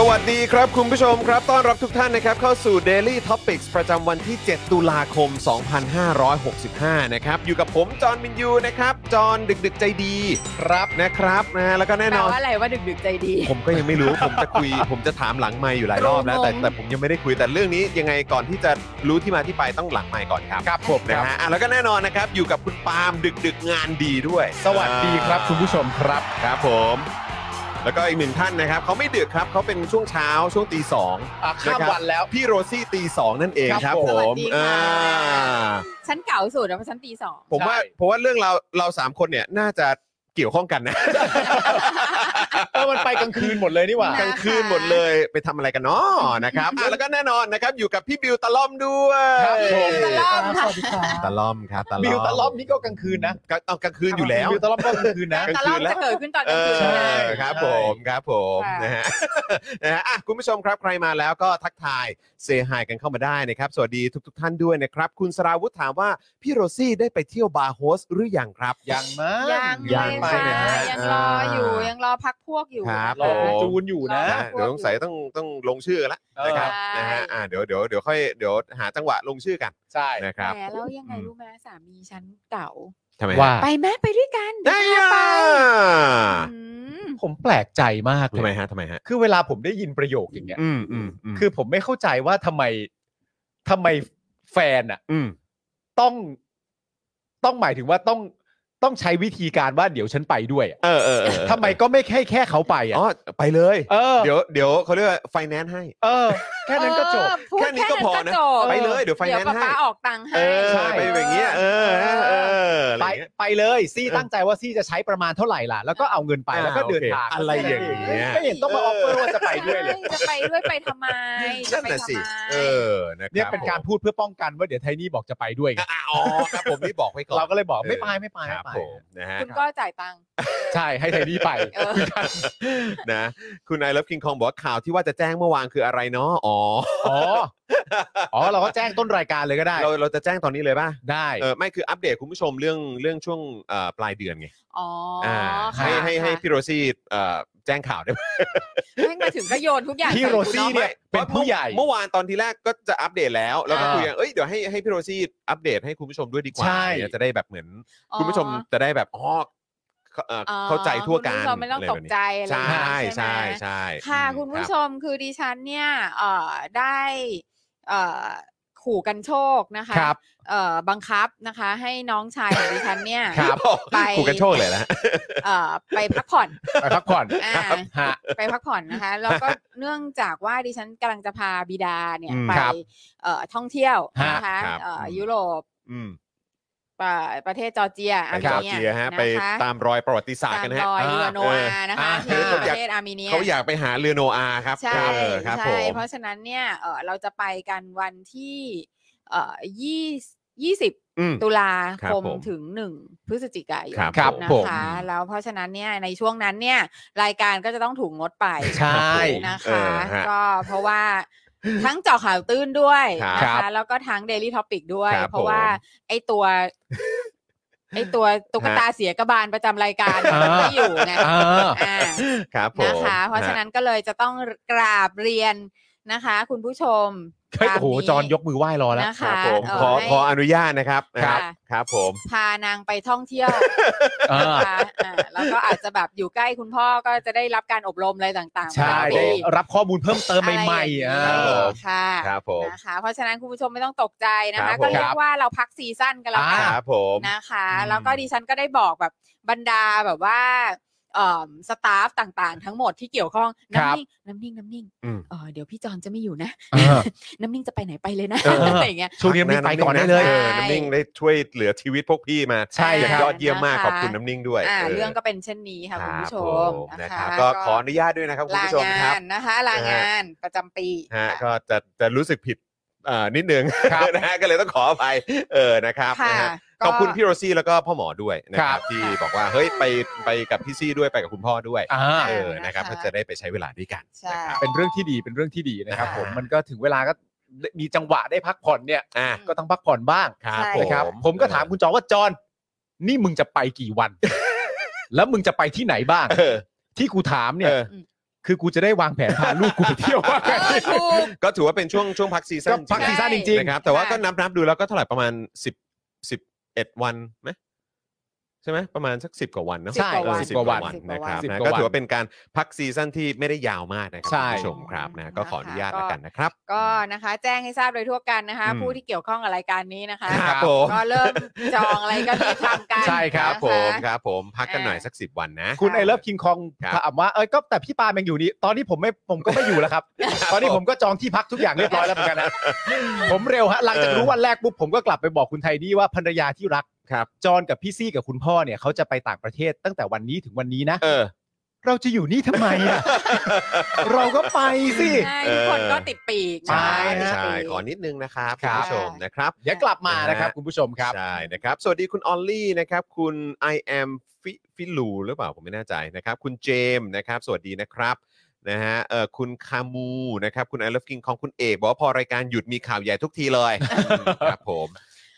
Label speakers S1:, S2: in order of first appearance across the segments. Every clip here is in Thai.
S1: สวัสดีครับคุณผู้ชมครับ ต้อนรับทุกท่านนะครับ เข้าสู่ Daily Topics ประจำวันที่ 7 ตุลาคม 2565 นะครับ อยู่กับผม จอห์นวินยูนะครับ จอห์นดึกๆใจดีครับนะครับนะฮะแล้วก็แน่
S2: แป
S1: น
S2: ล
S1: อน
S2: ว่าอะไรว่าดึกๆใจดี
S1: ผมก็ยังไม่รู้ ผมจะคุย ผมจะถามหลังไมค์อยู่หลายรอบแล้ว แต่
S2: งง
S1: แต่ผมยังไม่ได้คุยแต่เรื่องนี้ยังไงก่อนที่จะรู้ที่มาที่ไปต้องหลังไมค์ก่อนครับครับผมนะฮะอ่ะแล้วก็แน่นอนนะครับ อยู่กับคุณปาล์มดึกๆงานดีด้วย
S3: สวัสดีครับคุณผู้ชมครับ
S1: ครับผม แล้วก็อีกหนึ่งท่านนะครับเขาไม่ดึกครับเขาเป็นช่วงเช้าช่วงตีสอง
S3: อ่ะข้าม
S1: ะครับ
S3: วันแล้ว
S1: พี่โรซี่ตีสองนั่นเองค
S3: ครั
S1: รับบ ผ
S3: ผม
S2: สวัสดีค่ะ
S1: อ่า
S2: ฉันเก่าสุดแล้วเพราะฉันตีสอง
S1: ผมว่า
S3: ใช่
S1: ผมว่าเรื่องเราเราสามคนเนี่ยน่าจะเกี่ยวข้องกันนะ
S3: เออมันไปกลางคืนหมดเลยนี่หว่า
S1: กลางคืนหมดเลยไปทำอะไรกันเนาะนะครับอ่ะแล้วก็แน่นอนนะครับอยู่กับพี่บิวตะล่อมด้วย
S3: ครับผม
S2: ตะล่อมค่ะ
S1: ตะล่อมครับตะล่อม
S3: บิวตะลอมนี่ก็กลางคืนนะ
S1: กลางเอากลางคืนอยู่แล้ว
S3: บิวตะลอมก็กลางคืนนะ
S2: ตะ
S1: กลางคื
S2: ล่อน ม
S1: แล้ว
S2: จะเกิดขึ้นตอนก
S1: เอ
S2: ลางคืน
S1: อ
S2: นะ
S1: ครับ
S3: ใช่
S1: ผมครับผม
S2: ค่ะ
S1: นะฮะ นะฮะอ่ะคุณผู้ชมครับใครมาแล้วก็ทักทายเซฮายกันเข้ามาได้นะครับ สวัสดีทุก ๆ ท่านด้วยนะครับ คุณสราวุธถามว่า พี่โรซี่ได้ไปเที่ยวบาร์โฮสหรือยังครับ
S3: ยังมั้ง
S2: ยัง
S1: ยั
S2: เล
S1: ง
S2: ย
S1: ไป
S2: ค่ะ
S1: นะฮะ
S2: ยังรออยู่ยังรอพักพวกอยู่
S1: ครับ
S3: รอ
S1: ผม
S3: จูนอยู่นะ
S1: นะฮะเดี๋ยวสงสัยต้องต้องลงชื่อกันละ
S3: เออ
S1: นะครับนะฮะอ่ะเดี๋ยวเดี๋ยวเดี๋ยวค่อยเดี๋ยวหาจังหวะลงชื่อกัน
S3: ใช่
S1: นะครับ
S2: แต่แล้วยังไงรู้ไหมสามีฉันเก่า
S1: ทำไม
S3: ว่า
S2: ไปแม่ไปด้วยกัน
S1: ได้
S2: เดี๋ยว
S1: อ่ะ
S2: พาไปอืม
S3: ผมแปลกใจมากเล
S1: ทำไม
S3: ย
S1: ฮะทำไมฮะ
S3: คือเวลาผมได้ยินประโยคอย่างเงี้ย
S1: อืมอืมอืม
S3: คือผมไม่เข้าใจว่าทำไมทำไมแฟนอะ
S1: อืม
S3: ต้อง ต้องหมายถึงว่าต้องต้องใช้วิธีการว่าเดี๋ยวฉันไปด้วยอะ
S1: เออเออเออเออ
S3: ทำไมก็ไม่แค่แค่เขาไปอะ
S1: อ๋อไปเลย
S3: เออ
S1: เดี๋ยวเดี๋ยวเขาเรียกว่าไฟแนนซ์ให้
S3: เออ แค่นั้นก็จบ
S2: เออพูด
S1: แค่นี้ก็พอนะ
S2: จบ
S1: ไปเลยเดี๋ยวไฟแนนซ์ให้
S2: เดี๋ยวป๊าๆออกตังค์ให้
S1: เออ
S3: ใช่
S1: ไปแบบเงี้ยเออเออเอออะ
S3: ไป
S1: รเงี้ย
S3: ไปเลยซี่ตั้งใจว่าซี่จะใช้ประมาณเท่าไหร่ล่ะ แล้วก็เอาเงินไป
S1: อ่า
S3: แล้วก็เดินทาง
S1: โอเคอะไรอย่างเงี้ย
S3: ไม่เห็นต้องมาออฟเฟอร์ว่าจะไปด้วยเลย
S2: ใช่จะไปด้วยไปทำไมจะ
S1: นั่น
S2: ไป
S1: น่ะ
S2: ทำ
S1: สิ
S2: ไม
S1: เออนะครับ
S3: เนี่ยเป็นการพูดเพื่อป้องกันว่าเดี๋ยวไทนี่บอกจะไปด้วยไง
S1: อ่ะอ๋อครับผมนี่บอกไว้ก่อน
S3: เราก็เลยบอก
S1: เ
S3: ไม่ไปไม่ไป
S1: ค
S3: ไม่
S1: รับ
S3: ไป
S1: ผมนะฮะ
S2: คุณก็จ่ายตังค์
S3: ใช่ให้ไทนี่ไป
S2: เออ
S1: นะคุณนายรับคิงคองบอกว่าข่าวที่ว่าจะแจ้งเมื่อวานคืออะไรเนาะอ๋อ
S3: อ๋อ อ๋อเราก็แจ้งต้นรายการเลยก็ได้
S1: เราเราจะแจ้งตอนนี้เลยป่ะ
S3: ได้
S1: เออไม่คืออัปเดตคุณผู้ชมเรื่องเรื่องช่วงเอ่อปลายเดือนไง
S2: อ๋ออ
S1: อ่า
S2: ค่ะ
S1: ให้ให้ให้
S2: ค่ะ
S1: พี่โรซี่เอ่อแจ้งข่าวได้ไหม
S2: แม่งมาถึงก็โยนทุกอย่าง
S3: พี่
S2: ใส่
S3: โร
S2: กู
S3: ซี่เนี่ยเป็นผู้ใหญ่
S1: เมื่อวานตอนที่แรกก็จะอัปเดตแล้วแล้วก็
S3: อ่า
S1: คุยกันเอ้ยเดี๋ยวให้ให้พี่โรซี่อัปเดตให้คุณผู้ชมด้วยดีกว่า
S3: ใช่
S1: เนี่ยจะได้แบบเหมือน
S2: อ๋อ
S1: คุณผู้ชมจะได้แบบอ๋อเข้าเอ่อ
S2: อ๋อ
S1: เข้าใจทั่วกัน
S2: คุณผู้ชมไม่ต้องตกใจอะไร
S1: ใช่
S2: อย่างนี้
S1: ใช่
S2: ไหม
S1: ใช่
S2: ค่ะ
S1: อืม
S2: คุณผู้ช
S1: รับ
S2: มคือดิฉันเนี่ยเอ่อได้เอ่อขู่กันโชคนะคะ
S3: ครับ
S2: เอ่อบังคับนะคะ ให้น้องชายของดิฉันเนี่ย
S3: ครับ
S2: ไป
S1: ขู่กันโชคเลยนะ
S2: เอ่อไปพักผ่อน
S3: ไปพักผ่อน
S2: อ่า
S3: ฮะ
S2: ไปพักผ่อนนะคะ แล้วก็เนื่องจากว่าดิฉันกำลังจะพาบิดาเนี่ย
S1: อืม
S2: ไป
S3: ครับ
S2: เอ่อท่องเที่ยว
S3: ฮะ
S2: นะคะ
S1: ครับ
S2: เอ่ออ
S1: ม
S2: ยุโรป
S1: อืม
S2: ปะประเทศจอร์เจีย
S1: ไป
S2: อาร์
S1: จ
S2: เม
S1: อร์
S2: เนีย
S1: เจียฮะ
S2: นค
S1: ไปตามรอยประวัติศาสตร์
S2: ตา
S1: กั
S2: ม
S1: นฮะ
S2: รอย
S3: อ่า
S2: เรือโนอาห์นะคะ
S3: อ่า
S2: ที่
S1: เขา
S2: ประ
S1: อยาก
S2: เทศอาร์เมเนีย
S1: เขาอยากไปหาเรือโนอาห์ครับ
S2: ใช่
S1: เออครับผ
S2: ใช่
S1: ม
S2: เพราะฉะนั้นเนี่ยเอ่อเราจะไปกันวันที่เอ่อยี่ยี่สิบ
S1: อืม
S2: ตุลา
S1: ครับ
S2: คม
S1: ผม
S2: ถึงหนึ่งพฤศจิกายน
S1: ครับ
S3: ครับ
S2: นะ
S3: ผม
S2: คะแล้วเพราะฉะนั้นเนี่ยในช่วงนั้นเนี่ยรายการก็จะต้องถูกงดไป
S3: ใช่
S2: นะ
S1: เอ
S2: คะ
S1: อฮะ
S2: ก็เพราะว่าทั้งเจาะข่าวตื้นด้วย
S1: ครับ
S2: นะคะแล้วก็ทั้ง Daily Topic ด้วย
S1: ครับ
S2: เพราะว่า
S1: ผม
S2: ไอตัว ไอตัวตุ๊กตาเสียกระบาลประจำรายการ
S3: อ่า
S2: มันไม่อยู่ไง
S3: อ่า
S2: อ่า
S1: ครับผม
S2: นะคะ เพราะฉะนั้นก็เลยจะต้องกราบเรียนนะคะ คุณผู้ชม
S3: เฮ้ย
S2: ตาม
S3: โอ้โห จอนยกมือไหว้รอแล้ว
S2: นะ
S1: ครับ
S2: คะ
S1: ผม
S2: เ
S1: ขอ
S2: ให้
S1: ขออนุญาตนะครับ
S2: ครับ
S1: ครับผม
S2: พานางไปท่องเที่ยว
S3: อ่าน
S2: นะคะอ่าแล้วก็อาจจะแบบอยู่ใกล้คุณพ่อก็จะได้รับการอบรมอะไรต่างๆ
S3: ใช่
S2: แบบ
S3: ได้
S2: นี้
S3: รับข้อมูลเพิ่มเติม
S2: อะไร
S3: ใหม่
S2: อย่าง
S3: ๆอ่า
S2: นี้
S1: ผม
S2: ค่ะ
S1: ครับผม
S2: นะคะ เพราะฉะนั้นคุณผู้ชมไม่ต้องตกใจนะ
S1: ครั
S2: คะ
S1: บผม
S2: ก็เรียกว่าเราพักซีซั่นกันแล้ว
S3: อ่า
S2: กัน
S1: ครับผม
S2: นะคะ
S3: อืม
S2: แล้วก็ดิฉันก็ได้บอกแบบบรรดาแบบว่าเอ่อสตาฟต่างๆ ทั้งหมดที่เกี่ยวข้อง
S3: ครั
S2: น้ำ
S3: บ
S2: นิ่งน้ำนิ่งน้ำนิ่ง
S1: อืม
S2: เออเดี๋ยวพี่จอนจะไม่อยู่นะ
S3: อ่า
S2: น้ำนิ่งจะไปไหนไปเลยนะ
S1: เอออ
S2: อะไรอย่างเงี้ย
S3: ช่วงนี้ไม่ไปก่อนได้เลย
S2: ใช่
S1: น้ำนิ่งได้ช่วยเหลือชีวิตพวกพี่มา
S3: ใช่
S1: อย่าง
S3: ครับ
S1: ยอดเยี่ยมมาก
S2: นะคะ
S1: ขอบคุณน้ำนิ่งด้วย
S2: อ่า เรื่องก็
S1: เ
S2: เป็นเช่นนี้
S1: อ
S2: ค่ะ
S1: อ
S2: คุณผู้ชม
S1: ครับผ
S2: นะ
S1: นะค
S2: คะ
S1: รับก็ขออนุญาตด้วยนะครับคุณ
S2: ลา
S1: ผู้ชม
S2: ง
S1: ครับ
S2: านนะคะ ลางานประจำปี
S1: ฮะ
S2: ค่ะ
S1: ก็จะจะรู้สึกผิดเอ่อนิดนึง
S3: ครับ
S1: นะฮะก็เลยต้องขออภัยเออนะครับ
S2: ค่ะ
S1: นะฮะข
S2: ก็
S1: อบคุณพี่โรซี่แล้วก็พ่อหมอด้วยนะค
S3: ครั
S1: รับบ ที่บอกว่าเฮ้ยไปไปกับพี่ซี่ด้วยไปกับคุณพ่อด้วย
S3: อ่า
S1: เออนะครับ
S2: นะคะ
S1: ก็จะได้ไปใช้เวลาด้วยกัน
S2: ใช่
S1: นะครับ
S3: เป็นเรื่องที่ดีเป็นเรื่องที่ดีนะครับ
S2: อ่า
S3: ผมมันก็ถึงเวลาก็มีจังหวะได้พักผ่อนเนี่ย
S1: อ่ะ
S3: ก็ต้องพักผ่อนบ้าง
S1: ครับ
S2: ใช่
S3: นะครับ
S1: ผม
S3: ผมก็ถามคุณจอนว่าจอนนี่มึงจะไปกี่ วัน แล้วมึงจะไปที่ไหนบ้าง
S1: เออ
S3: ที่กูถามเนี่ย
S1: เออ
S3: คือกูจะได้วางแผนพาลูกกูไปเที่ยวว่า
S2: เออถูก
S1: ก็ถือว่าเป็นช่วงช่วงพักซีซั่ น
S3: ก็พัก
S2: ใช่
S3: ซีซั่นจ
S1: จริ
S3: ริ
S1: ง
S3: ง
S1: ๆ
S3: ๆ
S1: นะครับแต่ว่าก็นับนับดูแล้วก็เท่าไหร่ประมาณ 10 11 วันไหมใช่ไหมประมาณสัก 10 กว่าวันเนอะ
S3: ใช่
S1: เออ
S3: สิบกว่าวัน
S2: สิบก
S1: นะ
S2: ว่า
S1: ค
S2: วั
S1: รับ
S2: น
S3: สิบ
S1: นะ
S3: กว่า
S1: ก็
S3: วัน
S1: ถือว่าเป็นการพักซีซั่นที่ไม่ได้ยาวมากนะครั
S3: ใช่
S1: คุณผู้ชมครับนะก็ขออนุญาตแล้วกันนะครับ
S2: ก็นะคะแจ้งให้ทราบโดยทั่วกันนะคะ
S1: อืม
S2: ผู้ที่เกี่ยวข้องกับรายการนี้นะคะ
S1: ครับผม
S2: ก็เริ่มจองอะไรก็รีบทำกัน
S3: ใช่
S1: ครับ
S2: นะะ
S1: ผมครับผมพักกันหน่อย
S2: อ่า
S1: สักสิบวันนะ
S3: คุณไอเลิฟคิงคอง
S1: ครับ
S3: ถามว่าเอ้ยก็แต่พี่ปาแมงอยู่นี่ตอนนี้ผมไม่ผมก็ไม่อยู่แล้วครับ ตอนนี้ผมก็จองที่พักทุกอย่างเรียบร้อยแล้วเหมือนกันนะ ผมเร็วฮะหลังจาก
S1: เออ
S3: รู้วันแรกปุ๊บผมก็กลับไปบอกคุณไทนี่ว่าภรรยาที่รัก
S1: ครับ
S3: จอนกับพี่ซี่กับคุณพ่อเนี่ยเขาจะไปต่างประเทศตั้งแต่วันนี้ถึงวันนี้นะ
S1: เออ
S3: เราจะอยู่นี่ทำไม อ่ะ เราก็ไปสิ
S2: ใช่ทุกคนก็ติดปีก
S3: ใช่
S1: ใช่
S2: ติด
S1: ใช่
S2: ปีก
S1: ขอนิดนึงนะครับ
S3: ค
S1: คุ
S3: รั
S1: ณ
S3: บ
S1: ผู้ชมนะครับ
S3: เดี๋ยวกลับมานะครับ
S1: นะฮะ
S3: คุณผู้ชมครับ
S1: ใช่นะครับ สวัสดีคุณออลลี่นะครับ คุณ I am ฟิฟิลูหรือเปล่าผมไม่แน่ใจนะครับ คุณเจมส์นะครับ สวัสดีนะครับนะฮะเออคุณคามูนะครับ คุณ I love king ของคุณเอกบอกว่าพอรายการหยุดมีข่าวใหญ่ทุกที เลยครับผม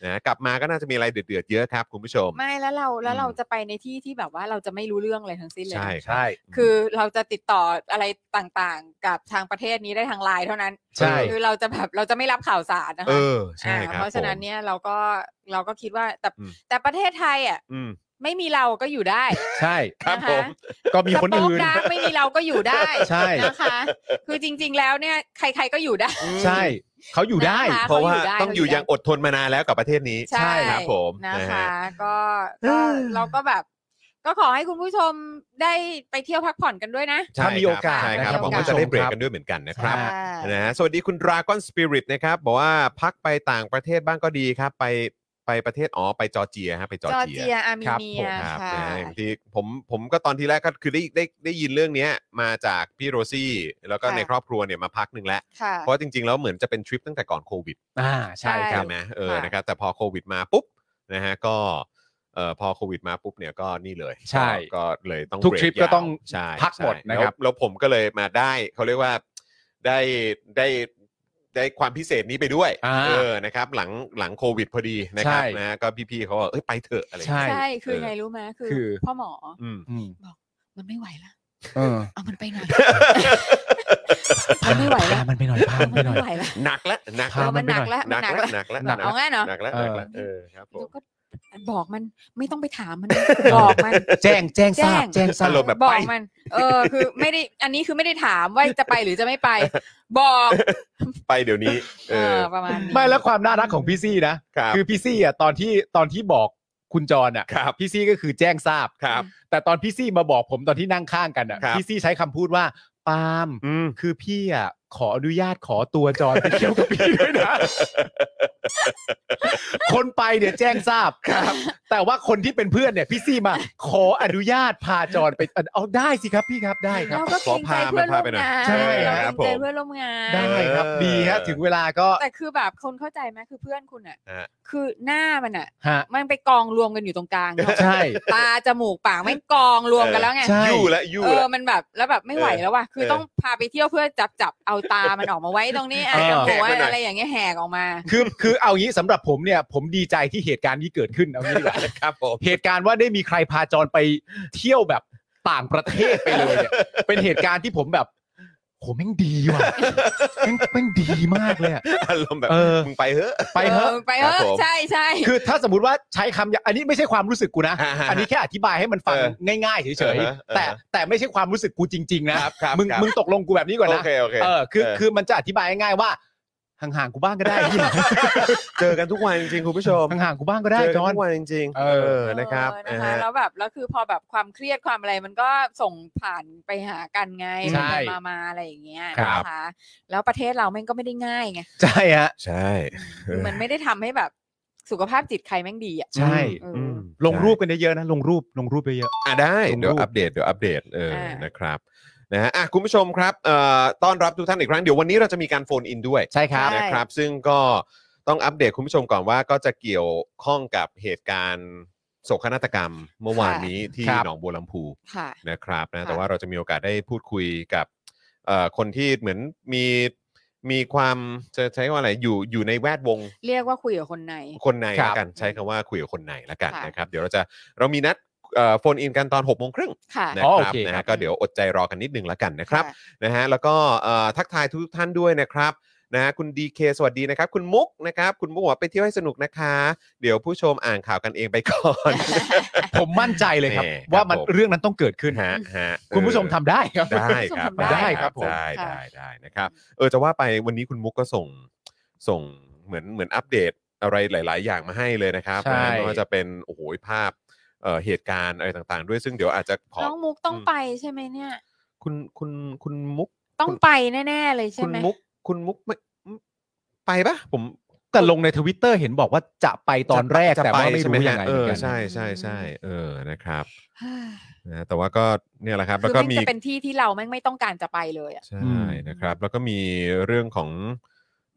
S1: นะกลับมาก็น่าจะมีอะไรเดือดๆเยอะครับคุณผู้ชม
S2: ไม่แล้วเราแล้ว
S1: อืม
S2: เราจะไปในที่ที่แบบว่าเราจะไม่รู้เรื่องเลยทั้งสิ้นเลยนะ
S1: ใช่ครับ
S3: ใช่
S2: คือเราจะติดต่ออะไรต่างๆ กับทางประเทศนี้ได้ทางไลน์เท่านั้น
S3: ใช่
S2: คือเราจะแบบเราจะไม่รับข่าวสารนะ
S1: เอ
S2: คะ
S1: อใช่ครั
S2: อ่า
S1: บ
S2: เพราะฉะนั้น
S1: ผม
S2: เนี่ยเราก็เราก็คิดว่าแต่
S1: อืม
S2: แต่ประเทศไทยอ่ะ
S1: อืม
S2: ไม่มีเราก็อยู่ได้
S3: ใช่
S1: ครับ
S2: นะ
S1: ผ
S2: คะ
S1: ม
S3: ก็มีคนอื่น
S2: สปดักไม่มีเราก็อยู่ได้
S3: ใช่
S2: นะคะ คือจริง ๆ แล้วเนี่ยใคร ๆก็อยู่ได้
S3: ใช่เขาอยู่ได้
S2: นะคะ
S1: เพราะว่า
S2: เขาอยู่ได้
S1: ต้องอยู่
S2: เขาอยู่ได้
S1: อย่างอดทนมานานแล้วกับประเทศนี้
S2: ใช่
S1: ครับผม
S2: นะ
S1: ฮ
S2: คะ ก็ก็เราก็แบบ ก็ขอให้คุณผู้ชมได้ไปเที่ยวพักผ่อนกันด้วยนะ
S1: ใช่
S3: ถ้ามีโอกาส
S1: ใช่ครับ
S2: นะครับ
S1: ผม
S2: มี
S1: ก็
S2: โอกาส
S1: จะได้เบรกกันด้วยเหมือนกันนะครับ
S3: ใช่
S1: นะฮะสวัสดีคุณ Dragon Spirit นะครับ บอกว่าพักไปต่างประเทศบ้างก็ดีครับ ไปไปประเทศอ๋อไปจอร์เจียฮะไปจอ
S2: จ
S1: ร์
S2: อร์
S1: เจี
S2: เจียอาร์เม
S3: ครับ
S2: เนี
S3: ผ
S2: ย
S3: ม
S1: ครับ
S2: ค่ะ
S1: นะฮะอย่างที่ผมผมก็ตอนที่แรกก็คือได้ได้ได้ยินเรื่องเนี้ยมาจากพี่โรซี่ แล้วก็
S2: ค่ะ
S1: ในครอบครัวเนี่ยมาพักหนึ่งแล้ว
S2: ค่ะ
S1: เพราะจริงๆ แล้วเหมือนจะเป็นทริปตั้งแต่ก่อนโควิด
S3: อ่าใช่ค
S1: ใช่
S3: รับ
S1: ไหมเออ
S2: ค่ะ
S1: นะครับแต่พอโควิดมาปุ๊บนะฮะก็เออพอโควิดมาปุ๊บเนี่ยก็นี่เลย
S3: ใช่
S1: ก็ก็เลยต้อง
S3: ทุก
S1: เบ
S3: ทริป
S1: ยาว
S3: ก็ต้อง
S1: ใช่
S3: พักหมด
S1: ใช่
S3: นะครับ
S1: แล้วแล้วผมก็เลยมาได้เขาเรียกว่าได้ได้ได้ความพิเศษนี้ไปด้วย
S3: อ่า
S1: เออนะครับหลังหลังโควิดพอดีนะครับ
S3: ใช่
S1: นะฮะก็พี่ๆเขาว่าเอ้ยไปเถอะอะไรอย่าง
S3: ใช่
S1: เงี้ย
S2: ใช่ คือ
S1: เออ
S2: ไงรู้ไหมคือ
S3: คือ
S2: พ่อหมอ
S1: อืม
S3: อืม
S2: มันไม่ไหวละ
S3: เออ
S2: เอามันไปหน่อย มันไม่ไหวละ
S3: พามันไปหน่อยพา
S2: เอา
S3: มัน
S2: มัน
S3: ไปหน่อย
S2: ไม่ไหวละ
S1: หนักละหนัก
S3: พา
S2: เอา
S3: มั
S2: มัน นห
S3: ไป
S2: นั
S3: ห
S2: ก
S3: น่อย
S2: ละมันหนักละ
S1: หนักละ
S2: เอางั้นเหรอ
S1: หนักละ
S3: เอ
S1: หนัก
S3: อ
S1: ละเออครับผ
S2: เดี๋ย
S1: ม
S2: วก็บอกมันไม่ต้องไปถามมันนะบอกมัน
S3: แจ้งแจ้งทราบ
S2: แจ้
S3: แจ้
S2: ง
S3: งทราบ
S1: อารมณ์แบบ
S2: บอกมัน เออ คือไม่ได้ อันนี้คือไม่ได้ถามว่าจะไปหรือจะไม่ไป บอก
S1: ไปเดี๋ยวนี้ เอ
S2: เอ
S1: อ
S2: อ ประมาณนี้
S3: ไม่แล้วความน่ารักของพี่ซี่นะ
S1: ครับ
S3: คือพี่ซี่อ่ะตอนที่ตอนที่บอกคุณจรอ่ะ
S1: ครับ
S3: พี่ซี่ก็คือแจ้งทราบ
S1: ครับ
S3: แต่ตอนพี่ซี่มาบอกผมตอนที่นั่งข้างกันอ่ะ
S1: ครับ
S3: พี่ซี่ใช้คำพูดว่าปาล์ม
S1: อืม
S3: คือพี่อ่ะขออนุญาตขอตัวจอนไปเที่ยวกับพี่ด้วย นะ คนไปเนี่ยแจ้งทราบครับ แต่ว่าคนที่เป็นเพื่อนเนี่ยพี่ซี่มา ขออนุญาตพาจอนไปเอาได้สิครับพี่ครับได้ครับ
S2: เราก็เกรงใจเพื่อนร่วมงาน
S3: ใช่
S2: เรา
S3: ค
S2: เกรง
S3: รับ
S1: ผม
S2: ใจเพื่อนร่วมงาน
S3: ได้ครับดีฮะถึงเวลาก็
S2: แต่คือแบบคนเข้าใจไหมคือเพื่อนคุณอ่ะ
S1: ฮะ
S2: คือหน้ามันอ่ะ
S3: ฮะ
S2: มันไปกองรวมกันอยู่ตรงกลางเนอะ
S3: ใช่
S2: ตาจมูกปากไม่กองรวมกันแล้วไง
S3: ใช่
S1: ยู่ละยู่
S2: เออ
S1: ละ
S2: มันแบบแล้วแบบไม่ไหวแล้วว่ะคือ
S1: เออ
S2: ต้องพาไปเที่ยวเพื่อจับจับเอา ตามันออกมาไว้ตรงนี้อ่ะ
S3: เออ
S2: จมูก
S1: แหกไปหน่อย
S2: อะไรอย่างเงี้ยแหกออกมา
S3: คือคือเอางี้สำหรับผมเนี่ยผมดีใจที่เหตุการณ์นี้เกิดขึ้นเอางี้ดีกว่า
S1: ครับผม
S3: เหตุการณ์ว่าได้มีใครพาจรไปเที่ยวแบบต่างประเทศไปเลย เนี่ย เป็นเหตุการณ์ที่ผมแบบโหแม่งดีว่ะ แม่งแม่งดีมากเลยอะ
S1: อารมณ์แบบ
S3: เออ
S1: มึงไปเถอะ
S3: ไปเถอะ
S2: ไปเถ
S1: ครับผม
S2: อะใช่ใช่
S3: คือถ้าสมมติว่าใช้คำอย่างอันนี้ไม่ใช่ความรู้สึกกูนะ
S1: อ่าฮะ
S3: อันนี้แค่อธิบายให้มันฟัง
S1: เอ
S3: ง่ายๆเฉ
S1: เอย อฮะ
S3: ๆแต่
S1: เออฮะ
S3: แต่ไม่ใช่ความรู้สึกกูจริงๆนะครับ
S1: ครับ
S3: มึง
S1: ครับ
S3: มึงตกลงกูแบบนี้ก่อน
S1: โอ
S3: นะ
S1: เคโอเค
S3: เออคือ
S1: เออ
S3: คือมันจะอธิบายง่ายๆว่าห่างๆกูบ้างก็ได้ที่
S1: เจอกันทุกวันจริงๆคุณผู้ ชม
S3: ห่างๆกูบ้างก็ได้
S1: เจอ
S3: จ
S1: กั
S3: อน น
S1: ทุกวันจริงๆ
S3: เออ
S1: นะครับ
S2: เออนะ
S1: อ่า
S2: คะ
S1: ฮะ
S2: แล้วแบบแล้วคือพอแบบความเครียดความอะไรมันก็ส่งผ่านไปหากันไง
S3: ใช่
S2: ผ่านมามาอะไรอย่างเงี้ย
S3: ครับ
S2: นะคะแล้วประเทศเราแม่งก็ไม่ได้ง่ายไง
S3: ใช่ฮะ
S1: ใช่ เออ
S2: มันไม่ได้ทำให้แบบสุขภาพจิตใครแม่งดีอ่ะ
S3: ใช่
S2: เออ
S1: ม
S3: ลงรูปกันเยอะๆนะลงรูปลงรูปเยอะ
S1: อ่ะได้
S3: ลงรูป
S1: เดี๋ยวอัปเดตเดี๋ยวอัปเดตเออ
S2: อ่าน
S1: นะครับนะฮะอ่ะคุณผู้ชมครับเอ่อต้อนรับทุกท่านอีกครั้งเดี๋ยววันนี้เราจะมีการโฟนอินด้วย
S3: ๆใช่ครับ
S1: นะครับ ซึ่งก็ต้องอัปเดตคุณผู้ชมก่อนว่าก็จะเกี่ยวข้องกับเหตุการณ์โศกนาฏกรรมเมื่อวานนี้ที่
S3: ครับ
S1: หนองบัวลำพู
S2: ค่ะ
S1: นะครับนะ
S2: ค่ะ
S1: แต่ว่าเราจะมีโอกาสได้พูดคุยกับเอ่อคนที่เหมือนมีมีความจะใช้คำว่าอะไรอยู่อยู่ในแวดวง
S2: เรียกว่าคุยกับคนใน
S1: คนใน
S3: ครับ
S1: ละกันใช้คำว่าคุยกับคนในละกัน
S2: ค่ะ
S1: นะครับ เดี๋ยวเราจะเรามีนัดโฟนอินกันตอน6กโมงครึ่ง
S2: ค่ะ
S1: นะ
S3: อ๋
S1: ค
S3: อโอ
S1: รับ
S3: เค
S1: นะ
S3: ครั
S1: ฮะ
S3: บ
S1: ก็เดี๋ยวอดใจรอกันนิดนึงละกันนะครับ
S2: ค่ะ
S1: นะฮะแล้วก็เอ่อทักทายทุกท่านด้วยนะครับนะฮะคุณดีเคสวัสดีนะครับ คุณมุกนะครับคุณมุกบอกว่าไปเที่ยวให้สนุกนะคะ เดี๋ยวผู้ชมอ่านข่าวกันเองไปก่อน
S3: ผมมั่นใจเลยครับ
S1: แน่ครับ
S3: ว่ามัน
S1: ผม
S3: เรื่องนั้นต้องเกิดขึ้น
S1: ฮะฮะ
S3: คุณผู้ชมทำได้ครับ
S1: ได้ครับ
S2: ส่งทำได้
S3: ได้ครับผม
S1: ได้
S2: ค่ะ
S1: ได้ได้นะครับ เออจะว่าไปวันนี้คุณมุกก็ส่งส่งเหมือนเหมือนอัปเดตอะไรหลาย ๆ อย่างมาให้เลยนะครับ
S3: ใช่
S1: นะไม่ว่าจะเป็นโอ้โหภาพเอ่อเหตุการณ์อะไรต่าง ๆ ด้วยซึ่งเดี๋ยวอาจจะขอ
S2: น้องมุกต้องไปใช่ไหมเนี่ย
S1: คุณคุณคุณมุก
S2: ต้อง
S1: คุณ
S2: ไปแน่ๆเลยใช่
S1: คุณ
S2: ไหม
S1: มุกคุณมุกไม่ไปปะผม
S3: แต่ลงในทวิตเตอร์เห็นบอกว่าจะไปตอนแรก
S1: จะ
S3: แต่ว่าไม่
S1: ใช่ห
S3: รู้ยังไง
S1: ฮะเอ
S3: เห
S1: อ
S3: มือนกัน
S1: ใช่ใช่ใช่เออนะครับ
S2: เฮ้ย
S1: นะแต่ว่าก็เนี่ยแหละ ครับ
S2: คื
S1: แล้ว
S2: อ
S1: ก็
S2: แม่ง
S1: มี
S2: จะเป็นที่ที่เราแม่งไม่ต้องการจะไปเลยอ่ะ
S1: ใช่นะครับ แล้วก็มีเรื่องของ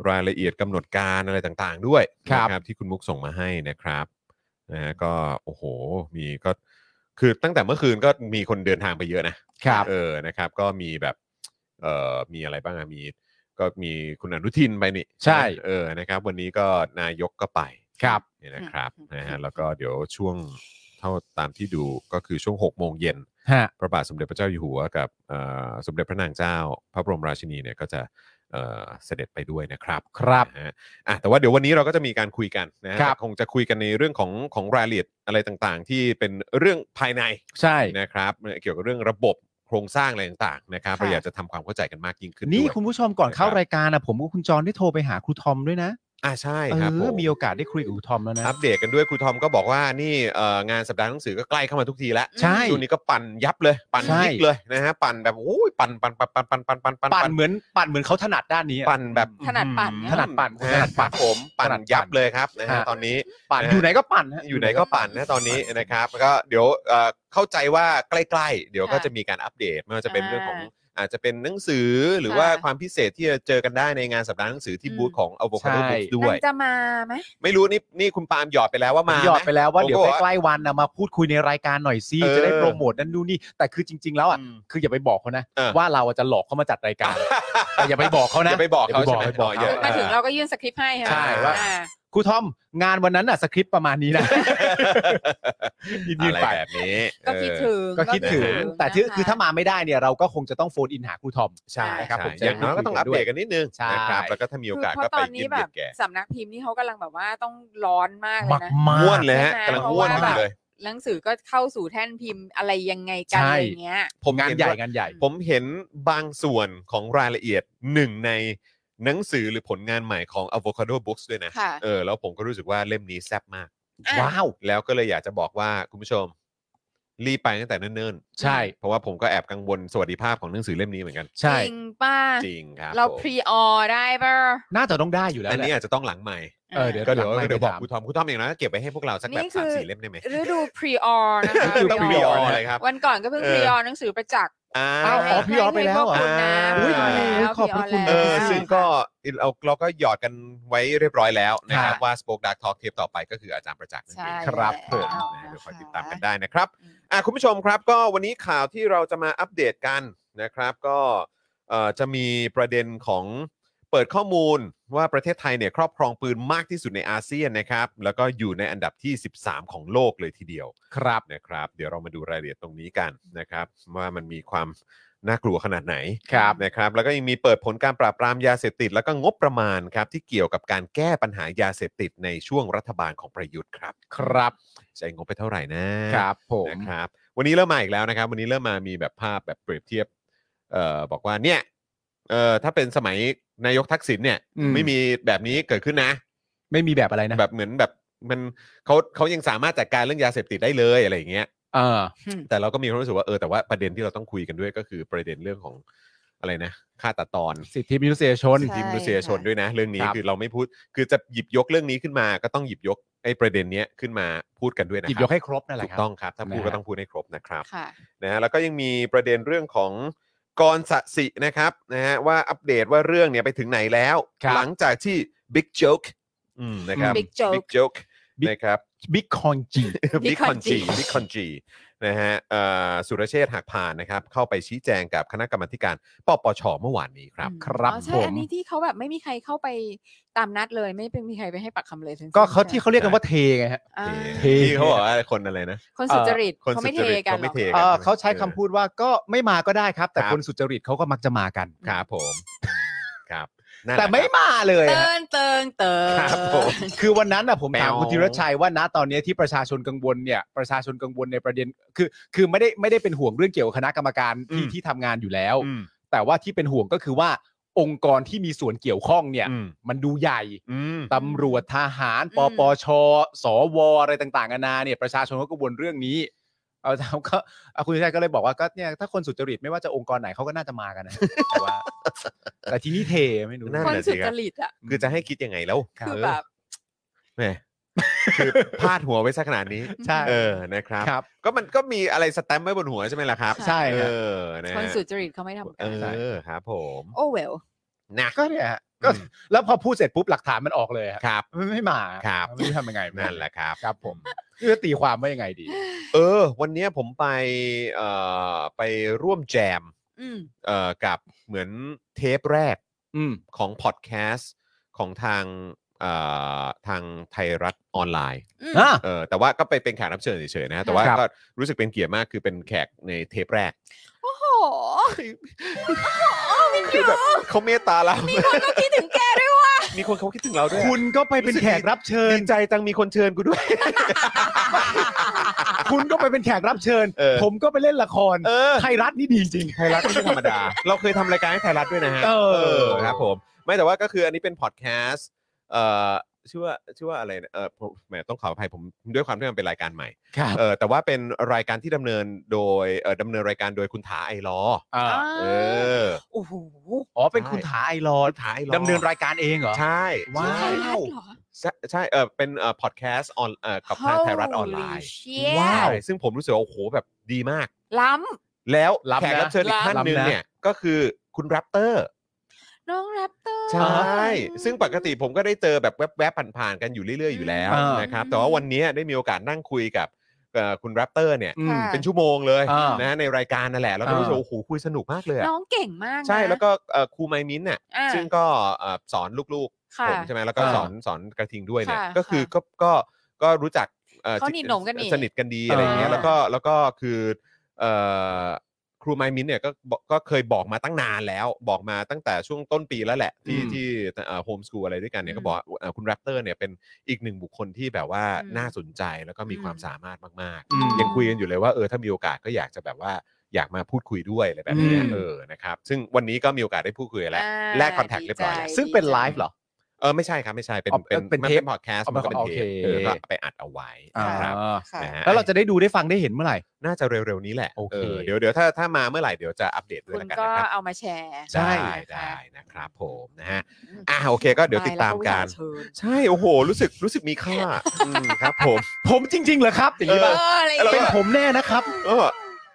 S1: รายละเอียดกำหนดการอะไรต่างๆ ด้วยนะที่คุณมุกส่งมาให้นะครับนะฮะก็โอ้โหมีก็คือตั้งแต่เมื่อคืนก็มีคนเดินทางไปเยอะนะครับ เออนะครับ ก็มีแบบเอ่อมีอะไรบ้างอะมีก็มีคุณอนุทินไปนี่
S3: ใช่
S1: เออนะครับ วันนี้ก็นายกก็ไป
S3: ครับ
S1: เนี่ยนะครับ
S2: อืม
S1: นะฮะแล้วก็เดี๋ยวช่วงเท่าตามที่ดูก็คือช่วง6กโมงเย็น
S3: ฮะ
S1: พระบาทสมเด็จพระเจ้าอยู่หัวกับเอ่อสมเด็จพระนางเจ้า พระบรมราชินีเนี่ยก็จะเอ่อเสด็จไปด้วยนะครับ
S3: ครับ
S1: นะฮะอ่ะแต่ว่าเดี๋ยววันนี้เราก็จะมีการคุยกันนะฮะ
S3: ครับ
S1: แต่คงจะคุยกันในเรื่องของของรายละเอียดอะไรต่างๆ ที่เป็นเรื่องภายใน
S3: ใช่
S1: นะครับเกี่ยวกับเรื่องระบบโครงสร้างอะไรต่างๆนะครับ
S2: ค่ะ
S1: เราอยากจะทำความเข้าใจกันมากยิ่งขึ้น
S3: นี่
S1: ด้วย
S3: คุณผู้ชมก่อนเข้า
S1: นะครับ
S3: รายการนะผมกับคุณจรได้โทรไปหาครูทอมด้วยนะ
S1: อ่ะใช่
S3: เอ
S1: ครับผ
S3: อมีโอกาสได้คุยกับครูทอมแล้วนะ
S1: อัปเดตกันด้วยครูทอมก็บอกว่านี่เอ่องานสัปดาห์หนังสือก็ใกล้เข้ามาทุกทีแล้ว
S3: ใช่
S1: ช่วงนี้ก็ปั่นยับเลยปั่น
S3: ใช่
S1: ยิกเลยนะฮะปั่นแบบโอ้ยปั่นปั่นปั่นปั่นปั่นปั่นปั่น
S3: ปั่นเหมือนปั่นเหมือนเขาถนัดด้านนี้อะ
S1: ปั่นแบบ
S2: ถนัดปั่นเนี่ย
S3: ถนัดปั่น
S1: อืม
S3: ถนัดปั่น
S1: ครับผมปั่น
S3: ถนัดปั่น
S1: ยับเลยครับนะฮะ
S3: ฮะ
S1: ตอนนี้
S3: ปั่นอยู่ไหนก็ปั่นฮะ
S1: อยู่ไหนก็ปั่นนะตอนนี้นะครับแล้วก็เดี๋ยวเอ่อเข้าใจว่าใกล้ๆ เดี๋ยวก็
S2: ค่ะ
S1: จะมีการอัปเดตไม่ว่าจะเป็น
S2: อ่า
S1: เรื่องของอาจจะเป็นหนังสือหรือว่าความพิเศษที่จะเจอกันได้ในงานสัปดาห์หนังสือที่
S2: อืม
S1: บูธของ Avocado
S3: ใช่
S1: Books ด้วย
S2: นางจะมาไหม
S1: ไม่รู้นี่นี่คุณปาล์มหยอดไปแล้ว
S3: ผม
S1: ว่าาม
S3: หยอดไปแล้วว่า
S1: ผม
S3: เดี๋ยว
S1: บอก
S3: ใกล้ๆวันนะมาพูดคุยในรายการหน่อยซิ
S1: เออ
S3: จะได้โปรโมทนั่นนู่นนี่แต่คือจริง ๆ แล้วอ่ะคืออย่าไปบอกเขานะ
S1: เออ
S3: ว่าเราอะจะหลอกเขามาจัดราย การ แต่อย่าไปบอกเขานะ
S1: อย่าไปบอกเขา
S3: อย่าไปบอก
S1: ใช่ไหมอ๋อ
S3: อย่าไปบอก
S1: อย่า
S3: เข
S2: มาถึงเราก็ยื่นสคริปต์ให้ไหม
S1: ใช่ว่า
S2: อ่
S3: ครูทอมงานวันนั้นอ่ะสคริปต์ประมาณนี้ นะ ยืน
S1: อะ
S3: ๆ
S1: ไร
S3: ไป
S1: แบบนี้
S2: ก็คิดถึง
S3: ก็คิดถึง
S2: ก็คิด
S3: แต่ที่
S2: นะะ
S3: คือถ้ามาไม่ได้เนี่ยเราก็คงจะต้องโฟนอินหาครูทอม
S1: ใช่
S3: นะ
S1: ครับ
S3: ผมจะ
S1: อย่างน้อยก็ต้องอัปเดตกันนิดนึง
S3: ใช่
S1: นะครับแล้วก็ถ้ามีโอกาส
S2: เพ
S1: ก็
S2: ราะ
S1: ไป
S2: ตอน
S1: กิ
S2: นี้
S1: น
S2: แบ
S1: เบีย
S2: บ
S1: ร์แก
S2: สำนักพิมพ์นี่เขากำลังแบบว่าต้องร้อนมากเลย
S3: มาก
S2: นะ
S3: มา
S1: ม้วน
S3: ก
S1: เลยฮะ
S2: ใช่ไห
S1: กำ
S2: ม
S1: ลังม้วนอยู่เลย
S2: หนังสือก็เข้าสู่แท่นพิมพ์อะไรยังไงกัน
S3: ใช่
S2: อะไรอย่างเงี้ย
S1: ผม
S3: งาน
S1: เห็น
S3: ใหญ่
S1: ว่
S3: งานใหญ่
S1: ผมเห็นบางส่วนของรายละเอียดหนึ่งในหนังสือหรือผลงานใหม่ของ Avocado Books ด้วยนะ
S2: ค่ะ
S1: เออ แล้วผมก็รู้สึกว่าเล่มนี้แซ่บมาก
S2: อ่ะ
S3: ว้าว
S1: แล้วก็เลยอยากจะบอกว่าคุณผู้ชม รีบไปตั้งแต่เนิ่นๆ
S3: ใช่
S1: เพราะว่าผมก็แอบกังวลสวัสดิภาพของหนังสือเล่มนี้เหมือนกัน
S3: ใช่
S2: จริงป้า
S1: จริงครับ
S2: เรา
S1: ผม
S2: พรีออได้ป่ะ
S3: น่าจะต้องได้อยู่แล้ว
S1: อัน
S3: แหละ
S1: นี้อาจจะต้องหลังใหม่
S3: เออเดี๋ยว
S1: ก็เดี๋ยว
S3: หลังไมค์
S1: เดี๋ยว
S3: ไป
S1: บอก
S3: ถาม
S1: คุณทอมคุณทอมอย่างน้อยก็เก็บไปให้พวกเราสักแบบสามสี่เล่มได้ไหม
S2: ฤดูพรีออนะคะ
S3: ฤดู
S1: ต้อง
S3: พ
S1: พ
S3: รี
S1: รี
S3: อ
S1: อ
S3: อ
S1: อ
S3: ร์
S1: ร์เลยครับ
S2: วันก่อนก็เพิ่ง
S1: เออ
S2: พรีออหนังสือประจักษ์
S1: อ้า
S3: อ้าว ว
S2: ให้
S3: พรีออร์ไปแล้วเหรอ
S2: ให้พกคุณนะ
S1: อุ๊ย
S2: พรีร์
S3: โอ้ยขอบพระคุณ
S2: แล้
S1: เอ
S2: ว
S1: อ
S2: พรีร์แล้ว
S1: ซึ่งก็เราเราก็หยอดกันไว้เรียบร้อยแล้วนะครับ
S3: ค่ะ
S1: ว่า Spoke Dark Talk เทปต่อไปก็คืออาจารย์ประจักษ์นั่นเอง
S2: ใช่
S3: ครับ
S1: เออ
S3: ผม
S1: นะเดี๋ยวคอย
S2: นะคะ
S1: ติดตามกันได้นะครับอ่ะคุณผู้ชมครับก็วันนี้ข่าวที่เราจะมาอัปเดตกันนะครับ ก็ เอ่อจะมีประเด็นของเปิดข้อมูลว่าประเทศไทยเนี่ยครอบครองปืนมากที่สุดในอาเซียนนะครับ แล้วก็อยู่ในอันดับที่ 13 ของโลกเลยทีเดียว
S3: ครับ
S1: นะครับ เดี๋ยวเรามาดูรายละเอียดตรงนี้กันนะครับ ว่ามันมีความน่ากลัวขนาดไหน
S3: ครับ
S1: นะครับ แล้วก็ยังมีเปิดผลการปราบปรามยาเสพติด แล้วก็งบประมาณครับที่เกี่ยวกับการแก้ปัญหายาเสพติดในช่วงรัฐบาลของประยุทธ์ครับ
S3: ครับ
S1: ใช้งบไปเท่าไหร่นะ
S3: ครับผม
S1: นะครับวันนี้เริ่มมาอีกแล้วนะครับ วันนี้เริ่มมามีแบบภาพแบบเปรียบเทียบเอ่อบอกว่าเนี่ยเอ่อถ้าเป็นสมัยนายกทักษิณเนี่ย
S3: อืม
S1: ไม่มีแบบนี้เกิดขึ้นนะ
S3: ไม่มีแบบอะไรนะ
S1: แบบเหมือนแบบมันเขาเขายังสามารถจัดการเรื่องยาเสพติดได้เลยอะไรอย่างเงี้ย
S3: เออ
S1: แต่เราก็มีความรู้สึกว่าเออแต่ว่าประเด็นที่เราต้องคุยกันด้วยก็คือประเด็นเรื่องของอะไรนะค่าตัดตอน
S3: สิทธิมนุษยชน
S2: ใช่
S1: สิทธิมนุษยชนด้วยนะ เรื่องนี้
S3: ครับ
S1: คือเราไม่พูดคือจะหยิบยกเรื่องนี้ขึ้นมา ก็ต้องหยิบยกไอ้ประเด็นเนี้ยขึ้นมาพูดกันด้วยนะ
S3: หยิบ
S1: ครั
S3: ยกให้ครบนั่นแหละ
S1: ถูก
S3: ครับ
S1: ต้องครับถ้าพูด
S3: นะฮะ
S1: ก็ต้องพูดให้ครบนะครับ
S2: ค่ะ
S1: นะฮะแล้วก็ยังมีประเด็นเรื่องของกรสสินะครับนะฮะว่าอัปเดตว่าเรื่องเนี่ยไปถึงไหนแล้ว
S3: ครับ
S1: หลังจากที่ Big Joke อืมนะครับ
S2: Big Joke
S1: Big Joke นะครับ
S3: บิ๊กคอนจี
S1: Big
S2: Big
S1: Con G
S2: Conji
S1: Big Con G นะฮะเอ่อสุรเชษฐ์หักพานนะครับ เข้าไปชี้แจงกับคณะกรรมาธิการปปชเมื่อวานนี้ครับ
S2: อืม
S3: ครับ
S2: อ๋อใช่
S3: ผม
S2: อันนี้ที่เขาแบบไม่มีใครเข้าไปตามนัดเลย ไม่เป็นมีใครไปให้ปักคำเลยทั้งสิ้น
S3: ก็ เขาที่เขาเรียกกันว่าเทไงฮะ
S2: อ่า
S3: เท
S1: ที่เขาบอกว่าคนอะไรนะ
S2: คนสุจริต
S1: คน
S2: เขา
S1: สุ
S2: ไม่
S1: จ
S2: เท
S1: ริต
S2: กัน
S1: เขา
S2: หร
S1: ไม่
S2: อก
S1: เท
S3: เอ
S1: กัน
S3: อเขาใช้คำพูดว่าก็ไม่มาก็ได้ครับ แต่
S1: ครับ
S3: คนสุจริตเขาก็มักจะมากัน
S1: ครับผมครับนั่นหละ
S3: แต่ไม่
S1: ครับ
S3: มาเลย
S2: เติ
S3: ฮะ
S2: นเติงเติง
S1: ครับผม
S3: คือวันนั้นนะผม
S1: แมว
S3: ถามคุณธีรชัยว่าณตอนนี้ที่ประชาชนกังวลเนี่ยประชาชนกังวลในประเด็นคือ คือไม่ได้ไม่ได้เป็นห่วงเรื่องเกี่ยวกับคณะกรรมการที่
S1: อืม
S3: ที่ทำงานอยู่แล้ว
S1: อืม
S3: แต่ว่าที่เป็นห่วงก็คือว่าองค์กรที่มีส่วนเกี่ยวข้องเนี่ย
S1: อืม
S3: มันดูใหญ่
S1: อืม
S3: ตำรวจทหาร
S2: อืม
S3: ปปช สวอะไรต่างๆนานาเนี่ยประชาชนเขากังวลเรื่องนี้ เอาแล้วก็เอาคุณธีรชัยก็เลยบอกว่าก็เนี่ยถ้าคนสุจริตไม่ว่าจะองค์กรไหนเขาก็น่าจะมากันนะแต่ว่า แต่ทีนี้เทไม่รู้
S2: คนสุจริตอ่ะ
S1: คือจะให้คิดยังไงแล้ว
S3: ครับ
S2: คือแบบ
S1: แหมคือพาดหัวไว้ซะขนาดนี้
S3: ใช่
S1: เออ นะครับ
S3: ครับ
S1: ก็มันก็มีอะไรสแตมป์ไว้บนหัวใช่ไหมล่ะครับ
S3: ใช่
S1: เอ
S3: ฮะ
S1: อ นะ
S2: คนสุจริตเขาไม่ทำ
S1: เอ
S2: กัน
S1: อ ครับผม
S2: โอ้เวล
S1: นะ
S3: ก็เนี่ยฮะก็
S1: อืม
S3: แล้วพอพูดเสร็จปุ๊บหลักฐานมันออกเลยฮะ
S1: ครับ
S3: ไม่ไม่มา
S1: ครับ
S3: ไม่รู้ทำยังไง
S1: นั่นแหละครับ
S3: ครับผมเพื่อตีความว่ายังไงดี
S1: เออ วันเนี้ยผมไป เอ่อ ไปร่วมแจม
S2: อืม
S1: เอ่อ กับเหมือนเทปแรก
S3: อืม
S1: ของพอดแคสต์ของทาง เอ่อ ทางไทยรัฐออนไลน์
S2: อืม
S3: อ่ะ
S1: เออ แต่ว่าก็ไปเป็นแขกรับเชิญเฉยๆนะ แต่ว่า
S3: ครับ
S1: ก็รู้สึกเป็นเกียรติมากคือเป็นแขกในเทปแรก
S2: โอ้โห
S1: คือแบบเขาเมตตาเรา
S2: ก็คิดถึงแกด้วยว่ะ
S1: มีคนเขาคิดถึงเราด้วย
S3: คุณก็ไปเป็นแขกรับเชิญ
S1: ดี ใจจังมีคนเชิญกูด้วย
S3: คุณก็ไปเป็นแขกรับเชิญ
S1: เออ
S3: ผมก็ไปเล่นละคร
S1: เออ
S3: ไทยรัฐนี่ดีจริง
S1: ไทยรัฐไม่ใช่ธรรมดา เราเคยทำรายการให้ไทยรัฐด้วยนะฮะ
S3: เออ
S1: ครับผม ไม่แต่ว่าก็คืออันนี้เป็นพอดแคสต์เอ่อชื่อว่าชื่อว่าอะไรนะเออผมแหมต้องขออภัยผมด้วยความที่มันเป็นรายการใหม่
S3: ครับ
S1: เออแต่ว่าเป็นรายการที่ดำเนินโดยเออดำเนินรายการโดยคุณถาไอรอว์
S3: อา
S1: เออ
S2: โอ้โห
S3: อ๋อเป็นคุณถาไอรอ
S1: คุณถาไอรอว์
S3: ดำเนินรายการเองเหรอ
S1: ใช่
S3: ว้า
S2: ไทยรัฐเหรอ
S1: ใช่ใช่เออเป็นเออพอดแคสต์ออนเออกับทางไทยรัฐออนไล
S2: Holy
S1: น์
S2: shit
S1: ว้าวซึ่งผมรู้สึกว่าโอ้โหแบบดีมาก
S2: ล้
S1: แล้ว
S3: รับนะ
S1: แขกรับเชิญอีกท่านหนึ่ง
S3: รับนะ
S1: เนี่ยก็คือคุณแรปเตอร์
S2: ำน้องแรปเตอร์
S1: ใช่ ซึ่งปกติผมก็ได้เจอแบบแวบๆผ่านๆกันอยู่เรื่อยๆอยู่แล้ว
S3: อ่าน
S1: นะครับ แต่ว่าวันนี้ได้มีโอกาสนั่งคุยกับเอ่อคุณแรปเตอร์เนี่ย
S3: อืม
S2: ค่ะ
S1: เป็นชั่วโมงเลย
S3: อ่า
S1: นะในรายการนั่นแหละ แล้วก็
S3: อ่ารู้
S1: รู้สึกว่าโอ้โหคุยสนุกมากเลยอะ
S2: น้องเก่งมากนะ
S1: ใช่ แล้วก็เอ่อครูไมมินท์เนี่ย
S2: อ่า
S1: ซึ่งก็เอ่อสอนลูกๆ
S2: ค่ะ
S1: ผมใช่ไหมแล้วก็
S3: อ่า
S1: สอนสอนกระทิงด้วยเนี่ย
S2: ค่ะ
S1: ก็คือก็ก็ก็รู้จักอ่อ
S2: เขาหนีหนมกันนี่
S1: สนิทกันดีอะไรอย่างเงี้ย
S2: อ่า
S1: แล้วก็แล้วก็คือเอ่อครูไมมินท์เนี่ยก็บอกก็เคยบอกมาตั้งนานแล้ว บอกมาตั้งแต่ช่วงต้นปีแล้วแหละ ที่
S3: อืม
S1: ที่โฮมสกูลอะไรด้วยกันเนี่ยก็บอกว่าเอ่อคุณแรปเตอร์เนี่ยเป็นอีกหนึ่งบุคคลที่แบบว่า
S2: อืม
S1: น่าสนใจแล้วก็มี
S2: อืม
S1: ความสามารถมากๆ
S3: อืม
S1: ยังคุยกันอยู่เลยว่าเออถ้ามีโอกาสก็อยากจะแบบว่าอยากมาพูดคุยด้วยอะไรแบบเนี้ย
S3: อืม
S1: เออนะครับซึ่งวันนี้ก็มีโอกาสได้พูดคุยแล้ว แลก contact เรียบร้อยแล้ว
S3: ซึ่งเป็นไลฟ์เหรอ
S1: เออไม่ใช่ครับไม่ใช่เป็น
S3: อ๋อ
S1: เป็น
S3: เป็น
S1: มัน
S3: เท
S1: เป็
S3: ป
S1: นพอดแคสต์
S3: อ๋อ
S1: มันก็เป็น
S3: โอ
S1: เท
S3: เค
S1: ปเออก็ไปอัดเอาไว้
S3: อ่า
S1: ครับ
S2: ค่ะ
S1: นะฮะ
S3: แล้วเราจะได้ดูได้ฟังได้เห็นเมื่อไหร่
S1: น่าจะเร็วๆนี้แหละ
S3: โอเค
S1: เดี๋ยวเดี๋ยวถ้าถ้ามาเมื่อไหร่เดี๋ยวจะอัปเดตด้วย
S2: คุณ
S1: แล้วกันนะ
S2: ก็
S1: ครับ
S2: เอามาแชร์
S3: ใช่
S1: ได้ได้นะครับผมนะฮะอ่าโอเคก็เดี๋ยวติดตามกัน
S2: แล้วอุตส่าห์เชิญ
S1: ใช่โอ้โห รู้สึกรู้สึกมีค่าอืมครับผม
S3: ผมจริงๆเหรอครับอย่างนี้
S2: เอ
S3: ป่ะ
S2: ออะไรอย่าง
S1: แล้ว
S2: เงี้ย
S3: เป็นผมแน่นะครับ
S1: เออ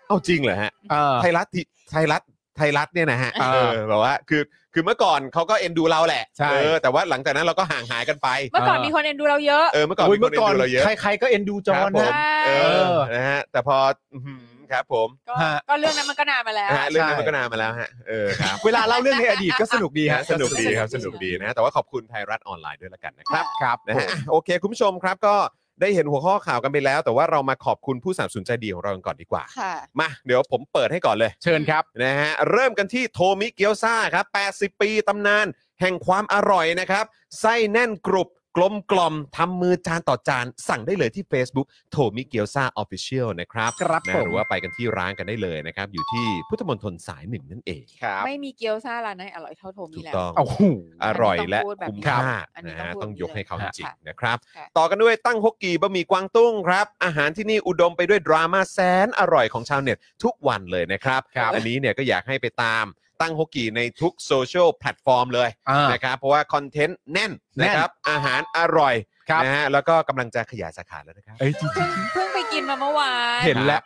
S1: เอาจริงเหรอฮะ
S3: เออ
S1: ไทยรัฐที่ไทยรัฐไทยรัฐเนี่ยนะฮะ
S3: อ่า
S1: เออแบบว่าคือคือเมื่อก่อนเขาก็เอ็นดูเราแหละ
S3: ใช่
S1: เออแต่ว่าหลังจากนั้นเราก็ห่างหายกันไป
S2: เมื่อก่อน
S3: เออ
S2: มีคนเอ็นดูเราเยอะ
S1: เออเมื่อก่อน
S3: โอ้ย
S1: มีค
S3: เมื่
S1: น
S3: อ
S1: เอ็
S3: ก่อน
S1: นดูเราเยอะ
S3: ใครๆก็เอ็นดูจอ
S1: ค
S3: ห์
S1: รั
S3: น
S1: บผม
S3: นะ
S1: เอ
S3: เอ
S1: อ
S3: อ
S1: นะฮะแต่พออื้อหือ ครับผม
S2: ก็
S3: ฮะ
S2: ก็เรื่องนั้นมันก็นานมาแล้ว
S1: นะฮะเรื่องนั้นมันก็นานมาแล้วฮะเออครับ
S3: เวลาเล่าเรื่องในอดีตก็สนุก
S1: ดี
S3: ดีฮะ
S1: ฮะสนุกดีครับสนุกดีนะแต่ว่าขอบคุณไทยรัฐออนไลน์ด้วยละกันนะครับ
S3: ครับ
S1: นะ
S3: ผ
S1: ฮะ
S3: ม
S1: อ่ะโอเค คุณผู้ชมครับก็ได้เห็นหัวข้อข่าวกันไปแล้ว แต่ว่าเรามาขอบคุณผู้สนับสนุนใจดีของเรากันก่อนดีกว่า
S2: ค่ะ
S1: มาเดี๋ยวผมเปิดให้ก่อนเลย
S3: เชิญครับ
S1: นะฮะเริ่มกันที่โทมิเกียวซาครับ 80 ปีตำนาน แห่งความอร่อยนะครับ ไส้แน่นกรุบกลมกล่อมทำมือจานต่อจาน สั่งได้เลยที่ Facebook โทมิเกียวซาออฟฟิเชียลนะครับ
S3: ครับ
S1: นะ
S3: ผม
S1: หรือว่าไปกันที่ร้านกันได้เลยนะครับ อยู่ที่พุทธมณฑลสายหนึ่งนั่นเอง
S3: ครับ
S2: ไม่มีเกี๊ยวซ่าร้านไหนอร่อยเท่าโทมี่
S1: ถูก
S2: แล้ว
S1: ต้อง
S3: โอ้โห
S1: อร่อย
S2: อันนี้
S1: และ
S2: ต้องพูดแบบ
S1: คุ้ม
S2: นี้
S1: ค่า
S2: ครับอันนี้
S1: นะ
S2: ต้อ
S1: ฮะ
S2: งพูด
S1: ต้องยกให้เขาจ
S3: ค่ะ
S1: ริงๆนะครับ
S2: ค่ะ
S1: ต่อกันด้วยตั้งฮกกีบะหมี่กวางตุ้งครับ อาหารที่นี่อุดมไปด้วยดราม่าแสนอร่อยของชาวเน็ตทุกวันเลยนะครับ
S3: ครับ
S1: อันนี้เนี่ยก็อยากให้ไปตามตั้งฮกกีในทุกโซเชียลแพลตฟอร์มเลย
S3: อ่า
S1: นะครับ เพราะว่าคอนเทนต์แน่น
S3: แน่น
S1: นะครับ อาหารอร่อย
S3: ครับ
S1: นะฮะแล้วก็กำลังจะขยายสาขาแล้วนะครับ
S3: เอ้ยจริง
S2: เพิ่งเพิ่งไปกินมาเมื่อวาน
S3: ๆเห็นแล้ว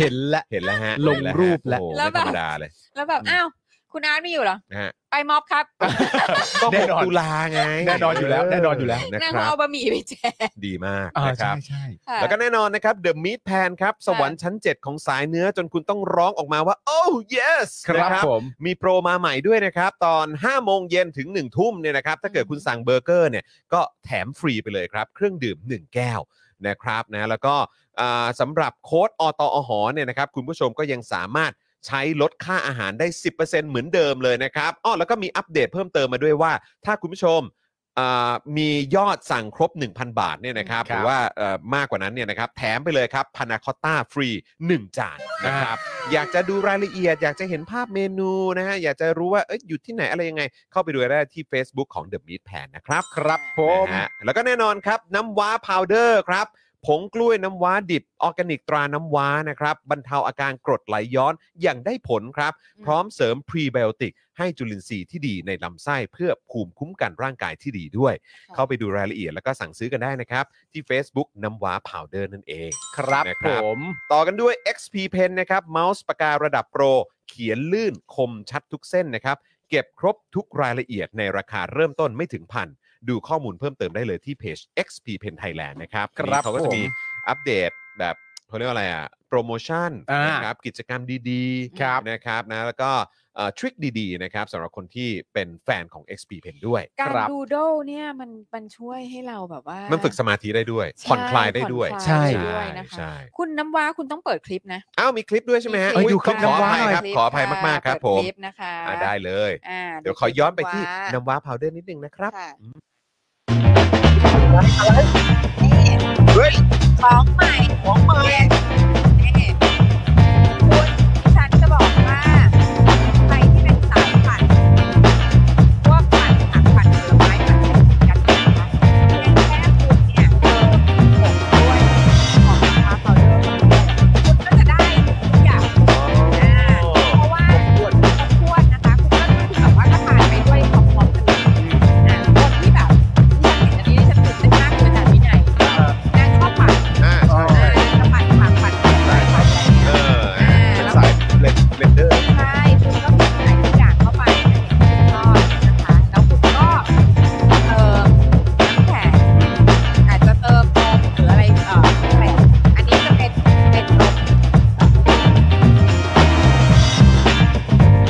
S3: เห็นแล้ว
S1: เห็นแล้วฮะ
S3: ลงรูปแล้ว
S1: โอ้โห
S2: แล้ว
S1: ไม่
S2: แบ
S1: ธร
S2: บ
S1: รมดาเลย
S2: แล้วแบบ อ้าว คุณอาร์ตไม่อยู่เหรอ
S1: นะฮะ
S2: ไปม็อบครับ
S1: ก็
S3: แน่
S1: หก
S3: นอน
S1: ตุลาไง
S3: แน่นอนอยู่แล้วแน่นอนอยู่แล้ว
S1: นะ
S2: นั่ง
S1: ครับบ
S2: เอาะหมี่ไปแจก
S1: ดีมาก
S3: อ่า
S1: นะครับ
S3: ใช่ใช่
S2: ค่ะ
S1: แล้วก็แน่นอนนะครับ The Meat Pan ครับ สวรรค์ชั้น 7 ของสายเนื้อจนคุณต้องร้องออกมาว่า oh yes
S3: ครับ
S1: นะ
S3: ผม
S1: มีโปรมาใหม่ด้วยนะครับ ตอน 5 โมงเย็นถึง 1 ทุ่มเนี่ยนะครับ ถ้าเกิดคุณสั่งเบอร์เกอร์เนี่ยก็แถมฟรีไปเลยครับ เครื่องดื่ม 1 แก้วนะครับนะแล้วก็อ่าสำหรับโค้ดอตอหอเนี่ยนะครับ คุณผู้ชมก็ยังสามารถใช้ลดค่าอาหารได้ 10%เหมือนเดิมเลยนะครับอ้อแล้วก็มีอัปเดตเพิ่มเติมมาด้วยว่า ถ้าคุณผู้ชม อ่ามียอดสั่งครบ 1,000 บาทเนี่ยนะครับห
S3: อืมครับ
S1: รือว่าเอ่อมากกว่านั้นเนี่ยนะครับแถมไปเลยครับพานาคอตต้าฟรี 1 จานนะครับอยากจะดูรายละเอียด อยากจะเห็นภาพเมนูนะฮะอยากจะรู้ว่าเอ้ยอยู่ที่ไหนอะไรยังไง เข้าไปดูได้ที่ Facebook ของ The Meat Pan นะครับ
S3: ครับผม
S1: นะฮะแล้วก็แน่นอนครับ น้ำว้าพาวเดอร์ครับ ผงกล้วยน้ำว้าดิบออร์แกนิกตราน้ำว้านะครับบรรเทาอาการกรดไหลย้อนอย่างได้ผลครับ
S2: อืม
S1: พร้อมเสริมพรีไบโอติกให้จุลินทรีย์ที่ดีในลำไส้เพื่อภูมิคุ้มกันร่างกายที่ดีด้วย เข้าไปดูรายละเอียดแล้วก็สั่งซื้อกันได้นะครับ ที่ Facebook น้ำว้าพาวเดอร์นั่นเอง
S3: ครับ
S1: นะค
S3: ผ
S1: รับ
S3: ม
S1: ต่อกันด้วย XP Pen นะครับเมาส์ปากการะดับโปร เขียนลื่นคมชัดทุกเส้นนะครับ เก็บครบทุกรายละเอียดในราคาเริ่มต้นไม่ถึงพัน ดูข้อมูลเพิ่มเติมได้เลยที่เพจ XP Pen Thailand นะครับ
S3: ครับ
S1: นี่เขาก็จะมี
S3: ผม
S1: อัปเดตแบบเขาเรียกว่าอะไรอ่ะ โปรโมชั่น
S3: อ่าน
S1: นะครับกิจกรรมดี
S3: ครับ
S1: นะครับนะแล้วก็ทริคดีๆนะครับสำหรับคนที่เป็นแฟนของ XP Pen ด้วย
S2: การ
S3: ครับ
S2: ดูโดลเนี่ยมันมันช่วยให้เราแบบว่า
S1: มันฝึกสมาธิได้ด้วย
S2: ใช่
S1: ผ่อนคลายได้ด้วย
S2: ผ่อนคลา
S3: ใช่
S2: ด้วยนะคะ
S1: ใช่
S2: คุณน้ำว้าคุณต้องเปิดคลิปนะ
S1: อ้าวมีคลิปด้วยใช่ไหมฮะ
S3: มีคลิป
S1: อุ๊ย
S3: ดู
S1: ต้องขออภัย
S2: เปิด
S1: ครับ
S2: ลิป
S1: ขออภัย
S2: ค่ะ
S1: มาก ๆ ครับผ
S2: เปิด
S1: ม
S2: คลิปนะคะ
S1: อ่าได้เลย
S2: อ่า
S1: เดี๋ยวขอย้อนไปที่
S2: น้
S1: น้ำว้าพาวเดอร์นิดนึงนะครับ
S2: ค่ะ ำเฮ้ยของใหม่ของใหม่นี่คุณฉันจะบอกว่าใครที่เป็นสายผัดพวกผัดผักผัดผลไม้ผัดกันนะคะเพียงแค่คุณเนี่ยเติมผมด้วยของราคาต่อเดือนคุณก็จะได้ทุกอย่าง อ่าเพราะว่าขวดขวดนะคะคุณก็คือแบบว่าก็ทานไปด้วยพร้อมๆกันเลยอ่าคนที่แบบที่ฉันเห็นอันนี้ฉันตื่นเต้นมากคืออาจารย์วินัยนางชอบปั่น
S1: อ่า
S3: อ๋อ
S2: อ่าชอบปั่นปั่นปั่นปั่นปั่นปั่นอะไรอย่างเงี้ย
S1: เออ
S2: อ่า
S1: เป็นสายเบลนเบ
S2: แล้ว
S1: ลนเดอร์
S2: ใช่คุณก็ใส่ทุกอย่างเข้าไปในเห็นคุณชอบนะคะแล้วคุณก็เติมน้ำแข็งอาจจะเติมนมหรืออะไรเอ่ออะไรอันนี้จะเป็นเป็นนม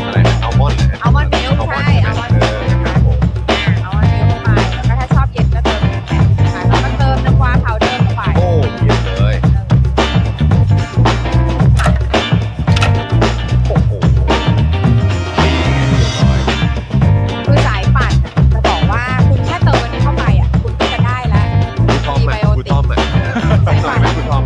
S1: อะไรนะอัลมอนด์เลย
S2: อัลมอนด์มิลค์ใช่อัลมอนด์มิลค์นะคะ เอาอันนี้เข้าไปแล้วก็ถ้าชอบเย็นก็เติมน้ำแข็งนะคะแล้วก็เติมน้ำว้าพาวเดอร์เข้าไป
S1: โอ้เยี่ยมเลยโอ้โหนี่เรียบร้อย
S2: คือสายปั่นน่ะจะบอกว่าคุณแค่เติมอันนี้เข้าไปอ่ะคุณก็จะได้ละ
S1: คุณทอมอ่ะ
S2: มีไบโอ
S1: คุณทอม
S2: ติก
S1: อ่ะ
S2: สายปั่
S1: ห
S2: น
S1: น่อยไหมคุณทอม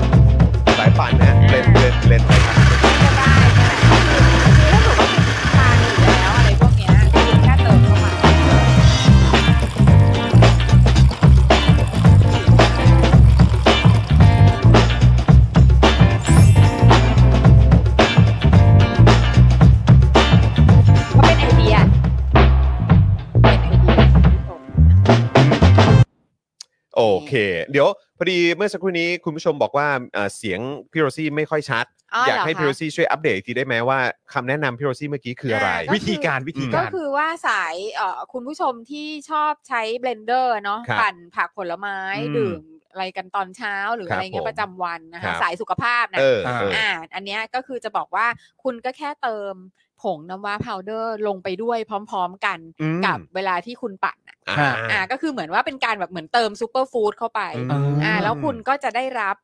S1: สายปั่นนะเบลนเบล
S2: อ่า
S1: นเบลนไปครับ
S2: คุณก็จะได้นั่นแหละคือถ้าสมมติว่าคุณทานอยู่แล้วอะไรพวกเนี้ยคุณแค่เติมเข้าไปก็เป็นไอเดียเป็นไอเดียคุณผู้ชม
S1: โอเค เดี๋ยวพอดีเมื่อสักครู่นี้คุณผู้ชมบอกว่าเอ่อเสียงพี่โรซี่ไม่ค่อยชัด อยากให้พี่โรซี่ช่วยอัปเดตอีกทีได้ไหมว่าคำแนะนำพี่โรซี่เมื่อกี้คืออะไร
S2: อ่า
S3: วิธีการวิธี
S2: ก็
S3: การ
S2: คือว่าสายเอ่อคุณผู้ชมที่ชอบใช้เบลนเดอร์เนาะ
S1: ครับ
S2: ปั่นผักผลไม้
S3: อืม
S2: ดื่ม อะไรกันตอนเช้าหรือ
S1: ครับ
S2: อะไรเงี้
S1: ผ
S2: ย
S1: ม
S2: ประจำวันนะ
S1: ครั
S2: คะ
S1: บ
S2: สายสุขภาพนะ
S1: เออเออ
S2: อ่าอันเนี้ยก็คือจะบอกว่าคุณก็แค่เติมผงน้ำว้าพาวเดอร์ลงไปด้วยพร้อมๆกัน
S1: อืม
S2: กับเวลาที่คุณปั่นอ่ะ
S1: อ่า
S2: อ่าก็คือเหมือนว่าเป็นการแบบเหมือนเติมซูเปอร์ฟู้ดเข้าไป
S1: อืม
S2: อ่าแล้วคุณก็จะได้รับ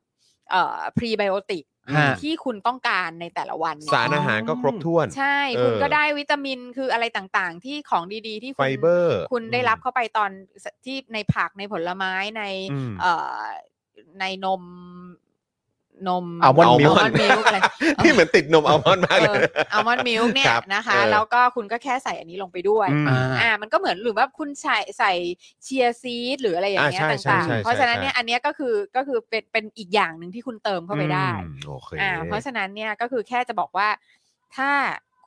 S2: เอ่อพรีไบโอติก
S3: ฮะ
S2: ที่คุณต้องการในแต่ละวันเนี่ย
S1: สารอาหารก็ครบถ้วน
S2: ใช่คุณ
S1: เออ
S2: ก็ได้วิตามินคืออะไรต่างๆ ที่ของดีๆ ที่
S1: ไฟ
S2: คุณ
S1: เบอร์
S2: คุณได้รับเข้าไปตอนที่ในผักในผลไม้ใน
S1: อืม
S2: เอ่อในนมนม
S3: Almond
S2: almond
S3: milk
S2: milk อะไร
S1: นี่เหมือนติดนมอัลมอนด์มากเลย
S2: อัลมอนด์มิลค์เนี่ย
S1: ครับ
S2: นะคะ
S1: เออ
S2: แล้วก็คุณก็แค่ใส่อันนี้ลงไปด้วย
S1: อืม
S2: อ่ามันก็เหมือนหรือว่าคุณใส่ใส่เชียร์ซีดหรืออะไรอย่างเงี้ย
S1: อ่าใช่ใช่
S2: ต่าง
S1: ใช่ใช่
S2: ๆ เพราะฉะนั้น
S1: ใช่
S2: เนี่ยอันเนี้ยก็คือก็คือเป็นเป็นอีกอย่างหนึ่งที่คุณเติมเข้าไปได้
S1: อืมโอเค
S2: อ่าเพราะฉะนั้นเนี่ยก็คือแค่จะบอกว่าถ้า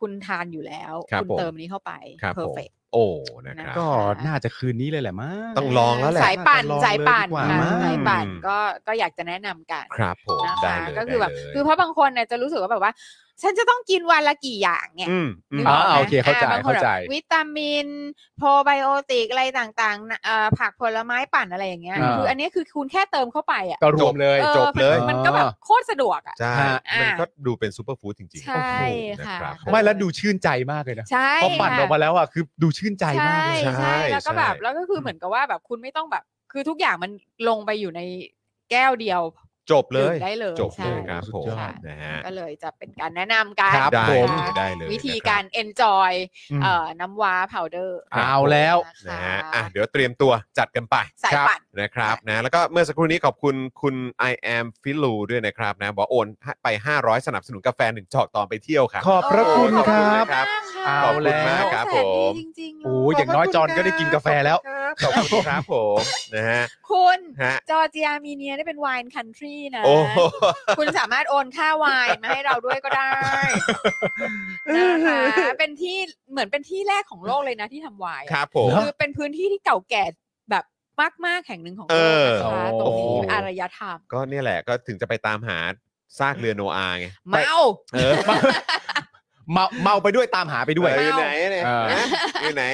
S2: คุณทานอยู่แล้ว
S1: ครับ
S2: ณเติมอันนี้เข้าไป
S1: ครับผม
S2: perfect
S1: โอ้นะครับ
S3: ก็น่าจะคืนนี้เลยแหละมั้ง
S1: ต้องลองแล้วแหละ
S2: สายปั่น
S3: ลองเลย
S2: สายปั่น
S3: ดีกว่า
S2: ค่ะ
S3: มั้ง
S2: สายปั่นก็ก็อยากจะแนะนำกัน
S1: ครับผม
S2: นะ
S1: ได้
S2: คะ
S1: เลย
S2: ก็คือแบบ
S1: ได้เลย
S2: คือเพราะบางคนเนี่ยจะรู้สึกว่าแบบว่า ฉันจะต้องกินวันละกี่อย่างเนี่ย
S1: อืมอื
S2: นึ
S1: ม
S2: กกไหม
S3: อ่าโอเคเข้าใจ
S2: บงนแบบ
S3: เข้าใจ
S2: วิตามิน โปรไบโอติกอะไรต่างๆนะเอ่อผักผลไม้ปั่นอะไรอย่างเงี้ย
S3: อ่า
S2: คืออันนี้คือคุณแค่เติมเข้าไปอ่ะ
S3: ก็รวมเลย
S2: ออ
S1: จบเลย
S2: มันมันก็แบบโคตรสะดวกอ่ะ
S1: ใช่
S3: ฮะ
S1: มัน
S2: อ่า
S1: ก็ดูเป็นซูเปอร์ฟู้ดจริงๆ
S2: ใช่
S1: โอ้โหนะครับ
S2: ค่ะ
S1: ผ
S3: ไม่แล้วดูชื่นใจมากเลยนะ
S2: ใช่
S3: พอปั่นออกมาแล้วอ่ะคือดูชื่นใจมาก
S2: ใช่
S3: เลย
S1: ใช่
S2: ใช่แล้วก็แบบ
S1: ใช่
S2: แล้วก็คือเหมือนกับว่าแบบคุณไม่ต้องแบบ คือทุกอย่างมันลงไปอยู่ในแก้วเดียว
S1: จบเลย
S2: ได้เลย
S1: จบเลย
S2: ใช่
S1: ครับผม
S2: ใช่
S1: นะฮะ
S2: ก็เลยจะเป็นการแนะนำกัน
S3: ครับ
S1: ได้
S3: ผ
S1: เล
S3: ม
S1: ยได้เลย
S2: วิธี
S1: นะครับ
S2: การ enjoy
S3: อืม
S2: เอ่อน้ำว้า powder
S1: ครับ
S3: เอาแล้ว
S1: นะ
S2: นะ
S1: ฮะ
S2: คะ
S1: อ่ะเดี๋ยวเตรียมตัวจัดกันไป
S2: สาย
S1: ครับ
S2: ปั่น
S1: นะครับนะแล้วก็เมื่อสักครู่นี้ขอบคุณคุณ I am p h i l u ด้วยนะครับนะบอกโอนไป 500 สนับสนุนกาแฟหนึ่งจอกตอนไปเที่ยวครับ
S3: ขอบพระคุณ
S1: โอ้ขอบ
S3: ค
S1: คุณ
S3: รั
S1: นะ
S3: บ
S1: ค
S2: มกะ
S3: เอาแล้ว
S1: ค
S2: ขอบคุณ
S1: รับ
S2: แส
S1: ผ
S2: นดี
S1: ม
S2: จริงๆ
S3: โอ้ยอย่างน้อยจอนก็ได้กินกาแฟแล้ว
S1: ขอบคุณครับผมนะฮะ
S2: คุณ
S1: ฮะ
S2: จอร์เจียอาร์เมีเนียได้เป็น wine country นะ
S1: โอ้โห
S2: คุณสามารถโอนค่าไวน์มาให้เราด้วยก็ได้นะคะเป็นที่เหมือนเป็นที่แรกของโลกเลยนะที่ทำไวน์
S1: ครับผม
S2: คือเป็นพื้นที่ที่เก่าแก่แบบมากๆแห่งหนึ่งของโลกนะคะ
S3: เออ
S2: ตรงนี้
S1: โอ้โห
S2: อารยธรรม
S1: ก็เนี่ยแหละก็ถึงจะไปตามหาซากเรือโนอาไง
S2: เมา
S1: เออ
S3: เมาเมาไปด้วยตามหาไปด้วย
S1: เอออยู่
S2: เมา
S1: ไหนเนี่ย
S3: เออ
S1: ฮะอยู่ไหน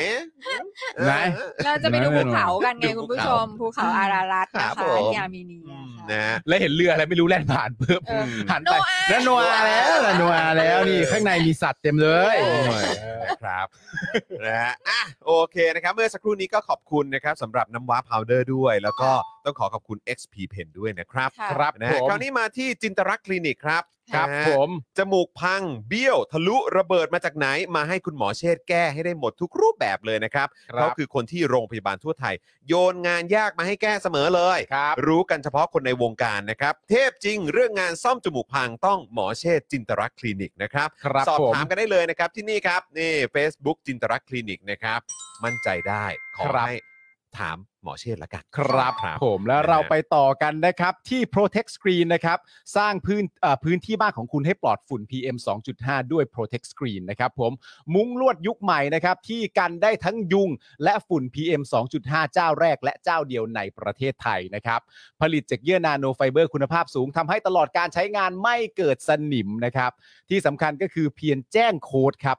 S3: ไหน
S1: เออ
S2: เราจะไปดู
S3: แน่
S2: ภู
S3: นอน
S2: เขากันไงคุณผู้ชมภูเขาอารารัต
S1: ค
S2: นะ
S1: รับ
S2: คะ
S1: ผม
S2: ที่อาร์เมเนียค่ะ
S1: นะฮะ
S3: แล้วเห็นเรืออะไรไม่รู้แล่นผ่านปุ๊บ
S2: เออ
S3: หันไป
S2: โนอา
S3: แล้วโนอาแล้วโนอาแล้วนี่ข้างในมีสัตว์เต็มเลย
S2: เอ
S3: ครับ
S1: นะฮะอ่ะโอเคนะครับเมื่อสักครู่นี้ก็ขอบคุณนะครับสำหรับน้ำว้าพาวเดอร์ด้วย แล้วก็ต้องขอขอบคุณ XP Pen ด้วยนะครับ
S2: ค่ะ
S3: ครับ
S1: นะฮะ
S3: ผม
S1: คราวนี้มาที่จินตรักษณ์คลินิกครับ
S3: ครับ
S1: นะฮะ
S3: ผม
S1: จมูกพังเบี้ยว ทะลุระเบิดมาจากไหน มาให้คุณหมอเชษฐ์แก้ให้ได้หมดทุกรูปแบบเลยนะครับ
S3: ค
S1: เขา
S3: รับ
S1: คือคนที่โรงพยาบาลทั่วไทย โยนงานยากมาให้แก้เสมอเลย
S3: ครับ
S1: รู้กันเฉพาะคนในวงการนะครับ เทพจริงเรื่องงานซ่อมจมูกพังต้องหมอเชษฐ์จินตรักษณ์คลินิกนะครับ
S3: ครับ
S1: สอบ
S3: ผม
S1: ถามกันได้เลยนะครับที่นี่ครับนี่ Facebook จินตรักษณ์คลินิกนะครับ มั่นใจได้ขอ
S3: ครับ
S1: ให้ถามหมอเชษฐ์ละกัน
S3: ครับ
S1: ครับ
S3: ผมแล้ว
S1: นะฮะ
S3: เราไปต่อกันนะครับที่ Protect Screen นะครับ สร้างพื้นเอ่อพื้นที่บ้านของคุณให้ปลอดฝุ่น PM 2.5 ด้วย Protect Screen นะครับผมมุ้งลวดยุคใหม่นะครับ ที่กันได้ทั้งยุงและฝุ่น PM 2.5 เจ้าแรกและเจ้าเดียวในประเทศไทยนะครับ ผลิตจากเยื่อนาโนไฟเบอร์คุณภาพสูงทำให้ตลอดการใช้งานไม่เกิดสนิมนะครับ ที่สำคัญก็คือเพียงแจ้งโค้ดครับ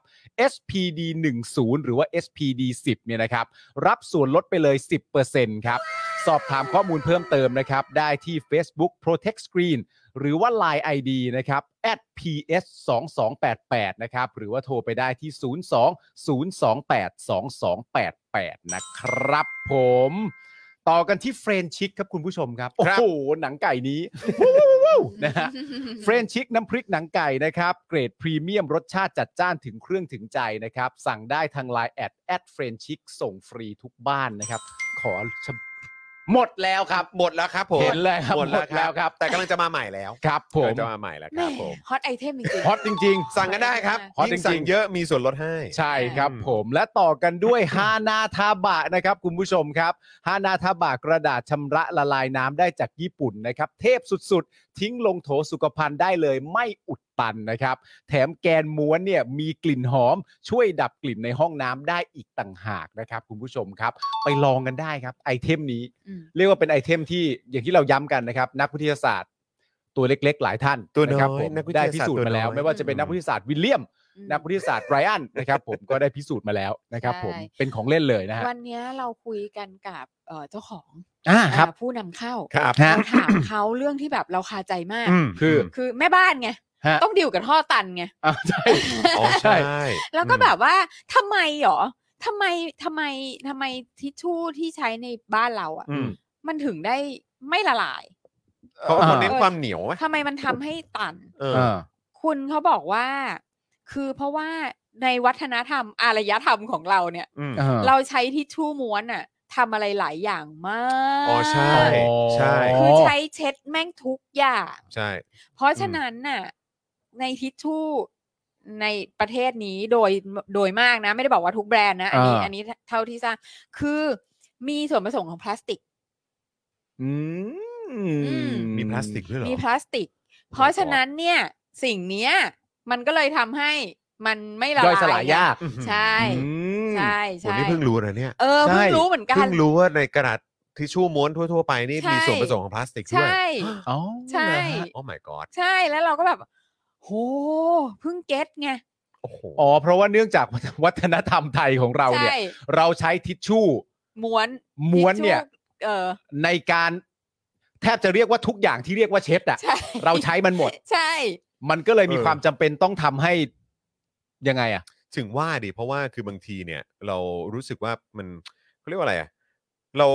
S3: SPD 1 0หรือว่า SPD 10เนี่ยนะครับ รับส่วนลดไปเลย 10%ครับ สอบถามข้อมูลเพิ่มเติมนะครับ ได้ที่ Facebook Protect Screen หรือว่า Line ID นะครับ @ps 2 2 8 8นะครับ หรือว่าโทรไปได้ที่ 02 028 2288 นะครับผม ต่อกันที่เฟรนชิกครับคุณผู้ชมครับ โอ้
S1: ครับ
S3: โห หนังไก่นี้วู้วู้วู้วู้นะฮะ เฟรนชิกน้ำพริกหนังไก่นะครับ เกรดพรีเมียมรสชาติจัดจ้านถึงเครื่องถึงใจนะครับ สั่งได้ทาง Line แอดแอดเฟรนชิกส่งฟรีทุกบ้านนะครับ ขอฉบหมดแล้วครับ
S1: หมดแล้วครับผม
S3: เห็นเลยครับ
S1: หมดแล้ว
S3: หมดแล้ว
S1: ค
S3: ครั
S1: รับ
S3: บ
S1: แต่กำลังจะมาใหม่แล้ว
S3: ครับผ
S1: กำ
S3: ม
S1: ลังจะมาใหม่แล้วครับผม
S2: ฮอตไอเทมจริงๆ
S3: ฮอตจริง
S1: สั่งกันได้ครับ
S3: ฮอต
S1: ยิ่ง
S3: จริงๆ
S1: สั่งเยอะมีส่วนลดให้
S3: ๆ ใช่ครับผมและต่อกันด้วย ฮานาทาบะนะครับคุณผู้ชมครับ ฮานาทาบะกระดาษชำระละลายน้ำได้จากญี่ปุ่นนะครับ เทพสุดๆ ทิ้งลงโถสุขภัณฑ์ได้เลยไม่อุดตันนะครับ แถมแกนม้วนเนี่ยมีกลิ่นหอม ช่วยดับกลิ่นในห้องน้ำได้อีกต่างหากนะครับ คุณผู้ชมครับ ไปลองกันได้ครับไอเทมนี้
S2: อืม
S3: เรียกว่าเป็นไอเทมที่อย่างที่เราย้ำกันนะครับ นักวิทยาศาสตร์ ตัวเล็กๆ หลายท่าน
S1: ตัวน้อย
S3: ะครับผม
S1: นักวิท
S3: ได้
S1: ยาศาสตร์
S3: พิสูจน์มาแล้ว
S1: ตัวน้อย
S3: ไม่ว่าจะเป็นนักวิทยาศาสตร์วิลเลียม
S2: อืม
S3: นักวิทยาศาสตร์ไรอันนะครับผม ก็ได้พิสูจน์มาแล้วนะครับผม
S2: ใช่
S3: เป็นของเล่นเลยนะฮะ
S2: วันเนี้ยเราคุยกันกับเอ่อเจ้าของ
S3: อ่าครับ
S2: เอ่อผู้นำเข้า
S1: ครับ
S3: ฮะ
S2: เราถามเขาเรื่องที่แบบเราคาใจมาก
S3: อืม
S4: คือ
S2: คือแม่บ้านไง
S3: ฮะ
S2: ต้องดิวกับท่อตันไง
S3: อ่าใช่
S1: อ๋อใช่
S2: แล้วก็แบบว่าทำไมหรอทำไมทำไมทำไมทิชชู่ที่ใช้ในบ้านเรา
S3: อื
S2: อะ่ะ
S3: ม
S2: มันถึงได้ไม่ละลาย
S1: เขาเขาเน้นความเหนียวไหม
S2: ทำไมมันทำให้ตัน
S1: เออ
S3: เออ
S2: คุณเขาบอกว่า คือเพราะว่าในวัฒนธรรมอารยธรรมของเราเนี่ย
S1: อืม
S3: เออ
S2: เราใช้ทิชชู่ม้วนอะ่ะทำอะไรหลายอย่างมาก
S1: อ๋อใช่ ใช่
S2: คือใช้เช็ดแม่งทุกอย่าง
S1: ใช่
S2: เพราะฉะนั้นน่ะในทิชชู่ในประเทศนี้โดยโดยมากนะ ไม่ได้บอกว่าทุกแบรนด์นะ อันนี้
S3: อ่า
S2: อันนี้เท่าที่ทราบคือมีส่วนผสมของพลาสติก
S3: อืม
S1: มีพลาสติกด้วยเหรอ
S2: มีพลาสติก เพราะฉะนั้นเนี่ยสิ่งเนี้ยมันก็เลยทำให้มันไม่ละ
S3: ย่อย
S2: ลาย
S3: สลายยาก
S2: ไงใช่
S3: อืม
S2: ใช่
S1: วัน
S2: ใช่
S1: นี้เพิ่งรู้นะเนี่ย
S2: เออ
S3: ใช่
S2: เพิ่งรู้เหมือนกั
S1: เพิ่
S2: น
S1: งรู้ว่าในกระดาษทิชชู่ม้วนทั่วๆไปนี่
S2: ใช่
S1: มีส่วนผสมของพลาสติกด้วย
S2: ใช่
S3: อ๋อ
S2: ใช่
S3: เหรอฮะ
S1: โอ้ my god
S2: ใช่แล้วเราก็แบบ โหเพิ่งเก็ตไง
S1: โอ้โห
S3: อ๋อ เพราะว่าเนื่องจาก วัฒนธรรมไทยของเราเนี่ย
S2: ใช่
S3: เราใช้ทิชชู่
S2: ม้วน
S3: ม้วนเนี่ย
S2: ทิชชู่เออ
S3: ในการแทบจะเรียกว่าทุกอย่างที่เรียกว่าเช็ดอะ
S2: ใช่
S3: เราใช้มันหมด
S2: ใช่
S3: มันก็เลยมี
S1: เออ
S3: ความจำเป็นต้องทำให้ยังไงอะ
S1: ถึงว่าดิเพราะว่าคือบางทีเนี่ย เรารู้สึกว่ามันเขาเรียกว่าอะไรอะเรา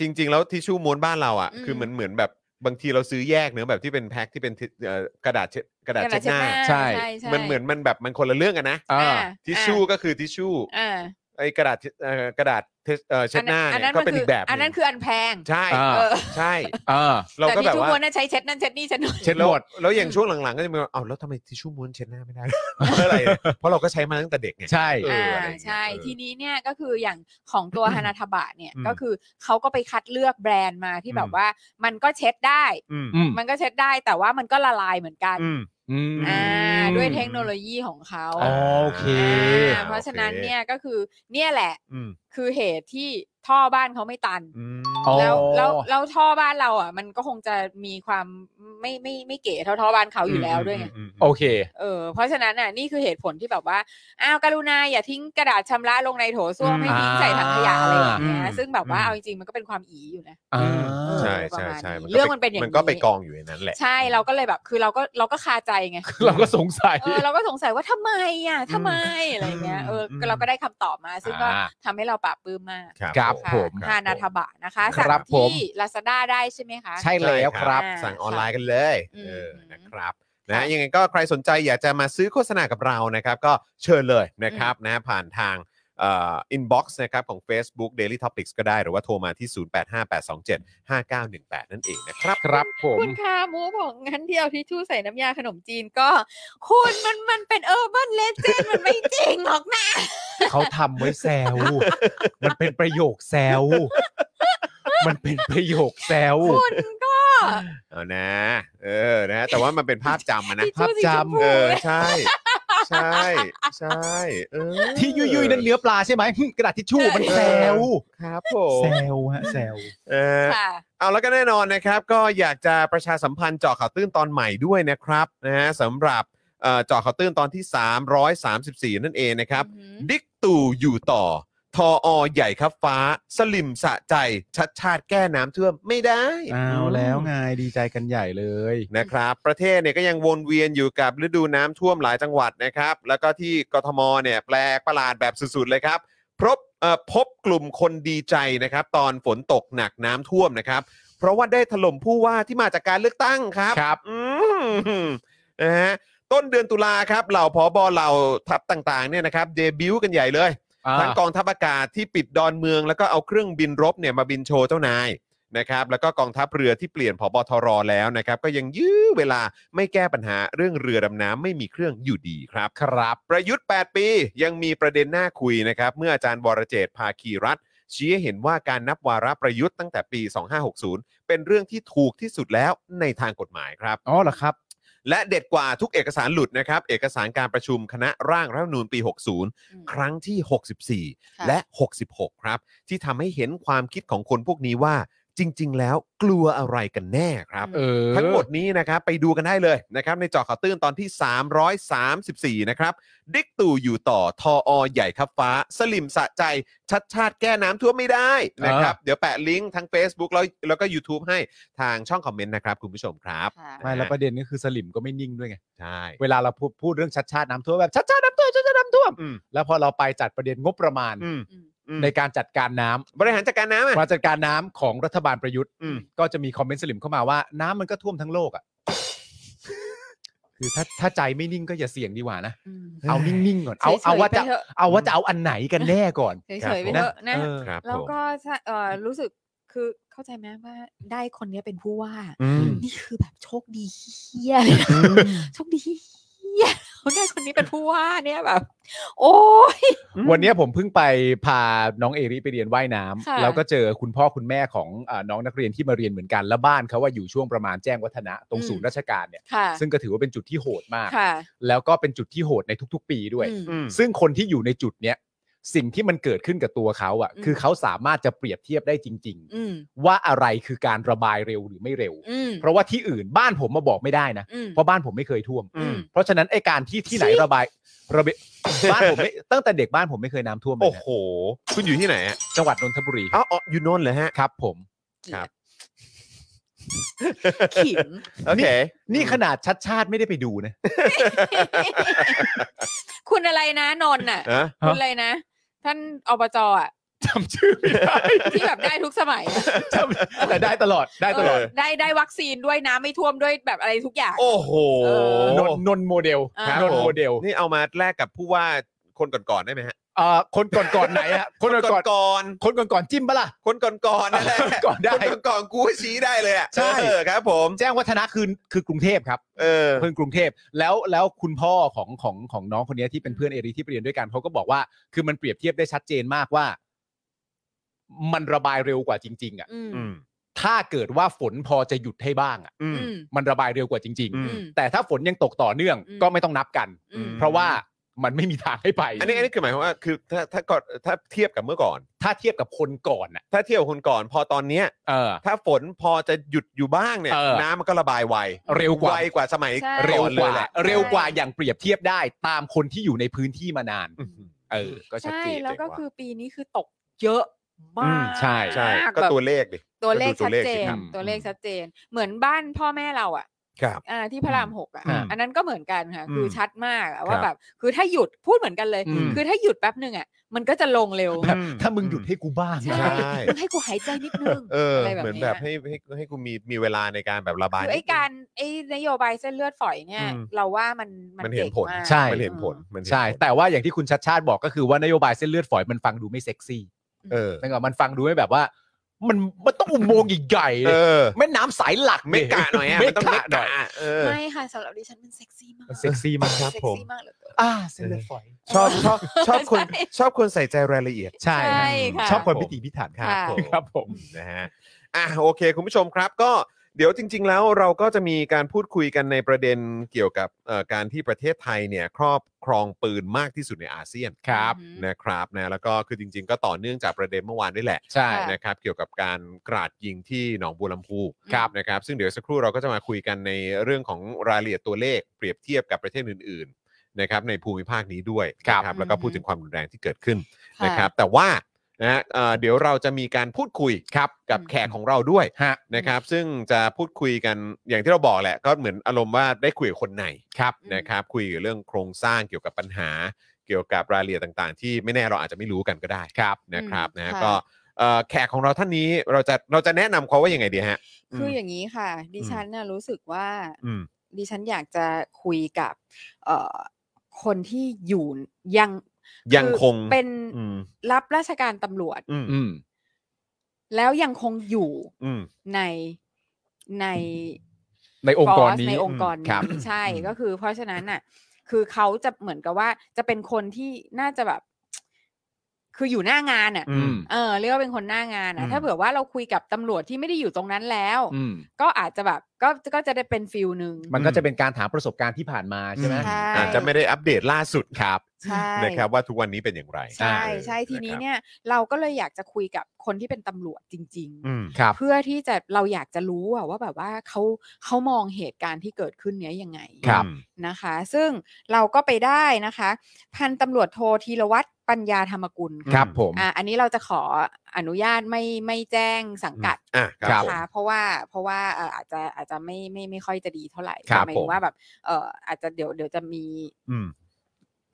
S1: จริง ๆ แล้วทิชชู่ม้วนบ้านเราอะ
S2: อืม
S1: คือเหมือนเหมือนแบบบางทีเราซื้อแยกเนื้อะแบบที่เป็นแพ็คที่เป็นทิเอ่อกระดาษเช็ดกระดาษเช็ดหน้า
S2: าใช่
S1: มันเหมือนมันแบบมันคนละเรื่องกันนะ
S3: อ่า
S2: อ่า
S1: ทิชชู่ก็คือทิชชู่
S2: อ่า
S1: ไอ้กระดาษเอ่อกระดาษเทสเอ่อเช็ดหน้า
S2: อั
S1: เนี่ย
S2: มั
S1: ก็เป็นอีกแบบห
S2: อันนั้นคืออันแพง
S1: ใช่
S3: อ่า
S2: เออ
S1: ใช่
S3: อ่า
S1: เราก็
S2: แต่
S1: แบบ
S2: ที่ทุก
S1: ว่า
S2: คนน่ะใช้เช็ดนั่นเช็ดนี่เช็ดนู่น
S3: เช็ดหมด
S1: แล้วแล้วอย่างช่วงหลังๆ ก็จะมีว่าเอาแล้วทำไมทิชชู่ม้วนเช็ดหน้าไม่ได้ เพราะอะไรเนี่ยเพราะเราก็ใช้มาตั้งแต่เด็กไง
S3: ใช่
S1: เอออะ
S2: อ่า
S1: ไรอย่างเงี้ย
S2: ใช่
S1: เออ
S2: ทีนี้เนี่ยก็คืออย่างของ ตัว ฮานาทบะเนี่ย
S1: อืม
S2: ก็คือเขาก็ไปคัดเลือกแบรนด์มาที่แบ
S1: อื
S2: บ
S1: ม
S2: ว่ามันก็เช็ดได้
S1: อืม
S3: อืม
S2: มันก็เช็ดได้แต่ว่ามันก็ละลายเหมือนกัน
S1: อืม
S3: อืม
S2: อ่าด้วยเทคโนโลยีของเขา
S3: อ๋อโอเค
S2: อ่าเพราะฉะนั้น
S1: โอเค
S2: เนี่ยก็คือเนี่ยแหละ
S1: อืม
S2: คือเหตุที่ท่อบ้านเขาไม่ตัน
S1: อืม
S3: อ๋อ
S2: แล้วแล้วแล้วท่อบ้านเราอ่ะ มันก็คงจะมีความไม่ไม่ไม่เก๋เท่าท่อบ้านเขาอยู่แล้วด้วยไง
S1: อืมอืม
S3: โอเค
S2: เออเพราะฉะนั้นน่ะนี่คือเหตุผลที่แบบว่าอ้าวกรุณาอย่าทิ้งกระดาษชำระลงในโถส้วม
S3: อืม
S2: ให้ทิ้งใส่ถังขยะอะไรอย่างเงี้
S3: อ่าย
S2: ซึ่งแบบว่า
S3: อืม
S2: เอาจริงๆมันก็เป็นความอีอยู่นะ
S3: อ่า
S2: เออ
S1: ใช่
S2: ประ
S1: ใช่
S2: มาณ
S1: ใช่
S2: นี้
S1: ก็
S2: เรื่องมันเป็นอย่าง
S1: มันก็
S2: นี้
S1: ไปกองอยู่ในนั้นแหละ
S2: ใช่เราก็เลยแบบคือเราก็เราก็คาใจไง
S3: เราก็สงสัย
S2: เออเราก็สงสัยว่าทำไมอ่ะทำไมอะไรเงี้ยเอออเราก็ได้คำตอบมา ซึ่งก็
S3: อ่า
S2: ทำให้เราปลาบปลื้มมาก
S1: ครับ
S3: ครับ
S2: ค่ะ
S3: ผม
S2: ฮานาทบะนะคะ
S3: ค
S2: สั่ง
S3: รับผม
S2: ที่ลาซาด้าได้ใช่ไหมคะ
S3: ใช่แล้วครับ
S2: อ่า
S1: สั่งออนไลน์กันเลย
S2: อืม
S1: เออ
S2: ม
S1: นะครับนะยังไงก็ใครสนใจอยากจะมาซื้อโฆษณากับเรานะครับ ก็เชิญเลยนะครับนะผ่านทางเอินบ็อกซ์นะครับของ Facebook Daily Topics ก็ได้หรือว่าโทรมาที่ 0858275918 นั่นเองนะครับ
S3: ครับผม
S2: คุณคะหมูบอกงั้นที่เอาทิชชู่ใส่น้ำยาขนมจีนก็ คุณมันมันเป็นเออร์บันเลเจนมันไม่จริงหรอกนะ
S3: เขาทำไว้แซว มันเป็นประโยคแซว มันเป็นประโยคแซว
S2: คุณก็
S1: เอานะ เออ นะ แต่ว่ามันเป็นภาพจำอะนะ
S2: ทิชชู่
S1: ภาพ
S2: สีชมพู
S1: จำเออ ใช่ ใช่ ใช่เออ
S3: ที่ยุยยุยๆนั่นเนื้อปลาใช่ไหมหึกระดาษทิชชู่มันแซว
S1: ครับผม
S3: แซวฮะแซว
S1: เออ
S2: ค่ะ
S1: เอาแล้วก็แน่นอนนะครับ ก็อยากจะประชาสัมพันธ์เจาะข่าวตื้นตอนใหม่ด้วยนะครับนะฮะสำหรับเอ่อเจาะข่าวตื้นตอนที่ 334 นั่นเองนะครับ
S2: อือหือ
S1: ดิกตู่อยู่ต่อ ทออใหญ่ครับฟ้า สลิมสะใจ ชัดชาติแก้น้ำท่วมไม่ได้
S3: เอาแล้วไงดีใจกันใหญ่เลย
S1: นะครับประเทศเนี่ยก็ยังวนเวียนอยู่กับฤดูน้ำท่วมหลายจังหวัดนะครับ แล้วก็ที่กทมเนี่ยแปลกประหลาดแบบสุดๆเลยครับพบเอ่อพบกลุ่มคนดีใจนะครับ ตอนฝนตกหนักน้ำท่วมนะครับ เพราะว่าได้ถล่มผู้ว่าที่มาจากการเลือกตั้งครับ
S3: ครับ
S1: อืมนะฮะต้นเดือนตุลาครับเหล่าพอบอเหล่าทัพต่างๆเนี่ยนะครับเดบิวต์กันใหญ่เลย ทั้งกองทัพอากาศที่ปิดดอนเมือง แล้วก็เอาเครื่องบินรบเนี่ยมาบินโชว์เจ้านายนะครับแล้วก็กองทัพเรือที่เปลี่ยนผบทรแล้วนะครับ ก็ยังยื้อเวลาไม่แก้ปัญหาเรื่องเรือดำน้ำไม่มีเครื่องอยู่ดีครับ
S3: ครับ
S1: ประยุทธ์ 8 ปียังมีประเด็นน่าคุยนะครับ เมื่ออาจารย์วรเจตน์ภาคีรัฐ ชี้ให้เห็นว่าการนับวาระประยุทธ์ตั้งแต่ปี 2560 เป็นเรื่องที่ถูกที่สุดแล้วในทางกฎหมายครับ
S3: อ๋อเหรอครับ
S1: และเด็ดกว่าทุกเอกสารหลุดนะครับ เอกสารการประชุมคณะร่างรัฐธรรมนูญปี 60
S2: อืม
S1: ครั้งที่
S2: ค่ะ
S1: 64 และ 66 ครับ ที่ทำให้เห็นความคิดของคนพวกนี้ว่า จริง ๆ แล้วกลัวอะไรกันแน่ครับ
S3: เออ
S1: ทั้งหมดนี้นะครับไปดูกันได้เลยนะครับในเจอข่าวตื้นตอนที่ 334 นะครับดิกตู่อยู่ต่อทออใหญ่ครับฟ้า สลิมสะใจชัดชาติแก้น้ำท่วมไม่ได้นะครับเดี๋ยวแปะลิงก์ทั้ง Facebook แล้วแล้วก็ YouTube ให้ทางช่องคอมเมนต์นะครับ คุณผู้ชมครับ
S2: ค่ะ
S3: ไม่แล้วประเด็นก็คือสลิมก็ไม่นิ่งด้วยไง
S1: ใช่
S3: เวลาเราพูดพูดเรื่องชัดชาติน้ำท่วมแบบชัดชาติน้ำท่วมชัดชาติน้ำท่วม
S1: อืม
S3: แล้วพอเราไปจัดประเด็นงบประมาณ
S1: อืมอืม
S3: ในการจัดการน้ำ
S1: บริหารจัดการน้ำ อ่ะ
S3: การจัดการน้ำของรัฐบาลประยุทธ์
S1: อืม
S3: ก็จะมีคอมเมนต์สลิมเข้ามาว่าน้ำมันก็ท่วมทั้งโลกอ่ะ คือถ้าถ้าใจไม่นิ่งก็อย่าเสี่ยงดีกว่านะ
S2: อืม
S3: เอานิ่งๆก่อน เอา
S2: เฉยๆ
S3: เอาว่าจะ
S2: ไปเถอะ
S3: เอาว่าจะเอาอันไหนกันแน่ก่อน
S2: เฉยๆไปเถอะนะ
S3: เออ
S1: ครับ
S2: แล้ว
S1: ผม
S2: ก็ใช่เอ่อรู้สึกคือเข้าใจไหมว่าได้คนเนี้ยเป็นผู้ว่า
S1: อืม
S2: นี่คือแบบโชคดีเฮียเลยนะ โชคดีเฮียได้คนนี้เป็นผู้ว่าเนี่ยแบบ โอ้ย
S3: วันเนี้ยผมเพิ่งไปพาน้องเอริไปเรียนว่ายน้ำ
S2: ค่ะ
S3: แล้วก็เจอคุณพ่อคุณแม่ของอาน้องนักเรียนที่มาเรียนเหมือนกัน และบ้านเขาว่าอยู่ช่วงประมาณแจ้งวัฒนะตรงศูนย์ราชการเนี่ย
S2: ค่ะ
S3: ซึ่งก็ถือว่าเป็นจุดที่โหดมาก
S2: ค่ะ
S3: แล้วก็เป็นจุดที่โหดในทุกๆ ปีด้วย
S2: อืม
S1: อืม
S3: ซึ่งคนที่อยู่ในจุดเนี้ยสิ่งที่มันเกิดขึ้นกับตัวเขาอ่ะ
S2: อืม
S3: คือเขาสามารถจะเปรียบเทียบได้จริง
S2: อืม
S3: ๆ ว่าอะไรคือการระบายเร็วหรือไม่เร็ว
S2: อืม
S3: เพราะว่าที่อื่นบ้านผมมาบอกไม่ได้นะ
S2: อืม
S3: เพราะบ้านผมไม่เคยท่วม
S2: อืม
S3: เพราะฉะนั้นไอการที่ที่ไหนระบายระเบย บ้านผมไม่ตั้งแต่เด็กบ้านผมไม่เคยน้ำท่วมเลย
S1: โอ้
S3: นะ
S1: โห คุณอยู่ที่ไหนอ่ะ
S3: จังหวัดนนทบุรี
S1: อ๋ออ๋ออยู่นนท์เหรอฮะ
S3: ครับผม
S1: ครับ
S2: ขิง
S1: โอเค
S3: นี่ขนาดชัดชาติไม่ได้ไปดูนะ
S2: คุณอะไรนะนนท์น่ะ
S1: อ่ะ
S2: คุณอะไรนะ ท่านอบจอ่ะ
S3: จำชื่อ ไม่ได้
S2: ที่แบบได้ทุกสมัยอะ
S3: จำแต่ได้ตลอดได้ตลอด
S2: เออได้ได้วัคซีนด้วยน้ำไม่ท่วมด้วยแบบอะไรทุกอย่าง
S1: โอ้โห
S2: เออ
S3: นนนนโมเดล
S2: อ่าน น
S3: นโมเดล
S1: นี่เอามาแลกกับผู้ว่าคนก่อนๆได้ไหมฮะ
S3: เอ่อคนก่อนก่อนๆไหนฮะคนก่อนก่อน
S1: ก่อน
S3: คนก่อนก่อนๆจิ้มปะล่ะ
S1: ๆคนก่อนๆนั่นแหละ
S3: คนก่อนได้
S1: คนก่อนๆกูก็ชี้ได้เลยอ่ะ
S3: ใช่
S1: เออครับผม
S3: แจ้งวัฒนะคือคือกรุงเทพครับ
S1: เออ
S3: เพื่อนกรุงเทพแล้วแล้วคุณพ่อของของของน้องคนเนี้ยที่เป็นเพื่อนเอริที่ไปเรียนด้วยกันเขาก็บอกว่า คือมันเปรียบเทียบได้ชัดเจนมากว่า มันระบายเร็วกว่าจริง ๆ อ่ะ
S2: อืม
S1: อืม
S3: ถ้าเกิดว่าฝนพอจะหยุดให้บ้างอ่ะ
S1: อืม
S2: อืม
S3: มันระบายเร็วกว่าจริง
S1: อื
S2: ม
S3: ๆ แต่ถ้าฝนยังตกต่อเนื่อง
S2: อืม
S3: ก็ไม่ต้องนับกัน
S2: อืม
S3: เพราะว่ามันไม่มีทางให้ไป
S1: อันนี้อันนี้คือหมายความว่าคือถ้าถ้าก่อนถ้าเทียบกับเมื่อก่อน
S3: ถ้าเทียบกับคนก่อนอ่ะ
S1: ถ้าเทียบกับคนก่อนพอตอนเนี้ย
S3: เออ
S1: ถ้าฝนพอจะหยุดอยู่บ้างเนี่ย
S3: เออ
S1: น้ำมันก็ระบายไว
S3: เร็วกว่า
S1: ไวกว่าสมัย
S2: ใช่
S3: เร็ว
S1: ก่อน
S3: ก
S1: เลย
S3: ว่า
S1: แหละ
S3: เร็วกว่าอย่างเปรียบเทียบได้ตามคนที่อยู่ในพื้นที่มานาน
S1: อื้อหือ
S3: เออ ก็ชัด
S2: ใช่
S3: เจน
S2: แล้วก็
S3: เจ๋งว่ะ
S2: คือปีนี้คือตกเยอะ
S3: อื
S2: มาม ก
S3: ใช่
S1: ใช่
S2: แบบ
S1: ก็ตัวเลขดิ
S2: ตัวเลข
S1: ก็
S2: ชัดเจน
S1: สิครับ
S3: อืม
S2: ตัวเลขชัดเจน เหมือนบ้านพ่อแม่เราอ่ะ
S1: ครับ
S2: อ่าที่พระรามหกอ่ะ
S3: อืม
S2: อันนั้นก็เหมือนกันค่ะ
S1: อืม
S2: คือชัดมากอะ
S1: ครั
S2: ว่า
S1: บ
S2: แบบ คือถ้าหยุดพูดเหมือนกันเลย
S3: อืม
S2: คือถ้าหยุดแป๊บหนึ่งอ่ะมันก็จะลงเร็ว
S3: แบบถ้ามึงหยุดให้กูบ้าง
S2: ใช่
S3: นะ
S2: มึงให้กูหายใจนิดนึง
S1: เอออ
S2: ไรแบบ
S1: เหมือน
S2: นี้
S1: แบบ
S2: ย
S1: ให้ให้ให้กูมีมีเวลาในการแบบระบาย
S2: คือไอ้
S1: นิดนึง
S2: การไอ้นโยบายเส้นเลือดฝอยเนี่ย
S1: อืม
S2: เราว่ามัน
S1: มันเห็น
S2: จ๋ง
S1: ผล
S2: าก
S3: ใช่
S1: มันเห็นผลมันเห็น
S3: ใช่
S1: ผล
S3: แต่ว่าอย่างที่คุณชัดชาติบอกก็คือว่านโยบายเส้นเลือดฝอยมันฟังดูไม่เซ็กซี่
S1: เออ
S3: นั่นก็มันฟังดูไม่แบบว่า มันมันต้องอุโมงค์ใหญ่ๆเล
S1: เอย อ
S3: แม่น้ำสายหลัก
S1: ไม่กะหน่อย อ่ะ
S3: ไม่
S1: มันต้อง
S3: กะ
S1: ไม่
S3: หน่
S1: กะ
S3: อย
S1: อะเออ
S2: ไม่ค่ะสำหรับดิฉันมันเซ็กซี่มาก
S3: เซ็กซี่มาก
S1: ครับ
S2: เซ็ก
S1: ผม
S2: ซี่มากเหลือเกิน
S3: อ่าเส้นเลือดฝอย
S1: ชอบ ชอบชอบคน
S2: ใช่
S1: ชอบคนใส่ใจรายละเอียด
S3: ใช่
S2: ใช่ค่ะ
S3: ชอบคนพิถีพิถัน
S2: ค่ะ
S1: ผม
S3: ครับผม
S1: นะฮะอ่ะโอเค คุณผู้ชมครับก็เดี๋ยวจริง ๆ แล้วเราก็จะมีการพูดคุยกันในประเด็นเกี่ยวกับเอ่อการที่ประเทศไทยเนี่ยครอบครองปืนมากที่สุดในอาเซียน
S3: ครับ
S2: อืม
S1: นะครับนะแล้วก็คือจริง ๆ ก็ต่อเนื่องจากประเด็นเมื่อวานด้วยแหละ
S3: ใช่
S2: ค่ะ
S1: นะครับเกี่ยวกับการกราดยิงที่หนองบัวลำพู
S3: ครับ
S1: นะครับ ซึ่งเดี๋ยวสักครู่เราก็จะมาคุยกันในเรื่องของรายละเอียดตัวเลขเปรียบเทียบกับประเทศอื่นๆนะครับในภูมิภาคนี้ด้วยนะครับ แล้วก็พูดถึงความรุนแรงที่เกิดขึ้น
S2: ค่ะ
S1: นะครับ แต่ว่านะฮะเอ่อเดี๋ยวเราจะมีการพูดคุยครับกับ
S2: อืม
S1: แขกของเราด้วย
S3: ฮะ
S1: นะครับ ซึ่งจะพูดคุยกันอย่างที่เราบอกแหละ ก็เหมือนอารมณ์ว่าได้คุยกับคนใน
S3: ครับ
S2: อืม
S1: นะครับ คุยเรื่องโครงสร้างเกี่ยวกับปัญหา เกี่ยวกับรายละเอียดต่างๆ ที่ไม่แน่เราอาจจะไม่รู้กันก็ได้
S3: ครับ
S1: นะครับ
S2: อืม
S1: นะ
S2: ค่ะ
S1: ก็เอ่อแขกของเราท่านนี้เราจะเราจะแนะนำเขาว่ายังไงดีฮะ
S2: คืออย่างนี้ค่ะ ดิฉันน่ะรู้สึกว่า
S1: อืม
S2: ดิฉันอยากจะคุยกับเอ่อคนที่อยู่ยัง
S1: ยังคง
S2: อเป็น
S1: อืม
S2: รับราชการตำรวจ
S1: อืม
S3: อืม
S2: แล้วยังคงอยู่
S1: อืม
S2: ในใน
S3: ในองค์กร
S2: force
S3: นี้
S2: ในองค์กร
S3: ครับ
S2: นี้ใช่
S1: อืม
S2: ก็คือ เพราะฉะนั้นน่ะ คือเขาจะเหมือนกับว่าจะเป็นคนที่น่าจะแบบ คืออยู่หน้างานอ่ะ
S3: อืม
S2: เออเรียกว่าเป็นคนหน้างาน
S3: อื
S2: อ่ะ
S3: ม
S2: ถ้าเผื่อว่าเราคุยกับตำรวจที่ไม่ได้อยู่ตรงนั้นแล้ว
S3: อืม
S2: ก็อาจจะแบบก็ก็จะได้เป็นฟิลหนึ่ง
S3: มันก็จะเป็นการถามประสบการณ์ที่ผ่านมาใช่ไหม
S2: ใช่
S1: อาจจะไม่ได้อัปเดตล่าสุดครับ
S2: ใช่
S1: นะครับว่าทุกวันนี้เป็นอย่างไร
S2: ใช่ใช่
S1: เออ
S2: ที
S1: ะค
S2: นี้
S1: รับ
S2: เนี่ยเราก็เลยอยากจะคุยกับคนที่เป็นตำรวจจริง
S1: อืม
S3: ครับ
S2: ๆ เพื่อที่จะเราอยากจะรู้อะว่าแบบว่าเขาเขามองเหตุการณ์ที่เกิดขึ้นเนี้ยยังไง
S3: ครับ
S2: นะคะ ซึ่งเราก็ไปได้นะคะ พันตำรวจโทธีรวัตรปัญญาธรรมกุล
S3: ค
S2: ค่ะ
S3: รับผม
S2: อ่าอันนี้เราจะขออนุญาตไม่ไม่แจ้งสังกัด
S1: อ่ะครับ
S2: นะคะเพราะว่าเพราะว่าเอ่ออาจจะอาจจะไม่ไม่ไม่ค่อยจะดีเท่าไหร่
S3: ครับ
S2: หมายถึ
S3: ผม
S2: งว่าแบบเอ่ออาจจะเดี๋ยวเดี๋ยวจะมี
S1: อืม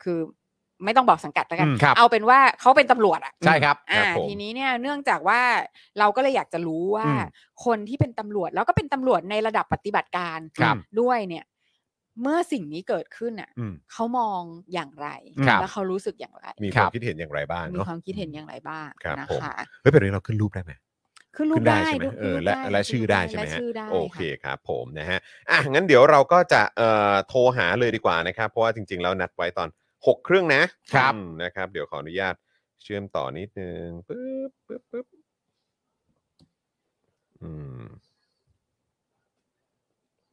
S2: คือไม่ต้องบอกสังกัดแล้วกัน
S1: อืม
S3: ครับ
S2: เอาเป็นว่าเขาเป็นตำรวจอ่ะ
S3: ใช่ครับ
S1: ครั
S2: อ่า
S1: บผม
S2: ทีนี้เนี่ยเนื่องจากว่าเราก็เลยอยากจะรู้ว่า
S3: อืม
S2: คนที่เป็นตำรวจแล้วก็เป็นตำรวจในระดับปฏิบัติการ
S3: ครับ
S2: ด้วยเนี่ย เมื่อสิ่งนี้เกิดขึ้นอ่ะ
S1: อืม
S2: เขามองอย่างไร
S3: ครับ
S2: แล้วเขารู้สึกอย่างไร
S1: มีค
S3: ครั
S1: วาม
S3: บ
S1: คิดเห็นอย่างไรบ้าง
S2: มี
S1: เนาะ
S2: ความคิดเห็นอย่างไรบ้าง
S1: ครับ
S2: นะ
S1: ผม
S2: คะ
S1: เฮ้ยเป็นเรื่องเราขึ้นรูปได้ไหม
S2: ขึ้นรู
S1: ขึ้
S2: ป
S1: นได้
S2: ได้
S1: ใช่ไหม
S2: ดู
S1: เออและ
S2: รูป
S1: และชื่อได้ใช่ไหม
S2: และ
S1: ฮะ
S2: ชื่อได้
S1: โอ
S2: ค่ะ
S1: เคครับผมนะฮะอ่ะงั้นเดี๋ยวเราก็จะเอ่อโทรหาเลยดีกว่านะครับ เพราะว่าจริง ๆ แล้วนัดไว้ตอน 6 เครื่องนะครับ อืมนะครับ เดี๋ยวขออนุญาตเชื่อมต่อนิดนึงปึ๊บปึ๊บปึ๊บอืม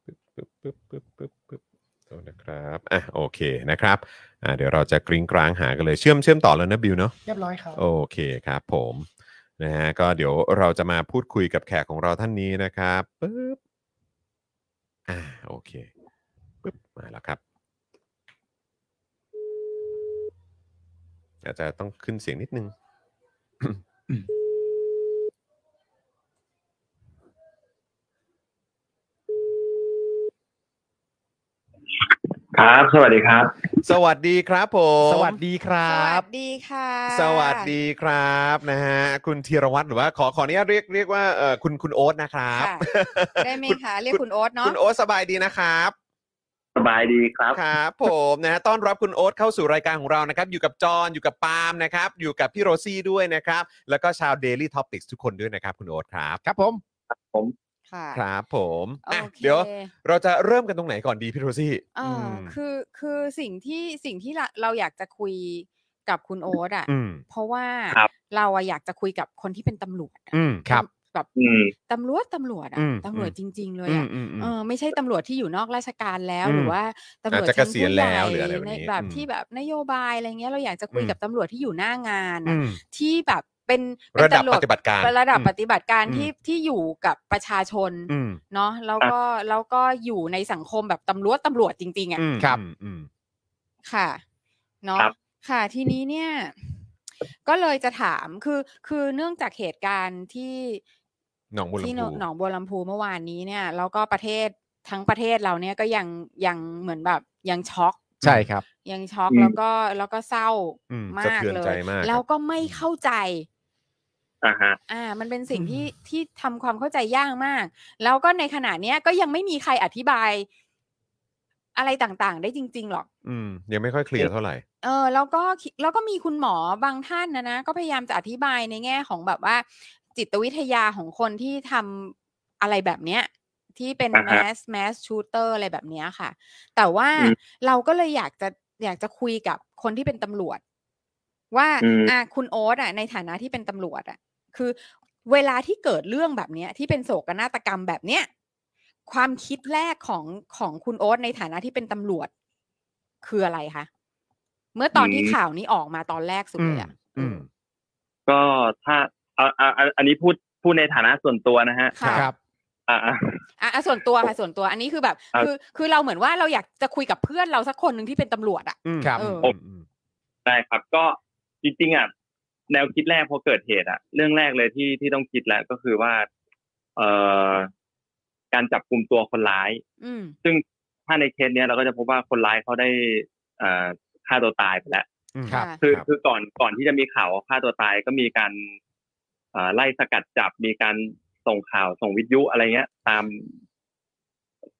S1: ปึ๊บปึ๊บปึ๊บปึ๊บปึ๊บปึ๊บโทษนะครับอ่ะโอเคนะครับอ่ะเดี๋ยวเราจะกริ้งกลางหากันเลยเชื่อมเชื่อมต่อแล้วนะบิวเนาะ
S3: เรียบร้อยครับ
S1: โอเคครับผมนะฮะก็เดี๋ยวเราจะมาพูดคุยกับแขกของเราท่านนี้นะครับปึ๊บอ่าโอเคปึ๊บมาแล้วครับอาจจะต้องขึ้นเสียงนิดนึง
S5: ครับ สวัสดีครับ
S1: สวัสดีครับผม
S3: สวัสดีครั
S2: ส
S3: บ
S2: วัสดีค่ะ
S1: สวัสดีครับนะฮะคุณธีรวัตรหรือว่าขอขออนุญาตเรียกเรียกว่าเอ่อคุณคุณโอ๊ตนะครับ
S2: ค่ะได้ไหมคะ เรียกคุณโอ๊ตเนาะ
S1: คุณโอ๊ตสบายดีนะครับ
S5: สบายดีครับ
S1: ครับผมนะฮะต้อนรับคุณโอ๊ตเข้าสู่รายการของเรานะครับ อยู่กับจอห์นอยู่กับปาล์มนะครับ อยู่กับพี่โรซี่ด้วยนะครับ แล้วก็ชาว Daily Topics ทุกคนด้วยนะครับ คุณโอ๊ตครับ
S3: ครับผม
S2: ค่ะ
S1: ครับผมอ่ะ
S2: โอเค
S1: เดี๋ยวเราจะเริ่มกันตรงไหนก่อนดีพี่โรซี่
S2: เอ่ออ
S1: ม
S2: คือคือสิ่งที่สิ่งที่เราเราอยากจะคุยกับคุณโอ๊ตอ่ะ
S1: อืม
S2: เพราะว่า
S5: ครับ
S2: เราอะอยากจะคุยกับคนที่เป็นตำรวจอะ
S1: อืม
S3: ครับ
S2: แบบ
S5: อืม
S2: ตำรวจตำรวจ
S1: อื
S2: อ่ะ
S1: ม
S2: ตำรวจจริง ๆ เลย
S1: อืม
S2: อ่ะ
S1: อืมอืม
S2: เออไม่ใช่ตำรวจที่อยู่นอกราชการแล้ว
S1: อืม
S2: หรือว่าตำรวจ
S1: อาจจะเกษียณ
S2: ชั้นผู้
S1: แล้วห
S2: ใญ่
S1: รืออะไรแบบ
S2: ใน
S1: นี้
S2: แบบ
S1: อืม
S2: ที่แบบนโยบายอะไรเงี้ยเราอยากจะคุย
S1: อืม
S2: กับตำรวจที่อยู่หน้างานอะ
S1: อืม
S2: ที่แบบเป็นเป็น
S1: ระดับ
S2: ตำวจ
S1: ปฏิบัติการ
S2: เป็นระดับ
S1: อืม
S2: ปฏิบัติการ
S1: อืม
S2: ที่ที่อยู่กับประชาชน
S1: อืม
S2: เนาะแล้วก็แล้วก็อยู่ในสังคมแบบตำรวจตำรวจจริง ๆอ่ะ
S1: อืม
S3: ครับ
S1: อืมอืม
S2: ค่ะเนาะ
S5: ครับ
S2: ค่ะทีนี้เนี่ย ก็เลยจะถามคือคือเนื่องจากเหตุการณ์ที่
S1: หนองบัวลำพู
S2: ที่หนองบัวลำพูเมื่อวานนี้เนี่ยแล้วก็ประเทศทั้งประเทศเราเนี่ยก็ยังยังเหมือนแบบยังช็อก
S3: ใช่ครับ
S2: ยังช็อก
S5: อืม
S2: แล้วก็แล้วก็เศร้า
S1: อืม
S2: มา
S1: สะ
S2: ก
S1: เทือน
S2: เล
S1: ใจ
S2: ย
S1: มากครับ
S2: แล้วก็ไม่เข้าใจ
S5: อ่าฮะ
S2: อ่ามันเป็นสิ่งที่ที่ทำความเข้าใจยากมาก แล้วก็ในขณะเนี้ยก็ยังไม่มีใครอธิบาย อะไรต่างๆ ได้จริง ๆ หรอก
S1: อืมยังไม่ค่อยเคลียร์เท่าไหร่
S2: เออแล้วก็คิแล้วก็มีคุณหมอบางท่านนะนะก็พยายามจะอธิบายในแง่ของแบบว่า จิตวิทยาของคนที่ทำอะไรแบบเนี้ย ที่เป็น
S5: อ่า
S2: แม
S5: ฮะ
S2: สแมสชูเตอร์อะไรแบบเนี้ยค่ะ แต่ว่า
S5: อืม
S2: เราก็เลยอยากจะอยากจะคุยกับคนที่เป็นตำรวจ ว่า
S5: อืม
S2: อ่ะคุณโอ๊ตอ่ะ ในฐานะที่เป็นตำรวจอ่ะ คือเวลาที่เกิดเรื่องแบบเนี้ย ที่เป็นโศกนาฏกรรมแบบเนี้ยความคิดแรกของของคุณโอ๊ตในฐานะที่เป็นตำรวจ คืออะไรคะเมื่อตอนที่
S5: อืม
S2: ข่าวนี้ออกมาตอนแรกสุดเลยอ่ะ
S1: อืม
S5: ก็ถ้าเอาเอาเอาอันนี้พูดพูดในฐานะส่วนตัวนะฮะ
S2: ค่ะ
S3: ครับ
S5: อ่าอ่า
S2: อ่ะอ่ะส่วนตัวค่ะส่วนตัว อันนี้คือแบบ
S5: ครับ
S2: คือคือเราเหมือนว่าเราอยากจะคุยกับเพื่อนเราสักคนหนึ่งที่เป็นตำรวจอ่ะ
S1: อืม
S3: ครับ
S2: เออ
S1: อืมอืม
S5: ได้ครับ ก็จริงๆอ่ะแนวคิดแรกพอเกิดเหตุอ่ะ เรื่องแรกเลยที่ที่ต้องคิดแล้วก็คือว่า เอ่อการจับกลุ่มตัวคนร้าย
S2: อืม
S5: ซึ่งถ้าในเคสเนี้ยเราก็จะพบว่าคนร้ายเขาได้เอ่อฆ่าตัวตายไปแล้ว
S1: อืม
S3: ครับ
S2: ค่ะ
S5: คือ
S1: ครับ
S5: คือก่อนก่อนที่จะมีข่าวว่าฆ่าตัวตายก็มีการเอ่อไล่สกัดจับมีการส่งข่าวส่งวิทยุอะไรเงี้ย ตาม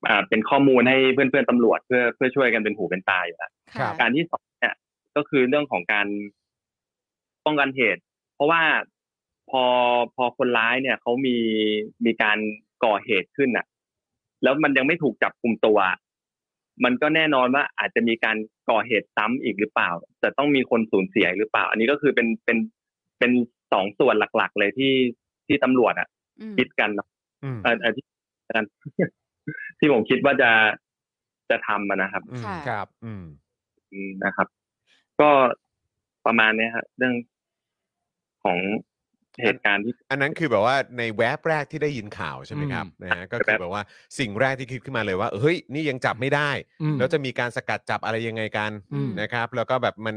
S5: อ่าเป็นข้อมูลให้เพื่อนเพื่อนๆตำรวจเพื่อเพื่อช่วยกันเป็นหูเป็นตาอยู่แล้ว
S3: ครั
S2: ค่ะ
S3: บ
S5: การที่สองเนี่ยก็คือเรื่องของการป้องกันเหตุ เพราะว่าพอพอคนร้ายเนี่ยเขามีมีการก่อเหตุขึ้นน่ะ แล้วมันยังไม่ถูกจับกลุ่มตัว มันก็แน่นอนว่าอาจจะมีการก่อเหตุซ้ำอีกหรือเปล่า จะต้องมีคนสูญเสียหรือเปล่า อันนี้ก็คือเป็นเป็น เป็นสองส่วนหลัก ๆ เลยที่ที่ตำรวจอ่ะ
S2: อืม
S5: คิดกันเนอะ
S1: อืม
S5: เอ่อเอ่อที่กัน ที่ผมคิดว่าจะจะทำอะนะครับ
S1: อืม
S2: ค่ะ
S1: ครับ อืม
S5: อืมนะครับ ก็ประมาณเนี้ยครับเรื่องของเหตุการณ์ที่
S1: อันนั้นคือแบบว่าในแวบแรกที่ได้ยินข่าวใช่ไหมครับ
S3: อืม
S1: นะฮะก็คือแบบว่าสิ่งแรกที่คิดขึ้นมาเลยว่าเฮ้ยนี่ยังจับไม่ได้
S6: อืม
S1: แล้วจะมีการสกัดจับอะไรยังไงกัน
S6: อืม
S1: นะครับ แล้วก็แบบมัน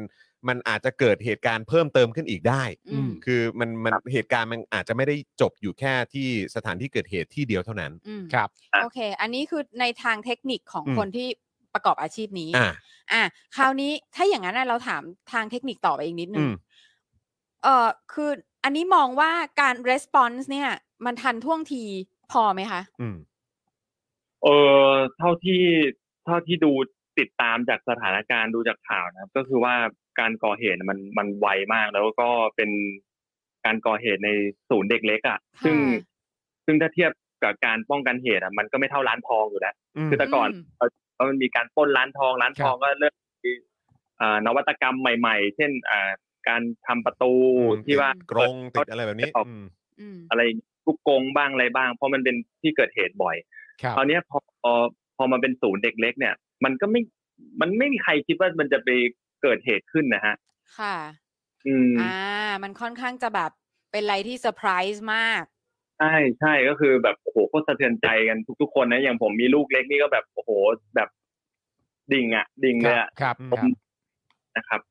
S1: มันอาจจะเกิดเหตุการณ์เพิ่มเติมขึ้นอีกได้
S2: อืม
S1: คือมันมันเหตุการณ์มันอาจจะไม่ได้จบอยู่แค่ที่สถานที่เกิดเหตุที่เดียวเท่านั้น
S2: อืม
S3: ครับ
S2: โอเค อันนี้คือในทางเทคนิคของ
S1: อืม
S2: คนที่ประกอบอาชีพนี้
S1: อ่า
S2: อ่ะคราวนี้ถ้าอย่างนั้นน่ะเราถามทางเทคนิคต่อไปอีกนิดนึ
S1: อื
S2: ง
S1: ม
S2: เอ่อคืออันนี้มองว่าการ response เนี่ย มันทันท่วงทีพอไหมคะ
S1: อืม
S5: เออเท่าที่เท่าที่ดูติดตามจากสถานการณ์ดูจากข่าวนะครับ ก็คือว่าการก่อเหตุน่ะมันมันไวมากแล้วก็เป็นการก่อเหตุในศูนย์เด็กเล็กอ่ะซึ่ง
S2: ค่ะ
S5: ซึ่งถ้าเทียบกับการป้องกันเหตุอ่ะมันก็ไม่เท่าร้านทองอยู่แล้ว
S1: อืม
S5: คือแต่ก่อน
S2: ม
S5: เพราะมันมีการปล้นร้านทองร้านทองก็เริ่มมีอ่านวัตกรรมใหม่ ๆ เช่นอ่าการทำประตู
S1: อืม
S5: ที่ว่า
S1: กรงติดอะไรแบบนี้อืม
S2: อืม
S5: อะไรลูกกงบ้างอะไรบ้าง เพราะมันเป็นที่เกิดเหตุบ่อย
S3: ครับ
S5: คราวเนี้ยพอพอพอมาเป็นศูนย์เด็กเล็กเนี่ย มันก็ไม่มันไม่มีใครคิดว่ามันจะไปเกิดเหตุขึ้นนะฮะ
S2: ค่ะ
S5: อืม
S2: อ่า มันค่อนข้างจะแบบเป็นอะไรที่เซอร์ไพรส์มาก
S5: ใช่ใช่ก็คือแบบโอ้โหโคตรสะเทือนใจกันทุกๆคนนะอย่างผมมีลูกเล็กนี่ก็แบบโอ้โหแบบดิ่งอะดิ่งเลยอะ
S3: ครับ
S1: อืม
S3: ครับ
S5: นะครับ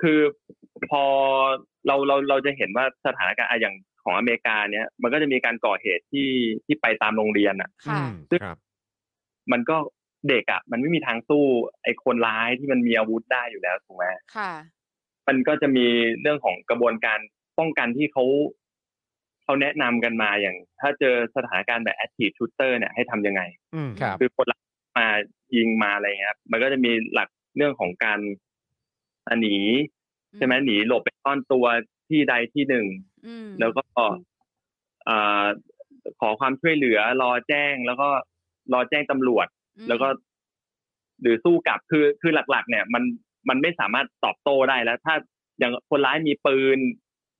S5: คือพอเราเราเราจะเห็นว่าสถานการณ์อ่ะอย่างของอเมริกาเนี่ย มันก็จะมีการก่อเหตุที่ที่ไปตามโรงเรียนอ่ะ
S2: ค่ะ
S1: อืมครับ
S5: มันก็เด็กอ่ะ มันไม่มีทางสู้ไอ้คนร้ายที่มันมีอาวุธได้อยู่แล้วถูกไหม
S2: ค่ะ
S5: มันก็จะมีเรื่องของกระบวนการป้องกันที่เขาเขาแนะนำกันมาอย่าง ถ้าเจอสถานการณ์แบบ active shooter เนี่ยให้ทำยังไง
S1: อืม
S3: ครับ
S5: คือคนร้ายมายิงมาอะไรเงี้ยครับมันก็จะมีหลักเรื่องของการหนี ใช่ไหมหนีหลบไปซ่อนตัวที่ใดที่หนึ่ง
S2: อืม
S5: แล้วก็เอ่อขอความช่วยเหลือรอแจ้ง แล้วก็รอแจ้งตำรวจ
S2: อืม
S5: แล้วก็ หรือสู้กลับคือคือหลัก ๆ เนี่ย มันมันไม่สามารถตอบโต้ได้แล้ว ถ้าอย่างคนร้ายมีปืน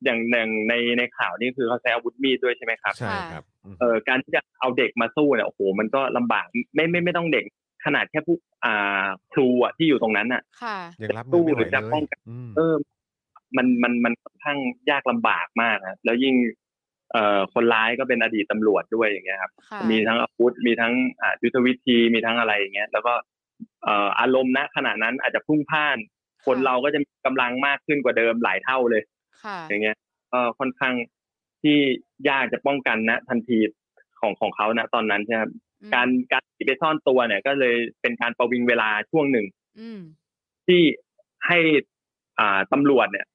S5: อย่างอย่างในในข่าวนี่คือเขาใช้อาวุธมีดด้วยใช่ไหมครับ
S1: ใช่ครับอืม
S5: เออการที่จะเอาเด็กมาสู้เนี่ยโอ้โหมันก็ลำบากไม่ไม่ไม่ต้องเด็ก ขนาดแค่ผู้อ่าครูอะที่อยู่ตรงนั้นอ่ะ
S2: ค่ะ
S1: ยังรับมือไม่ไหว
S5: หรือจะ
S1: เล
S5: ป้อ
S1: ย
S5: งกัน
S1: อืม
S5: เออมันมันมันค่อนข้างยากลำบากมากนะแล้วยิ่ง เอ่อคนร้ายก็เป็นอดีตตำรวจด้วยอย่างเงี้ยครับ
S2: ค่ะ
S5: มีทั้งอาวุธมีทั้งอ่ายุทธวิธีมีทั้งอะไรอย่างเงี้ย แล้วก็เอ่ออารมณ์ณขณะนั้นอาจจะพลุ่งพล่าน คนเราก็จะมีกำลังมากขึ้นกว่าเดิมหลายเท่าเลย
S2: ค่ะ
S5: อย่างเงี้ยก็ค่อนข้างที่ยากจะป้องกันนะทันทีของของเขาณตอนนั้นใช่ไหมครับ
S2: อืม
S5: การการหนีไปซ่อนตัวเนี่ย ก็เลยเป็นการประวิงเวลาช่วงหนึ่ง
S2: อืม
S5: ที่ให้อ่าตำรวจเนี่ย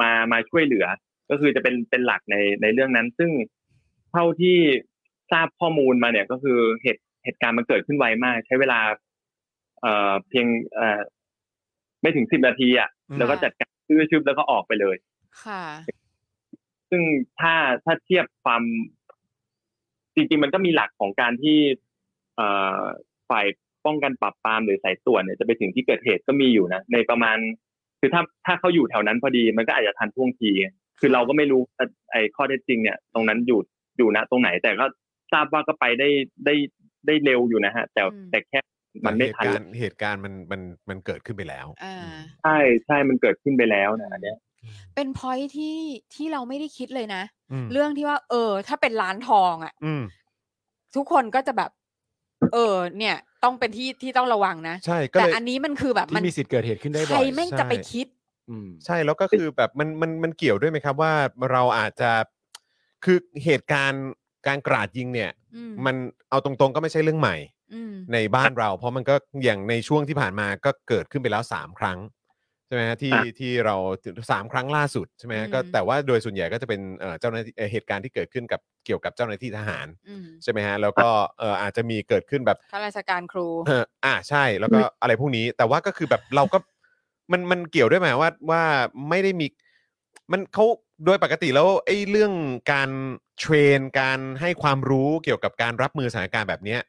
S5: มามาช่วยเหลือ ก็คือจะเป็นเป็นหลักในในเรื่องนั้น ซึ่งเท่าที่ทราบข้อมูลมาเนี่ย ก็คือเหตุเหตุการณ์มันเกิดขึ้นไวมาก ใช้เวลา เอ่อเพียงเอ่อไม่ถึงสิบนาทีอะ่ะ
S1: อืม
S5: แล้วก็จัดการชื่อชึบแล้วก็ออกไปเลย
S2: ค่ะ
S5: ซึ่งถ้าถ้าเทียบความจริงๆมันก็มีหลักของการที่เอ่อฝ่ายป้องกันปราบปรามหรือสายตรวจเนี่ยจะไปถึงที่เกิดเหตุก็มีอยู่นะในประมาณ คือถ้าถ้าเขาอยู่แถวนั้นพอดี มันก็อาจจะทันท่วงที คือเราก็ไม่รู้ว่าไอ้ข้อเท็จจริงเนี่ย ตรงนั้นอยู่อยู่นะตรงไหน แต่ก็ทราบว่าก็ไปได้ได้ได้เร็วอยู่นะฮะ แต่
S2: อืม
S5: แต่แค่มันไม่ทัน
S1: เหตุการณ์เหตุการณ์มันมันมันเกิดขึ้นไปแล้ว
S2: อ่า
S5: ใช่ใช่มันเกิดขึ้นไปแล้วนะอันเนี้ย
S2: เป็น point ที่ที่เราไม่ได้คิดเลยนะ
S1: อืม
S2: เรื่องที่ว่า เออ ถ้าเป็นร้านทองอ่ะ
S1: อืม
S2: ทุกคนก็จะแบบ เออ เนี่ย ต้องเป็นที่ที่ต้องระวังนะ
S1: ใช่ก็
S2: แต่
S1: เลย
S2: อันนี้มันคือแบบมัน
S3: ที่มีสิทธิ์เกิดเหตุขึ้นได้บ่อย
S2: ใครแม่งจะไป
S1: ใช่
S2: คิด
S3: อืม
S1: ใช่แล้วก็คือแบบมันมันมันเกี่ยวด้วยไหมครับว่าเราอาจจะคือเหตุการณ์การกราดยิงเนี่ย
S2: อืม
S1: มันเอาตรงๆก็ไม่ใช่เรื่องใหม่
S2: อืม
S1: ในบ้านเรา เพราะมันก็อย่างในช่วงที่ผ่านมาก็เกิดขึ้นไปแล้ว 3 ครั้งใช่ไหมฮะที่
S5: อ่ะ
S1: ที่เราสามครั้งล่าสุดใช่ไหมฮะ
S2: อืม
S1: ก็แต่ว่าโดยส่วนใหญ่ก็จะเป็นเอ่อเจ้าหน้าที่เอ่อเหตุการณ์ที่เกิดขึ้นกับเกี่ยวกับเจ้าหน้าที่ทหาร
S2: อืม
S1: ใช่ไหมฮะแล้วก็เอ่ออาจจะมีเกิดขึ้นแบบ
S2: ข้าราชการครู
S1: เอออ่าใช่แล้วก็อะไรพวกนี้แต่ว่าก็คือ แบบเราก็มันมันเกี่ยวด้วยไหมว่าว่าไม่ได้มี มันเขาโดยปกติแล้วไอ้เรื่องการเทรนการให้ความรู้เกี่ยวกับการรับมือสถานการณ์แบบเนี้ย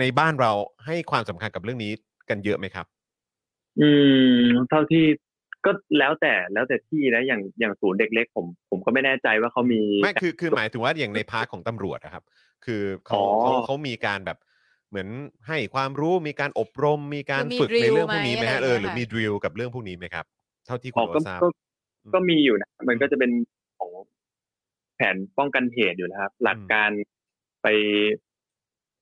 S1: ในบ้านเราให้ความสำคัญกับเรื่องนี้กันเยอะไหมครับ
S5: อืมเท่าที่ ก็แล้วแต่แล้วแต่ที่นะอย่างอย่างศูนย์เด็กเล็กผมผมก็ไม่แน่ใจว่าเขามี
S7: ไม่คือคือหมายถึงว่าอย่างในพาร์ทของตำรวจนะครับ คือเขา
S5: อ๋อ
S7: เขาเขามีการแบบเหมือนให้ความรู้มีการอบรม มีการ
S2: หรือมี
S7: ฝึกใน
S2: drill
S7: เรื่องพวกนี้ไหมฮะ
S2: ไหมอะไร
S7: เออห
S2: เงี้
S7: รือ
S2: ยค่ะ
S7: มีดริลกับเรื่องพวกนี้ไหมครับ เท่าที่คุณ
S5: อ๋อ
S7: โอ
S5: ก็
S7: ทราบ
S5: ก็
S7: อืม
S5: ก็มีอยู่นะมันก็จะเป็นของแผนป้องกันเหตุอยู่นะครับ หลัก
S7: อืม
S5: การไป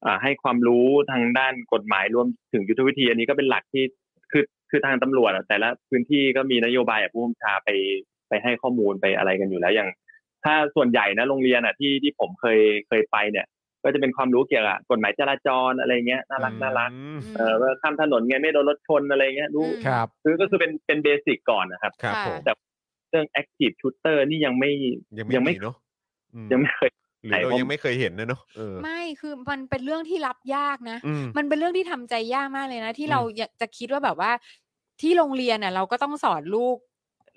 S5: อ่าให้ความรู้ทางด้านกฎหมายรวมถึงยุทธวิธี อันนี้ก็เป็นหลักที่คือคือทางตำรวจอะแต่ละพื้นที่ก็มีนโยบายกับผู้บัญชาไปไปให้ข้อมูลไปอะไรกันอยู่แล้วอย่าง ถ้าส่วนใหญ่นะโรงเรียนอ่ะที่ที่ผมเคยเคยไปเนี่ย ก็จะเป็นความรู้เกี่ยวกับกฎหมายจราจรอะไรเงี้ยน่ารักน่ารัก
S7: อืม
S2: ม
S5: เออว่าข้ามถนนไงไม่โดนรถชนอะไรเงี้ยรู้
S2: อืม
S3: ครับ
S5: คือก็คือเป็นเป็นเบสิกก่อนนะครับ
S7: ครับ
S2: ค่ะ
S7: ผม
S5: แต่เรื่อง Active Shooter นี่ยังไม่
S7: ยัง
S5: ยั
S7: ไม่
S5: ไม่
S7: มีเนาะอืม
S5: ยังไม่เคย
S7: หรือเรายังไม่เคยเห็นนะเนาะเออ
S2: ไม่คือมันเป็นเรื่องที่รับยากนะ
S7: อืม
S2: มันเป็นเรื่องที่ทำใจยากมากเลยนะ ที่
S7: อืม
S2: เราอยากจะคิดว่าแบบว่าที่โรงเรียนน่ะ เราก็ต้องสอนลูก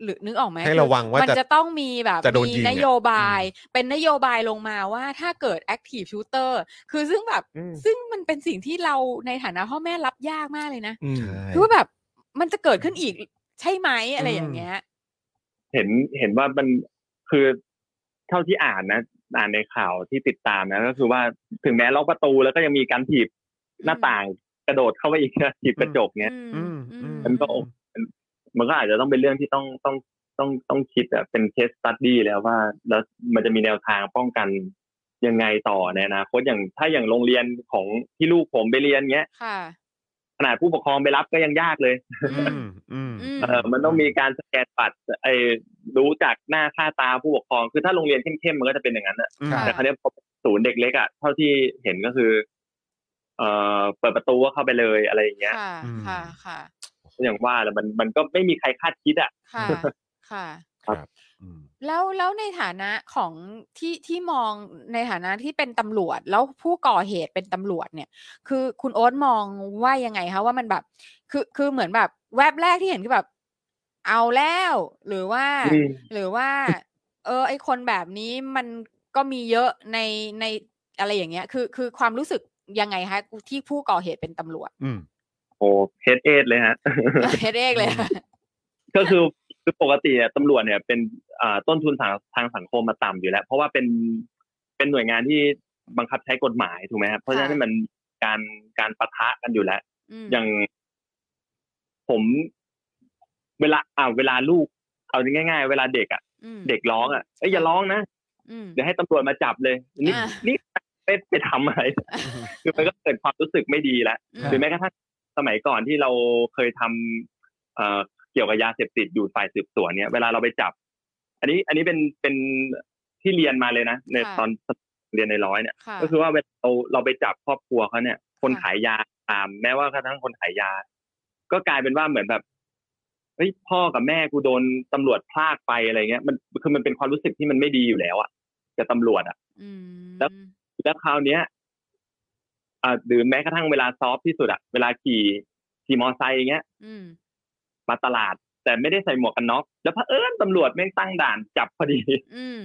S2: หรือนึกออกไหม
S7: ให้ระวังว่า
S2: มัน
S7: จะ
S2: จะต้องมีแบบ
S7: จะโดน
S2: มี
S7: ยิง
S2: น
S7: อะ
S2: โยบาย เป็นนโยบายลงมาว่าถ้าเกิด active shooter คือซึ่งแบบ
S7: อืม
S2: ซึ่งมันเป็นสิ่งที่เราในฐานะพ่อแม่รับยากมากเลยนะ
S8: อืม
S7: ใช่
S2: คือว่าแบบมันจะเกิดขึ้นอีกใช่ไหมอะไรอย่างเงี้ย
S5: เห็นเห็นว่ามันคือเท่าที่อ่านนะ อ่านในข่าวที่ติดตามนะ ก็คือว่าถึงแม้ล็อกประตูแล้วก็ยังมีการถีบหน้าต่างกระโดดเข้าไปอีกนะถีบกระจกเนี้ย
S7: อืมอืม
S5: มันก็โอ้มันก็อาจจะต้องเป็นเรื่องที่ต้องต้องต้องต้องคิดอะเป็นเคสตัดดี้แล้วว่า แล้วมันจะมีแนวทางป้องกันยังไงต่อในอนาคตอย่างถ้าอย่างโรงเรียนของที่ลูกผมไปเรียนเงี้ย
S2: ค่ะ
S5: ขนาดผู้ปกครองไปรับก็ยังยากเลย
S2: อื
S7: อื
S2: ม
S7: มอืม
S2: อืม
S5: เออมันต้องมีการสแกนบัตรไอ้รู้จากหน้าค่าตาผู้ปกครอง คือถ้าโรงเรียนเข้มๆมันก็จะเป็นอย่างนั้นนะ
S7: อืม
S3: ค่ะ
S5: แต่คราวเนี้ยพอศูนย์เด็กเล็กอ่ะเท่าที่เห็นก็คือ เอ่อเปิดประตูก็เข้าไปเลยอะไรอย่างเงี้ย
S2: ค่ะค่ะค่ะ
S5: อย่างว่าแหล้วมันมันก็ไม่มีใครคาดคิดอ่ะ
S2: ค่ะค่ะ
S7: อืม
S2: แล้วแล้วในฐานะของที่ที่มองในฐานะที่เป็นตำรวจ แล้วผู้ก่อเหตุเป็นตำรวจเนี่ย คือคุณโอ๊ตมองว่ายังไงคะว่ามันแบบ คือคือเหมือนแบบ แวบแรกที่เห็นคือแบบ เอาแล้ว หรือว่า
S5: อืม
S2: หรือว่า เออ ไอคนแบบนี้มันก็มีเยอะในในอะไรอย่างเงี้ย คือคือความรู้สึกยังไงคะที่ผู้ก่อเหตุเป็นตำรวจ
S7: อืม
S5: โอ้เฮดเอ็ดเลยฮะ
S2: เฮ็ดเอกเลยอะ
S5: ก็คือคือปกติอะตำรวจเนี่ยเป็นอ่าต้นทุนทางทางสังคมมาต่ำอยู่แล้ว เพราะว่าเป็นเป็นหน่วยงานที่บังคับใช้กฎหมายถูกไหมครับเพราะฉะนั้น
S2: ค่ะ
S5: มันการการปะทะกันอยู่แล้ว
S2: ม
S5: อย่างผมเวลาอ่าเวลาลูก เอาง่ายๆ เวลาเด็กอ่ะ
S2: อืม
S5: เด็กร้องอ่ะเอ้ยอย่าร้องนะ
S2: อืม
S5: เดี๋ยวให้ตำรวจมาจับเลย นี่
S2: อ่า
S5: นี่ไปไป ทำอะไร คือมันก็เกิดความรู้สึกไม่ดีแล้ว
S2: อืม
S5: หรือแม้กระทั่งสมัยก่อนที่เราเคยทำเอ่อเกี่ยวกับยาเสพติดอยู่ฝ่ายสืบสวนเนี่ย เวลาเราไปจับ อันนี้อันนี้เป็นเป็นที่เรียนมาเลยนะในตอนเรียนในร้อยเนี่ย
S2: ค่ะ
S5: ก็คือว่าเวลาเราเราไปจับครอบครัวเขาเนี่ย คน
S2: ค่ะ
S5: ขายยาตามแม้ว่ากระทั่งคนขายยา ก็กลายเป็นว่าเหมือนแบบเฮ้ยพ่อกับแม่กูโดนตำรวจพรากไปอะไรเงี้ย มันคือมันเป็นความรู้สึกที่มันไม่ดีอยู่แล้วอะกับตำรวจอะ
S2: อืม
S5: แล้ว แล้วคราวเนี้ยอ่าหรือแม้กระทั่งเวลาซอฟต์ที่สุดอะเวลาขี่ขี่มอไซค์อย่างเงี้ย
S2: อืม
S5: มาตลาด แต่ไม่ได้ใส่หมวกกันน็อกแล้วเผอิญตำรวจแม่งตั้งด่านจับพอดี
S2: อืม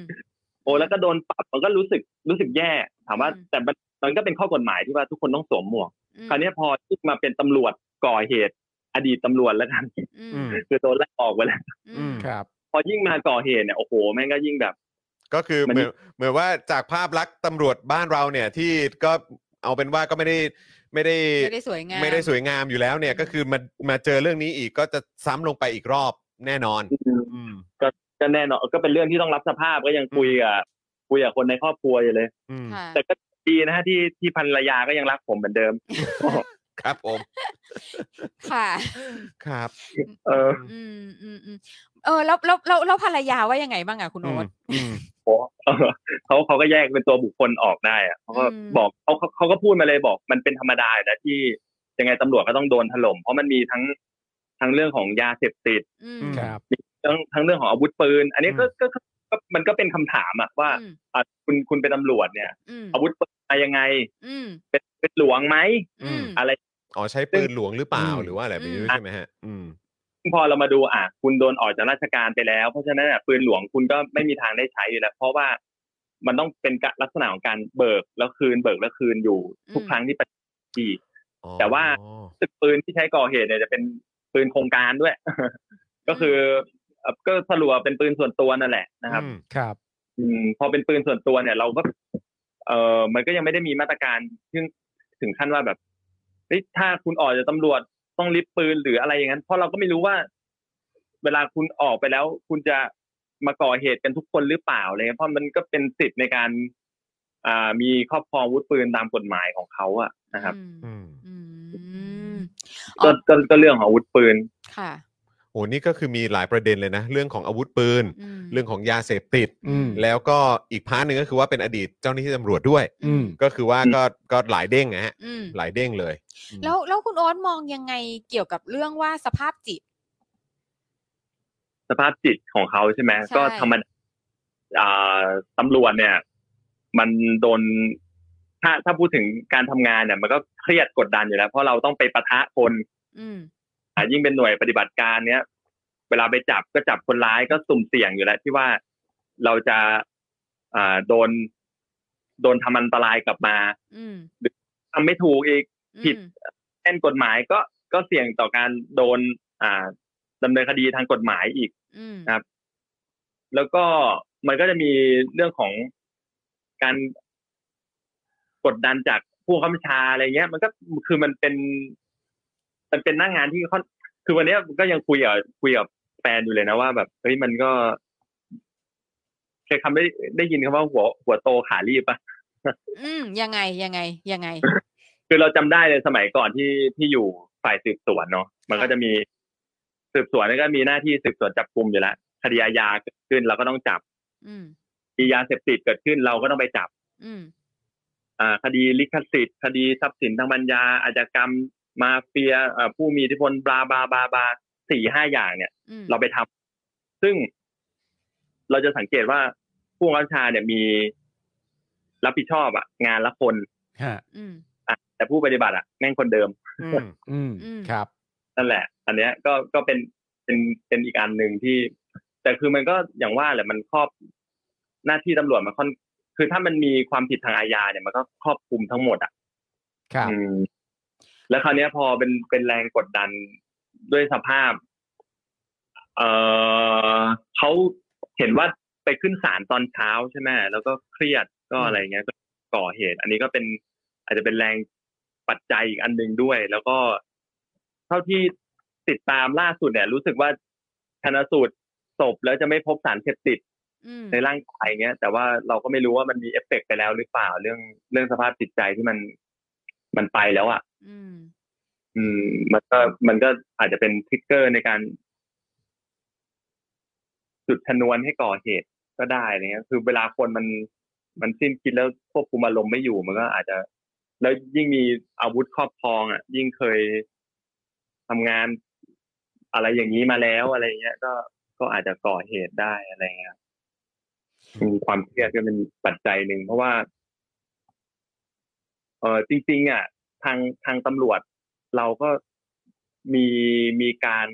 S5: โอ้แล้วก็โดนปรับมันก็รู้สึกรู้สึกแย่ ถามว่า
S2: อืม
S5: แต่มันมันก็เป็นข้อกฎหมายที่ว่าทุกคนต้องสวมหมวก
S2: อืม
S5: คราวเนี้ยพอที่มาเป็นตำรวจก่อเหตุ อดีตตำรวจแล้วกัน
S2: อืม
S7: อืม
S5: คือโดนไล่ออกไปแล้ว
S2: อืม
S3: ครับ
S5: พอยิ่งมาก่อเหตุเนี่ยโอ้โหแม่งก็ยิ่งแบบ
S7: ก็คือ
S5: มัน
S7: เหมือนเหมือนว่าจากภาพลักษณ์ตำรวจบ้านเราเนี่ยที่ก็เอาเป็นว่าก็ไม่ได้ไม่ได้
S2: ไม่ได้สวยงาม
S7: ไม่ได้สวยงามอยู่แล้วเนี่ย ก็คือมามาเจอเรื่องนี้อีกก็จะซ้ำลงไปอีกรอบแน่นอน อืม
S5: ก็แน่นอนก็เป็นเรื่องที่ต้องรับสภาพก็ยังคุยกับคุยกับคนในครอบครัวอยู่เลย
S7: อืม
S2: ค่ะ
S5: แต่ก็ดีนะฮะที่ที่ภรรยาก็ยังรักผมเหมือนเดิม
S7: ครับผม
S2: ค่ะ
S7: ครับ
S5: เออ
S2: อืมอืมอืมเออแล้วแล้วแล้วแล้วภรรยาว่ายังไงบ้างอะคุณ
S7: อื
S2: โอ๊
S7: ม
S2: ต
S7: อืม
S5: โหเออเขาเขาก็แยกเป็นตัวบุคคลออกได้อะเขาก็
S2: อืม
S5: บอกเขาเขาเขาก็พูดมาเลยบอก มันเป็นธรรมดาอยู่แล้วที่ยังไงตำรวจก็ต้องโดนถล่มเพราะมันมีทั้งทั้งเรื่องของยาเสพติด
S2: อืม
S3: ครับ
S5: ทั้งทั้งเรื่องของอาวุธปืน อันนี้ก็
S7: อืม
S5: ก็ก็ก็มันก็เป็นคำถามอะว่า
S2: อืม
S5: อ่ะคุณคุณเป็นตำรวจเนี่ย
S2: อืม
S5: อาวุธปืนมายังไง
S2: อืม
S5: เป็นเป็นหลวงไหม
S2: อืม
S5: อะไร
S7: อ๋อใช้ปืนหลวงหรือเปล่า
S3: อืม
S7: หรือว่าอะไรแบบนี้ด้วย
S5: อืม
S7: ใช่ไหมฮะ อืม
S5: พอเรามาดูอ่ะคุณโดนออกจากราชการไปแล้ว เพราะฉะนั้นอ่ะปืนหลวงคุณก็ไม่มีทางได้ใช้อยู่แล้ว เพราะว่ามันต้องเป็นกะลักษณะของการเบิกแล้วคืนเบิกแล้วคืนอยู่ทุก
S2: อืม
S5: ครั้งที่ไปที่
S7: อ๋อ
S5: แต่ว่า ปืนที่ใช้ก่อเหตุเนี่ยจะเป็นปืนโครงการด้วย ก็คือเอ่อก็สรุปว่าเป็นปืนส่วนตัวนั่นแหละนะครับ
S7: อืม
S8: ครับ
S5: อืมพอเป็นปืนส่วนตัวเนี่ย เราก็ เออมันก็ยังไม่ได้มีมาตรการที่ถึงขั้นว่าแบบเฮ้ยถ้าคุณออกจากตำรวจต้องริบปืนหรืออะไรอย่างนั้น เพราะเราก็ไม่รู้ว่า เวลาคุณออกไปแล้ว คุณจะมาก่อเหตุกันทุกคนหรือเปล่าอะไรเลยเพราะมันก็เป็นสิทธิ์ในการ อ่า มีครอบครองอาวุธปืนตามกฎหมายของเขาอะนะครับ
S2: อืม
S7: อืม
S2: อืม อ๋อ
S5: ก็ก็ก็เรื่องของอาวุธปืน
S2: ค่ะ
S7: โอ้นี่ก็คือมีหลายประเด็นเลยนะ เรื่องของอาวุธปืน
S2: ม
S7: เรื่องของยาเสพติด
S8: อืม
S7: แล้วก็อีกพาร์ทหนึ่งก็คือว่าเป็นอดีตเจ้าหน้าที่ตำรวจด้วย
S8: อืม
S7: ก็คือว่า
S5: อืม
S7: ก็ก็หลายเด้งนะฮะ
S2: อืม
S7: หลายเด้งเลย
S2: แล้วแล้วคุณโอ๊ตมองยังไงเกี่ยวกับเรื่องว่าสภาพจิต
S5: สภาพจิตของเขาใช่ไหม
S2: ใช่
S5: ก็ธรรมดาอ่าตำรวจเนี่ย มันโดนถ้าถ้าพูดถึงการทำงานเนี่ย มันก็เครียดกดดันอยู่แล้ว เพราะเราต้องไปปะทะคน
S2: อืม
S5: อ่ะยิ่งเป็นหน่วยปฏิบัติการเนี้ยเวลาไปจับก็จับคนร้ายก็สุ่มเสี่ยงอยู่แล้ว ที่ว่าเราจะอ่าโดน โดนทำอันตรายกลับมา
S2: อืม
S5: ทำไม่ถูกอีก
S2: อืม
S5: ผิด เล่นกฎหมายก็ก็เสี่ยงต่อการโดน อ่าดำเนินคดีทางกฎหมายอีก
S2: อืม
S5: นะครับ แล้วก็มันก็จะมีเรื่องของการกดดันจากผู้ค้ำชาอะไรเงี้ย มันก็คือมันเป็น มันเป็นหน้างานที่ค่อนคือวันเนี้ยก็ยังคุยกับคุยกับแฟนอยู่เลยนะว่าแบบเฮ้ยมันก็เคยคำได้ได้ยินคำว่าหัวหัวโตขารีบปะ
S2: อืมยังไงยังไงยังไง
S5: คือเราจำได้เลยสมัยก่อนที่ที่อยู่ฝ่ายสืบสวนเนาะมันก็จะมีสืบสวนแล้วก็มีหน้าที่สืบสวนจับกลุ่มอยู่แล้วคดีอาญาเกิดขึ้นเราก็ต้องจับ
S2: อืม
S5: คดียาเสพติดเกิดขึ้นเราก็ต้องไปจับ
S2: อืม
S5: อ่าคดีลิขสิทธิ์คดีทรัพย์สินทางปัญญาอาชญากรรมมาเฟียอ่าผู้มีอิทธิพลบลาบลาบลาบลาสี่ห้าอย่างเนี่ย
S2: อืม
S5: เราไปทำซึ่งเราจะสังเกตว่าผู้บังคับบัญชาเนี่ยมีรับผิดชอบอะงานละคน
S3: ฮะ
S2: อืม
S5: อะแต่ผู้ปฏิบัติอะแม่งคนเดิม
S7: อืม
S8: อืม
S2: อืม
S3: ครับ
S5: นั่นแหละ อันเนี้ยก็ก็เป็นเป็นเป็นอีกอันหนึ่งที่ แต่คือมันก็อย่างว่าแหละมันครอบหน้าที่ตำรวจมันค่อน คือถ้ามันมีความผิดทางอาญาเนี่ยมันก็ครอบคลุมทั้งหมดอ่ะ
S3: ครับ
S5: อืมแล้วคราวเนี้ยพอเป็นเป็นแรงกดดันด้วยสภาพ เออเขาเห็นว่าไปขึ้นศาลตอนเช้าใช่ไหมแล้วก็เครียดก็อะไรเงี้ยก็ก่อเหตุ อันนี้ก็เป็น อาจจะเป็นแรงปัจจัยอีกอันหนึ่งด้วย แล้วก็เท่าที่ติดตามล่าสุดเนี่ย รู้สึกว่าชนสูตรศพแล้วจะไม่พบสารเสพติด
S2: อืม
S5: ในร่างกายเงี้ย แต่ว่าเราก็ไม่รู้ว่ามันมีเอฟเฟกต์ไปแล้วหรือเปล่าเรื่องเรื่องสภาพจิตใจที่มันมันไปแล้วอะ่ะ
S2: อืม
S5: อืม มันก็มันก็อาจจะเป็นทริกเกอร์ในการ จุดชนวนให้ก่อเหตุก็ได้อะไรเงี้ยคือเวลาคนมันมันสิ้นคิดแล้วควบคุมอารมณ์ไม่อยู่มันก็อาจจะ แล้วยิ่งมีอาวุธครอบครองอ่ะ ยิ่งเคยทำงานอะไรอย่างนี้มาแล้วอะไรเงี้ย ก็ก็อาจจะก่อเหตุได้อะไรเงี้ยอืมความเครียดก็เป็นปัจจัยหนึ่งเพราะว่า เออจริง ๆ อ่ะ ทางทางตำรวจ เราก็มีมีการ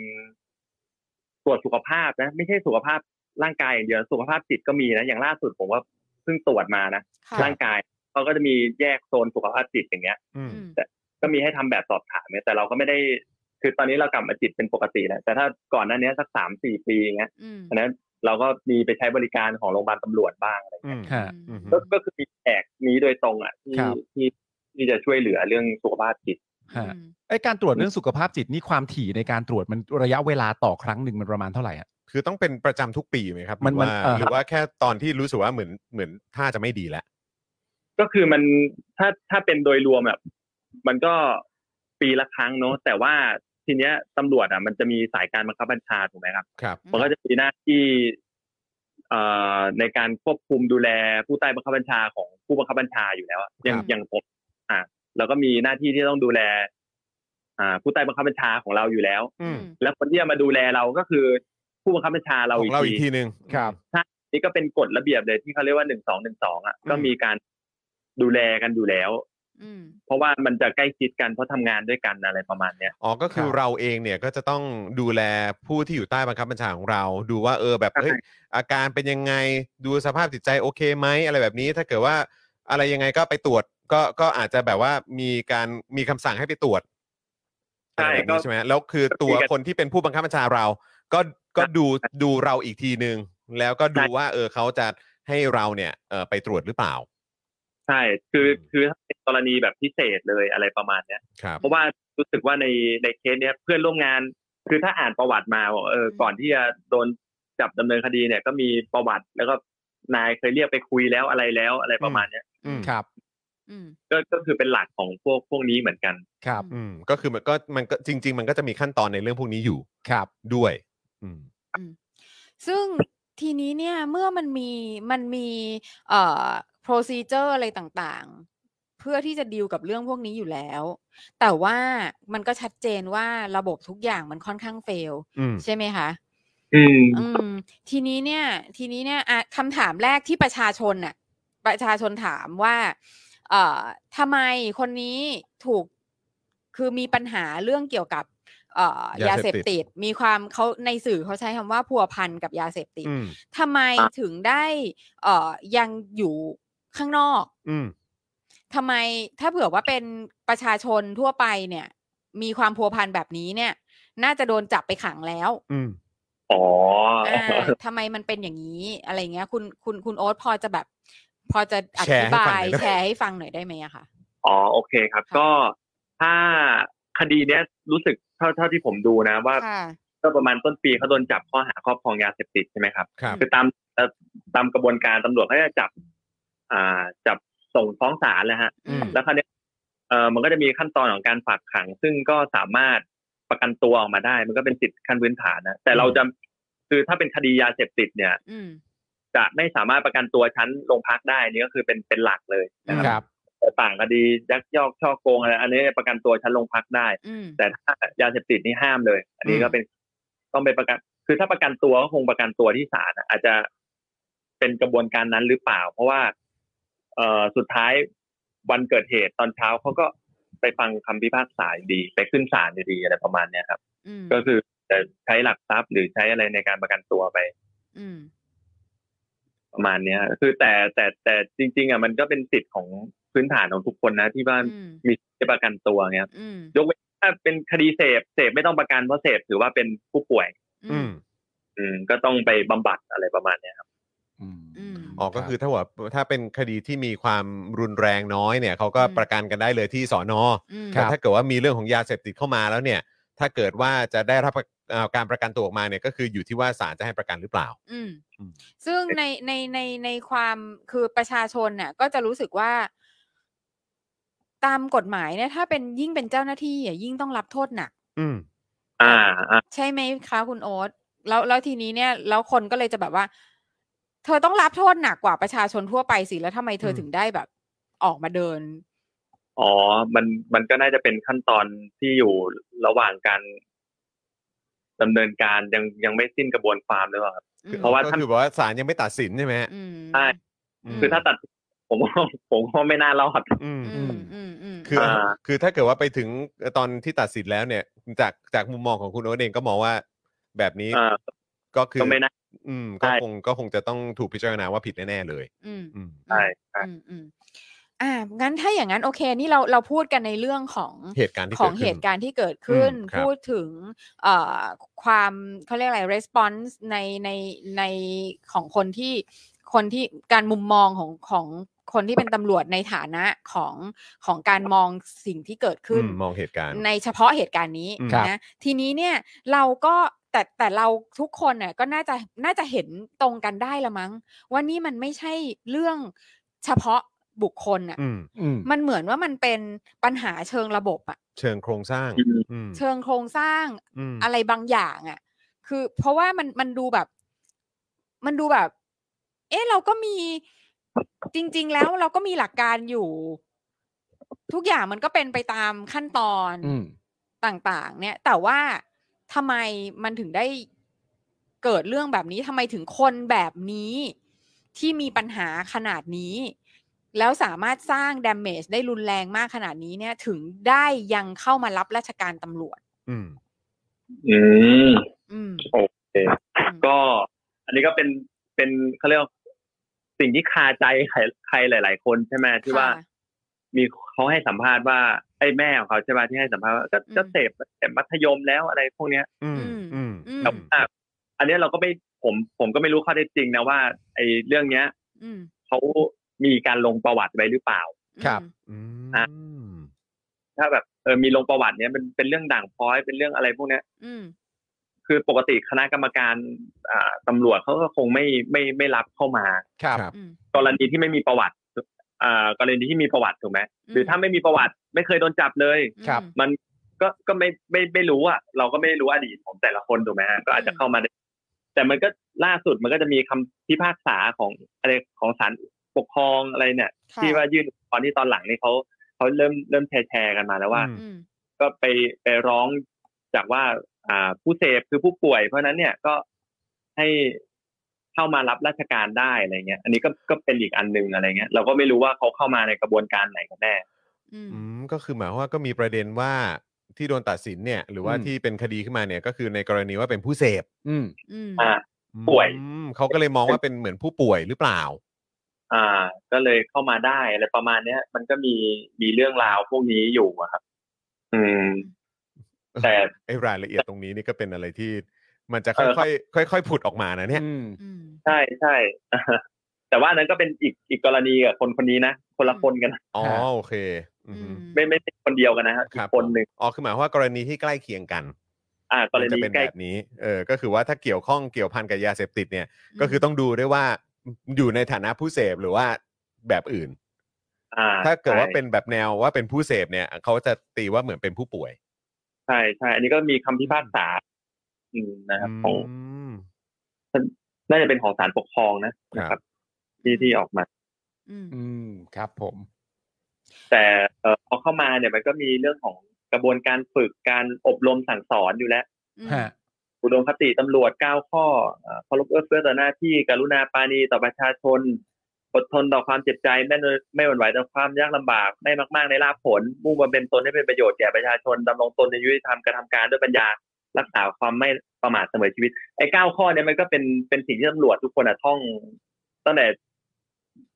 S5: ตรวจสุขภาพนะ ไม่ใช่สุขภาพร่างกายอย่างเดียวสุขภาพจิตก็มีนะ อย่างล่าสุดผมว่าเพิ่งตรวจมานะ
S2: ค่ะ
S5: ร่างกายเขาก็จะมีแยกโซนสุขภาพจิตอย่างเงี้ย
S7: อืม
S2: อืม
S5: ก็มีให้ทำแบบสอบถามเนี่ยแต่เราก็ไม่ได้คือตอนนี้เรากลับมาจิตเป็นปกติแล้วแต่ถ้าก่อนหน้านี้สักสามสี่ปีอย่างเงี้ย
S2: อืม
S5: อันนั้นเราก็มีไปใช้บริการของโรงพยาบาลตำรวจบ้างอะไร
S7: อืม
S3: ฮะ
S7: อืม
S5: ก็ก็คือมีแอกนี้โดยตรงอ่ะที่
S3: ครับ
S5: ที่ที่จะช่วยเหลือเรื่องสุขภาพจิต
S3: ฮะ
S2: อืม
S3: ไอยการตรวจเรื่องสุขภาพจิตนี่ความถี่ในการตรวจมันระยะเวลาต่อครั้งหนึ่งมันประมาณเท่าไหร่อ่ะ
S7: คือต้องเป็นประจำทุกปีไหมครับ
S3: มัน
S7: หรือ
S3: มัน
S7: ว่า
S3: เอ่อ
S7: หรือว่าแค่ตอนที่รู้สึกว่าเหมือนเหมือนท่าจะไม่ดีแล้ว
S5: ก็คือมันถ้าถ้าเป็นโดยรวมแบบมันก็ปีละครั้งเนอะแต่ว่าทีเนี้ยตำรวจอ่ะ มันจะมีสายการบังคับบัญชาถูกไหมครับ
S7: ครับ
S5: มันก็จะมีหน้าที่เอ่อในการควบคุมดูแลผู้ใต้บังคับบัญชาของผู้บังคับบัญชาอยู่แล้วอะอย่า
S7: ค
S5: ง
S7: รับ
S5: อย่างผมอ่ะเราก็มีหน้าที่ที่ต้องดูแล อ่า ผู้ใต้บังคับบัญชาของเราอยู่แล้ว
S7: อืม
S5: แล้วคนที่จะมาดูแลเราก็คือผู้บังคับบัญชาเรา
S7: ขอ
S5: อี
S7: ง
S5: ก
S7: เราอี
S5: ที
S7: กทีหนึ่ง
S3: ครับ
S5: นี่ก็เป็นกฎระเบียบเลยที่เขาเรียกว่าหนึ่งสองหนึ่งสองอ่ะก็มีการดูแลกันอยู่แล้ว
S2: อืม
S5: เพราะว่ามันจะใกล้ชิดกันเพราะทำงานด้วยกันอะไรประมาณเนี้ย
S7: อ๋อก็คือ
S3: ครับ
S7: เราเองเนี่ยก็จะต้องดูแลผู้ที่อยู่ใต้บังคับบัญชาของเรา ดูว่าเออแบบ
S5: ใช่
S7: เฮ้ยอาการเป็นยังไงดูสภาพจิตใจโอเคไหมอะไรแบบนี้ถ้าเกิดว่าอะไรยังไงก็ไปตรวจก็ก็อาจจะแบบว่ามีการมีคำสั่งให้ไปตรวจ
S5: ใช่
S7: อะไรแบบ
S5: ก็
S7: นี้ใช่ไหมแล้วคือตัว
S5: ก็คุยกัน
S7: คนที่เป็นผู้บังคับบัญชาเรา ก็ก็ดูดูเราอีกทีนึง แล้วก็ดูว่าเออเขาจะให้เราเนี่ยเออไปตรวจหรือเปล่า
S5: ใช่คือคือถ้าเป็นกรณีแบบพิเศษเลยอะไรประมาณเนี้ย
S7: ครับ
S5: เพราะว่ารู้สึกว่าในในเคสเนี้ยเพื่อนร่วมงาน คือถ้าอ่านประวัติมาบอกเออก่อนที่จะโดนจับดำเนินคดีเนี่ย ก็มีประวัติแล้วก็นายเคยเรียกไปคุยแล้วอะไรแล้วอะไรประมาณเนี้ย
S7: อืม
S3: ครับ
S2: อืม
S5: ก็ก็คือเป็นหลักของพวกพวกนี้เหมือนกัน
S3: ครับ
S7: อืมก็คือมันก็มันก็จริง ๆ มันก็จะมีขั้นตอนในเรื่องพวกนี้อยู่
S3: ครับ
S7: ด้วย อืม
S2: ซึ่งทีนี้เนี่ยเมื่อมันมีมันมีเอ่อ procedure อะไรต่างๆ เพื่อที่จะดีลกับเรื่องพวกนี้อยู่แล้ว แต่ว่ามันก็ชัดเจนว่าระบบทุกอย่างมันค่อนข้างเฟล
S7: อืม
S2: ใช่ไหมคะ
S5: อืม
S2: อืม ทีนี้เนี่ย ทีนี้เนี่ยอ่ะคำถามแรกที่ประชาชนน่ะ ประชาชนถามว่า เอ่อทำไมคนนี้ถูกคือมีปัญหาเรื่องเกี่ยวกับ เอ่อ
S7: าย
S2: ยา
S7: เสพ
S2: เสพ
S7: ติด
S2: ติด มีความเขาในสื่อเขาใช้คำว่าพัวพันกับยาเสพติด
S7: อืม
S2: ทำไม
S5: อ่ะ
S2: ถึงได้ เอ่อยังอยู่ข้างนอก
S7: อืม
S2: ทำไมถ้าเผื่อว่าเป็นประชาชนทั่วไปเนี่ย มีความพัวพันแบบนี้เนี่ย น่าจะโดนจับไปขังแล้ว
S7: อืม
S5: อ๋อ
S2: อ่าทำไมมันเป็นอย่างนี้อะไรเงี้ย คุณคุณคุณโอ๊ตพอจะแบบ พอจะอ
S7: แชร์ให้
S2: ธิบา
S7: ฟัง
S2: ย
S7: หน่อยนะ
S2: แชร์ให้ฟังหน่อยได้ไหมอะคะ
S5: อ๋อโอเคครับ
S2: ค่ะ
S5: ก็ถ้าคดีเนี้ยรู้สึกเท่าเท่าที่ผมดูนะ ว่า
S2: ค่ะ
S5: ก็ประมาณต้นปีเขาโดนจับข้อหาครอบครองยาเสพติดใช่ไหมครับ
S7: ครับ
S5: คือตามเอ่อตามกระบวนการตำรวจเขาจะจับ อ่าจับส่งฟ้องศาลนะฮะ
S7: อืม
S5: แล้วคราวเนี้ยเออมันก็จะมีขั้นตอนของการฝากขัง ซึ่งก็สามารถประกันตัวออกมาได้ มันก็เป็นสิทธิขั้นพื้นฐานนะแต่เราจะคือถ้าเป็นคดียาเสพติดเนี่ย
S2: อืม
S5: จะไม่สามารถประกันตัวชั้นโรงพักได้นี่ก็คือเป็นเป็นหลักเลยนะค
S3: ครับ รับ
S5: แต่ต่างคดียักยอกช่อโกงอะไรอันนี้ประกันตัวชั้นโรงพักได้
S2: อืม
S5: แต่ถ้ายาเสพติดนี่ห้ามเลย อันนี้
S7: อืม
S5: ก็เป็นต้องไปประกัน คือถ้าประกันตัวก็คงประกันตัวที่ศาลอะอาจจะเป็นกระบวนการนั้นหรือเปล่า เพราะว่า เอ่อสุดท้ายวันเกิดเหตุตอนเช้าเขาก็ไปฟังคำพิพากษาอยู่ดี ไปขึ้นศาลอยู่ดีอะไรประมาณเนี้ยครับ
S2: อืม
S5: ก็คือจะใช้หลักทรัพย์หรือใช้อะไรในการประกันตัวไป
S2: อืม
S5: ประมาณเนี้ยคือแต่แต่แต่จริง ๆอ่ะมันก็เป็นสิทธิ์ของพื้นฐานของทุกคนนะที่ว่า
S2: อืม
S5: มีสิทธิ์จะประกันตัวเงี้ย
S2: อืม
S5: ยกเว้นถ้าเป็นคดีเสพเสพไม่ต้องประกันเพราะเสพถือว่าเป็นผู้ป่วย
S2: อื
S7: อื
S2: ม
S7: ม
S5: อืมก็ต้องไปบำบัดอะไรประมาณเนี้ยครับ
S2: อืม
S7: อ๋อ ก็คือถ้าว่าถ้าเป็นคดีที่มีความรุนแรงน้อยเนี่ยเขาก็
S2: อืม
S7: ประกันกันได้เลยที่สอนอ
S2: อืม
S7: แต่ถ้าเกิดว่ามีเรื่องของยาเสพติดเข้ามาแล้วเนี่ย ถ้าเกิดว่าจะได้รับประเอ่อการประกันตัวออกมาเนี่ยก็คืออยู่ที่ว่าศาลจะให้ประกันหรือเปล่า
S2: อืม
S7: อืม
S2: ซึ่งในในในในความคือประชาชนน่ะ ก็จะรู้สึกว่า ตามกฎหมายเนี่ย ถ้าเป็นยิ่งเป็นเจ้าหน้าที่อ่ะยิ่งต้องรับโทษหนัก
S7: อืม
S5: อ่าอ่า
S2: ใช่ไหมคะคุณโอ๊ตแล้วแล้วทีนี้เนี่ย แล้วคนก็เลยจะแบบว่า เธอต้องรับโทษหนักกว่าประชาชนทั่วไปสิแล้วทำไมเธออ
S7: ม
S2: ถึงได้แบบ ออกมาเดิน
S5: อ๋อ มันมันก็น่าจะเป็นขั้นตอนที่อยู่ระหว่างการดำเนินการยังยังไม่สิ้นกระบวนความหรือเปล่าครับ
S2: อืม
S5: เพราะว่า
S7: ก็คือแบบว่าศาลยังไม่ตัดสินใช่ไหมฮะ
S2: อืม
S5: ใช่
S2: อืม
S5: คือถ้าตัด ผมว่า ผมก็ไม่น่ารอด
S7: อืม
S2: อืมอืมอืม
S7: คือ
S5: อ่า
S7: คือถ้าเกิดว่าไปถึงตอนที่ตัดสินแล้วเนี่ย จากจากมุมมองของคุณโอ๊ตเองก็มองว่าแบบนี้
S5: อ่า
S7: ก็คือ
S5: ก็ไม่น่า
S7: อืมก็
S5: ใช่
S7: คงก็คงจะต้องถูกพิจารณาว่าผิดแน่ๆเลย
S2: อืม
S7: อืม
S5: ใช่ใช่
S2: อืมอืมอ่างั้นถ้าอย่างนั้นโอเค นี่เราเราพูดกันในเรื่องของ
S7: เหตุการณ์ที่
S2: ขอ
S7: เกิ
S2: ง
S7: ด
S2: เห
S7: ขึ้น
S2: ตุการณ์ที่เกิดขึ้น
S7: อืมครับ
S2: พูดถึงเอ่อความเขาเรียกอะไร response ในในในของคนที่คนที่การมุมมองของของคนที่เป็นตำรวจในฐานะของของการมองสิ่งที่เกิดขึ้น
S7: อืมมองเหตุการณ์
S2: ในเฉพาะเหตุการณ์นี้
S7: อืม
S2: นะทีนี้เนี่ยเราก็แต่แต่เราทุกคนน่ะก็น่าจะน่าจะเห็นตรงกันได้ละมั้ง ว่านี่มันไม่ใช่เรื่องเฉพาะบุคคลอ่ะ
S7: อืม
S3: อืม
S2: มันเหมือนว่ามันเป็นปัญหาเชิงระบบอ่ะ
S7: เชิงโครงสร้าง
S5: อืม
S7: อืม
S2: เชิงโครงสร้าง
S7: อืม
S2: อะไรบางอย่างอ่ะ คือเพราะว่ามันมันดูแบบ มันดูแบบ เอ๊ะเราก็มีจริง ๆ แล้วเราก็มีหลักการอยู่ ทุกอย่างมันก็เป็นไปตามขั้นตอน
S3: อืม
S2: ต่างๆ เนี่ย แต่ว่าทำไมมันถึงได้เกิดเรื่องแบบนี้ทำไมถึงคนแบบนี้ที่มีปัญหาขนาดนี้ แล้วสามารถสร้าง damage ได้รุนแรงมากขนาดนี้เนี่ย ถึงได้ยังเข้ามารับราชการตำรวจ
S7: อืม
S5: อืม
S2: อืม
S5: โอเค
S2: อืม
S5: ก็อันนี้ก็เป็นเป็นเขาเรียกว่าสิ่งที่คาใจใครใครหลาย ๆ คนใช่ไหมที่ว่า
S2: ค่ะ
S5: มีเขาให้สัมภาษณ์ว่าไอ้แม่ของเขาใช่ไหมที่ให้สัมภาษณ์ว่าก็
S2: อืม
S5: ก็เสพเสพมัธยมแล้วอะไรพวกเนี้ย
S7: อืม
S2: อืม
S7: อืม
S2: อืม
S5: แต่ว่าอันเนี้ยเราก็ไม่ผมผมก็ไม่รู้ข้อเท็จจริงนะว่าไอ้เรื่องเนี้ย
S2: อืม
S5: เขามีการลงประวัติไว้หรือเปล่า
S7: ครับ
S2: อืม
S1: อืม
S5: ถ้าแบบเออมีลงประวัติเนี้ยเป็นเป็นเรื่องด่างพร้อยเป็นเรื่องอะไรพวกเนี้ย
S2: อืม
S5: คือปกติคณะกรรมการอ่าตำรวจเขาก็คงไม่ไม่ไม่รับเข้ามา
S7: ครับ
S2: อืม
S5: กรณีที่ไม่มีประวัติอ่ากรณีที่มีประวัติถูกไหมหรือถ้าไม่มีประวัติไม่เคยโดนจับเลย
S2: อืม
S7: ครับ
S5: มันก็ก็ไม่ไม่ไม่รู้อ่ะเราก็ไม่รู้อดีตของแต่ละคนถูกไหมฮะก็อาจจะเข้ามาได้แต่มันก็ล่าสุดมันก็จะมีคำพิพากษาของอะไรของศาลปกครองอะไรเนี่ย
S2: ค่ะ
S5: ที่ว่ายื่นตอนที่ตอนหลังนี่เขาเขาเริ่มเริ่มแชร์แชร์กันมาแล้วว่า
S2: อืม
S5: ก็ไปไปร้องจากว่า อ่าผู้เสพคือผู้ป่วย เพราะฉะนั้นเนี่ยก็ให้เข้ามารับราชการได้อะไรเงี้ย อันนี้ก็ก็เป็นอีกอันหนึงอะไรเงี้ยเราก็ไม่รู้ว่าเขาเข้ามาในกระบวนการไหนกันแน่
S2: อืม
S1: อืมก็คือหมายความว่าก็มีประเด็นว่าที่โดนตัดสินเนี่ย หรือว่า
S3: อืม
S1: ที่เป็นคดีขึ้นมาเนี่ยก็คือในกรณีว่าเป็นผู้เสพ
S3: อืม
S2: อืม
S5: อ่า ป่วย
S1: อืมเขาก็เลยมองว่าเป็นเหมือนผู้ป่วยหรือเปล่า
S5: อ่า ก็เลยเข้ามาได้อะไรประมาณเนี้ย มันก็มีมีเรื่องราวพวกนี้อยู่อะครับ อืม แต่
S1: ไอ้รายละเอียดตรงนี้นี่ก็เป็นอะไรที่ มันจะ
S5: เออ
S1: ค่อยๆค่อยๆผุดออกมานะเนี่ย
S3: อืม
S2: อืม
S5: ใช่ใช่ แต่ว่าอันนั้นก็เป็นอีกอีกกรณีกับคนคนนี้นะคนละคนกันนะ
S1: อ๋อ
S3: ค่ะ
S1: โอเคอือฮึ
S5: ไม่ไม่ใช่คนเดียวกันนะฮะอี
S1: ครั
S5: ก
S1: บ
S5: คนหนึ่ง
S1: อ๋อคือหมายความว่ากรณีที่ใกล้เคียงกัน
S5: อ่ากร
S1: มันจะ
S5: ณี
S1: เป็น
S5: ใกล้
S1: แบบนี้เออก็คือว่าถ้าเกี่ยวข้องเกี่ยวพันกับยาเสพติดเนี่ย ก็คือต้องดูด้วยว่าอยู่ในฐานะผู้เสพหรือว่าแบบอื่น
S5: อ่า
S1: ถ้าเกิดว่า
S5: ใช่
S1: เป็นแบบแนวว่าเป็นผู้เสพเนี่ยเขาจะตีว่าเหมือนเป็นผู้ป่วย
S5: ใช่ใช่ อันนี้ก็มีคำพิพากษา อืมนะครับของ
S1: อืม
S5: น่าจะเป็นของศาลปกครองนะครับ ครับ ที่ที่ออกมา
S2: อืม
S3: อืมครับผม
S5: แต่เอ่อพอเข้ามาเนี่ยมันก็มีเรื่องของกระบวนการฝึกการอบรมสั่งสอนอยู่แล้ว
S3: ฮะ
S5: อุดมคติตำรวจเก้าข้อเอ่อเคารพเอื้อเฟื้อต่อหน้าที่ กรุณาปราณีต่อประชาชน อดทนต่อความเจ็บใจ ไม่นไม่หวั่นไหวต่อความยากลำบาก ไม่มากมากในลาภผล มุ่งบำเพ็ญตนให้เป็นประโยชน์แก่ประชาชนดำรงตนในยุติธรรมกระทำการด้วยปัญญา รักษาความไม่ประมาทเสมอชีวิต ไอ้เก้าข้อเนี่ยมันก็เป็นเป็นสิ่งที่ตำรวจทุกคนอะท่อง ตั้งแต่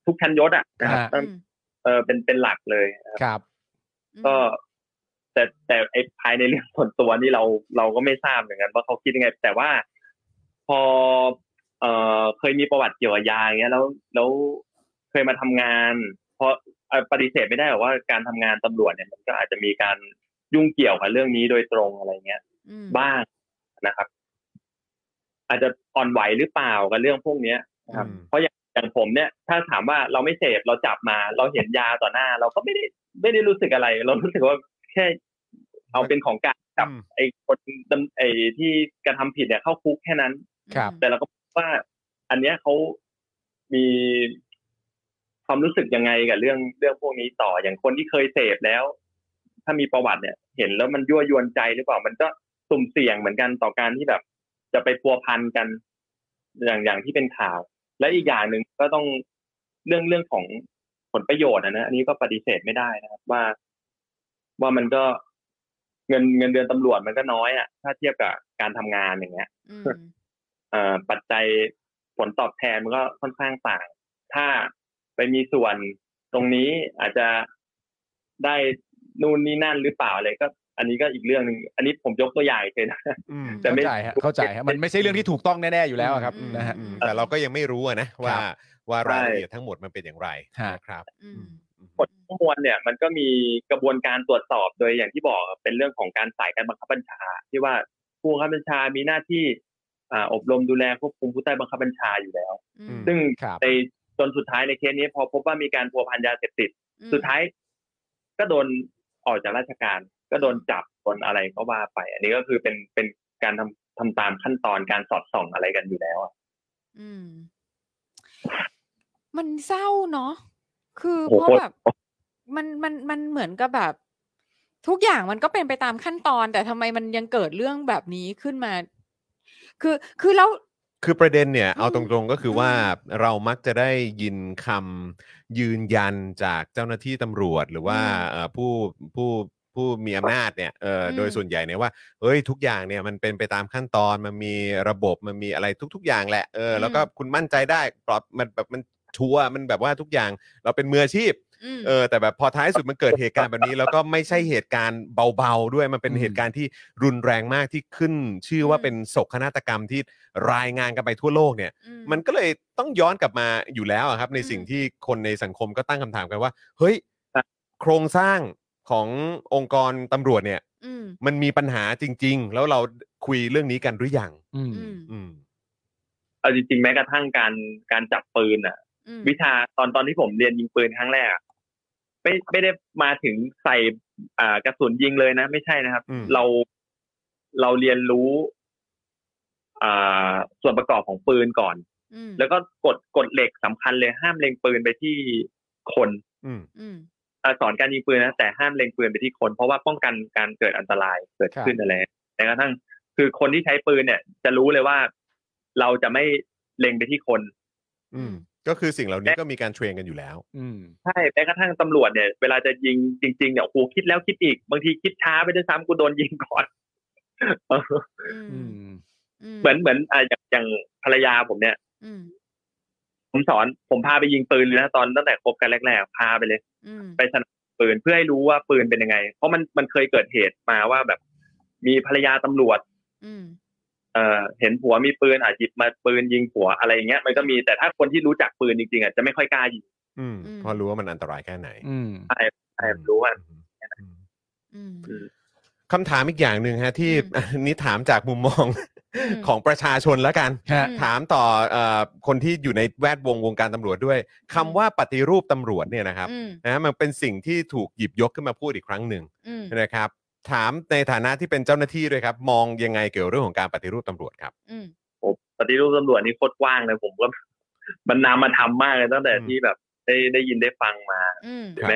S5: ทุกชั้นยศอะนะครับ
S3: อ่า
S5: ตั้งเออเป็นเป็นหลักเลย
S3: ครับ
S5: ก็แต่แต่ไอ้ภายในเรื่องส่วนตัวนี่เราเราก็ไม่ทราบเหมือนกันว่าเขาคิดยังไง แต่ว่าพอเอ่อเคยมีประวัติเกี่ยวกับยาอย่างเงี้ยแล้วแล้วเคยมาทำงานเพราะเอ่อปฏิเสธไม่ได้หรอกว่าการทำงานตำรวจเนี่ยมันก็อาจจะมีการยุ่งเกี่ยวกับเรื่องนี้โดยตรงอะไรเงี้ย
S2: อืม
S5: บ้างนะครับ อาจจะอ่อนไหวหรือเปล่ากับเรื่องพวกเนี้ยนะครับ
S1: อืม
S5: เพราะอย่างอย่างผมเนี่ย ถ้าถามว่าเราไม่เสพเราจับมา เราเห็นยาต่อหน้า เราก็ไม่ได้ไม่ได้รู้สึกอะไร เรารู้สึกว่าแค่เอาเป็นของกลางจับ
S1: อืม
S5: ไอ้คนดำไอ้ที่กระทำผิดเนี่ยเข้าคุกแค่นั้น
S3: ครับ
S5: แต่เราก็ว่า อันเนี้ยเขามีความรู้สึกยังไงกับเรื่องเรื่องพวกนี้ต่ออย่างคนที่เคยเสพแล้ว ถ้ามีประวัติเนี่ย เห็นแล้วมันยั่วยวนใจหรือเปล่า มันก็สุ่มเสี่ยงเหมือนกันต่อการที่แบบ จะไปพัวพันกัน อย่างอย่างที่เป็นข่าว และอีกอย่างหนึ่งก็ต้องเรื่องเรื่องของผลประโยชน์อะนะอันนี้ก็ปฏิเสธไม่ได้นะครับว่า ว่ามันก็เงินเงินเดือนตำรวจมันก็น้อยอะถ้าเทียบกับการทำงานอย่างเงี้ย
S2: อืม
S5: เอ่อปัจจัยผลตอบแทนมันก็ค่อนข้างต่าง ถ้าไปมีส่วนตรงนี้อาจจะได้นู่นนี่นั่นหรือเปล่าอะไรก็ อันนี้ก็อีกเรื่องหนึ่งอันนี้ผมยกตัวอย่างเฉยนะ
S1: อืม
S5: แต่
S3: เข้า
S5: ไม่
S3: ใจฮะเข้าใจฮะมันไม่ใช่เรื่องที่ถูกต้องแน่ๆอยู่แล้วอะครับ
S1: อืม
S3: นะฮะ
S1: อืมแต่เราก็ยังไม่รู้อะนะว่า
S3: ครับ
S1: ว่าราย
S5: ใช่
S1: ละเอียดทั้งหมดมันเป็นอย่างไร
S3: ฮะ
S1: นะครับ
S2: อืม
S5: ผลทั้งมวลเนี่ย มันก็มีกระบวนการตรวจสอบโดยอย่างที่บอกเป็นเรื่องของการสายการบังคับบัญชา ที่ว่าผู้บังคับบัญชามีหน้าที่อ่าอบรมดูแลควบคุมผู้ใต้บังคับบัญชาอยู่แล้ว
S2: อืม
S5: ซึ่ง
S3: ครับ
S5: ในจนสุดท้ายในเคสนี้พอพบว่ามีการพัวพันยาเสพติด สุดท้ายก็โดนออกจากราชการ ก็โดนจับโดนอะไรก็ว่าไป อันนี้ก็คือเป็นเป็นการทำทำตามขั้นตอนการสอดส่องอะไรกันอยู่แล้วอะ
S2: อืม มันเศร้าเนาะคือ
S5: โอ้โห
S2: เพราะ
S5: โคต
S2: แบ
S5: ร
S2: บ มันมันมันเหมือนกับแบบ ทุกอย่างมันก็เป็นไปตามขั้นตอน แต่ทำไมมันยังเกิดเรื่องแบบนี้ขึ้นมา คือคือแล้ว
S1: คือประเด็นเนี่ยเอา
S2: อื
S1: ต
S2: ม
S1: รงๆก็คือว่าเรามักจะได้ยินคำยืนยันจากเจ้าหน้าที่ตำรวจ หรือว่า
S2: อืม
S1: เอ่อผู้ผู้ผู้มีอำนาจเนี่ยเอ่ออ
S2: ม
S1: โดยส่วนใหญ่เนี่ยว่าเฮ้ยทุกอย่างเนี่ยมันเป็นไปตามขั้นตอนมันมีระบบมันมีอะไรทุก ๆ อย่างแหละเอออแล้วก็คุณมั่นใจได้ปลอดมันแบบมันชัวร์มันแบบว่าทุกอย่างเราเป็นมืออาชีพ
S2: อืม
S1: เออแต่แบบพอท้ายสุดมันเกิดเหตุการณ์แบบนี้ แล้วก็ไม่ใช่เหตุการณ์เบาๆด้วยมันเป็น
S3: อืม
S1: เหตุการณ์ที่รุนแรงมากที่ขึ้น ชื่อว่าเป็นโศกนาฏกรรมที่รายงานกันไปทั่วโลกเนี่ย
S2: อื
S1: มันก็เลยต้องย้อนกลับมาอยู่แล้วอะครับในสิ่ง
S2: อืม
S1: ที่คนในสังคมก็ตั้งคำถามกันว่า เฮ้ย
S5: ครับ
S1: โครงสร้างขององค์กรตำรวจเนี่ย
S2: อืม
S1: มันมีปัญหาจริง ๆ แล้วเราคุยเรื่องนี้กันหรือยัง
S3: อืม
S2: อืม
S1: อืม
S5: เอาจริงๆแม้กระทั่งการการจับปืนอ่ะ
S2: อืม
S5: วิชาตอนตอนที่ผมเรียนยิงปืนครั้งแรกอะไม่ไม่ได้มาถึงใส่อ่ากระสุนยิงเลยนะ ไม่ใช่นะครับ
S1: อืม
S5: เราเราเรียนรู้ อ่าส่วนประกอบของปืนก่อน
S2: อืม
S5: แล้วก็กฎกฎเหล็กสำคัญเลยห้ามเล็งปืนไปที่คน
S1: อืม
S2: อืม
S5: อาสอนการยิงปืนนะแต่ห้ามเล็งปืนไปที่คน เพราะว่าป้องกันการเกิดอันตรายเกิดขึ้นอะไรแต่กระทั่งคือคนที่ใช้ปืนเนี่ย จะรู้เลยว่าเราจะไม่เล็งไปที่คน
S1: อืม ก็คือสิ่งเหล่านี้ก็มีการเทรนกันอยู่แล้ว
S3: อืม
S5: ใช่แม้กระทั่งตำรวจเนี่ย เวลาจะยิงจริงๆเนี่ยโอ้โหคิดแล้วคิดอีก บางทีคิดช้าไปด้วยซ้ำกูโดนยิงก่อนเออ
S3: อืม
S5: เหมือนเหมือนอ่ะอย่างอย่างภรรยาผมเนี่ย
S2: อืม
S5: ผมสอนผมพาไปยิงปืนเลยนะตอนตั้งแต่คบกันแรกๆพาไปเลย
S2: อืม
S5: ไปสนามปืนเพื่อให้รู้ว่าปืนเป็นยังไง เพราะมันมันเคยเกิดเหตุมาว่าแบบ มีภรรยาตำรวจ
S2: อืม
S5: เอ่อเห็นผัวมีปืนอ่ะหยิบมาปืนยิงผัวอะไรอย่างเงี้ยมันก็มีแต่ถ้าคนที่รู้จักปืนจริงๆอ่ะจะไม่ค่อยกล้ายิง
S1: อืมเพอรู้ว่ามันอันตรายแค่ไหน
S3: อืม
S5: ใช่รู้ว่า
S1: อืม
S2: อืม
S1: คำถามอีกอย่างหนึ่งฮะที่
S2: อื
S1: อัน นี้ถามจากมุมมอง ของประชาชนแล้วกัน
S3: ฮะ
S2: อืม
S1: ถามต่อเออคนที่อยู่ในแวดวงวงการตำรวจด้วยคำว่าปฏิรูปตำรวจเนี่ยนะครับ
S2: อืม
S1: นะมันเป็นสิ่งที่ถูกหยิบยกขึ้นมาพูดอีกครั้งหนึ่ง
S2: อืม
S1: นะครับ ถามในฐานะที่เป็นเจ้าหน้าที่ด้วยครับ มองยังไงเกี่ยวเรื่องของการปฏิรูปตำรวจครับ
S2: อืม
S5: ผมปฏิรูปตำรวจนี่โคตรกว้างเลยผมก็ มันนำมาทำมากเลยตั้งแต่
S1: อืม
S5: ที่แบบได้ได้ยินได้ฟังมา
S2: อืม
S5: ใช่ไหม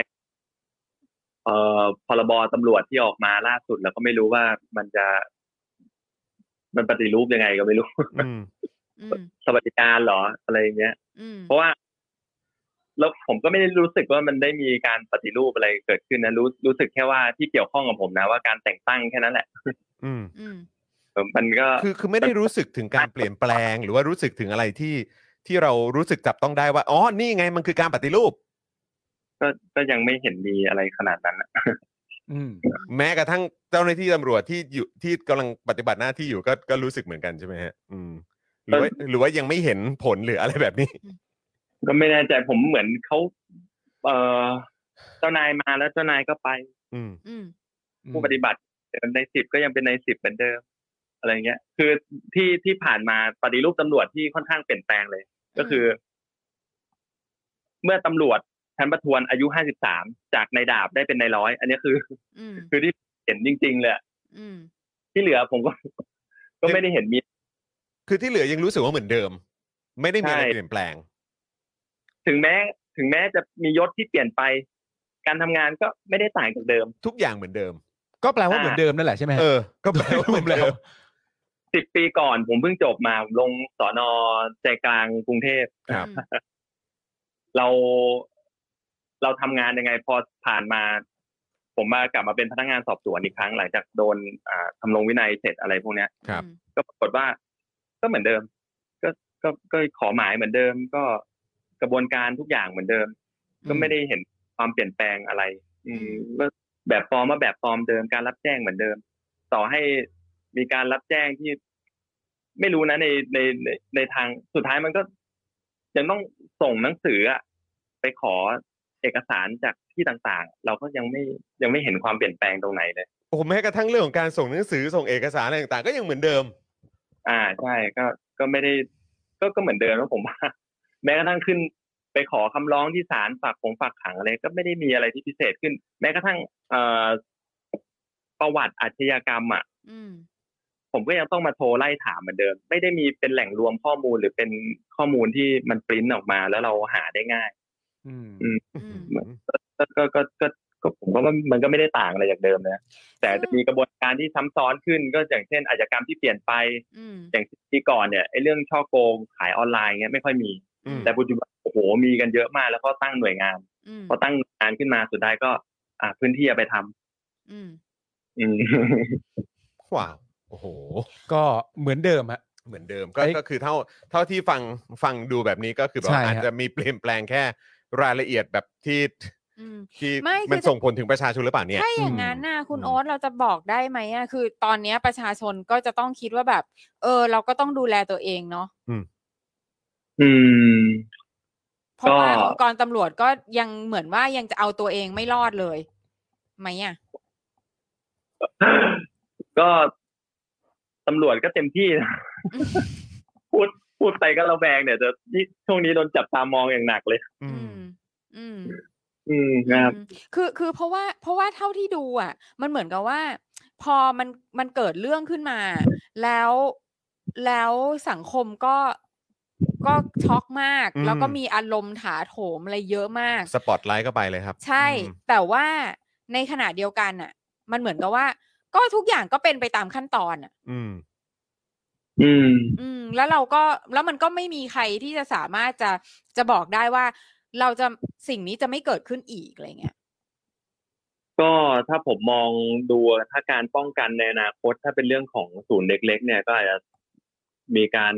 S5: เอ่อพรบตำรวจที่ออกมาล่าสุด แล้วก็ไม่รู้ว่ามันจะ มันปฏิรูปยังไงก็ไม่รู้
S1: อืม
S2: อืม
S5: สวัสดิการเหรออะไรอย่างเงี้ย
S2: อืม
S5: เพราะว่า แล้วผมก็ไม่ได้รู้สึกว่ามันได้มีการปฏิรูปอะไรเกิดขึ้นนะรู้รู้สึกแค่ว่าที่เกี่ยวข้องกับผมนะว่าการแต่งตั้งแค่นั้นแหละ
S1: อืม
S2: อืม
S5: เออมันก็
S1: คือคือไม่ได้รู้สึกถึงการเปลี่ยนแปลง หรือว่ารู้สึกถึงอะไรที่ที่เรารู้สึกจับต้องได้ว่าอ๋อนี่ไงมันคือการปฏิรูป
S5: ก็ก็ยังไม่เห็นมีอะไรขนาดนั้นอะ
S3: อืม
S1: แม้กระทั่งเจ้าหน้าที่ตำรวจที่อยู่ที่กำลังปฏิบัติหน้าที่อยู่ก็ก็รู้สึกเหมือนกันใช่ไหมฮะอืมหรือว่าหรือว่ายังไม่เห็นผลหรืออะไรแบบนี้
S5: ก็ไม่แน่ใจผมเหมือนเขาเออเจ้านายมาแล้วเจ้านายก็ไป
S1: อืม
S2: อืม
S5: ผู้ปฏิบัติเป็นในสิบก็ยังเป็นในสิบเหมือนเดิม อะไรเงี้ย คือที่ที่ผ่านมาปฏิรูปตำรวจที่ค่อนข้างเปลี่ยนแปลงเลย ก็คือ เมื่อตำรวจชั้นประทวนอายุห้าสิบสามจากในายดาบได้เป็นในายร้อย อันนี้คือ
S2: อืม
S5: คือที่เห็นจริง ๆ เลยอะ
S2: อืม
S5: ที่เหลือผมก็ ก็ไม่ได้เห็นมี
S1: คือที่เหลือยังรู้สึกว่าเหมือนเดิม ไม่ได้มีอะไร
S5: ใช่
S1: เปลี่ยนแปลง
S5: ถึงแม้ ถึงแม้จะมียศที่เปลี่ยนไป การทำงานก็ไม่ได้ต่างจากเดิม
S1: ทุกอย่างเหมือนเดิม
S3: ก็แปลว่าเหมือนเดิมนั่นแหละใช่ไหมฮะ
S1: เออ ก็แปลว่าเหมือนเดิม
S5: สิบปีก่อนผมเพิ่งจบมาผมลงสอนอใจกลางกรุงเทพ
S1: ครับ
S5: เราเราทำงานยังไงพอผ่านมา ผมมากลับมาเป็นพนักงานสอบสวนอีกครั้งหลังจากโดนอ่าทำลงวินัยเสร็จอะไรพวกเนี้ย
S1: ครับ
S5: ก็ปรากฏว่า ก็เหมือนเดิม ก็ก็ก็ขอหมายเหมือนเดิม ก็กระบวนการทุกอย่างเหมือนเดิม ก็ไม่ได้เห็นความเปลี่ยนแปลงอะไร อืมก็แบบฟอร์มว่าแบบฟอร์มเดิมการรับแจ้งเหมือนเดิม ต่อให้มีการรับแจ้งที่ ไม่รู้นะในในในในทางสุดท้ายมันก็ยังต้องส่งหนังสืออะไปขอเอกสารจากที่ต่างๆ เราก็ยังไม่ยังไม่เห็นความเปลี่ยนแปลงตรงไหนเลย
S1: โอ้โหแม้กระทั่งเรื่องของการส่งหนังสือส่งเอกสารอะไรต่างๆ ก็ยังเหมือนเดิม
S5: อ่าใช่ก็ก็ไม่ได้ก็ก็เหมือนเดิมแล้วผมว่า แม้กระทั่งขึ้นไปขอคำร้องที่ศาลฝากผงฝากขังอะไรก็ไม่ได้มีอะไรที่พิเศษขึ้น แม้กระทั่งเอ่อประวัติอาชญากรรมอ่ะ
S2: อืม
S5: ผมก็ยังต้องมาโทรไล่ถามเหมือนเดิม ไม่ได้มีเป็นแหล่งรวมข้อมูลหรือเป็นข้อมูลที่มันปริ้นออกมาแล้วเราหาได้ง่าย
S3: อืม
S2: อืม
S5: ก็ก็ก็ก็ก็ผมก็ว่ามันก็ไม่ได้ต่างอะไรจากเดิมนะแต่จะมีกระบวนการที่ซ้ำซ้อนขึ้น ก็อย่างเช่นอาชญากรรมที่เปลี่ยนไป
S2: อืม
S5: อย่างที่ก่อนเนี่ยไอ้เรื่องช่อโกงขายออนไลน์เงี้ยไม่ค่อยมี
S1: อืม
S5: แต่ปัจจุบันโอ้โหมีกันเยอะมากแล้วก็ตั้งหน่วยงาน
S2: อืม
S5: พอตั้งหน่วยงานขึ้นมาสุดท้ายก็ อ่าพื้นที่เอาไปทำ
S2: อืม
S5: อืม
S1: ว้าวโอ้โห
S3: ก็เหมือนเดิมฮะ
S1: เหมือนเดิมก็
S3: ไอ้
S1: ก็คือเท่าเท่าที่ฟังฟังดูแบบนี้ก็คือแบบ
S3: ใช่
S1: ว่า
S3: ฮะ
S1: อาจจะมีเปลี่ยนแปลงแค่รายละเอียดแบบที่
S2: อืม
S1: ที่
S2: ไม่คือ
S1: มันส่งผลถึงประชาชนหรือเปล่าเนี่ย
S2: ถ้าอย่างนั้นน่ะคุณ
S1: อืม
S2: โอ๊ตเราจะบอกได้ไหมอ่ะคือตอนเนี้ยประชาชนก็จะต้องคิดว่าแบบ เออ เราก็ต้องดูแลตัวเองเนาะ
S5: อืม
S2: เพราะว่า
S5: ก็
S2: องค์กรตำรวจก็ยังเหมือนว่ายังจะเอาตัวเองไม่รอดเลยไหมอ่ะ
S5: ก็ตำรวจก็เต็มที่นะ
S2: อืม
S5: พูดพูดไปก็ระแวงเนี่ยจะนี่ช่วงนี้โดนจับตามองอย่างหนักเลย
S1: อื
S2: อื
S1: ม
S2: ม อืม
S5: อืมนะครับ
S2: อืมคือคือเพราะว่าเพราะว่าเท่าที่ดูอ่ะ มันเหมือนกับว่า พอมันมันเกิดเรื่องขึ้นมา แล้วแล้วสังคมก็ก็ช็อกมาก
S1: อืม
S2: แล้วก็มีอารมณ์ถาโถมอะไรเยอะมาก
S1: สปอตไลท์ก็ไปเลยครับ
S2: ใช่
S1: อืม
S2: แต่ว่าในขณะเดียวกันอ่ะ มันเหมือนกับว่า ก็ทุกอย่างก็เป็นไปตามขั้นตอนอ่ะ
S1: อืม
S5: อืม
S2: อืมแล้วเราก็แล้วมันก็ไม่มีใครที่จะสามารถจะจะบอกได้ว่า เราจะสิ่งนี้จะไม่เกิดขึ้นอีกอะไรเงี้ย
S5: ก็ถ้าผมมองดูถ้าการป้องกันในอนาคต ถ้าเป็นเรื่องของศูนย์เล็ก ๆ เนี่ยก็อาจจะมีการ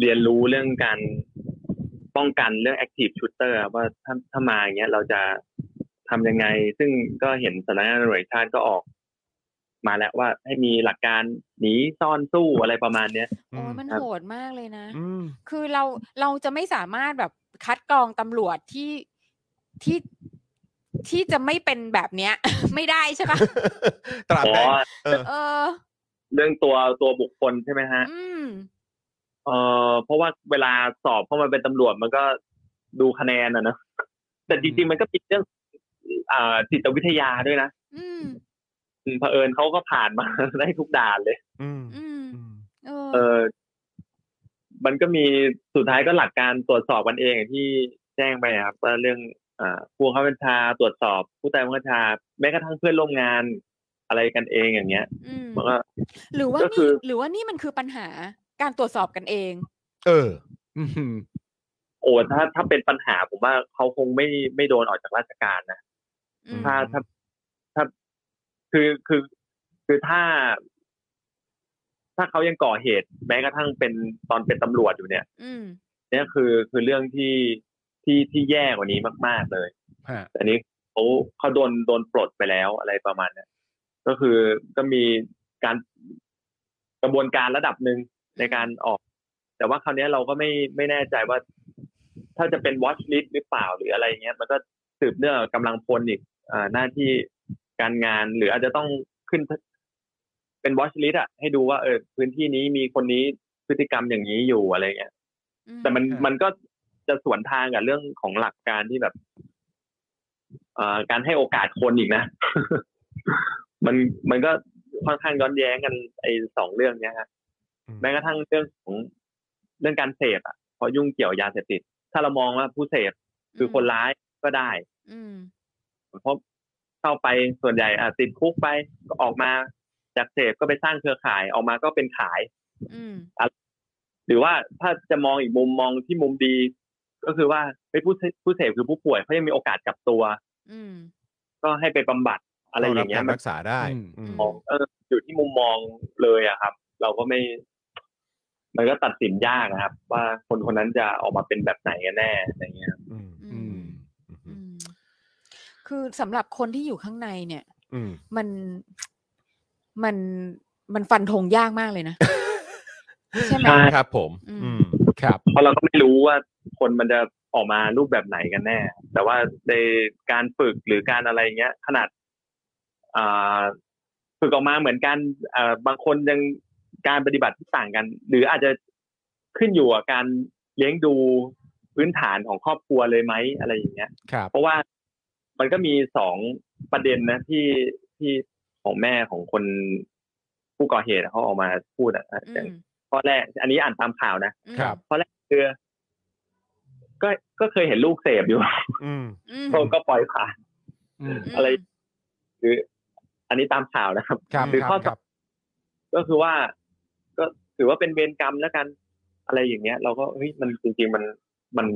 S5: เรียนรู้เรื่องการป้องกันเรื่อง active shooter ครับว่าถ้าถ้ามาอย่างเงี้ยเราจะทำยังไง ซึ่งก็เห็นสำนักงานตำรวจแห่งชาติก็ออก มาแล้วว่าให้มีหลักการหนีซ่อนสู้อะไรประมาณเนี้ย
S2: โอ้ยมัน
S5: ครับ
S2: โหดมากเลยนะ
S1: อืม
S2: คือเราเราจะไม่สามารถแบบคัดกรองตำรวจที่ที่ที่จะไม่เป็นแบบเนี้ย ไม่ได้ใช่ปะ
S1: ตราบ
S5: อ๋อ
S1: ใด
S2: เออ
S5: เรื่องตัวตัวบุคคลใช่ไหมฮะ
S2: อืม
S5: เออเพราะว่าเวลาสอบเข้ามาเป็นตำรวจมันก็ดูคะแนนอะเนอะแต่จริงๆมันก็ปิดเรื่องอ่าจิตวิทยาด้วยนะ
S2: อืม
S5: อืมเผอิญเขาก็ผ่านมา ได้ทุกด่านเลย
S1: อืม
S2: อืม
S1: อืม
S2: เอ
S5: เอ
S2: อ
S5: อมันก็มีสุดท้ายก็หลักการตรวจสอบกันเองอย่างที่แจ้งไปอะครับว่าเรื่องอ่าผู้ข้าบัญชาตรวจสอบ ผู้ใต้บังคับบัญชาแม้กระทั่งเพื่อนร่วมงานอะไรกันเองอย่างเงี้ย
S2: อืม
S5: มันก็
S2: หรือว่า
S5: ก็คื
S2: นี่
S5: อ
S2: หรือว่านี่มันคือปัญหาการตรวจสอบกันเอง
S1: เออ
S3: อืม
S5: โอ้ถ้าถ้าเป็นปัญหาผมว่าเขาคงไม่ไม่โดนออกจากราชการนะ
S2: อืม
S5: ถ้าถ้าถ้าคือคือคือถ้า ถ้าเขายังก่อเหตุ แม้กระทั่งเป็นตอนเป็นตำรวจอยู่เนี่ย
S2: อืม
S5: เนี่ยคือคือเรื่องที่ที่ที่แย่กว่านี้มาก ๆเลย
S3: ฮะ
S5: แต่อันนี้เขาเขาโดนโดนปลดไปแล้วอะไรประมาณเนี้ยก็คือก็มีการกระบวนการระดับหนึ่งในการออก แต่ว่าคราวเนี้ยเราก็ไม่ไม่แน่ใจว่า ถ้าจะเป็นวอชลิสหรือเปล่าหรืออะไรเงี้ย มันก็สืบเนื่องกับกำลังพลอีกอ่าหน้าที่การงานหรืออาจจะต้องขึ้น เป็นวอชลิสอะให้ดูว่าเออพื้นที่นี้มีคนนี้พฤติกรรมอย่างนี้อยู่อะไรเงี้ย
S2: อื
S5: แต่มันมันก็จะสวนทางกับเรื่องของหลักการที่แบบเอ่อการให้โอกาสคนอีกนะ มันมันก็ค่อนข้างย้อนแย้งกันไอ้สองเรื่องเนี้ยฮะ
S1: อืม
S5: แม้กระทั่งเรื่องของเรื่องการเสพอ่ะพอยุ่งเกี่ยวยาเสพติด ถ้าเรามองว่าผู้เสพคือคนร้ายก็ได้
S2: อืม
S5: เพราะเข้าไปส่วนใหญ่อ่ะติดคุกไปก็ออกมาจากเสพก็ไปสร้างเครือข่ายออกมาก็เป็นขาย
S2: อืม
S5: หรือว่าถ้าจะมองอีกมุมมองที่มุมดี ก็คือว่าเฮ้ยผู้เสพผู้เสพคือผู้ป่วยเขายังมีโอกาสกลับตัว
S2: อืม
S5: ก็ให้ไปบำบัดอะไรอย่างเงี้
S1: บ
S5: ย
S1: ก
S5: มั
S1: รั
S5: น
S1: กษาได้
S2: อืม
S5: มองเอออยู่ที่มุมมองเลยอะครับ เราก็ไม่ มันก็ตัดสินยากนะครับ ว่าคนคนนั้นจะออกมาเป็นแบบไหนกันแน่อะไรเงี้ย
S1: อืม
S2: อื
S3: อื
S2: ม
S3: ม
S2: อืมคือสำหรับคนที่อยู่ข้างในเนี่ย
S1: อืม
S2: มันมันมันฟันธงยากมากเลยนะ ใช่ไหม
S5: ใช่
S1: ครับผม
S2: อืม
S1: อืม
S3: ครับ
S5: เพราะเราก็ไม่รู้ว่าคนมันจะออกมารูปแบบไหนกันแน่ แต่ว่าในการฝึกหรือการอะไรเงี้ย ขนาดอ่าฝึกออกมาเหมือนกันอ่าบางคนยังการปฏิบัติที่ต่างกัน หรืออาจจะขึ้นอยู่กับการเลี้ยงดูพื้นฐานของครอบครัวเลยไหมอะไรอย่างเงี้ย
S3: ครับ
S5: เพราะว่ามันก็มีสองประเด็นนะที่ที่ของแม่ของคนผู้ก่อเหตุเขาออกมาพูดอะ
S2: อื
S5: อย่าง
S2: ม
S5: ข้อแรก อันนี้อ่านตามข่าวนะ
S2: อืม
S3: ครับ
S5: เพราะแรกคือก็ก็เคยเห็นลูกเสพอยู่
S1: อืม
S2: อืม
S5: ก็ก็ปล่อยผ่าน
S3: อืม
S5: อะไร คือ อันนี้ตามข่าวนะครับ
S3: ครับ
S5: หรือ
S3: ครั
S5: ข้อบส
S3: ค
S5: อ
S3: รั
S5: ง
S3: บ
S5: ก็คือว่า ก็ถือว่าเป็นเวรกรรมแล้วกัน อะไรอย่างเงี้ย เราก็เฮ้ยมันจริงๆมันมัน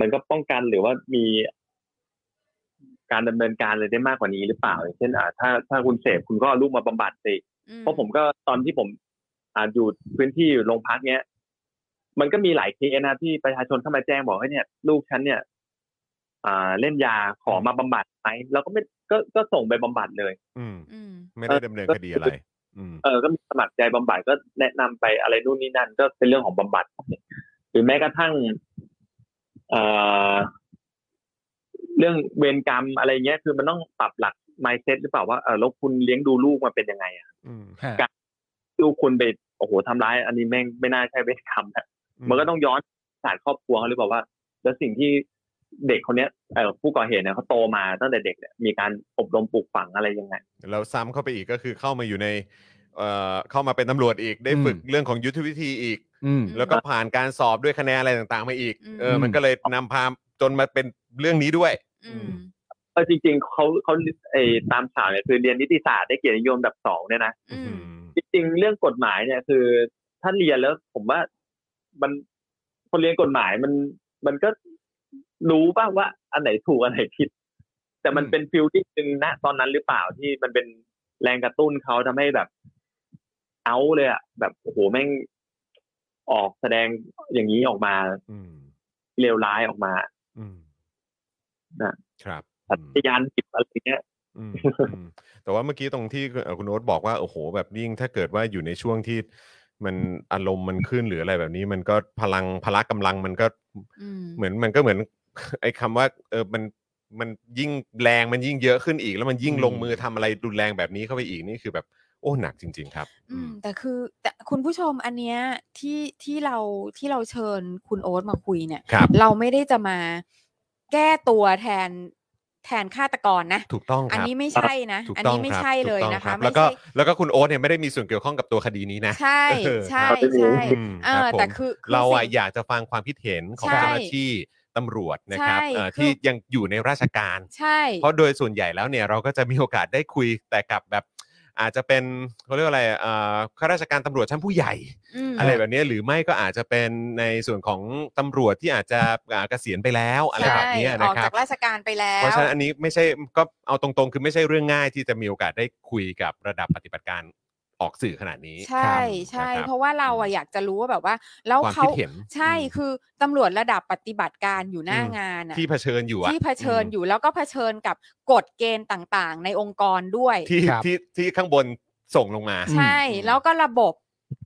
S5: มันก็ป้องกันหรือว่ามี การดำเนินการอะไรได้มากกว่านี้หรือเปล่าอย่างเช่นอ่าถ้าถ้าคุณเสพคุณก็เอาลูกมาบำบัดสิ
S2: อื
S5: เพราะผมก็ตอนที่ผมอ่าอยู่พื้นที่อยู่โรงพักเนี้ย มันก็มีหลายเคสนะที่ประชาชนเข้ามาแจ้งบอกว่าเนี่ย ลูกฉันเนี่ย อ่าเล่นยาขอมาบำบัดไหมเราก็ไม่ก็ก็ส่งไปบำบัดเลย
S1: อืม
S2: อืม
S1: ไม่ได้ดำเนินคดีอะไร อืม
S5: เออก็มีสมัครใจบำบัดก็แนะนำไปอะไรนู่นนี่นั่น ก็เป็นเรื่องของบำบัดหรือแม้กระทั่งเอ่อเรื่องเวรกรรมอะไรเงี้ย คือมันต้องปรับหลัก mindset หรือเปล่าว่าเออแล้วคุณเลี้ยงดูลูกมาเป็นยังไงอะ
S1: อืม
S3: ฮะ
S5: ลูกคุณไปโอ้โหทำร้าย อันนี้แม่งไม่น่าใช่เวรกรรมนะมันก็ต้องย้อนศาสตร์ครอบครัวเขาหรือเปล่าว่า แล้วสิ่งที่เด็กคนเนี้ยเออผู้ก่อเหตุเนี่ยเขาโตมาตั้งแต่เด็กเนี่ยมีการอบรมปลูกฝังอะไรยังไง
S1: แล้วซ้ำเข้าไปอีกก็คือเข้ามาอยู่ใน เอ่อเข้ามาเป็นตำรวจอีกได้ฝึกเรื่องของยุทธวิธีอีก
S3: อืม
S2: ม
S1: แล้วก็ผ่านการสอบด้วยคะแนนอะไรต่างๆมาอีก
S2: อืม
S1: เออ มันก็เลยนำพาจนมาเป็นเรื่องนี้ด้วย
S2: อื
S1: อื
S2: ม
S1: ม
S5: เออจริงๆเขาเขาไอ้ตามข่าวเนี่ยคือเรียนนิติศาสตร์ได้เกียรตินิยมอันดับสองเนี่ยนะ
S2: อืม
S5: จริงๆ เรื่องกฎหมายเนี่ยคือถ้าเรียนแล้วผมว่ามันคนเรียนกฎหมายมันมันก็รู้บ้างว่าอันไหนถูกอันไหนผิด แต่มัน
S1: อืม
S5: เป็นฟิลที่จึงนะตอนนั้นหรือเปล่าที่มันเป็นแรงกระตุ้นเขาทำให้แบบ เอาเลยอะแบบโอ้โหแม่งออกแสดงอย่างนี้ออกมา
S1: อืม
S5: เลวร้ายออกมา
S1: อืม
S5: น่ะ
S1: ครับ
S5: อั
S1: อืม
S5: ตยานผิดอะไรเงี้ย
S1: อืมอื มแต่ว่าเมื่อกี้ตรงที่เอ่อคุณโน้ตบอกว่าโอ้โห แบบยิ่งถ้าเกิดว่าอยู่ในช่วงที่มันอารมณ์มันขึ้นหรืออะไรแบบนี้ มันก็พลังพละกำลังมันก็
S2: อืม
S1: เหมือนมันก็เหมือน ไอ้คำว่า เออมันมันยิ่งแรงมันยิ่งเยอะขึ้นอีก แล้วมันยิ่ง
S3: อืม
S1: ลงมือทำอะไรรุนแรงแบบนี้เข้าไปอีกนี่คือแบบโอ้หนักจริง ๆ ครับ
S2: อืมแต่คือแต่คุณผู้ชมอันเนี้ยที่ที่เราที่เราเชิญคุณโอ๊ตมาคุยเนี่ย
S1: ครับ
S2: เราไม่ได้จะมาแก้ตัวแทนแทนฆาตกรนะ
S1: ถูกต้อง
S2: อัน
S1: ครับ
S2: นี้ไม่ใช่นะ
S1: ถูก
S2: อัน
S1: ต้อง
S2: นี้ไม่
S1: ครับ
S2: ใช่เลย
S1: ถูกต้อง
S2: นะ
S1: รั
S2: คะ
S1: บ
S2: ไม่
S1: แล้วก็
S2: ใช่
S1: แล้วก็คุณโอ๊ตเนี่ยไม่ได้มีส่วนเกี่ยวข้องกับตัวคดีนี้นะ
S2: ใช่ใช่ใช่
S1: อืม
S2: เอ
S1: ครับ
S2: อ
S1: ผม
S2: แต่คือคื
S1: เราอ่ะ
S2: สิ่ง
S1: อยากจะฟังความคิดเห็นของ
S2: ใช่
S1: เจ้าหน้าที่ตำรวจนะครับ
S2: ใช่
S1: เอ่อ
S2: คือ
S1: ที่ยังอยู่ในราชการ
S2: ใช่
S1: เพราะโดยส่วนใหญ่แล้วเนี่ยเราก็จะมีโอกาสได้คุยแต่กับแบบ อาจจะเป็นเขาเรียกว่าอะไรเอ่อข้าราชการตำรวจชั้นผู้ใหญ่
S2: อืม
S1: อะไรแบบเนี้ยหรือไม่ก็อาจจะเป็นในส่วนของตำรวจที่อาจจะอ่าเกษียณไปแล้วอะไรแบบเนี้ย
S2: ใช่
S1: นะ
S2: ออก
S1: ครับ
S2: จากราชการไปแล้ว
S1: เพราะฉะนั้นอันนี้ไม่ใช่ก็เอาตรงๆ คือไม่ใช่เรื่องง่ายที่จะมีโอกาสได้คุยกับระดับปฏิบัติการออกสื่อขนาดนี้ค
S2: ใช่ใช่
S1: บนคบ
S2: เพราะว่าเราอะ
S1: อืม
S2: อยากจะรู้ว่าแบบว่า แล้ว
S1: ความ
S2: เขา
S1: คิดเห็น
S2: ใช่
S1: อืม
S2: คือตำรวจระดับปฏิบัติการอยู่หน้า
S1: อืม
S2: งานอะ
S1: ที่เผชิญอยู่อะ
S2: ที่เผชิญ
S1: ม
S2: อยู่แล้วก็เผชิญกับกฎเกณฑ์ต่างๆ ในองค์กรด้วย
S1: ที่
S3: ครับ
S1: ที่ที่ข้างบนส่งลงมา
S2: ใช่
S1: อืม
S2: แล้วก็ระบบ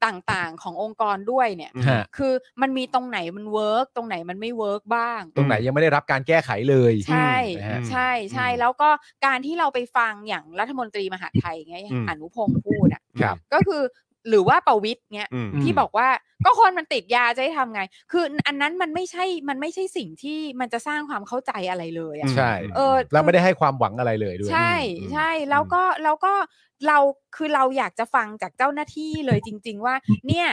S2: ต่างๆขององค์กรด้วยเนี่ย
S1: อืม
S3: ฮะ
S2: คือมันมีตรงไหนมันเวิร์กตรงไหนมันไม่เวิร์กบ้าง
S3: ตรงไหนยังไม่ได้รับการแก้ไขเลย
S2: ใช่
S3: นะฮะ
S2: ใช่ใช่
S1: อืม
S2: แล้วก็การที่เราไปฟังอย่างรัฐมนตรีมหาดไทยอย่างเงี้ย
S1: อืม
S2: อนุพงศ์พูดอ่ะ
S3: ครับ
S2: ก็คือหรือว่าประวิตย์เงี้ย
S1: อืม
S3: อืม
S2: ที่บอกว่าก็คนมันติดยาจะให้ทำไง คืออันนั้นมันไม่ใช่มันไม่ใช่สิ่งที่มันจะสร้างความเข้าใจอะไรเลยอะ
S1: อืม
S3: ใช่
S2: เออ
S3: แล้วไม่ได้ให้ความหวังอะไรเลยด้วย
S2: ใช่
S1: อืม
S2: ใช่แล้วก็แล้วก็เราคือเราอยากจะฟังจากเจ้าหน้าที่เลยจริง ๆ ว่า เนี่ย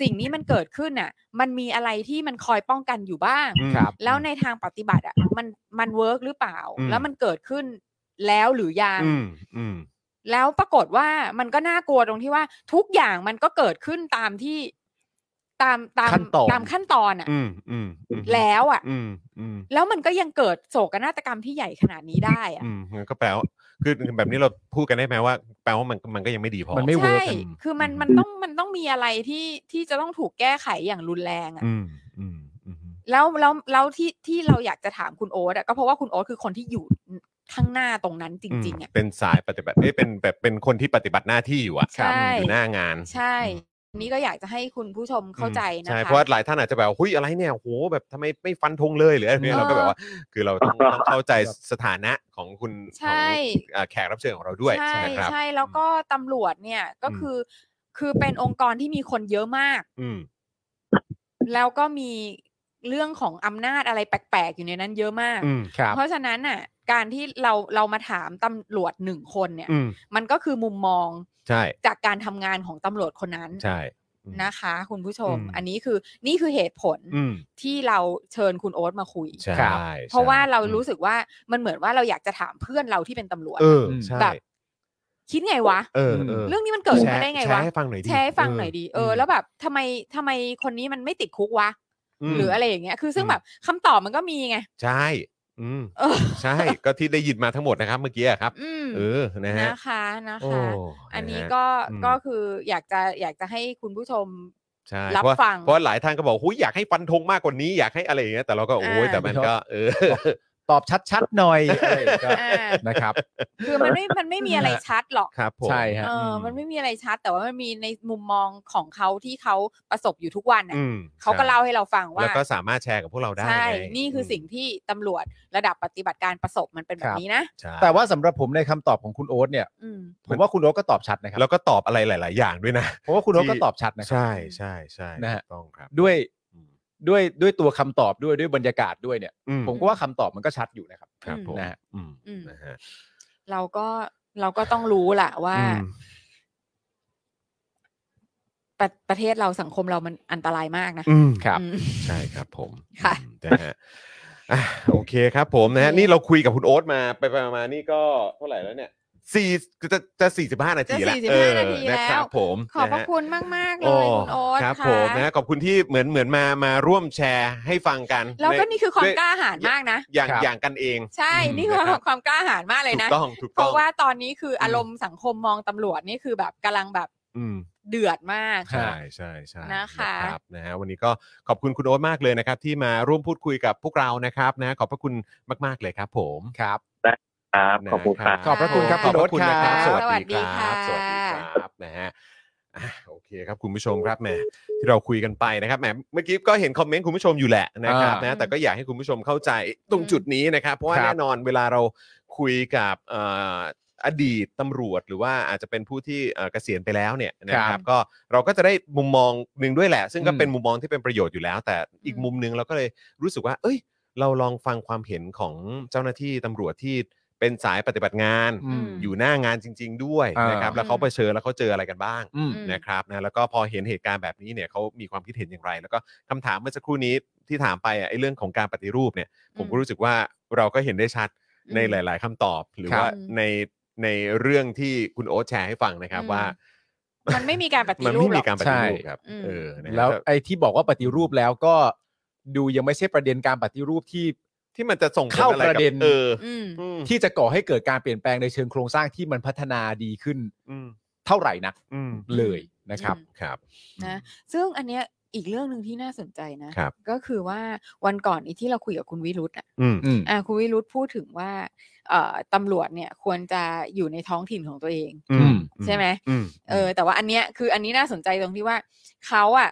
S2: สิ่งนี้มันเกิดขึ้นอ่ะ มันมีอะไรที่มันคอยป้องกันอยู่บ้าง
S1: อืม
S3: ครับ
S2: แล้วในทางปฏิบัติอ่ะมันมันเวิร์กหรือเปล่า
S1: อืม
S2: แล้วมันเกิดขึ้นแล้วหรือยัง
S1: อืมอืม
S2: แล้วปรากฏว่ามันก็น่ากลัวตรงที่ว่าทุกอย่างมันก็เกิดขึ้นตามที่ตามตาม
S3: ขั้นตอน
S2: ตามขั้นตอนอ่ะ
S1: อืมอืมอืม
S2: แล้วอ่ะ
S1: อืมอืม
S2: แล้วมันก็ยังเกิดโศกนาฏกรรมที่ใหญ่ขนาดนี้ได้อ่ะ
S1: อืมงั้นก็แปลว่าคือแบบนี้เราพูดกันได้ไหมว่า แปลว่ามันมันก็ยังไม่ดีพอ
S3: มันไม่ เวิร์
S2: ใช่
S3: กอะ
S2: คือมันมันต้องมันต้องมีอะไรที่ที่จะต้องถูกแก้ไขอย่างรุนแรงอ่ะ
S1: อืมอืมอืม
S2: แล้วแล้วแล้วที่ที่เราอยากจะถามคุณโอ๊ตอ่ะก็เพราะว่าคุณโอ๊ตคือคนที่อยู่ข้างหน้าตรงนั้นจริง ๆอ่ะ
S1: เป็นสายปฏิบัติเอ้ยเป็นแบบเป็นคนที่ปฏิบัติหน้าที่อยู่อะ
S2: ใช่
S1: อยู่หน้างาน
S2: ใช่อันนี่ก็อยากจะให้คุณผู้ชมเข้าใจนะ
S1: ใช่
S2: คะ
S1: เพราะว่าหลายท่านอาจจะแบบหุ้ยอะไรเนี่ยโหแบบทำไมไม่ฟันธงเลยหรืออะไรเนี่ย
S2: เออ
S1: เราก็แบบว่า คือเราต้องต้องเข้าใจสถานะของคุณ
S2: ใช่
S1: ของอ่าแขกรับเชิญของเราด้วย
S2: ใช่
S1: นะครับ
S2: ใช่แล้วก็ตำรวจเนี่ยก็
S1: อืม
S2: คือคือเป็นองค์กรที่มีคนเยอะมาก
S1: อืม
S2: แล้วก็มีเรื่องของอำนาจอะไรแปลกๆ อยู่ในนั้นเยอะมาก
S1: อืม
S3: ครับ
S2: เพราะฉะนั้นน่ะ การที่เราเรามาถามตำรวจหนึ่งคนเนี่ย
S1: อืม
S2: มันก็คือมุมมอง
S1: ใช่
S2: จากการทำงานของตำรวจคนนั้น
S1: ใช่ อืม
S2: นะคะ คุณผู้ชม
S1: อืม
S2: อันนี้คือนี่คือเหตุผล
S1: อืม
S2: ที่เราเชิญคุณโอ๊ตมาคุย
S1: ใช่
S3: ครับ
S1: ใช่
S2: เพราะว่าเรา
S1: อืม
S2: รู้สึกว่ามันเหมือนว่าเราอยากจะถามเพื่อนเราที่เป็นตำรวจ
S1: เออใช่
S2: แบบ คิดไงวะ
S1: เออเออ
S2: เรื่องนี้มันเกิดขึ้นมาได้ไง
S1: แช
S2: วะ
S1: ร์ให้ฟังหน่อยดิ
S2: แชร์ให้ฟังหน่อยดี เออ แล้วแบบทำไมทำไมคนนี้มันไม่ติดคุกวะ
S1: ม
S2: หรืออะไรอย่างเงี้ย คือซึ่ง
S1: อืม
S2: แบบคำตอบมันก็มีไง
S1: ใช่ อืม
S2: เออ
S1: ใช่ ก็ที่ได้ยินมาทั้งหมดนะครับ เมื่อกี้อะครับ
S2: อืม
S1: เออนะฮะ
S2: นะคะนะ
S1: โอ้
S2: คะ อันนี้
S1: ะฮะ
S2: ก็
S1: อืม
S2: ก็คืออยากจะอยากจะให้คุณผู้ชม
S1: ใช่
S2: รับ
S1: เพราะ
S2: ฟัง
S1: เพราะหลายท่านก็บอกหูยอยากให้ฟันธงมากกว่านี้อยากให้อะไรอย่างเงี้ยแต่เราก็โอ้ย
S2: อ่า
S1: แต่มันก็เออ
S3: ตอบชัดๆหน่อยอะไรอย่างเงี้ย
S2: อ่า
S3: นะครับ
S2: คือมันไม่มันไม่มีอะไรชัดหรอก
S1: ครับผม
S3: ใช่ฮะ
S2: เอออ
S3: ม
S2: มันไม่มีอะไรชัด แต่ว่ามันมีในมุมมองของเขาที่เขาประสบอยู่ทุกวันน่ะ
S1: อืม
S2: เขาก็
S1: ใช่
S2: เล่าให้เราฟังว่า
S1: แล้วก็สามารถแชร์กับพวกเราได้
S2: ใช่
S1: ไง
S2: นี่คือสิ่งที่ตำรวจระดับปฏิบัติการประสบมันเป็นแบ
S3: ครับ บ
S2: นี้นะ
S1: ใช่
S3: แต่ว่าสำหรับผมในคำตอบของคุณโอ๊ตเนี่ย
S2: อืม
S3: ผมว่าคุณโอ๊ตก็ตอบชัดนะครั
S1: แล้วก็ตอบอะไรหลาย ๆ อย่างด้วยนะ
S3: ผมว่าคุณโอ๊ต
S1: ที่
S3: ก็ตอบชัดนะครับ
S1: ใช่ใช่ใช่
S3: นะฮะ
S1: ถูกต้องครับ
S3: ด้วย
S1: อืม
S3: ด้วยด้วยตัวคำตอบด้วยด้วยบรรยากาศด้วยเนี่ย
S1: อืม
S3: ผมก็ว่าคำตอบมันก็ชัดอยู่นะครับ
S1: ครับผม
S3: นะฮะ
S1: อืม
S2: อืม
S1: นะฮะ
S2: เราก็เราก็ต้องรู้ล่ะว่า
S1: อืม
S2: ประประเทศเราสังคมเรามันอันตรายมากนะ
S1: อืม
S3: ครับ
S2: อืม
S1: ใช่ครับผม
S2: ค่ะ
S1: อืมนะฮะอ่ะโอเคครับผมนะฮะนี่เราคุยกับคุณโอ๊ตมาไปไปมาๆนี่ก็เท่าไหร่แล้วเนี่ยสี่จะจะสี่สิบห้านาทีแล้ว
S2: จะ45
S1: เออ
S2: นาทีแล้ว
S1: นะครับผม
S2: ขอบพระ
S1: นฮ
S2: คุณมาก ๆ เลยคุณโอ๊ต
S1: ครับ
S2: ค่ะ
S1: ผมนะฮะขอบคุณที่เหมือนเหมือนมามาร่วมแชร์ให้ฟังกัน
S2: แล้วก็
S1: ใน
S2: นี่คือความกล้าหาญมากนะ
S1: อย่าง
S3: ครับ
S1: อย่างกันเอง
S2: ใช่ นี่คือ
S1: นะครับ
S2: ความกล้าหาญมากเลย
S1: ถู
S2: นะ
S1: กต้องถูก
S2: เพ
S1: ต้อง
S2: ราะว่าตอนนี้คืออารมณ์สังคมมองตำรวจนี่คือแบบกำลังแบบ
S1: อืม
S2: เดือดมาก
S3: ฮะ
S1: ใช่ใช่ใช่
S2: นะคะ
S1: รับนะฮะวันนี้ก็ขอบคุณคุณโอ๊ตมากเลยนะครับ ที่มาร่วมพูดคุยกับพวกเรานะครับนะขอบพระคุณมาก ๆ เลยครับผม
S3: ครับ
S5: ครับขอบคุณครับ
S1: นะ
S3: ขอบพระคุณครับ
S1: ขอบพระคุณ
S3: คุณ
S1: นะครับ
S3: โอ๊ตค่ะ
S1: สวัสดีครับส
S2: สวั
S1: วัส
S2: ส
S1: ดี
S2: ดีค่ะ
S1: ครับนะฮะอ่ะโอเคครับคุณผู้ชมครับแหมที่เราคุยกันไปนะครับแหมเมื่อกี้ก็เห็นคอมเมนต์คุณผู้ชมอยู่แหละนะครับนะแต่ก็อยากให้คุณผู้ชมเข้าใจตรงจุดนี้นะครับ เพราะว่า
S3: ครับ
S1: แน่นอนเวลาเราคุยกับเอ่ออดีตตำรวจหรือว่าอาจจะเป็นผู้ที่เอ่อเกษียณไปแล้วเนี่ยนะครับ ก็เราก็จะได้มุมมองหนึ่งด้วยแหละ ซึ่งก็
S3: อืม
S1: เป็นมุมมองที่เป็นประโยชน์อยู่แล้ว แต่อีกมุมหนึงเราก็เลยรู้สึกว่า เอ้ย เราลองฟังความเห็นของเจ้าหน้าที่ตำรวจที่เป็นสายปฏิบัติงาน
S3: อืม
S1: อยู่หน้างานจริง ๆ ด้วย
S3: อ่าน
S1: นะครับแล้วเขาเผชิญแล้วเขาเจออะไรกันบ้าง
S3: อืม
S2: อืม
S1: นะครับนะแล้วก็พอเห็นเหตุการณ์แบบนี้เนี่ยเขามีความคิดเห็นอย่างไร แล้วก็คำถามเมื่อสักครู่นี้ที่ถามไปอ่ะไอ้เรื่องของการปฏิรูปเนี่ย ผมก็รู้สึกว่าเราก็เห็นได้ชัด ในหลาย ๆคำตอบ หรือ
S3: ครับ
S1: ว่าในในเรื่องที่คุณโอ๊ตแชร์ให้ฟังนะครับ
S2: อืม
S1: ว่า
S2: มั
S1: มัน
S2: ไม่มีการปฏิรูป
S1: มันไม่
S2: หร
S1: มี
S2: อก
S1: การปฏิรูปครับ
S2: ใช่
S1: เออนะฮะ
S3: แล้ว
S1: แต่
S3: ไอ้ที่บอกว่าปฏิรูปแล้วก็ดูยังไม่ใช่ประเด็นการปฏิรูปที่
S1: ที่มันจะส่งผล
S3: เข้า
S1: อไกับ
S3: ประเด็น
S1: เออ
S2: อืม
S1: อืม
S3: ที่จะก่อให้เกิดการเปลี่ยนแปลงในเชิงโครงสร้างที่มันพัฒนาดีขึ้น
S1: อืม
S3: เท่าไหร่นัก
S1: อืม
S3: เลยนะครับ
S2: อืม
S1: ครับ
S2: นะซึ่งอันเนี้ยอีกเรื่องหนึ่งที่น่าสนใจนะ
S1: ครับ
S2: ก็คือว่าวันก่อนอีที่เราคุยกับคุณวิรุธอ่ะ
S1: อืม
S3: อืม
S2: อ่ะคุณวิรุธพูดถึงว่าเอ่อตำรวจเนี่ยควรจะอยู่ในท้องถิ่นของตัวเอง
S1: อืม
S2: ใช่ไหม
S1: อืม
S2: เออแต่ว่าอันเนี้ยคืออันนี้น่าสนใจตรงที่ว่าเขาอ่ะ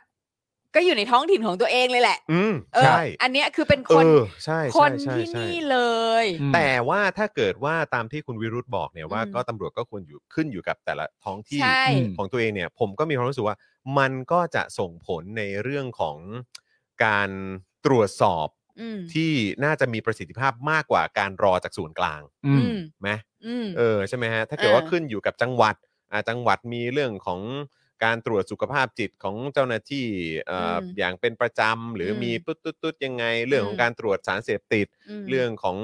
S2: ก็อยู่ในท้องถิ่นของตัวเองเลยแหละ
S1: อืม
S2: เออ
S1: ใช่
S2: อันเนี้ยคือเป็น
S1: เอ
S2: คน
S1: อใช่ใช่
S2: คน
S1: ใช่
S2: ที่
S1: ใช่
S2: นี่เลย
S1: แต่ว่าถ้าเกิดว่าตามที่คุณวิรุธบอกเนี่ยว่า
S2: อืม
S1: ก็ตำรวจก็ควรอยู่ขึ้นอยู่กับแต่ละท้องที่
S2: ใช่
S3: อืม
S1: ของตัวเองเนี่ยผมก็มีความรู้สึกว่ามันก็จะส่งผลในเรื่องของการตรวจสอบ
S2: อืม
S1: ที่น่าจะมีประสิทธิภาพมากกว่าการรอจากศูนย์กลาง
S3: อืม
S2: อืม
S1: ไหม
S2: อืม
S1: เออใช่ไหมฮะถ้าเกิดว่าขึ้นอยู่กับจังหวัดอ่าจังหวัดมีเรื่องของการตรวจสุขภาพจิตของเจ้าหน้าที่เอ่ออ
S2: ม
S1: อย่างเป็นประจำหรืออ
S2: ม
S1: มีตุ๊ดตุ๊ดตุ๊ดยังไง เรื่องของ
S2: อืม
S1: การตรวจสารเสพติด
S2: ม
S1: เรื่องของ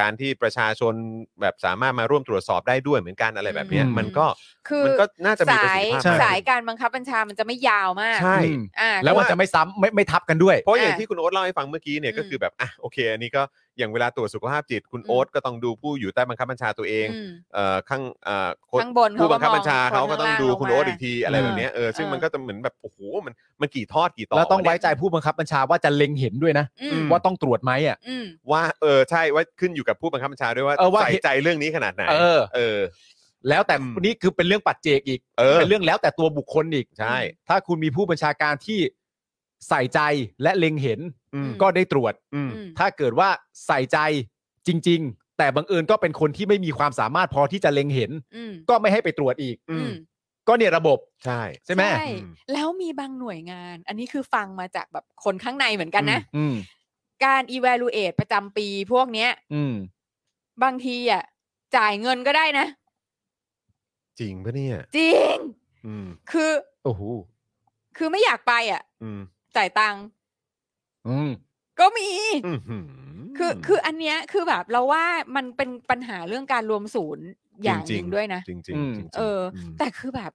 S1: การที่ประชาชนแบบสามารถมาร่วมตรวจสอบได้ด้วยเหมือนกันอะไรแบบเนี้ย
S3: อืม
S1: มันก็
S2: คือ
S1: มันก็น่าจะมี
S2: สาย
S1: ประสิทธิภาพมาก
S2: สายการบังคับบัญชามันจะไม่ยาวมาก
S1: ใช่
S3: อืม
S2: อ่า
S3: แล้วมันจะไม่ซ้ำไม่ไม่ทับกันด้วย
S1: เพราะอย่าง
S2: อ่ะ
S1: ที่คุณโอ๊ตเล่าให้ฟังเมื่อกี้เนี่ย
S2: อืม
S1: ก็คือแบบอ่ะโอเคอันนี้ก็อย่างเวลาตรวจสุขภาพจิต คุณ
S2: อืม
S1: โอ๊ตก็ต้องดูผู้อยู่ใต้บังคับบัญชาตัวเอง
S2: อืม
S1: เอ่อข้างเอ่อคน
S2: ข้างบน
S1: ผู้
S2: เขาก็
S1: บังคับบัญชาเขาก็ต้องดู
S2: มองคน
S1: คุณโอ๊ต
S2: ข้างล่าง
S1: อีกทีอะไร
S2: เออ
S1: แบบเนี้ยเออซึ่ง
S2: เออ
S1: มันก็จะเหมือนแบบโอ้โหมันมันกี่ทอดกี่ต่อ
S3: แล้วต้องไว้
S1: เนี่ย
S3: ใจผู้บังคับบัญชาว่าจะเล็งเห็นด้วยนะ
S2: อื
S1: อื
S2: ม
S1: ม
S3: ว่าต้องตรวจไหมอ่ะ
S2: อืม
S1: ว่าเออใช่ว่าขึ้นอยู่กับผู้บังคับบัญชาด้วยว่า
S3: เออว่า
S1: ใส่ใจเรื่องนี้ขนาดไหน
S3: เออ
S1: เออ
S3: แล้วแต่
S1: อืม
S3: นี่คือเป็นเรื่องปัจเจกอีก
S1: เออ
S3: เป็นเรื่องแล้วแต่ตัวบุคคลอีก
S1: ใช่
S3: ถ้าคุณมีผู้บัญชาการที่ใส่ใจและเล็งเห็น
S1: อืม
S3: ก็ได้ตรวจ
S1: อืม
S2: อืม
S3: ถ้าเกิดว่าใส่ใจจริง ๆ แต่บังเอิญก็เป็นคนที่ไม่มีความสามารถพอที่จะเล็งเห็น
S2: อืม
S3: ก็ไม่ให้ไปตรวจอีก
S1: อืม
S3: ก็เนี่ยระบบ
S1: ใช่
S3: ใช่ไหม
S2: ใช่แล้วมีบางหน่วยงาน อันนี้คือฟังมาจากแบบคนข้างในเหมือนกันนะ
S3: อืม
S2: การ evaluate ประจำปีพวกเนี้ย
S3: อืม
S2: บางทีอ่ะจ่ายเงินก็ได้นะ
S1: จริงปะเนี่ย
S2: จริง
S1: อืม
S2: คือ
S3: โอ้โห
S2: คือไม่อยากไปอ่ะ
S1: อืม
S2: จ่ายตังค์
S3: อืม
S2: ก็มี
S1: อื้อหื
S2: คือคืออันเนี้ยคือแบบเราว่ามันเป็นปัญหาเรื่องการรวมศูนย์อย่างห
S1: จริ
S2: นึ่งด้วยนะ
S1: จริงๆจริง
S3: อืม
S1: ๆจริงๆ
S2: เอออ
S1: ม
S2: แต่คือแบบ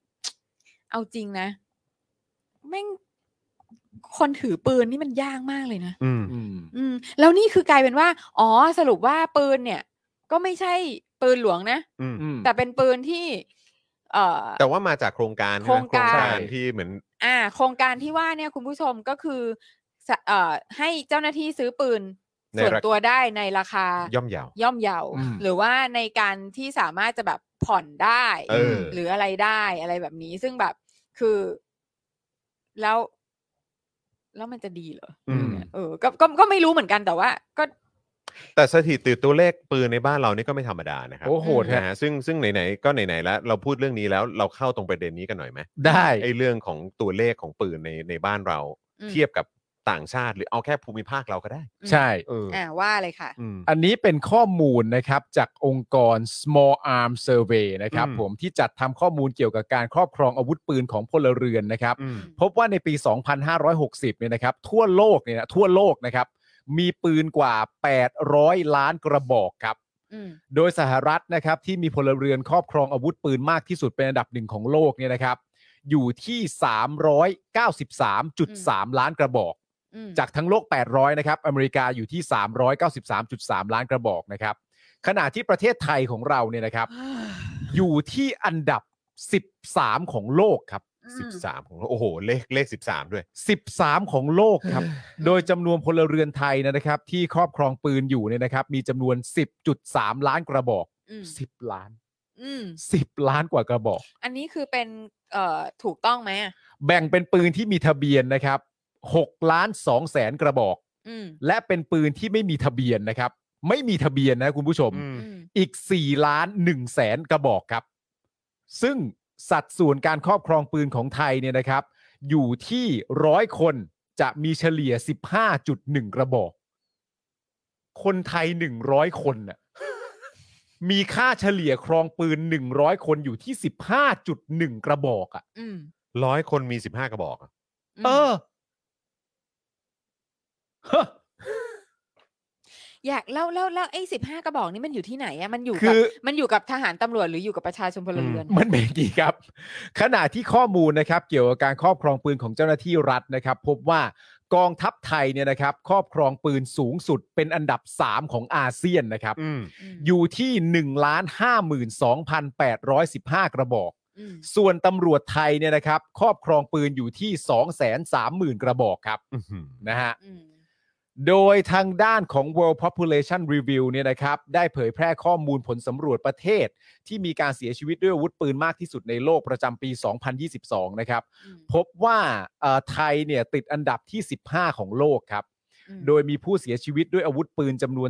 S2: เอาจริงนะแม่งคนถือปืนนี่มันยากมากเลยนะ
S1: อืม
S3: อืม
S2: อืม แล้วนี่คือกลายเป็นว่า อ๋อสรุปว่าปืนเนี่ย ก็ไม่ใช่ปืนหลวงนะ
S1: อืม
S3: อืม
S2: แต่เป็นปืนที่ เอ่อ
S1: แต่ว่ามาจากโครงการใช่ไหม
S2: โครงการ
S1: โครงการที่เหมือน
S2: อ่า โครงการที่ว่าเนี่ยคุณผู้ชมก็คือสะเอ่อให้เจ้าหน้าที่ซื้อปืน
S1: ใน
S2: ส่วน
S1: ราคา
S2: ตัวได้ในราคา
S1: ย่อมเยาว์
S2: ย่อมเยา
S3: อืม
S2: หรือว่าในการที่สามารถจะแบบผ่อนได้
S1: เออ
S2: หรืออะไรได้อะไรแบบนี้ ซึ่งแบบคือ แล้ว แล้วมันจะดีเหรอ
S3: อืม
S2: เออก็ก็ก็ไม่รู้เหมือนกันแต่ว่า ก็
S1: แต่สถิติตัวเลขปืนในบ้านเรานี่ก็ไม่ธรรมดานะครับ
S3: โอ้โหด
S1: นะ
S3: ฮะ
S1: ฮะซึ่งซึ่งไหนๆก็ไหนๆแล้วเราพูดเรื่องนี้แล้วเราเข้าตรงประเด็นนี้กันหน่อยไหม
S3: ได้
S1: ไอ้เรื่องของตัวเลขของปืนในในบ้านเรา
S2: อืม
S1: เทียบกับต่างชาติหรือเอาแค่ภูมิภาคเราก็ได้
S3: ใช่
S1: เออ
S2: อ่าว่าเลยค่ะ
S1: อืม
S3: อันนี้เป็นข้อมูลนะครับจากองค์กร Small Arm Survey นะครับ
S1: อืม
S3: ผมที่จัดทำข้อมูลเกี่ยวกับการครอบครองอาวุธปืนของพลเรือนนะครับ
S1: อืม
S3: พบว่าในปี 2560 เนี่ยนะครับ ทั่วโลกเนี่ยนะทั่วโลกนะครับ มีปืนกว่า 800 ล้านกระบอกครับ
S2: อืม
S3: โดยสหรัฐนะครับที่มีพลเรือนครอบครองอาวุธปืนมากที่สุดเป็นอันดับหนึ่งของโลกเนี่ยนะครับ อยู่ที่ 393.3 ล้านกระบอก
S2: อืม
S3: จากทั้งโลก 800 นะครับ อเมริกาอยู่ที่ 393.3 ล้านกระบอกนะครับ ขณะที่ประเทศไทยของเราเนี่ย นะครับ
S2: อ่า
S3: อยู่ที่อันดับ 13 ของโลกครับ
S2: อืม
S1: 13ของเราโอ้โห เลขเลข 13 ด้วย
S3: 13 ของโลก ครับ โดยจำนวนพลเรือนไทยนะครับ ที่ครอบครองปืนอยู่เนี่ยนะครับ มีจำนวน 10.3 ล้านกระบอก
S2: อืม
S3: 10 ล้าน
S2: อืม
S3: 10 ล้านกว่ากระบอก
S2: อันนี้คือเป็นเอ่อถูกต้องไหมอะ
S3: แบ่งเป็นปืนที่มีทะเบียนนะครับ6ล้าน2แสนกระบอก
S2: อืม
S3: และเป็นปืนที่ไม่มีทะเบียนนะครับ ไม่มีทะเบียนนะคุณผู้ชม
S2: อืม
S3: อีก 4 ล้าน1แสนกระบอกครับ ซึ่งสัดส่วนการครอบครองปืนของไทยเนี่ยนะครับ อยู่ที่ร้อยคนจะมีเฉลี่ย 15.1 กระบอก คนไทย 100 คนน่ะ มีค่าเฉลี่ยครองปืน 100 คนอยู่ที่ 15.1 กระบอกอะ่ะ
S2: อืม
S1: ร้อยคนมี 15 กระบอกอะ
S2: อืม
S3: เออฮะ
S2: อยากเล่าเล่าเล่าไอ้สิบห้ากระบอกนี่มันอยู่ที่ไหนอะมันอยู่
S3: คื
S2: กับ
S3: อ
S2: มันอยู่กับทหารตำรวจหรืออยู่กับประชาชนพลเรือน
S3: มันเป็นอย่างนี้ครับ ขณะที่ข้อมูลนะครับ เกี่ยวกับการครอบครองปืนของเจ้าหน้าที่รัฐนะครับ พบว่ากองทัพไทยเนี่ยนะครับ ครอบครองปืนสูงสุดเป็นอันดับ 3 ของอาเซียนนะครับ
S1: อืม
S2: อืม
S3: อยู่ที่ 1 52,815 กระบอก
S2: อืม
S3: ส่วนตำรวจไทยเนี่ยนะครับ ครอบครองปืนอยู่ที่ 230,000 กระบอกครับนะฮะ
S2: อืม
S3: โดยทางด้านของ World Population Review เนี่ยนะครับ ได้เผยแพร่ข้อมูลผลสำรวจประเทศ ที่มีการเสียชีวิตด้วยอาวุธปืนมากที่สุดในโลกประจำปี 2022 นะครับ
S2: อืม
S3: พบว่าเอ่อไทยเนี่ยติดอันดับที่ 15 ของโลกครับ
S2: อืม
S3: โดยมีผู้เสียชีวิตด้วยอาวุธปืนจำนวน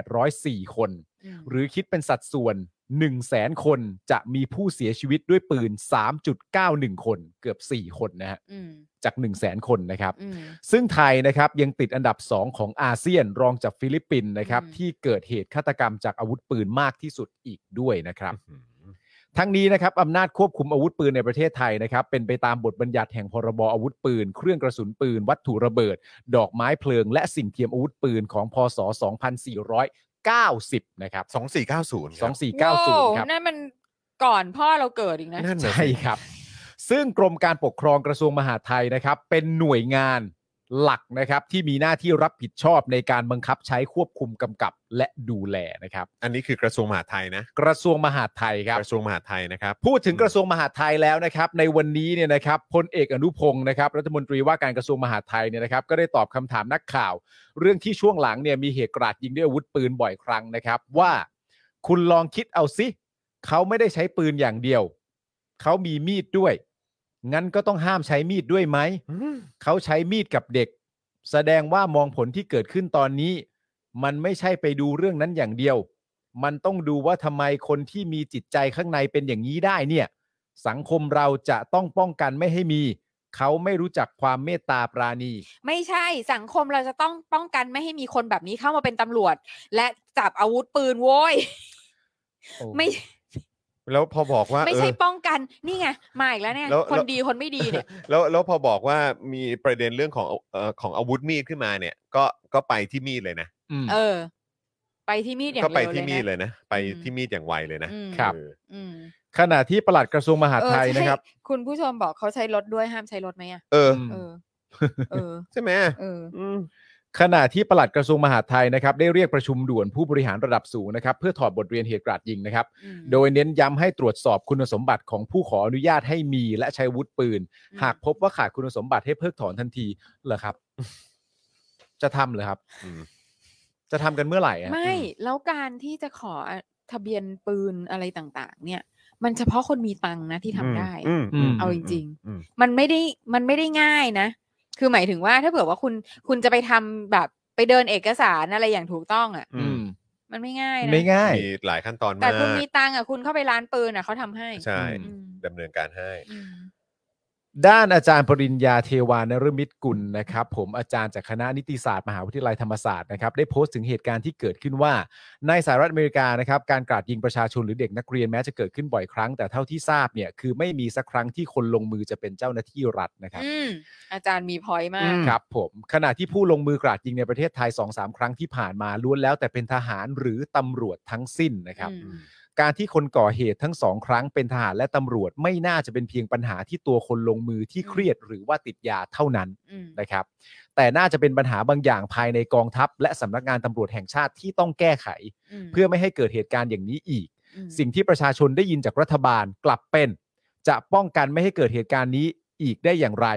S3: 2,804 คน
S2: อืม
S3: หรือคิดเป็นสัดส่วน 1 0 0 0 0แสนคนจะมีผู้เสียชีวิตด้วยปืน 3.91 คน เกือบ 4 คนนะฮะ
S2: อืม
S3: จาก 1 0 0 0 0แสนคนนะครับ
S2: อืม
S3: ซึ่งไทยนะครับยังติดอันดับ 2 ของอาเซียนรองจากฟิลิปปินส์นะครับ
S2: อืม
S3: ที่เกิดเหตุฆาตกรรมจากอาวุธปืนมากที่สุดอีกด้วยนะครับ ทั้งนี้นะครับอำนาจควบคุมอาวุธปืนในประเทศไทยนะครับ เป็นไปตามบทบัญญัติแห่งพรบอาวุธปืน เครื่องกระสุนปืน วัตถุระเบิด ดอกไม้เพลิง และสิ่งเทียมอาวุธปืนของพศ 2490 นะครับ
S1: 2490ครับ
S2: Wow
S3: 2490 ครับ
S2: นั่นมันก่อนพ่อเราเกิดอีกนะ
S1: นั่นน่ะ
S3: ใช่
S1: สิ
S3: ครับ ซึ่งกรมการปกครองกระทรวงมหาดไทยนะครับ เป็นหน่วยงานหลักนะครับ ที่มีหน้าที่รับผิดชอบในการบังคับใช้ควบคุมกำกับและดูแลนะครับ
S1: อันนี้คือกระทรวงมหาดไทยนะ
S3: กระทรวงมหาดไทยครับ
S1: กระทรวงมหาดไทยนะครับ
S3: พูดถึงกระทรวงมหาดไทยแล้วนะครับ ในวันนี้เนี่ยนะครับพลเอกอนุพงศ์นะครับ รัฐมนตรีว่าการกระทรวงมหาดไทยเนี่ยนะครับ ก็ได้ตอบคำถามนักข่าว เรื่องที่ช่วงหลังเนี่ยมีเหตุกราดยิงด้วยอาวุธปืนบ่อยครั้งนะครับ ว่า คุณลองคิดเอาสิเขาไม่ได้ใช้ปืนอย่างเดียว เขามีมีดด้วย งั้นก็ต้องห้ามใช้มีดด้วยไหม เขาใช้มีดกับเด็ก แสดงว่ามองผลที่เกิดขึ้นตอนนี้ มันไม่ใช่ไปดูเรื่องนั้นอย่างเดียว มันต้องดูว่าทำไมคนที่มีจิตใจข้างในเป็นอย่างนี้ได้เนี่ย สังคมเราจะต้องป้องกันไม่ให้มี เขาไม่รู้จักความเมตตาปราณี
S2: ไม่ใช่สังคมเราจะต้องป้องกันไม่ให้มีคนแบบนี้เข้ามาเป็นตำรวจ และจับอาวุธปืนโว้ยไม่
S1: แล้วพอบอกว่า
S2: ไม่ใช่
S1: เออ
S2: ป้องกันนี่ไงมาอีกแล้วเนี่ย
S1: แล้ว
S2: คน
S1: แล้ว
S2: ดีคนไม่ดีเนี่ย
S1: แล้วแล้วพอบอกว่ามีประเด็นเรื่องของเอ่อของอาวุธมีดขึ้นมาเนี่ย ก็ก็ไปที่มีดเลยนะ
S3: อืม
S2: เออ ไปที่มีดอย่าง
S1: ก็ไป
S2: เร็วเล
S1: ที่
S2: ย
S1: มีด
S2: นะ
S1: เลยนะ ไป
S2: อืม
S1: ที่มีดอย่างไวเลยนะ
S2: อืม
S3: ครับ
S1: เออ
S2: อืม
S3: ขณะที่ปลัดกระทรวงมหาด
S2: เออ
S3: ไทย
S2: ใช่
S3: นะครับ
S2: คุณผู้ชมบอกเขาใช้รถด้วยห้ามใช้รถไหมอ่ะ
S1: เออ
S3: ม
S2: เอ อ เออ
S1: ใช่ไหม
S2: เออ
S1: อืม
S3: ขณะที่ปลัดกระทรวงมหาดไทยนะครับได้เรียกประชุมด่วนผู้บริหารระดับสูงนะครับ เพื่อถอดบทเรียนเหตุกราดยิงนะครับ
S2: อืม
S3: โดยเน้นย้ำให้ตรวจสอบคุณสมบัติของผู้ขออนุญาตให้มีและใช้อาวุธปืน
S2: อืม
S3: หากพบว่าขาดคุณสมบัติให้เพิกถอนทันทีเหรอครับ จะทำเหรอครับ
S1: อืม
S3: จะทำกันเมื่อไหร่อะ
S2: ไม่แล้วการที่จะขอทะเบียนปืนอะไรต่างๆ เนี่ย มันเฉพาะคนมีตังค์นะที่ทำได้
S1: อืม
S3: ม
S2: เอาจริง
S1: อืม
S2: ๆ มันไม่ได้มันไม่ได้ง่ายนะ คือหมายถึงว่าถ้าเผื่อว่าคุณคุณจะไปทำแบบไปเดินเอกสารอะไรอย่างถูกต้องอ่ะ
S1: อืม
S2: มันไม่ง่ายนะ
S3: ไม่ง่าย
S1: มีหลายขั้นตอน
S2: แต่
S1: มาก
S2: คุณมีตังค์อ่ะคุณเข้าไปร้านปืนอ่ะเขาทำให้
S1: ใช่
S2: อืม
S1: ดำเนินการให้
S2: อืม
S3: ด้านอาจารย์ปริญญาเทวานฤมิตกุลนะครับ ผมอาจารย์จากคณะนิติศาสตร์มหาวิทยาลัยธรรมศาสตร์นะครับได้โพสต์ถึงเหตุการณ์ที่เกิดขึ้นว่า ในสหรัฐอเมริกานะครับการกราดยิงประชาชนหรือเด็กนักเรียนแม้จะเกิดขึ้นบ่อยครั้งแต่เท่าที่ทราบเนี่ยคือไม่มีสักครั้งที่คนลงมือจะเป็นเจ้าหน้าที่รัฐนะครับ
S2: อืม อาจารย์มีพอยต์มาก
S3: ครับผมขณะที่ผู้ลงมือกราดยิงในประเทศไทย 2-3 ครั้งที่ผ่านมาล้วนแล้วแต่เป็นทหารหรือตำรวจทั้งสิ้นนะครับ
S2: อืม
S3: การที่คนก่อเหตุทั้งสองครั้งเป็นทหารและตำรวจไม่น่าจะเป็นเพียงปัญหาที่ตัวคนลงมือที่เครียดหรือว่าติดยาเท่านั้น
S2: อืม
S3: นะครับ แต่น่าจะเป็นปัญหาบางอย่างภายในกองทัพ และสำนักงานตำรวจแห่งชาติที่ต้องแก้ไข
S2: ม
S3: เพื่อไม่ให้เกิดเหตุการณ์อย่างนี้อีก
S2: ม
S3: สิ่งที่ประชาชนได้ยินจากรัฐบาลกลับเป็น จะป้องกันไม่ให้เกิดเหตุการณ์นี้อีกได้อย่างไร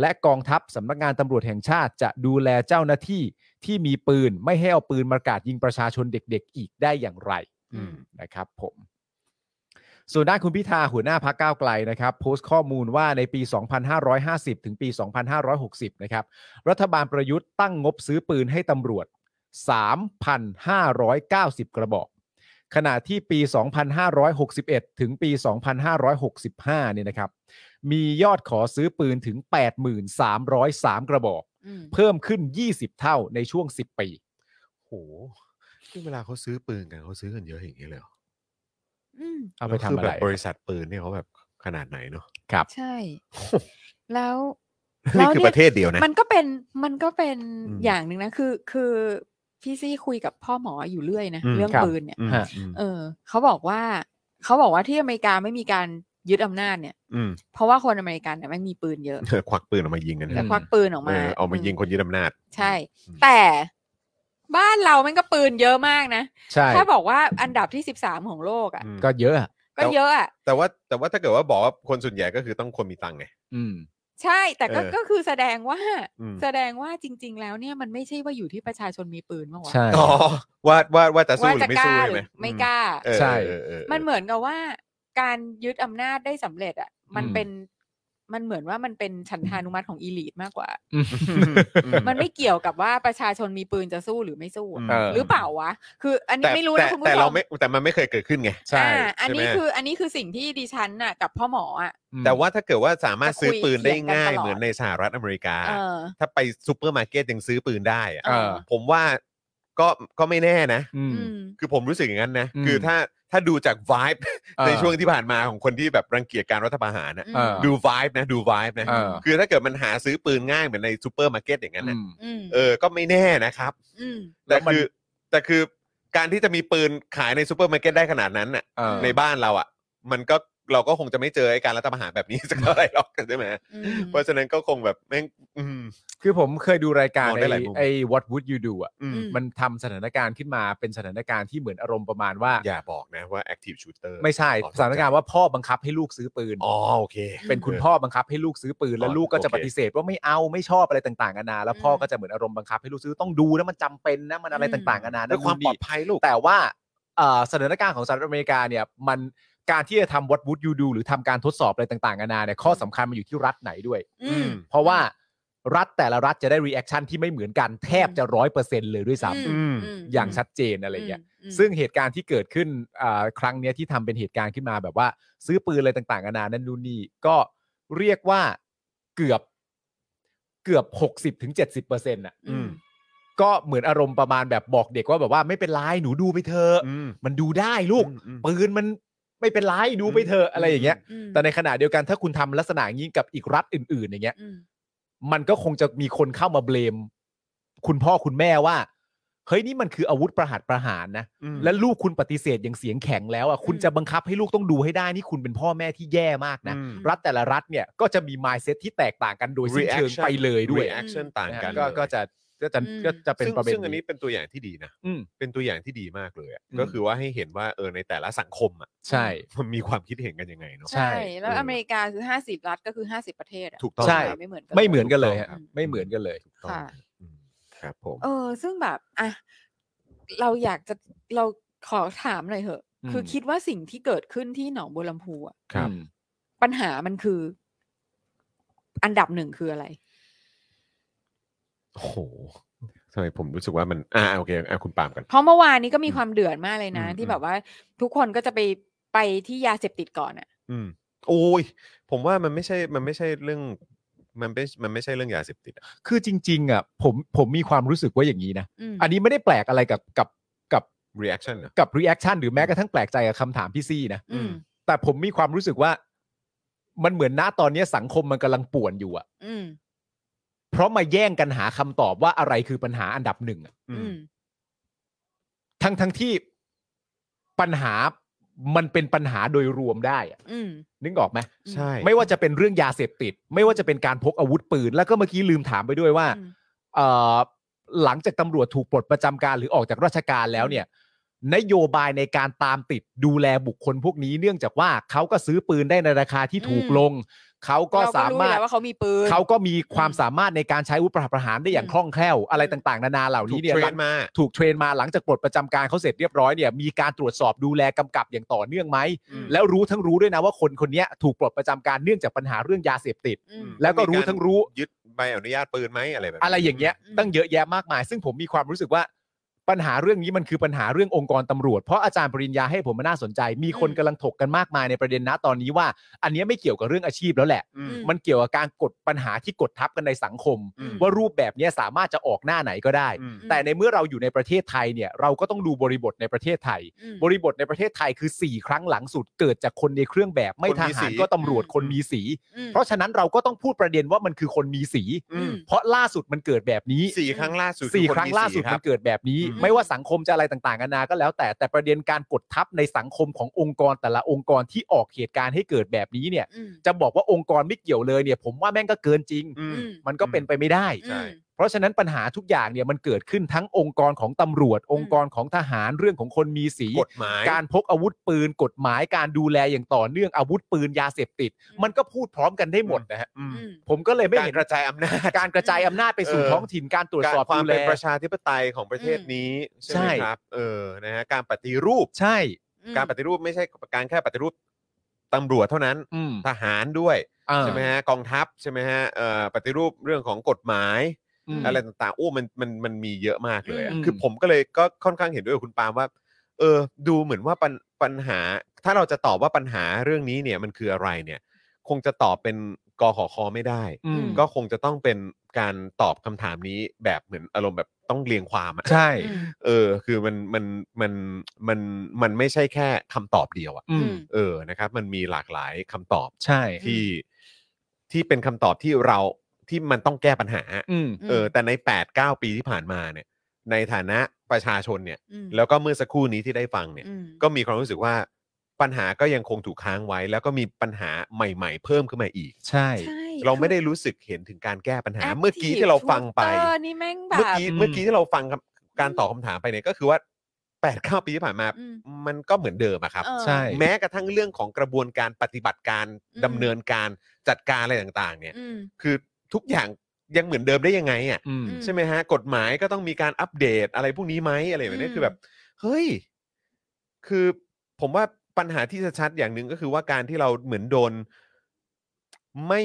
S3: และกองทัพสำนักงานตำรวจแห่งชาติจะดูแลเจ้าหน้าที่ที่มีปืนไม่ให้เอาปืนมากราดยิงประชาชนเด็กๆ อีกได้อย่างไร
S2: อืม
S3: นะครับผมส่วนด้านคุณพิธาหัวหน้าพักก้าวไกลนะครับ โพสต์ข้อมูลว่าในปี 2550 ถึงปี 2560 นะครับ รัฐบาลประยุทธ์ตั้งงบซื้อปืนให้ตำรวจ 3,590 กระบอก ขณะที่ปี 2,561 ถึงปี 2,565 เนี่ยนะครับ มียอดขอซื้อปืนถึง 8,303 กระบอก
S2: อืม
S3: เพิ่มขึ้น 20 เท่าในช่วง 10 ปี
S1: โหที่เวลาเขาซื้อปืนกันเขาซื้อกันเยอะอย่างนี้เลยเหรอ
S2: อืม
S3: เอาไป
S1: แล้
S3: ทำ
S1: วคื
S3: อะ
S1: แบ
S3: ไร
S1: บบริษัทปืนเนี่ยเขาแบบขนาดไหนเนาะ
S3: ครับ
S2: ใช่ แล้ว
S1: นี่
S2: แล้ว
S1: คือ
S2: นี่ย
S1: ประเทศเดียวนะ
S2: มันก็เป็นมันก็เป็น
S1: อืม
S2: อย่างหนึ่งนะ คือ คือพี่ซี่คุยกับพ่อหมออยู่เรื่อยนะ
S1: อืม
S2: เรื่อง
S3: ครับ
S2: ปืนเนี่ย
S1: อืม
S3: ฮะ
S1: อืม
S2: เออเขาบอกว่าเขาบอกว่าที่อเมริกาไม่มีการยึดอำนาจเนี่ย
S1: อืม
S2: เพราะว่าคนอเมริกันเนี่ยไม่มีปืนเยอะ
S1: เออควักปืนออกมา ยิงกัน
S3: ม
S2: แต่
S1: นะ
S2: ควักปืนออก
S1: เอ
S2: มา
S1: อเอามายิง
S2: ม
S1: คนยึดอำนาจ
S2: ใช่
S1: อืม
S2: แต่บ้านเรามันก็ปืนเยอะมากนะ
S3: ใช่
S2: ถ้าบอกว่าอันดับที่สิบสามของโลกอ่ะ
S1: อืม
S3: ก็เยอะอะ
S2: ก็เยอะอ่ะ
S1: แต่ว่าแต่ว่าถ้าเกิดว่าบอกว่าคนส่วนใหญ่ก็คือต้องคนมีตังค์ไง
S3: อืม
S2: ใช่แต่ก็
S1: เออ
S2: ก็คือแสดงว่า
S1: อืม
S2: แสดงว่าจริง ๆ แล้วเนี่ยมันไม่ใช่ว่าอยู่ที่ประชาชนมีปืนมากวะ
S3: ใช่
S1: อ๋อว่าว่าว่าจะสู้
S2: ว่า
S1: หรื
S2: จะ
S1: อไม่
S2: ก
S1: สู้
S2: ล้า
S1: ใช่
S2: ห
S1: ไหม
S2: รือไม่กล้า
S1: เออ
S3: ใช่
S1: เออเออเออ
S2: มันเหมือนกับว่าการยึดอำนาจได้สำเร็จอ่ะ มันเป็นมันเหมือนว่ามันเป็นฉันทานุมัติของอีลิทมากกว่า
S3: อืม
S2: มันไม่เกี่ยวกับว่าประชาชนมีปืนจะสู้หรือไม่สู้อะ
S1: เออ
S2: หรือเปล่าวะ คือ อันนี้
S1: แต่
S2: ไม่รู้
S1: แต่
S2: นะคุณผู้
S1: แต่
S2: ช
S1: เรา
S2: ม
S1: ไม่แต่มันไม่เคยเกิดขึ้นไง
S3: ใช่
S2: อ่าอันนี้
S1: ใช่ไหม
S2: คืออันนี้คือสิ่งที่ดิฉันน่ะ กับพ่อหมออ่ะ
S1: แต่ว่าถ้าเกิดว่าสามารถซื้อปืนได้ง่าย
S2: จะคุยเถียงกันตลอด
S1: เหมือนในสหรัฐอเมริกา
S2: เออ
S1: ถ้าไปซูเปอร์มาร์เก็ตยังซื้อปืนได้อะ
S2: เออ
S1: ผมว่าก็ก็ไม่แน่นะ
S3: อืม
S2: อืม
S1: คือผมรู้สึกอย่างนั้นนะ
S3: อืม
S1: คือถ้าถ้าดูจาก vibe
S3: เออ
S1: ในช่วงที่ผ่านมาของคนที่แบบรังเกียจการรัฐประหารนะ
S3: เออ
S1: ดู vibe นะดู vibe นะ
S3: เออ
S1: คือถ้าเกิดมันหาซื้อปืนง่ายเหมือนในซูเปอร์มาร์เก็ตอย่างนั้นนะ
S3: อืม
S2: อืม
S1: เออ ก็ไม่แน่นะครับ
S2: อืม
S1: แต่
S3: แล้วมัน
S1: คือแต่คือการที่จะมีปืนขายในซูเปอร์มาร์เก็ตได้ขนาดนั้นน่ะ
S3: เออ
S1: ในบ้านเราอ่ะ มันก็เราก็คงจะไม่เจอไอ้การรัฐประหารแบบนี้ สักเท่าไหร่หรอกใช่ไหม
S2: อืม
S1: เพราะฉะนั้นก็คงแบบแม่งอืม
S3: คือผมเคยดูรายการ
S1: มองได้
S3: ไอ้
S1: หลายมุม
S3: ไอ้ What Would You Do อ่ะ
S1: อืม
S2: อืม
S3: มันทำสถานการณ์ขึ้นมาเป็นสถานการณ์ที่เหมือนอารมณ์ประมาณว่า
S1: อย่าบอกนะว่า active shooter
S3: ไม่ใช่
S1: อ๋อ
S3: สถานการณ์ว่าพ่อบังคับให้ลูกซื้อปืน
S1: อ๋อโอเค
S3: เป็นคุณพ่อบังคับให้ลูกซื้อปืน แล้ว
S1: อ๋อ
S3: ลูกก็จะ
S1: โอเค
S3: ปฏิเสธว่าไม่เอาไม่ชอบอะไรต่างๆนานาแล้วพ่อก็จะเหมือนอารมณ์บังคับให้ลูกซื้อต้องดูนะมันจำเป็นนะมันอะไร
S2: อืม
S3: ต่างๆนานา
S1: ด้วยความปลอด
S3: ย
S1: ภัยลูก
S3: แต่ว่าเอ่อสถานการณ์ของสหรัฐอเมริกาเนี่ยมันการที่จะทำ what would you do หรือทำการทดสอบอะไรต่างๆนานาเนี่ยข้อสำคัญมันอยู่ที่รัฐไหนด้วย
S2: อืม
S3: เพราะว่ารัฐแต่ละรัฐจะได้ reaction ที่ไม่เหมือนกันแทบจะร้อยเปอร์เซ็นต์เลยด้วยซ้
S2: อืม
S3: ำอย่างชัดเจนอะไรอย่างเงี้ย
S2: อืม
S3: ซึ่งเหตุการณ์ที่เกิดขึ้นอ่าครั้งเนี้ยที่ทำเป็นเหตุการณ์ขึ้นมาแบบว่า ซื้อปืนอะไรต่างๆนานานั่นนู่นนี่ก็เรียกว่าเกือบเกือบหกสิบถึงเจ็ดสิบเปอร์เซ็นต์อ่ะ
S2: อืม
S3: ก็เหมือนอารมณ์ประมาณแบบบอกเด็กว่าแบบว่าไม่เป็นไรหนูดูไปเถอะ
S1: อืม
S3: มันดูได้ลูก
S1: อืม
S3: ปืนมันไม่เป็นไรดูไปเถอะอะไรอย่างเงี้ย
S2: อืม
S3: แต่ในขณะเดียวกันถ้าคุณทำลักษณะอย่างนี้กับอีกรัฐอื่น ๆ อย่างเงี้ย
S2: อืม
S3: มันก็คงจะมีคนเข้ามาเบลม คุณพ่อคุณแม่ว่า เฮ้ยนี่มันคืออาวุธประหัตประหารนะ
S1: อืม
S3: และลูกคุณปฏิเสธอย่างเสียงแข็งแล้วอ่ะคุณ
S2: อืม
S3: จะบังคับให้ลูกต้องดูให้ได้นี่คุณเป็นพ่อแม่ที่แย่มากนะ
S1: อืม
S3: รัฐแต่ละรัฐเนี่ยก็จะมีมายเซตที่แตกต่างกันโดยสิ้นเชิง
S1: Reaction
S3: ไปเลยด้วย
S1: reaction ต่าง
S3: นะฮะ
S1: กัน
S3: ก็
S1: เลย
S3: ก็จะก็จะ
S2: อืม
S3: ก็จะเป็น
S1: ซึ่ง
S3: ประเด็น
S1: ซึ่งอันนี้เป็นตัวอย่างที่ดีนะ
S3: อืม
S1: เป็นตัวอย่างที่ดีมากเลยอะ
S3: อืม
S1: ก็คือว่าให้เห็นว่าเออในแต่ละสังคมอ่ะ
S3: ใช่
S1: มันมีความคิดเห็นกันยังไงเนาะ
S3: ใช่
S2: ใช่ แล้ว
S1: เอออ
S2: อเมริกาคือห้าสิบรัฐก็คือห้าสิบประเทศะ
S1: ถูกต้อง
S3: ใช่
S2: ไม่เหมือนกั
S3: ไม่เหมือนกันเลยฮะ
S2: อืม
S3: ไม่เหมือนกันเลย
S1: ถูกต้อง
S2: ค่ะ
S1: อืมครับผม
S2: เออ ซึ่งแบบ อ่ะ เราอยากจะเราขอถามหน่อยเหอะ
S3: อืม
S2: คือคิดว่าสิ่งที่เกิดขึ้นที่หนองบัวลำพูอะ
S1: ครับ
S3: อืม
S2: ปัญหามันคือ อันดับหนึ่งคืออะไร
S1: โอ้โหทำไมผมรู้สึกว่ามันอ่าโอเคอ่ะคุณปาล์มกัน
S2: เพราะเมื่อวานนี้ก็มีความเดือดมากเลยนะ
S1: อืม
S2: ที่แบบว่า ทุกคนก็จะไปไปที่ยาเสพติดก่อนอะ
S1: อืม โอ้ย ผมว่ามันไม่ใช่มันไม่ใช่เรื่อง มันไม่มันไม่ใช่เรื่องยาเสพติดอะ
S3: คือจริง ๆอ่ะผมผมมีความรู้สึกว่าอย่างนี้นะ
S2: อืม
S3: อันนี้ไม่ได้แปลกอะไรกับกับกับ
S1: reaction เหรอ
S3: กับ reaction หรือแม้กระทั่งแปลกใจกับคำถามพี่ซี่นะ
S2: อืม
S3: แต่ผมมีความรู้สึกว่า มันเหมือนณตอนเนี้ยสังคมมันกำลังป่วนอยู่อะ
S2: อืม
S3: เพราะมาแย่งกันหาคำตอบว่าอะไรคือปัญหาอันดับหนึ่งอะ
S1: อื
S2: อื
S1: ม
S2: ม
S3: ทั้งทั้งที่ปัญหามันเป็นปัญหาโดยรวมได้อะ
S2: อืม
S3: นึกออกไหม
S1: ใช่
S3: ไม่ว่าจะเป็นเรื่องยาเสพติด ไม่ว่าจะเป็นการพกอาวุธปืน แล้วก็เมื่อกี้ลืมถามไปด้วยว่า
S2: อืม
S3: เอ่อหลังจากตำรวจถูกปลดประจำการหรือออกจากราชการแล้วเนี่ย นโยบายในการตามติดดูแลบุคคลพวกนี้เนื่องจากว่าเขาก็ซื้อปืนได้ในราคาที่ถูกลง เขาก็สามาร
S2: เอ
S3: ถ
S2: ยู่แล้วว่าเขามีปืน
S3: เขาก็มีความสามารถในการใช้อาวุธประหัตประหารได้อย่าง
S2: อืม
S3: คล่องแคล่วอะไรต่างๆ นานาเหล่า
S1: ถู
S3: นี้
S1: ก
S3: เนี่ย
S1: เทร
S3: หลั
S1: น
S3: ง
S1: มา
S3: ถูกเทรนมาหลังจากปลดประจำการเขาเสร็จเรียบร้อยเนี่ยมีการตรวจสอบดูแลกำกับอย่างต่อเนื่องไหม
S1: อืม
S3: แล้วรู้ทั้งรู้ด้วยนะว่าคนคนเนี้ยถูกปลดประจำการเนื่องจากปัญหาเรื่องยาเสพติด
S2: อืม
S3: แล้วก็รู้
S1: มีา
S3: ทั้งรู้
S1: ยึดใบอนุญาตปืนไหมอะไรแบบนี้
S3: อะไรอย่างเงี้ย
S2: อืม
S3: ตั้งเยอะแยะมากมาย ซึ่งผมมีความรู้สึกว่าปัญหาเรื่องนี้มันคือปัญหาเรื่ององค์กรตำรวจ เพราะอาจารย์ปริญญาให้ผมมาน่าสนใจ มีคนกำลังถกกันมากมายในประเด็นนะตอนนี้ว่า อันเนี้ยไม่เกี่ยวกับเรื่องอาชีพแล้วแหละ
S1: อืม
S3: มันเกี่ยวกับการกดปัญหาที่กดทับกันในสังคม
S1: อืม
S3: ว่ารูปแบบเนี้ยสามารถจะออกหน้าไหนก็ได้
S1: อืม
S3: แต่ในเมื่อเราอยู่ในประเทศไทยเนี่ยเราก็ต้องดูบริบทในประเทศไทย
S2: อืม
S3: บริบทในประเทศไทยคือ 4 ครั้งหลังสุดเกิดจากคนในเครื่องแบบ ไม่
S1: คน
S3: ท
S1: มี
S3: หา
S1: สี
S3: รก็ตำรวจคนมีสี
S2: อืม
S3: เพราะฉะนั้นเราก็ต้องพูดประเด็นว่ามันคือคนมีสี
S1: อืม
S3: เพราะล่าสุดมันเกิดแบบนี้
S1: สี่ครั้งล่าสุด
S3: สี่
S1: อ
S3: ครั้ง
S1: นมี
S3: ล่าสุด
S1: ค
S3: มั
S1: รั
S3: น
S1: บ
S3: เกิดแบบนี้
S1: อืม
S3: ไม่ว่าสังคมจะอะไรต่างๆกันานาก็แล้วแต่แต่ประเด็นการกดทับในสังคมขององค์กรแต่ละองค์กรที่ออกเหตุการณ์ให้เกิดแบบนี้เนี่ย
S2: อืม
S3: จะบอกว่าองค์กรไม่เกี่ยวเลยเนี่ย ผมว่าแม่งก็เกินจริง
S1: อืม
S2: อืม
S3: มันก็เป็นไปไม่ได้
S1: ใช่
S2: อืม
S3: เพราะฉะนั้นปัญหาทุกอย่างเนี่ยมันเกิดขึ้นทั้งองค์กรของตำรวจ องค์กรของทหารเรื่องของคนมีสี
S1: กฎหมาย
S3: การพกอาวุธปืน กฎหมายการดูแลอย่างต่อเนื่องอาวุธปืนยาเสพติด
S2: อืม
S3: มันก็พูดพร้อมกันได้หมดนะฮะ
S1: อืม
S2: อืม
S3: ผมก็เลยไม่
S1: การ
S3: เห็น
S1: กระจายอำนาจ
S3: การกระจายอำนาจไปสู่
S1: เออ
S3: ท้องถิ่นการตรวจสอบ
S1: ความ
S3: ดูแล
S1: เป็นประชาธิปไตยของประเทศนี้ ใช่ไหม
S3: ใช่
S1: ครับ เออ นะฮะ การปฏิรูป
S3: ใช่
S1: การปฏิรูปไม่ใช่การแค่ปฏิรูปตำรวจเท่านั้น
S3: อืม
S1: ทหารด้วย
S3: อ่า
S1: ใช่ไหมฮะ กองทัพใช่ไหมฮะ เอ่อ ปฏิรูปเรื่องของกฎหมาย
S3: อืม
S1: อะไรต่างๆโอ้มันมันมันมีเยอะมากเลยอะ
S3: อืม
S1: คือผมก็เลยก็ค่อนข้างเห็นด้วยกับคุณปาล์มว่า เออ ดูเหมือนว่าปัญปัญหา ถ้าเราจะตอบว่าปัญหาเรื่องนี้เนี่ยมันคืออะไรเนี่ย คงจะตอบเป็นกขคไม่ได้
S3: อืม
S1: ก็คงจะต้องเป็นการตอบคำถามนี้แบบเหมือนอารมณ์แบบต้องเรียงความอะ
S3: ใช่
S2: อืม
S1: เออ คือมันมันมันมันมันไม่ใช่แค่คำตอบเดียวอะ
S3: อืม
S1: เออนะครับ มันมีหลากหลายคำตอบ
S3: ใช่
S1: ที่ที่เป็นคำตอบที่เราที่มันต้องแก้ปัญหา
S3: อืม
S1: เออแต่ใน 8 9 ปีที่ผ่านมาเนี่ย ในฐานะประชาชนเนี่ย
S2: อืม
S1: แล้วก็เมื่อสักครู่นี้ที่ได้ฟังเนี่ย
S2: อืม
S1: ก็มีความรู้สึกว่าปัญหาก็ยังคงถูกค้างไว้ แล้วก็มีปัญหาใหม่ ๆ เพิ่มขึ้นมาอีก
S3: ใช่
S2: ใช่
S1: เราไม่
S2: คือ
S1: ได้รู้สึกเห็นถึงการแก้ปัญหา
S2: Active
S1: เมื่อกี้ที่เราฟังไป
S2: Shooter นี่แม่งแบบ
S1: เมื่อกี้
S3: อืม
S1: เมื่อกี้ที่เราฟังคำการตอบคำถามไปเนี่ยก็คือว่า8ปดปีที่ผ่านมา
S2: อืม
S1: มันก็เหมือนเดิมอะครับ
S2: เออ
S3: ใช่
S1: แม้กระทั่งเรื่องของกระบวนการปฏิบัติการ
S2: อืม
S1: ดำเนินการจัดการอะไรต่างๆ เนี่ย
S2: อืม
S1: คือทุกอย่างยังเหมือนเดิมได้ยังไงอะ
S3: อืม
S2: ม
S1: ใช่ไหมฮะกฎหมายก็ต้องมีการอัปเดตอะไรพวกนี้ไหมอะไรแบบนี้
S2: อืม
S1: คือแบบ เฮ้ย คือผมว่าปัญหาที่ชัดๆอย่างหนึ่งก็คือว่าการที่เราเหมือนโดน ไม่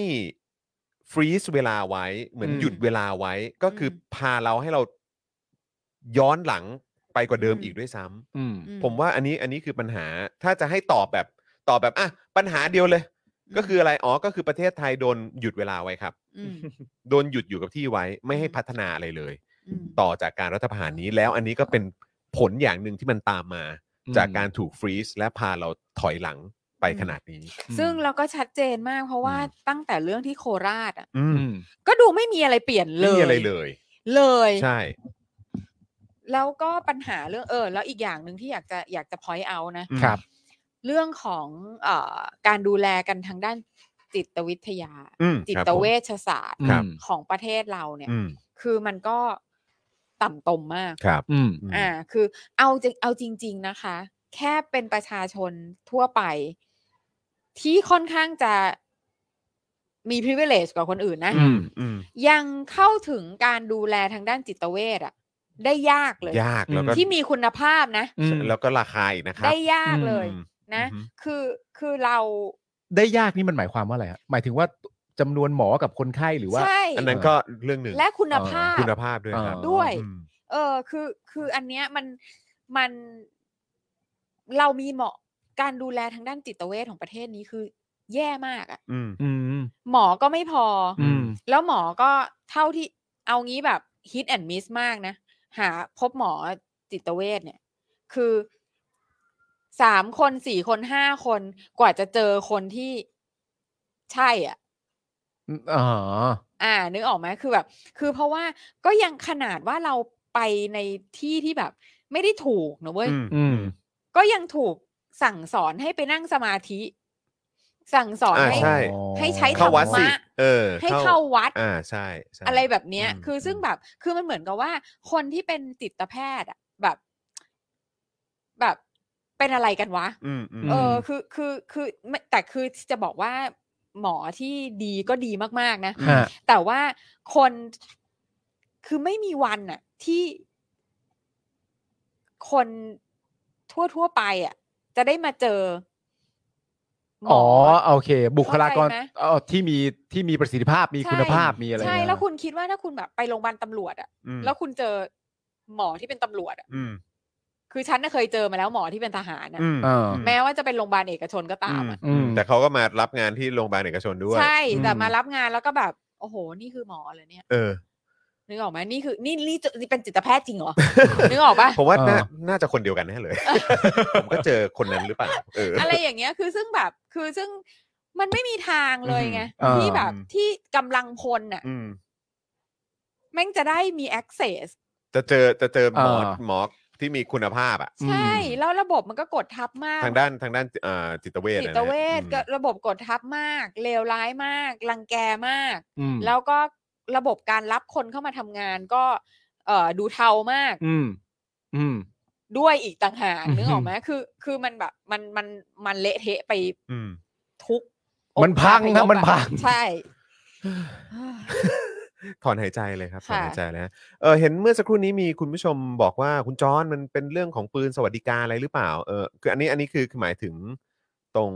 S1: ฟรีซเวลาไว้ เหมือน
S3: อืม
S1: หยุดเวลาไว้ ก็คือพาเราให้เราย้อนหลังไปกว่าเดิมอีกด้วยซ้ำ
S3: อืม
S2: อื
S1: ผมว่าอันนี้อันนี้คือปัญหาถ้าจะให้ตอบแบบ ตอบแบบอ่ะปัญหาเดียวเลย ก็คืออะไรอ๋อก็คือประเทศไทยโดนหยุดเวลาไว้ครับ
S2: อืม
S1: โดนหยุดอยู่กับที่ไว้ ไม่ให้
S2: อืม
S1: พัฒนาอะไรเลย
S2: อืม
S1: ต่อจากการรัฐประหารนี้แล้วอันนี้ก็เป็นผลอย่างหนึ่งที่มันตามมา
S3: อืม
S1: จากการถูกฟรีซและพาเราถอยหลังไป
S2: อืม
S1: ขนาดนี้
S2: ซึ่งเราก็ชัดเจนมากเพราะว่าตั้งแต่เรื่องที่โคราชอ่ะ
S1: อื
S3: อื
S1: ม
S3: ม
S2: ก็ดูไม่มีอะไรเปลี่ยนเล
S1: ไม่
S2: ย
S1: มีอะไรเลย
S2: เลย
S1: ใช่
S2: แล้วก็ปัญหาเรื่องเออ แล้วอีกอย่างหนึ่งที่อยากจะอยากจะ point out นะ
S3: ครับ
S2: เรื่องของเอ่อการดูแลกันทางด้านจิตวิทยา
S1: อืม
S2: จิ
S1: ครับ
S2: ต
S1: ผม
S2: เวชศาสตร์
S1: ครับ
S2: ของประเทศเราเนี่ย
S1: อืม
S2: คือมันก็ต่ำตมมาก
S1: ครับ
S3: อืม
S1: อืม
S2: อ่า คือเอาจริงเอาจริง ๆนะคะ แค่เป็นประชาชนทั่วไป ที่ค่อนข้างจะมี privilege กว่าคนอื่นนะ
S3: อืม
S1: อืม
S2: ยังเข้าถึงการดูแลทางด้านจิตเวชอะ ได้ยากเลย
S1: ยากแล้วก็
S2: ที่มีคุณภาพนะ
S3: อืม
S1: แล้วก็ราคาอีกนะครับ
S2: ได้ยากเลย
S1: อืม
S2: นะ
S1: อือฮึ
S2: คือคือเรา
S3: ได้ยากนี่มันหมายความว่าอะไรฮะหมายถึงว่าจำนวนหมอกับคนไข้หรือว่า
S2: ใช่
S1: อันนั้นก็เรื่องหนึ่ง
S2: และคุณภาพ
S1: คุณภาพด้วยครับ
S2: ด้วย
S1: อืม
S2: เออคือคืออันเนี้ยมันมันเรามีเหมาะการดูแลทางด้านจิตเวชของประเทศนี้คือ แย่มากอะ
S1: อืม
S3: อืม
S2: หมอก็ไม่พออ
S3: อืม
S2: แล้วหมอก็เท่าที่เอางี้แบบฮิตแอนมิสมากนะ หาพบหมอจิตเวชเนี่ย คือสามคนสี่คนห้าคนกว่าจะเจอคนที่ใช่อ่ะ
S3: อ๋อ
S2: อ่านึกออกไหมคือแบบ คือเพราะว่าก็ยังขนาดว่าเราไปในที่ที่แบบ ไม่ได้ถูกนะเว้ย
S1: อืม
S3: อืม
S2: ก็ยังถูกสั่งสอนให้ไปนั่งสมาธิ สั่งสอน
S1: อ่า
S2: ให้
S1: ใช่
S2: ให้ใช้ธ
S1: เข้ารวัด
S2: ร
S1: สิ
S2: มะ
S1: เออ
S2: ให้เข้าวัด
S1: อ่าใช่ใช่
S2: อะไรแบบเนี้ย
S1: อืม
S2: คือซึ่ง
S1: อืม
S2: แบบ คือมันเหมือนกับว่า คนที่เป็นจิตแพทย์อะแบบ แบบเป็นอะไรกันวะ
S1: อืมอืม
S2: เออ
S3: ม
S2: คือคือคือไม่แต่คือจะบอกว่าหมอที่ดีก็ดีมากๆนะ
S3: ฮะ
S2: แต่ว่าคนคือไม่มีวันน่ะ ที่คนทั่วทั่วๆไปอ่ะ จะได้มาเจอหม
S3: อ๋
S2: อ
S3: อ
S2: อะ
S3: โอเค บุคลากร
S2: เข้าใจไหม
S3: เอ่อที่มีที่มีประสิทธิภาพมีคุณภาพมีอะไร
S2: ใช่
S3: นะ
S2: แล้วคุณคิดว่าถ้าคุณแบบไปโรงพยาบาลตำรวจอ่ะ
S1: อืม
S2: แล้วคุณเจอหมอที่เป็นตำรวจอ่ะ
S1: อืม
S2: คือฉันน่ะเคยเจอมาแล้วหมอที่เป็นทหารอ่ะ
S1: อืม
S3: อ่า
S2: แม้ว่าจะเป็นโรงพยาบาลเอกชนก็ตามอ่ะ
S3: อืม
S1: แต่เขาก็มารับงานที่โรงพยาบาลเอกชนด้วย
S2: ใช่ แต่
S3: อืม
S2: มารับงานแล้วก็แบบ โอ้โห นี่คือหมอเลยเนี่ย
S1: เออ
S2: นึกออกไหมนี่คือ นี่นี่จะนี่เป็นจิตแพทย์จริงเหรอ นึกออกปะ
S1: ผมว่าน่า
S3: เออ
S1: น่าจะคนเดียวกันแน่เลย ผมก็เจอคนนั้นหรือเปล่าเอออ
S2: อะไรอย่างเงี้ยคือซึ่งแบบคือซึ่งมันไม่มีทางเลยไง
S3: อืม
S2: ที่
S3: อ่า
S2: แบบที่กำลังพลน่ะ
S1: อืม
S2: แม่งจะได้มี access
S1: จะเจอจะเจอหมอ
S3: เออ
S1: หมอที่มีคุณภาพอ่ะ
S3: อืม
S2: ใช่ แล้วระบบมันก็กดทับมาก
S1: ทางด้านทางด้านเอ่อจิตเวช
S2: จิ
S1: นะ
S2: ตเวช
S1: อืม
S2: ก็ระบบกดทับมาก เลวร้ายมาก รังแกมาก
S3: อืม
S2: แล้วก็ระบบการรับคนเข้ามาทำงานก็เอ่อดูเทามาก
S3: อืม อืม
S2: ด้วยอีกต่างหาก
S3: อืม
S2: นึกออกไหมคือ คือมันแบบมันมันมันเละเทะไป
S1: อืม
S2: ทุก
S3: มันพัง
S2: อพย
S3: นะ
S2: พ
S3: มัน
S2: อะ
S3: พัง
S2: ใช่
S1: ถอนหายใจเลยครับถอน
S2: ค่ะ
S1: หายใจนะเออเห็นเมื่อสักครู่นี้มีคุณผู้ชมบอกว่าคุณจอนมันเป็นเรื่องของปืนสวัสดิการอะไรหรือเปล่าเออคืออันนี้อันนี้คือคือหมายถึงตรง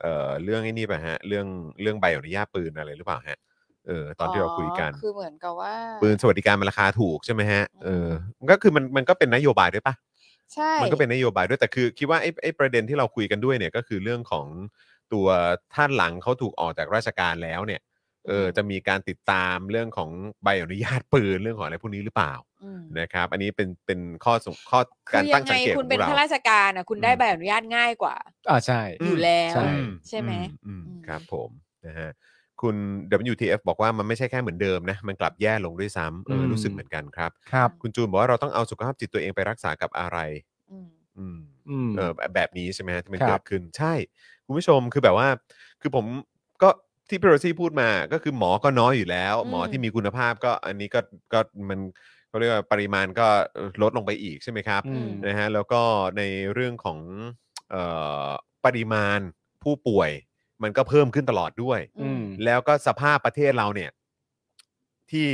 S1: เอ่อเรื่องไอ้นี่ป่ะฮะ เรื่องเรื่องใบอนุญาตปืนอะไรหรือเปล่าฮะเออตอนที่เราคุยกัน
S2: คือเหมือนกับว่า
S1: ปืนสวัสดิการมันราคาถูกใช่ไหมฮะเออ
S2: อื
S1: ก็คือมันมันก็เป็นนโยบายด้วยปะ
S2: ใช่
S1: มันก็เป็นนโยบายด้วยแต่คือคิดว่าไอ้ไอ้ประเด็นที่เราคุยกันด้วยเนี่ยก็คือเรื่องของตัวท่านหลังเขาถูกออกจากราชการแล้วเนี่ย เออจะมีการติดตามเรื่องของใบอนุญาตปืนเรื่องของอะไรพวกนี้หรือเปล่า
S2: อืม
S1: นะครับ อันนี้เป็นเป็นข้อสงข้อ
S2: คื
S1: การ
S2: อยั
S1: ตั้ง
S2: ไง
S1: สังเกตข
S2: คุณ
S1: อง
S2: เป็น
S1: เรา
S2: ข้าราชการอ่ะคุณได้
S1: อืม
S2: ใบอนุญาตง่ายกว่า
S3: อ่าใช่
S2: อยู่แล้ว
S3: ใช่
S2: ใช่ไหม
S1: อือืม
S2: อืม
S1: ครับผมนะฮะคุณ WTF บอกว่ามันไม่ใช่แค่เหมือนเดิมนะ มันกลับแย่ลงด้วยซ้ำเออรู้สึกเหมือนกันครับ
S3: ครับ
S1: คุณจูนบอกว่าเราต้องเอาสุขภาพจิตตัวเองไปรักษากับอะไร
S2: อืม
S1: อืม
S3: อืม
S1: เออแบบแบบนี้ใช่ไหมฮะที่มัน
S3: ครับ
S1: เกิดขึ้นใช่ คุณผู้ชมคือแบบว่า คือผมก็ที่พี่โรซี่พูดมาก็คือหมอก็น้อยอยู่แล้ว
S2: อืม
S1: หมอที่มีคุณภาพก็อันนี้ก็ก็มันเขาเรียกว่าปริมาณก็ลดลงไปอีกใช่ไหมครับ
S3: อืม
S1: นะฮะแล้วก็ในเรื่องของเอ่อปริมาณผู้ป่วย มันก็เพิ่มขึ้นตลอดด้วย
S3: อืม
S1: แล้วก็สภาพประเทศเราเนี่ย ที่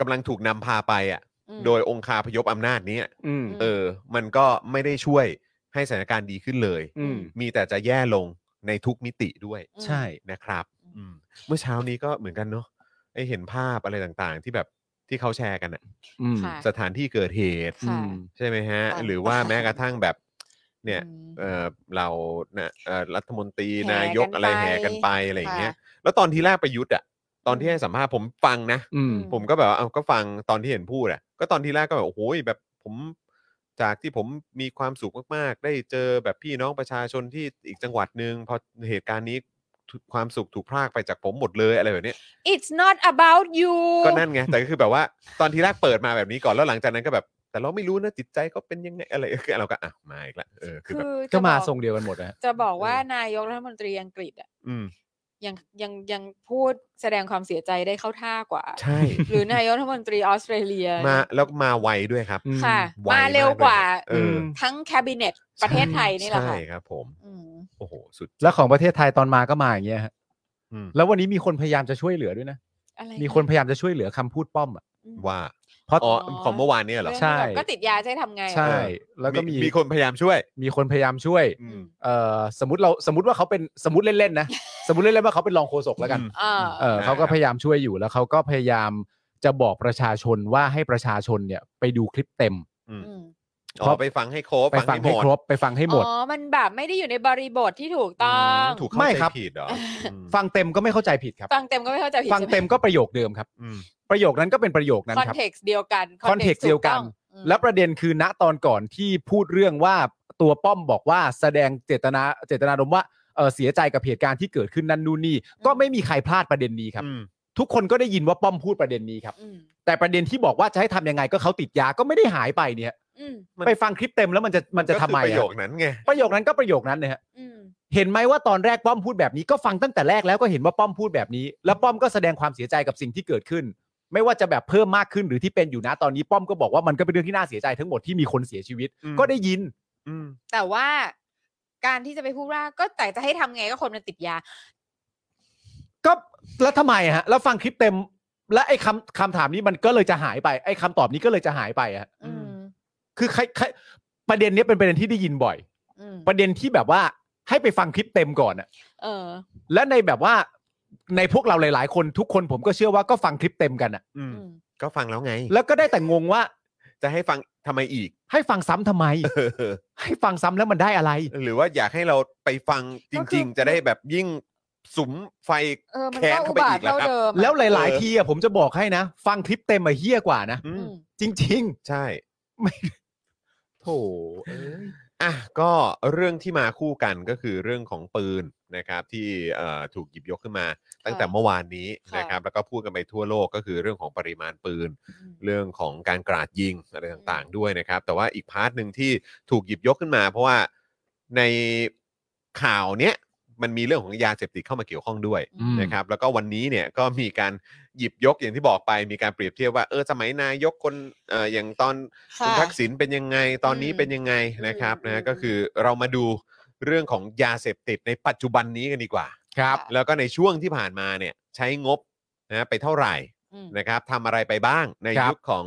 S1: กำลังถูกนำพาไปอ่ะ
S2: อืม
S1: โดยองคาพยพอำนาจนี้อะ
S3: อืม
S1: เออ มันก็ไม่ได้ช่วยให้สถานการณ์ดีขึ้นเลย
S3: อืม
S1: มีแต่จะแย่ลงในทุกมิติด้วย
S2: อืม
S3: ใช่
S1: นะครับอืมเมื่อเช้านี้ก็เหมือนกันเนาะไอเห็นภาพอะไรต่างๆ ที่แบบที่เขาแชร์กันอะ
S3: อืม
S2: ค่ะ
S1: สถานที่เกิดเหตุ
S2: ค่ะ
S1: ใช่ไหมฮะ
S2: ต่างๆ
S1: หรือว่าแม้กระทั่งแบบ เนี่ย
S2: อืม
S1: เออเราเนี่ยเอ่อรัฐมนตรี
S2: แห่
S1: นายก
S2: กัน
S1: อะไรแห่กันไป
S2: ไป
S1: อะไรอย่างเงี้ย
S2: ค่ะ
S1: แล้วตอนที่แรกประยุทธ์อะตอนที่
S2: อืม
S1: ให้สัมภาษณ์ผมฟังนะ
S3: อืม
S1: ผมก็แบบว่าเอาก็ฟังตอนที่เห็นพูดอ่ะ ก็ตอนที่แรกก็แบบโอ้โหแบบผมจากที่ผมมีความสุขมากๆ ได้เจอแบบพี่น้องประชาชนที่อีกจังหวัดหนึ่งพอเหตุการณ์นี้ถูกความสุขถูกพรากไปจากผมหมดเลยอะไรแบบเนี้ย
S2: it's not about you
S1: ก็นั่น ไง แต่ก็คือแบบว่าตอนที่แรกเปิดมาแบบนี้ก่อนแล้วหลังจากนั้นก็แบบ แต่เราไม่รู้นะจิตใจเขาเป็นยังไงอะไรคือเราก็อ่ะมาอีกละเออคือ
S2: คื
S1: แบบ
S2: อ
S3: ก็มา
S2: จะบอก
S3: ทรงเดียวกันหมดนะฮะ
S2: จะบอกว่านายกรัฐมนตรีอังกฤษอ่ะ
S1: อืม
S2: ยังยังยังพูดแสดงความเสียใจได้เข้าท่ากว่า
S1: ใช่
S2: หรือนายกรัฐมนตรีออสเตรเลีย
S1: มาแล้วมาไวด้วยครับ
S3: อืม
S2: ค่ะ
S1: ไ
S2: มาเร็วกว่า
S1: เออ
S2: ทั้งแคบิเนตประเทศไทยนี่แหละ
S1: ใช่
S2: ค่ะ
S1: ครับ ผม
S2: อืม
S1: โอ้โหสุด
S3: แล้วของประเทศไทยตอนมาก็มาอย่างเงี้ยฮะ
S1: อืม
S3: แล้ววันนี้มีคนพยายามจะช่วยเหลือด้วยนะ
S2: อะไร
S3: มีคนพยายามจะช่วยเหลือคำพูดป้อมอะ
S2: อืม
S1: ว่า
S3: เพราะ
S1: อ๋อของเมื่อวานเนี่ยเหรอ
S3: ใช่
S2: เรื่องแบบก็ติดยาจะให้ทำไงอะ
S3: ใช่ แล้วก็มี
S1: มีคนพยายามช่วย
S3: มีคนพยายามช่วย
S1: อืม
S3: เอ่อสมมติเราสมมติว่าเขาเป็นสมมติเล่น ๆนะ สมมติเล่นๆว่าเขาเป็นรองโฆษกแล้วกัน
S2: เออ
S3: เออ
S1: อ่า
S3: เขาก็พยายามช่วยอยู่แล้วเขาก็พยายามจะบอกประชาชนว่าให้ประชาชนเนี่ยไปดูคลิปเต็ม
S2: อืม
S1: อ๋อไปฟังให้ครบ
S3: ไปฟังให้
S1: มด
S3: ครบไปฟังให้หมด
S2: อ๋อ มันแบบไม่ได้อยู่ในบริบทที่ถูก
S1: อื
S2: ต้อง
S1: มถูกเข้า
S3: ไม่
S1: ใจ
S3: ครับ
S1: ผิดเหรออืม
S3: ฟังเต็มก็ไม่เข้าใจผิดครับ
S2: ฟังเต็มก็ไม่เข้าใจผิด
S3: ฟัง
S2: ใช่ไหม
S3: เต็มก็ประโยคเดิมครับ
S1: อืม
S3: ประโยคนั้นก็เป็นประโยคนั้น
S2: คอน
S3: ครับ
S2: เท็กซ์เดียวกัน
S3: context เดียวกัน
S2: ถูต้อง
S3: และประเด็นคือณตอนก่อนที่พูดเรื่องว่าตัวป้อมบอกว่าแสดงเจตนาเจตนารมณ์ว่าเออเสียใจกับเหตุการณ์ที่เกิดขึ้นนั่นนู่นนี่ก็ไม่มีใครพลาดประเด็นนี้ครับ
S1: อืม
S3: ทุกคนก็ได้ยินว่าป้อมพูดประเด็นนี้ครับ
S2: อืม
S3: แต่ประเด็นที่บอกว่าจะให้ทำยังไงก็เขาติดยาก็ไม่ได้หายไปเนี่ย
S2: อืม
S1: มัน
S3: ไปฟังคลิปเต็มแล้วมันจะมันจะทำไม
S1: ก็คือประโย
S3: อะ
S1: คนั้นไง
S3: ประโยคนั้นก็ประโยคนั้นเนี่ยฮะ
S2: อืม
S3: เห็นไหมว่าตอนแรกป้อมพูดแบบนี้ก็ฟังตั้งแต่แรกแล้วก็เห็นว่าป้อมพูดแบบนี้ แล้วป้อมก็แสดงความเสียใจกับสิ่งที่เกิดขึ้น ไม่ว่าจะแบบเพิ่มมากขึ้นหรือที่เป็นอยู่นะตอนนี้ป้อมก็บอกว่ามันก็เป็นเรื่องที่น่าเสียใจทั้งหมดที่มีคนเสียชีวิต
S1: อืม
S3: ก็ได้ยิน
S1: อืม
S2: แต่ว่าการที่จะไปพูดว่าก็แต่จะให้ทำไงก็คนมันติดยา
S3: ก็แล้วทำไมฮะแล้วฟังคลิปเต็ม และไอ้คำคำถามนี้มันก็เลยจะหายไปไอ้คำตอบนี้ก็เลยจะหายไปอะฮะ
S2: อืม
S3: คือใครใครประเด็นเนี้ยเป็นประเด็นที่ได้ยินบ่อย
S2: อืม
S3: ประเด็นที่แบบว่าให้ไปฟังคลิปเต็มก่อนอะ
S2: เออ
S3: และในแบบว่าในพวกเราหลาย ๆ คนทุกคนผมก็เชื่อว่าก็ฟังคลิปเต็มกันอะ
S1: อื
S2: อ
S1: ม
S2: ม
S1: ก็ฟังแล้วไง
S3: แล้วก็ได้แต่งงว่า
S1: จะให้ฟังทำไมอีก
S3: ให้ฟังซ้ำทำไม
S1: เออ
S3: ให้ฟังซ้ำแล้วมันได้อะไร
S1: หรือว่าอยากให้เราไปฟังจริง ๆ จะได้แบบยิ่งสุมไฟ
S2: เออมัน
S1: แค้
S2: ก็
S1: น
S2: อุ
S1: เข้าไป
S2: บา
S1: อี
S2: ท
S1: กแล้วค
S2: เท่า
S1: รับ
S2: เดิมอะ
S3: แล้วหลาย ๆ ทีอะผมจะบอกให้นะ ฟังคลิปเต็มมาเฮี้ยกว่านะ
S1: อื
S2: อื
S1: ม
S2: ม
S3: จริง
S1: ใช่
S3: ๆ โถเอ้ย
S1: อ่ะก็เรื่องที่มาคู่กันก็คือเรื่องของปืนนะครับ ที่เอ่อถูกหยิบยกขึ้นมา ตั้งแต่เมื่อวานนี้นะครับ แล้วก็พูดกันไปทั่วโลกก็คือเรื่องของปริมาณปืน
S2: อืม
S1: เรื่องของการกราดยิงอะไรต่างๆด้วยนะครับ แต่ว่าอีกพาร์ทหนึ่งที่ถูกหยิบยกขึ้นมา เพราะว่าในข่าวเนี้ยมันมีเรื่องของยาเสพติดเข้ามาเกี่ยวข้องด้วย
S2: อืม
S1: นะครับแล้วก็วันนี้เนี่ยก็มีการหยิบยกอย่างที่บอกไป มีการเปรียบเทียบว่าเออสมัยนายกคนเอ่ออย่างตอนคุณ
S2: ค่ะ
S1: ทักษิณเป็นยังไงตอนนี้
S2: อืม
S1: เป็นยังไงนะครับ
S2: อืม
S1: นะก็คือเรามาดูเรื่องของยาเสพติดในปัจจุบันนี้กันดีกว่า
S3: ครับ
S2: ะ
S1: แล้วก็ในช่วงที่ผ่านมาเนี่ยใช้งบนะไปเท่าไหร่
S2: อืม
S1: นะครับทำอะไรไปบ้างใน
S3: ครับ
S1: ยุคของ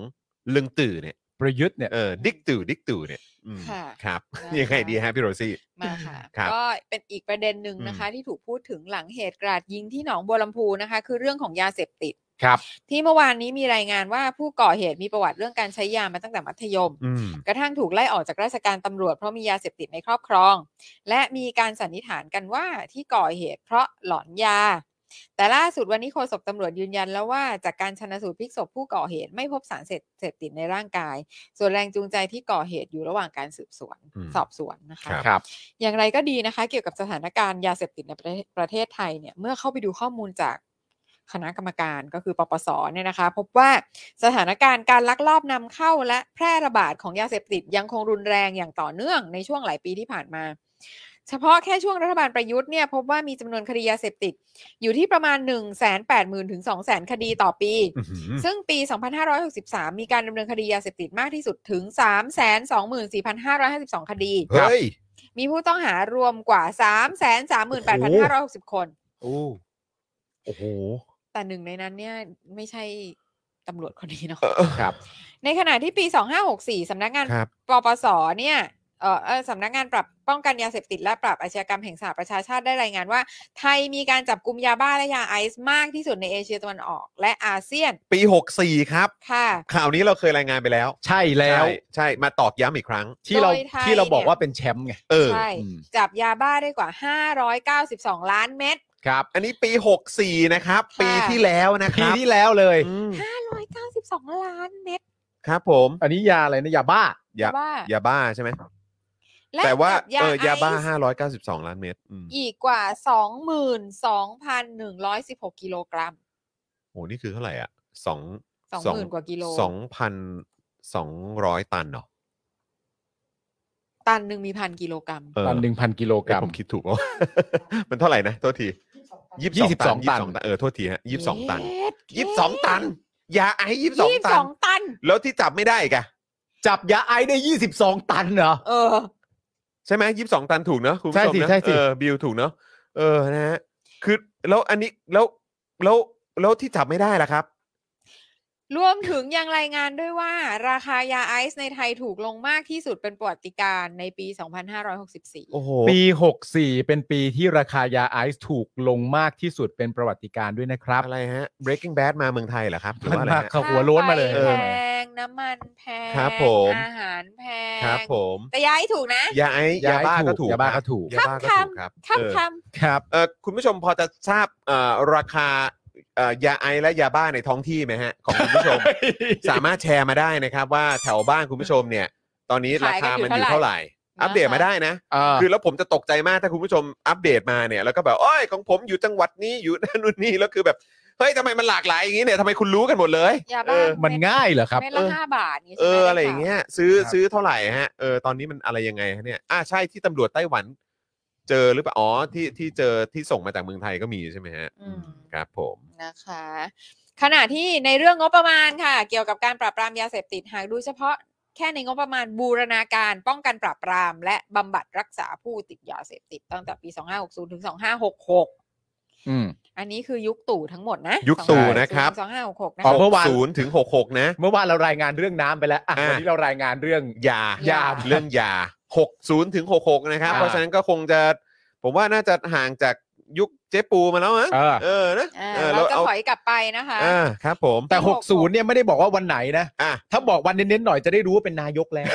S1: ลึงตื่อเนี่ย
S3: ประยุทธ์เนี่ย
S1: เออดิกตื่อดิกตื่อเนี่ยอืม
S2: ค่ะ
S1: ครับ
S2: นะคะ
S1: ยังไงดีฮะพี่โรซี่
S2: มาค่ะ
S1: ครับ
S2: ก็เป็นอีกประเด็นหนึ่งนะคะ ที่ถูกพูดถึงหลังเหตุกราดยิงที่หนองบัวลำพูนะคะ คือเรื่องของยาเสพติด
S3: ครับ
S2: ที่เมื่อวานนี้มีรายงานว่าผู้ก่อเหตุมีประวัติเรื่องการใช้ยามาตั้งแต่มัธยม
S1: อืม
S2: กระทั่งถูกไล่ออกจากราชการตำรวจเพราะมียาเสพติดในครอบครอง และมีการสันนิษฐานกันว่าที่ก่อเหตุเพราะหลอนยา แต่ล่าสุดวันนี้โฆษกตำรวจยืนยันแล้วว่าจากการชนะสูตรพลิกศพผู้ก่อเหตุไม่พบสารเสพเสพติดในร่างกาย ส่วนแรงจูงใจที่ก่อเหตุอยู่ระหว่างการสืบสวน
S1: อืม
S2: สอบสวนนะคะ
S3: ครับ
S2: อย่างไรก็ดีนะคะ เกี่ยวกับสถานการณ์ยาเสพติดในประเทศประเทศไทยเนี่ยเมื่อเข้าไปดูข้อมูลจากคณะกรรมการก็คือปปสเนี่ยนะคะ พบว่าสถานการณ์การลักลอบนำเข้าและแพร่ระบาดของยาเสพติดยังคงรุนแรงอย่างต่อเนื่องในช่วงหลายปีที่ผ่านมา เฉพาะแค่ช่วงรัฐบาลประยุทธ์เนี่ยพบว่ามีจำนวนคดียาเสพติด อยู่ที่ประมาณ 1 8 0 0 0 0ถึง200,000 คดีต่อปี
S1: อื้อหือ
S2: ซึ่งปี 2563 มีการดำเนินคดียาเสพติดมากที่สุดถึง 324,552 คดี
S1: เฮ้ย
S2: มีผู้ต้องหารวมกว่า 3 3 8 5 6 0 คน
S3: โอ้
S1: โอ้โห
S2: แต่หนึ่งในนั้นเนี่ยไม่ใช่ตำรวจคนนี้เนาะ
S3: ครับ
S2: ในขณะที่ปี 2564 สำนักงาน
S1: ครับ
S2: ปปส เนี่ยเอ่อเอ่อสำนักงานปรับป้องกันยาเสพติดและปรับอาชญากรรมแห่งสหประชาชาติได้รายงานว่า ไทยมีการจับกลุ่มยาบ้าและยาไอซ์มากที่สุดในเอเชียตะวันออก และอาเซียน
S1: ปี 64 ครับ
S2: ค่ะ
S1: ข่าวนี้เราเคยรายงานไปแล้ว
S3: ใช่แล้ว
S1: ใช่ใช่มาตอกย้ำอีกครั้ง
S3: ที่เรา
S2: โดยไทย
S3: ที่เราบอก
S2: เนี่ย
S3: ว่าเป็นแชมป์ไง
S1: เออ
S2: ใช่
S3: อืม
S2: จับยาบ้าได้กว่า 592 ล้านเม็ด
S3: ครับ
S1: อันนี้ปี 64 นะครับ
S2: ค่ะ
S1: ปีที่แล้วนะค
S3: ปี
S1: รับ
S3: ที่แล้วเลย
S1: อืม
S2: 592 ล้านเม็ด
S1: ครับผม
S3: อันนี้ยาอะไรนะยาบ้า
S1: ยา
S2: บ้าย
S1: าบ้าใช่ไหม
S2: และ
S1: แต่ว่า
S2: จับ
S1: เออยาบ้
S2: ไซ์
S1: า 592 ล้านเมตรอืม
S2: อีกกว่า 22,116 กิโลกรัม
S1: โอ้นี่คือเท่าไหร่อ่ะสอง
S2: 20,000 กว่ากิโล
S1: สองพันสองร้อยตันเหรอ
S2: ตันหนึ่งมีพันกิโลกรัม
S1: เออ
S3: ตันหนึ่งพันกิโลก
S1: เอ้
S3: รั
S1: ย
S3: ม
S1: ผมคิดถูกป่ะ มันเท่าไหร่นะ โทษทียี่สิบสอง
S3: 22ตั
S1: ตัน
S3: น
S1: ยี่สิบสองตัน เออ โทษทีฮะยี่สิบสองตัน
S2: เย็ด
S1: ยี่สิบสองตัน ยาไอซ์ยี่สิบสอง
S2: ยี่สิ
S1: ตั
S2: บส
S1: น
S2: องตัน
S1: แล้วที่จับไม่ได้อีกอะ
S3: จับยาไอซ์ได้ยี่สิบสองตันเหรอ
S2: เออ
S1: ใช่ไหมยี่สิบสองตันถูกเนอะคุณผู้ชม
S3: ใช่สิ
S1: นะ
S3: ใช่สิ
S1: เออบิวถูกเนอะเออนะฮะคือแล้วอันนี้แล้วแล้วแล้วแล้วที่จับไม่ได้ล่ะครับ
S2: รวมถึงยังรายงานด้วยว่า ราคายาไอซ์ในไทยถูกลงมากที่สุดเป็นประวัติการณ์ในปี 2564
S1: โอ้โห
S3: ปี 64 เป็นปีที่ราคายาไอซ์ถูกลงมากที่สุดเป็นประวัติการณ์ด้วยนะครับ
S1: อะไรฮะ breaking bad มาเมืองไทยเหรอครับหรือว่าอะไร
S3: มา
S1: ฮะ
S3: เขาหัวโล้นมาเลย
S2: ค่ไฟแพง น้ำมันแพง
S1: ครับผม
S2: อาหารแพง
S1: ครับผม
S2: แต่ยาไอซ์ถูกนะ
S1: ยาไอ้ยาบ้าก็ถูก
S3: ยาบ้าก็ถูก
S1: ยาบ้าก็ถูกครับ
S2: ข้าม
S1: เออ
S2: ค
S3: ครับ
S1: เออคุณผู้ชมพอจะทราบเอ่อราคาเอ่อยาไอและยาบ้าในท้องที่ไหมฮะ ของคุณผู้ช ม สามารถแชร์มาได้นะครับ ว่าแถวบ้านคุณผู้ชมเนี่ย ตอนนี้ราคามันอยู่เท่าไหร่ อัปเดตมาได้นะ
S3: อ่า
S1: คือแล้วผมจะตกใจมากถ้าคุณผู้ชมอัปเดตมาเนี่ยแล้วก็แบบโอ้ยของผมอยู่จังหวัดนี้อยู่ นั่นนู่นนี่แล้วคือแบบเฮ้ยทำไมมันหลากหลายอย่างนี้เนี่ยทำไมคุณรู้กันหมดเลย
S2: ำยา
S1: เอ
S2: บ้า
S1: อ
S3: มันง่ายเหรอครับ
S2: เม็ดละห้าบาทนี่ใช่
S1: เอ
S2: ไหม
S1: อ
S2: ด้
S1: อะไรอย่างเงี้ยซื้อ
S3: ครับ
S1: ซื้อเท่าไหร่ฮะเออตอนนี้มันอะไรยังไงฮะเนี่ยอ่าใช่ที่ตำรวจไต้หวัน เจอหรือเปล่าอ๋อที่ที่เจอที่ส่งมาจากเมืองไทยก็มีใช่ไหมฮะ
S2: อืม
S1: ครับผม
S2: นะคะ ขณะที่ในเรื่องงบประมาณค่ะ เกี่ยวกับการปราบปรามยาเสพติดหากดูเฉพาะแค่ในงบประมาณบูรณาการป้องกันปราบปราม และบำบัดรักษาผู้ติดยาเสพติดตั้งแต่ปี 2560 ถึง 2566
S3: อืม
S2: อันนี้คือยุคตู่ทั้งหมดนะ
S1: ยุคตู่นะครับ
S2: 2560นะ
S3: อ๋อ
S2: คะ
S3: เมื่อวาน
S1: ศูนย์ถึงหกหกนะ
S3: เมื่อวานเรารายงานเรื่องน้ำไปแล้วอ่ะ
S1: อ่า
S3: วันนี้เรารายงานเรื่อง
S1: ยาย
S2: า
S1: เรื่องยาหกศูนย์ถึงหกหกนะครับ
S3: อ่า
S1: เพราะฉะนั้นก็คงจะ ผมว่าน่าจะห่างจากยุคเจ๊ปูมาแล้วมั้ง
S3: เออ
S1: เออนะ
S2: อ่า
S1: ออ
S2: เราจะถอยกลับไปนะคะ
S1: อ่าครับ ผม
S3: แต่
S2: หกหก
S3: 60 เนี่ยไม่ได้บอกว่าวันไหนนะ
S1: อ่ะ
S3: ถ้าบอกวันเน้นๆหน่อยจะได้รู้ว่าเป็นนายก แล้ว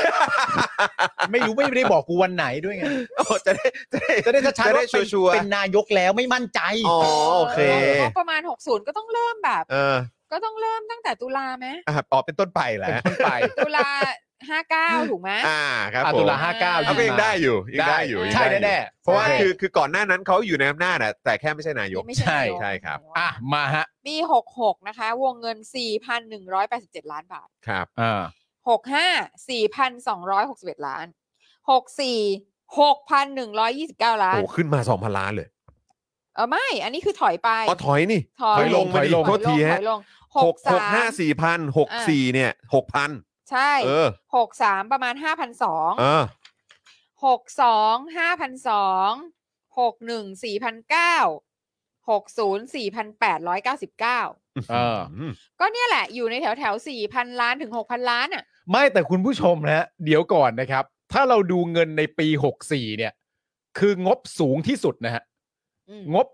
S3: ไม่รู้ไม่ได้บอกกูวันไหนด้วยไง
S1: โอ้จะได้จะได้
S3: จะได้ชัด
S1: จะ
S3: ๆ
S1: ได้
S3: ว่าเป็น
S1: ชัวร์ๆ
S3: เป็นนายกแล้วไม่มั่นใจ
S1: อ๋อโอเค
S2: งบประมาณ 60 ก็ต้องเริ่มแบบ
S1: เออ
S2: ก็ต้องเริ่มตั้งแต่ตุลาไหม
S1: อ่ะออกเป็นต้นไปแหละ
S3: เป็นต้นไป
S2: ตุลา 59 ถูกไหม
S1: อ่าครับ
S3: อ่ะ
S1: ผม
S3: ตุลาห้าเก้า
S1: เอาก็ยังได้อยู่ยังได้อยู่ยัง
S3: ใช่
S1: ได้อยู่
S3: แน่ๆ
S1: เพราะว่า
S2: ใช่
S1: คือคือก่อนหน้านั้นเขาอยู่ในอำนาจอะแต่แค่ไม่ใช่นายก
S2: นี่ไม่ใช่นายก
S1: ใช่ครับ
S3: อ่ะมาฮะ
S2: ปี 66 นะคะ วงเงิน 4,187 ล้านบาท
S1: ครับ
S3: อ่า
S2: 65 4,261 ล้าน 64 6,129 ล้า
S1: โอ้
S2: น
S1: โหขึ้นมา 2,000 ล้านเลย
S2: เออไม่ อันนี้คือถอยไป
S1: อ๋อถอยนี่
S2: ถอย
S1: ถอยลง
S2: ถอยลง
S1: มาดิโทษทีฮะ
S2: ถอยลง
S1: หกหกห้า
S2: 63
S1: สี่พันหกสี่เนี่ยหกพัน
S2: ใช่
S1: เออ
S2: หกสามประมาณ 5,200
S1: เออ
S2: หกสองห้าพันสองหกหนึ่งสี่พันเก้าหกศูนย์สี่พันแปดร้อยเก้าสิบเก้า
S3: เออ
S1: อืม
S2: ก็เนี่ยแหละอยู่ในแถวแถวสี่พันล้านถึงหกพันล้านอ่ะ
S3: ไม่แต่คุณผู้ชมนะฮะเดี๋ยวก่อนนะครับ ถ้าเราดูเงินในปี 64 เนี่ย คืองบสูงที่สุดนะฮะ
S2: อืม
S3: งบ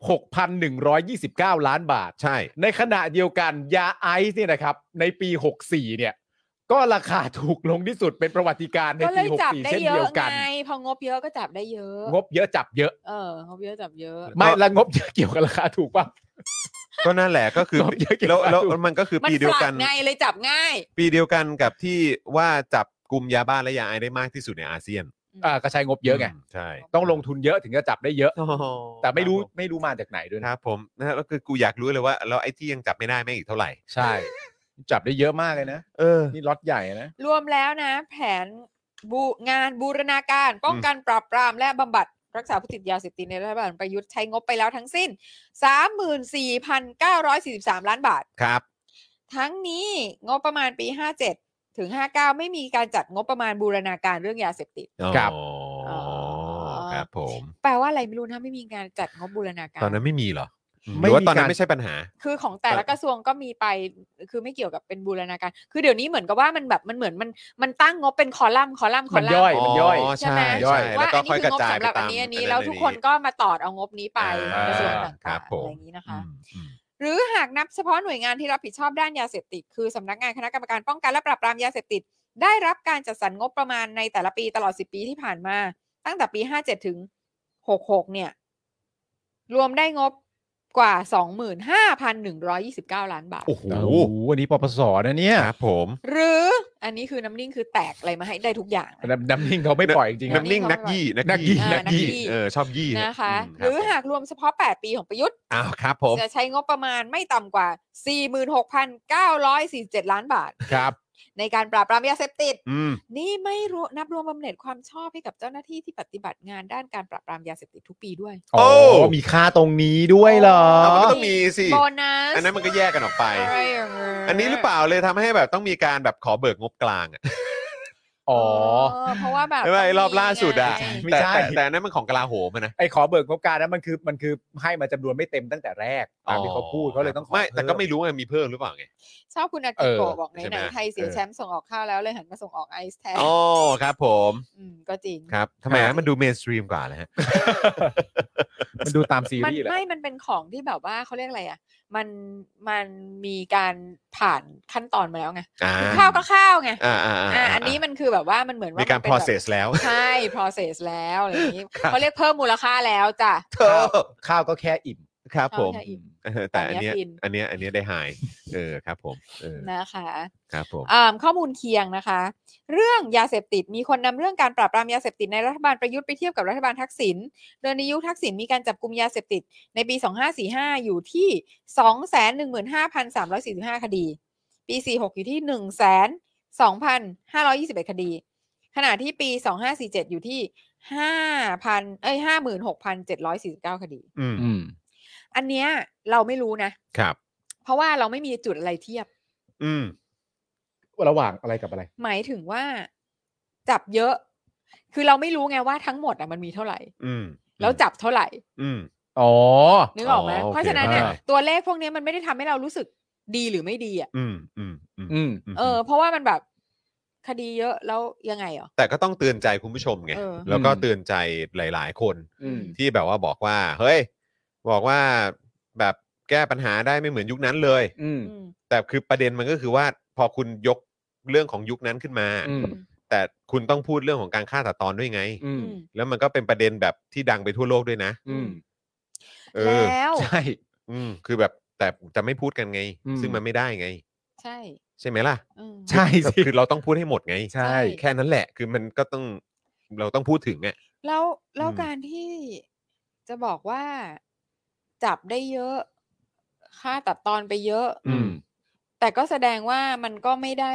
S3: 6,129 ล้านบาท
S1: ใช่
S3: ในขณะเดียวกันยาไอซ์เนี่ยนะครับ ในปี 64 เนี่ย ก็ราคาถูกลงที่สุดเป็นประวัติการณ์ใน
S2: ก็เล
S3: ปี
S2: ยจับ
S3: 64
S2: ได้
S3: เช่น
S2: เยอะ
S3: เดียวกัน
S2: ไงพองบเยอะก็จับได้เยอะ
S3: งบเยอะจับเยอะ
S2: เอองบเยอะจับเยอะ
S3: ไม่และงบเยอะเกี่ยวกับราคาถูกป่ะ
S1: ก็นั่นแหละก็ คือ
S3: รอบเยอะเกินไป
S1: แล้วแล้วแล้วมันก็คือ
S2: มัน
S1: ปีเดียว
S2: ฝ
S1: กั
S2: รั่
S1: น
S2: งไงเลยจับง่าย
S1: ปีเดียวกันกับที่ว่าจับกลุ่มยาบ้าและยาไอได้มากที่สุดในอาเซียน
S3: อ่าก็ใช้งบเยอะไง
S1: มใช่
S3: ต้องลงทุนเยอะถึงจะจับได้เยอะ
S1: โอ้โห
S3: แต่ไม่รู้ไม่รู้มาจากไหนด้ว
S1: ค
S3: ยนะ
S1: รับผมนะแล้วคือกูอยากรู้เลยว่าแล้วไอ้ที่ยังจับไม่ได้แม่งอีกเท่าไหร่
S3: ใช่ จับได้เยอะมากเลยนะ
S1: เออ
S3: นี่ล็อตใหญ่นะ
S2: รวมแล้วนะ แผนบูงานบูรณาการป้องกันปราบปรามและบำบัดรักษาผู้ติดยาเสพติดในรัฐบาลประยุทธ์ใช้งบไปแล้วทั้งสิ้น 34,943 ล้านบาท
S1: ครับ
S2: ทั้งนี้งบประมาณปี 57 ถึง 59 ไม่มีการจัดงบประมาณบูรณาการเรื่องยาเสพติด
S3: ครับ
S1: อ๋อ
S2: อ๋อ
S1: ครับผม
S2: แปลว่าอะไรไม่รู้นะไม่มีการจัดงบบูรณาการ
S1: ตอนนั้นไม่มีเหรออืมห
S3: ไม่
S1: รือว่า
S3: มี
S1: ตอนนั้
S3: กาน ร
S1: ไม่ใช่ปัญหา
S2: คือของแต่ละกระทรวงก็มีไปคือไม่เกี่ยวกับเป็นบูรณาการ คือเดี๋ยวนี้เหมือนกับว่ามันแบบมันเหมือนมันมันตั้งงบเป็นคอลัมน์คอลัมน์คอ
S3: มัน
S2: ลั
S3: ย่อย
S2: มน์
S3: มันย่อย
S1: อ๋อ
S2: ใช่ไหม
S3: ย่อย
S1: แล้ว
S2: ว่า
S1: ก็
S2: อัน
S1: ค่อย
S2: นี้
S1: ก
S2: คือ
S1: ระ
S2: งบ
S1: จาย
S2: สำหรับ
S1: ไป
S2: อั
S1: ตาม
S2: นนี้อันนี้
S1: อันนั้น
S2: แล้วทุกค
S1: อั
S2: น
S1: นนี้
S2: ก็มาตอดเอางบนี้ไป
S1: อ่าก
S2: ระทรวงต่
S1: ครั
S2: า
S1: บ
S2: งๆ
S1: ผ
S2: อะ
S1: ม
S2: ไรอย่างนี้นะคะ
S1: อืม
S2: หรือหากนับเฉพาะหน่วยงานที่รับผิดชอบด้านยาเสพติด คือสำนักงานคณะกรรมการป้องกันและปราบปรามยาเสพติด ได้รับการจัดสรรงบประมาณในแต่ละปีตลอด 10 ปีที่ผ่านมา ตั้งแต่ปี 57 ถึง 66 เนี่ย รวมได้งบกว่า 25,129 ล้านบาท
S1: โอ้โห
S3: โอ้โหวันนี้ปปสนะเนี่ย
S1: ครับผม
S2: หรืออันนี้คือน้ำนิ่งคือแตกอะไรมาให้ได้ทุกอย่างนะ
S3: น้ำน้ำนิ่งเขาไม่ปล่อยจริงๆครับ
S1: น้ำนิ่งนักยี่
S3: นักยี่
S1: นักยี่
S2: นักยี่
S1: เออชอบยี่
S2: นะคะ
S1: ม
S2: หรือ
S1: ค
S2: หา
S1: บ
S2: กรวมเฉพาะ 8 ปีของประยุทธ์
S1: อ้าวครับผม
S2: จะใช้งบประมาณไม่ต่ำกว่า 46,947 ล้านบาท
S3: ครับ
S2: ในการปราบปรามยาเสพติด
S1: อืม
S2: นี่ไม่รวมนับรวมบำเหน็จความชอบให้กับเจ้าหน้าที่ที่ปฏิบัติงานด้านการปราบปรามยาเสพติดทุกปีด้วย
S3: โอ้มีค่าตรงนี้ด้วยเหรอ
S1: เอามัน
S2: โ
S1: ก็ต้องมีสิ
S2: โบนัส
S1: อันนั้นมันก็แยกกันออกไป
S2: อะไรอย่างเงี้ย
S1: อันนี้หรือเปล่าเลยทำให้แบบต้องมีการแบบขอเบิกงบกลางอะ
S3: อ๋อ
S2: เออเพราะว่าแบบ
S1: ไม่ไม่
S2: ต้ง
S1: รอบล่าสุดอะ
S2: ไง
S3: ไม่
S1: แต่
S3: ใช่
S1: แต่แต่อันนั้นมันของกลาโหมอะนะ
S3: ไอ้ขอเบิกงบการนั้นมันคือมันคือให้มาจำนวนไม่เต็มตั้งแต่แรกตามที่เขาพูดเขาเลยต้องขอ
S1: ไม่แต่ก็
S3: เพิ่
S1: ไม่รู้ไงมีเพิ่มหรือเปล่าไง
S2: ชอบคุณอา
S3: เอ
S2: กิ
S3: อ
S2: โกะบอก
S1: ใช่ไห
S2: ไห
S1: ม
S2: นๆไทยเสีย
S3: เออ
S2: แชมป์ส่งออกข้าวแล้วเลยหันมาส่งออกไอซ์แทน
S1: อ๋อครับผม
S2: มก็จริง
S1: ครับทำไมฮะมันดูเมนสตรีมกว่านะฮะ
S3: มันดูตามซี
S2: มัน
S3: รีส์แหละ
S2: ไม่ มันเป็นของที่แบบว่าเขาเรียกอะไรอ่ะ มัน มันมีการผ่านขั้นตอนมาแล้วไง
S1: อ่า
S2: คือข้าวก็ข้าวไง
S1: อ่าอ่าา
S2: อ่า อันนี้มันคือแบบว่ามันเหมือนว่า
S1: มี
S2: มี
S1: การ process แล้ว
S2: ใช่ process แล้วอะไรอย่างนี้
S1: ครับ
S2: เขาเรียกเพิ่มมูลค่าแล้วจ้ะ
S3: ข้าวข้าวก็แค่อิ่ม
S1: ครับผม
S2: ใช่ใช่ อิ่ม
S1: เออแต่อันเนี้ย
S2: ตอนเนี้ยฟิน
S1: อันเนี้ยอันเนี้ยได้หายเออครับผมเออ
S2: นะคะ
S1: ครับผม
S2: อ่าข้อมูลเคียงนะคะ เรื่องยาเสพติดมีคนนำเรื่องการปราบปรามยาเสพติดในรัฐบาลประยุทธ์ไปเทียบกับรัฐบาลทักษิณ โดยในยุคทักษิณมีการจับกลุ่มยาเสพติดในปี 2545 อยู่ที่ 215,345 คดี ปี 46 อยู่ที่ 102,521 คดี ขณะที่ปี 2547 อยู่ที่ 5,000 เอ้ย 56,749 คดี
S1: อืม
S3: อืม
S2: อันเนี้ยเราไม่รู้นะ
S1: ครับ
S2: เพราะว่าเราไม่มีจุดอะไรเทียบ
S1: อืม
S3: ระหว่างอะไรกับอะไร
S2: หมายถึงว่าจับเยอะ คือเราไม่รู้ไงว่าทั้งหมดอ่ะมันมีเท่าไหร่
S1: อืม
S2: แล้วจับเท่าไหร่
S1: อืม
S3: อ๋อ
S2: นึกออกไหม
S1: อ๋อโอเค
S2: เพราะฉะนั้นเนี่ย
S3: อ่า
S2: ตัวเลขพวกเนี้ยมันไม่ได้ทำให้เรารู้สึกดีหรือไม่ดีอ่ะ
S1: อืมอืมอืม
S3: อืม
S1: ม
S2: เออ เพราะว่ามันแบบคดีเยอะแล้วยังไงเหรอ
S1: แต่ก็ต้องเตือนใจคุณผู้ชมไง
S2: เออ
S1: แล้วก็
S3: อืม
S1: เตือนใจหลาย ๆ คน
S3: อืม
S1: ที่แบบว่าบอกว่า เฮ้ย บอกว่าแบบแก้ปัญหาได้ไม่เหมือนยุคนั้นเลย
S3: อืม
S2: อืม
S1: แต่คือประเด็นมันก็คือว่าพอคุณยกเรื่องของยุคนั้นขึ้นมา
S3: อืม
S1: แต่คุณต้องพูดเรื่องของการฆ่าตัดตอนด้วยไง
S3: อืม
S2: อืม
S1: แล้วมันก็เป็นประเด็นแบบที่ดังไปทั่วโลกด้วยนะ
S3: อืม
S1: เออ
S2: แล้ว
S3: ใช่
S1: อืมคือแบบแต่จะไม่พูดกันไง
S3: อืม
S1: ซึ่งมันไม่ได้ไง
S2: ใช่
S1: ใช่ไหมล่ะ
S2: อืม
S3: ใช่สิ
S1: คือเราต้องพูดให้หมดไง
S3: ใช่
S1: แค่นั้นแหละ คือมันก็ต้องเราต้องพูดถึงอ่ะ
S2: แล้วแล้ว
S1: อืม
S2: การที่จะบอกว่าจับได้เยอะ ค่าตัดตอนไปเยอะ
S3: อืม
S2: แต่ก็แสดงว่ามันก็ไม่ได้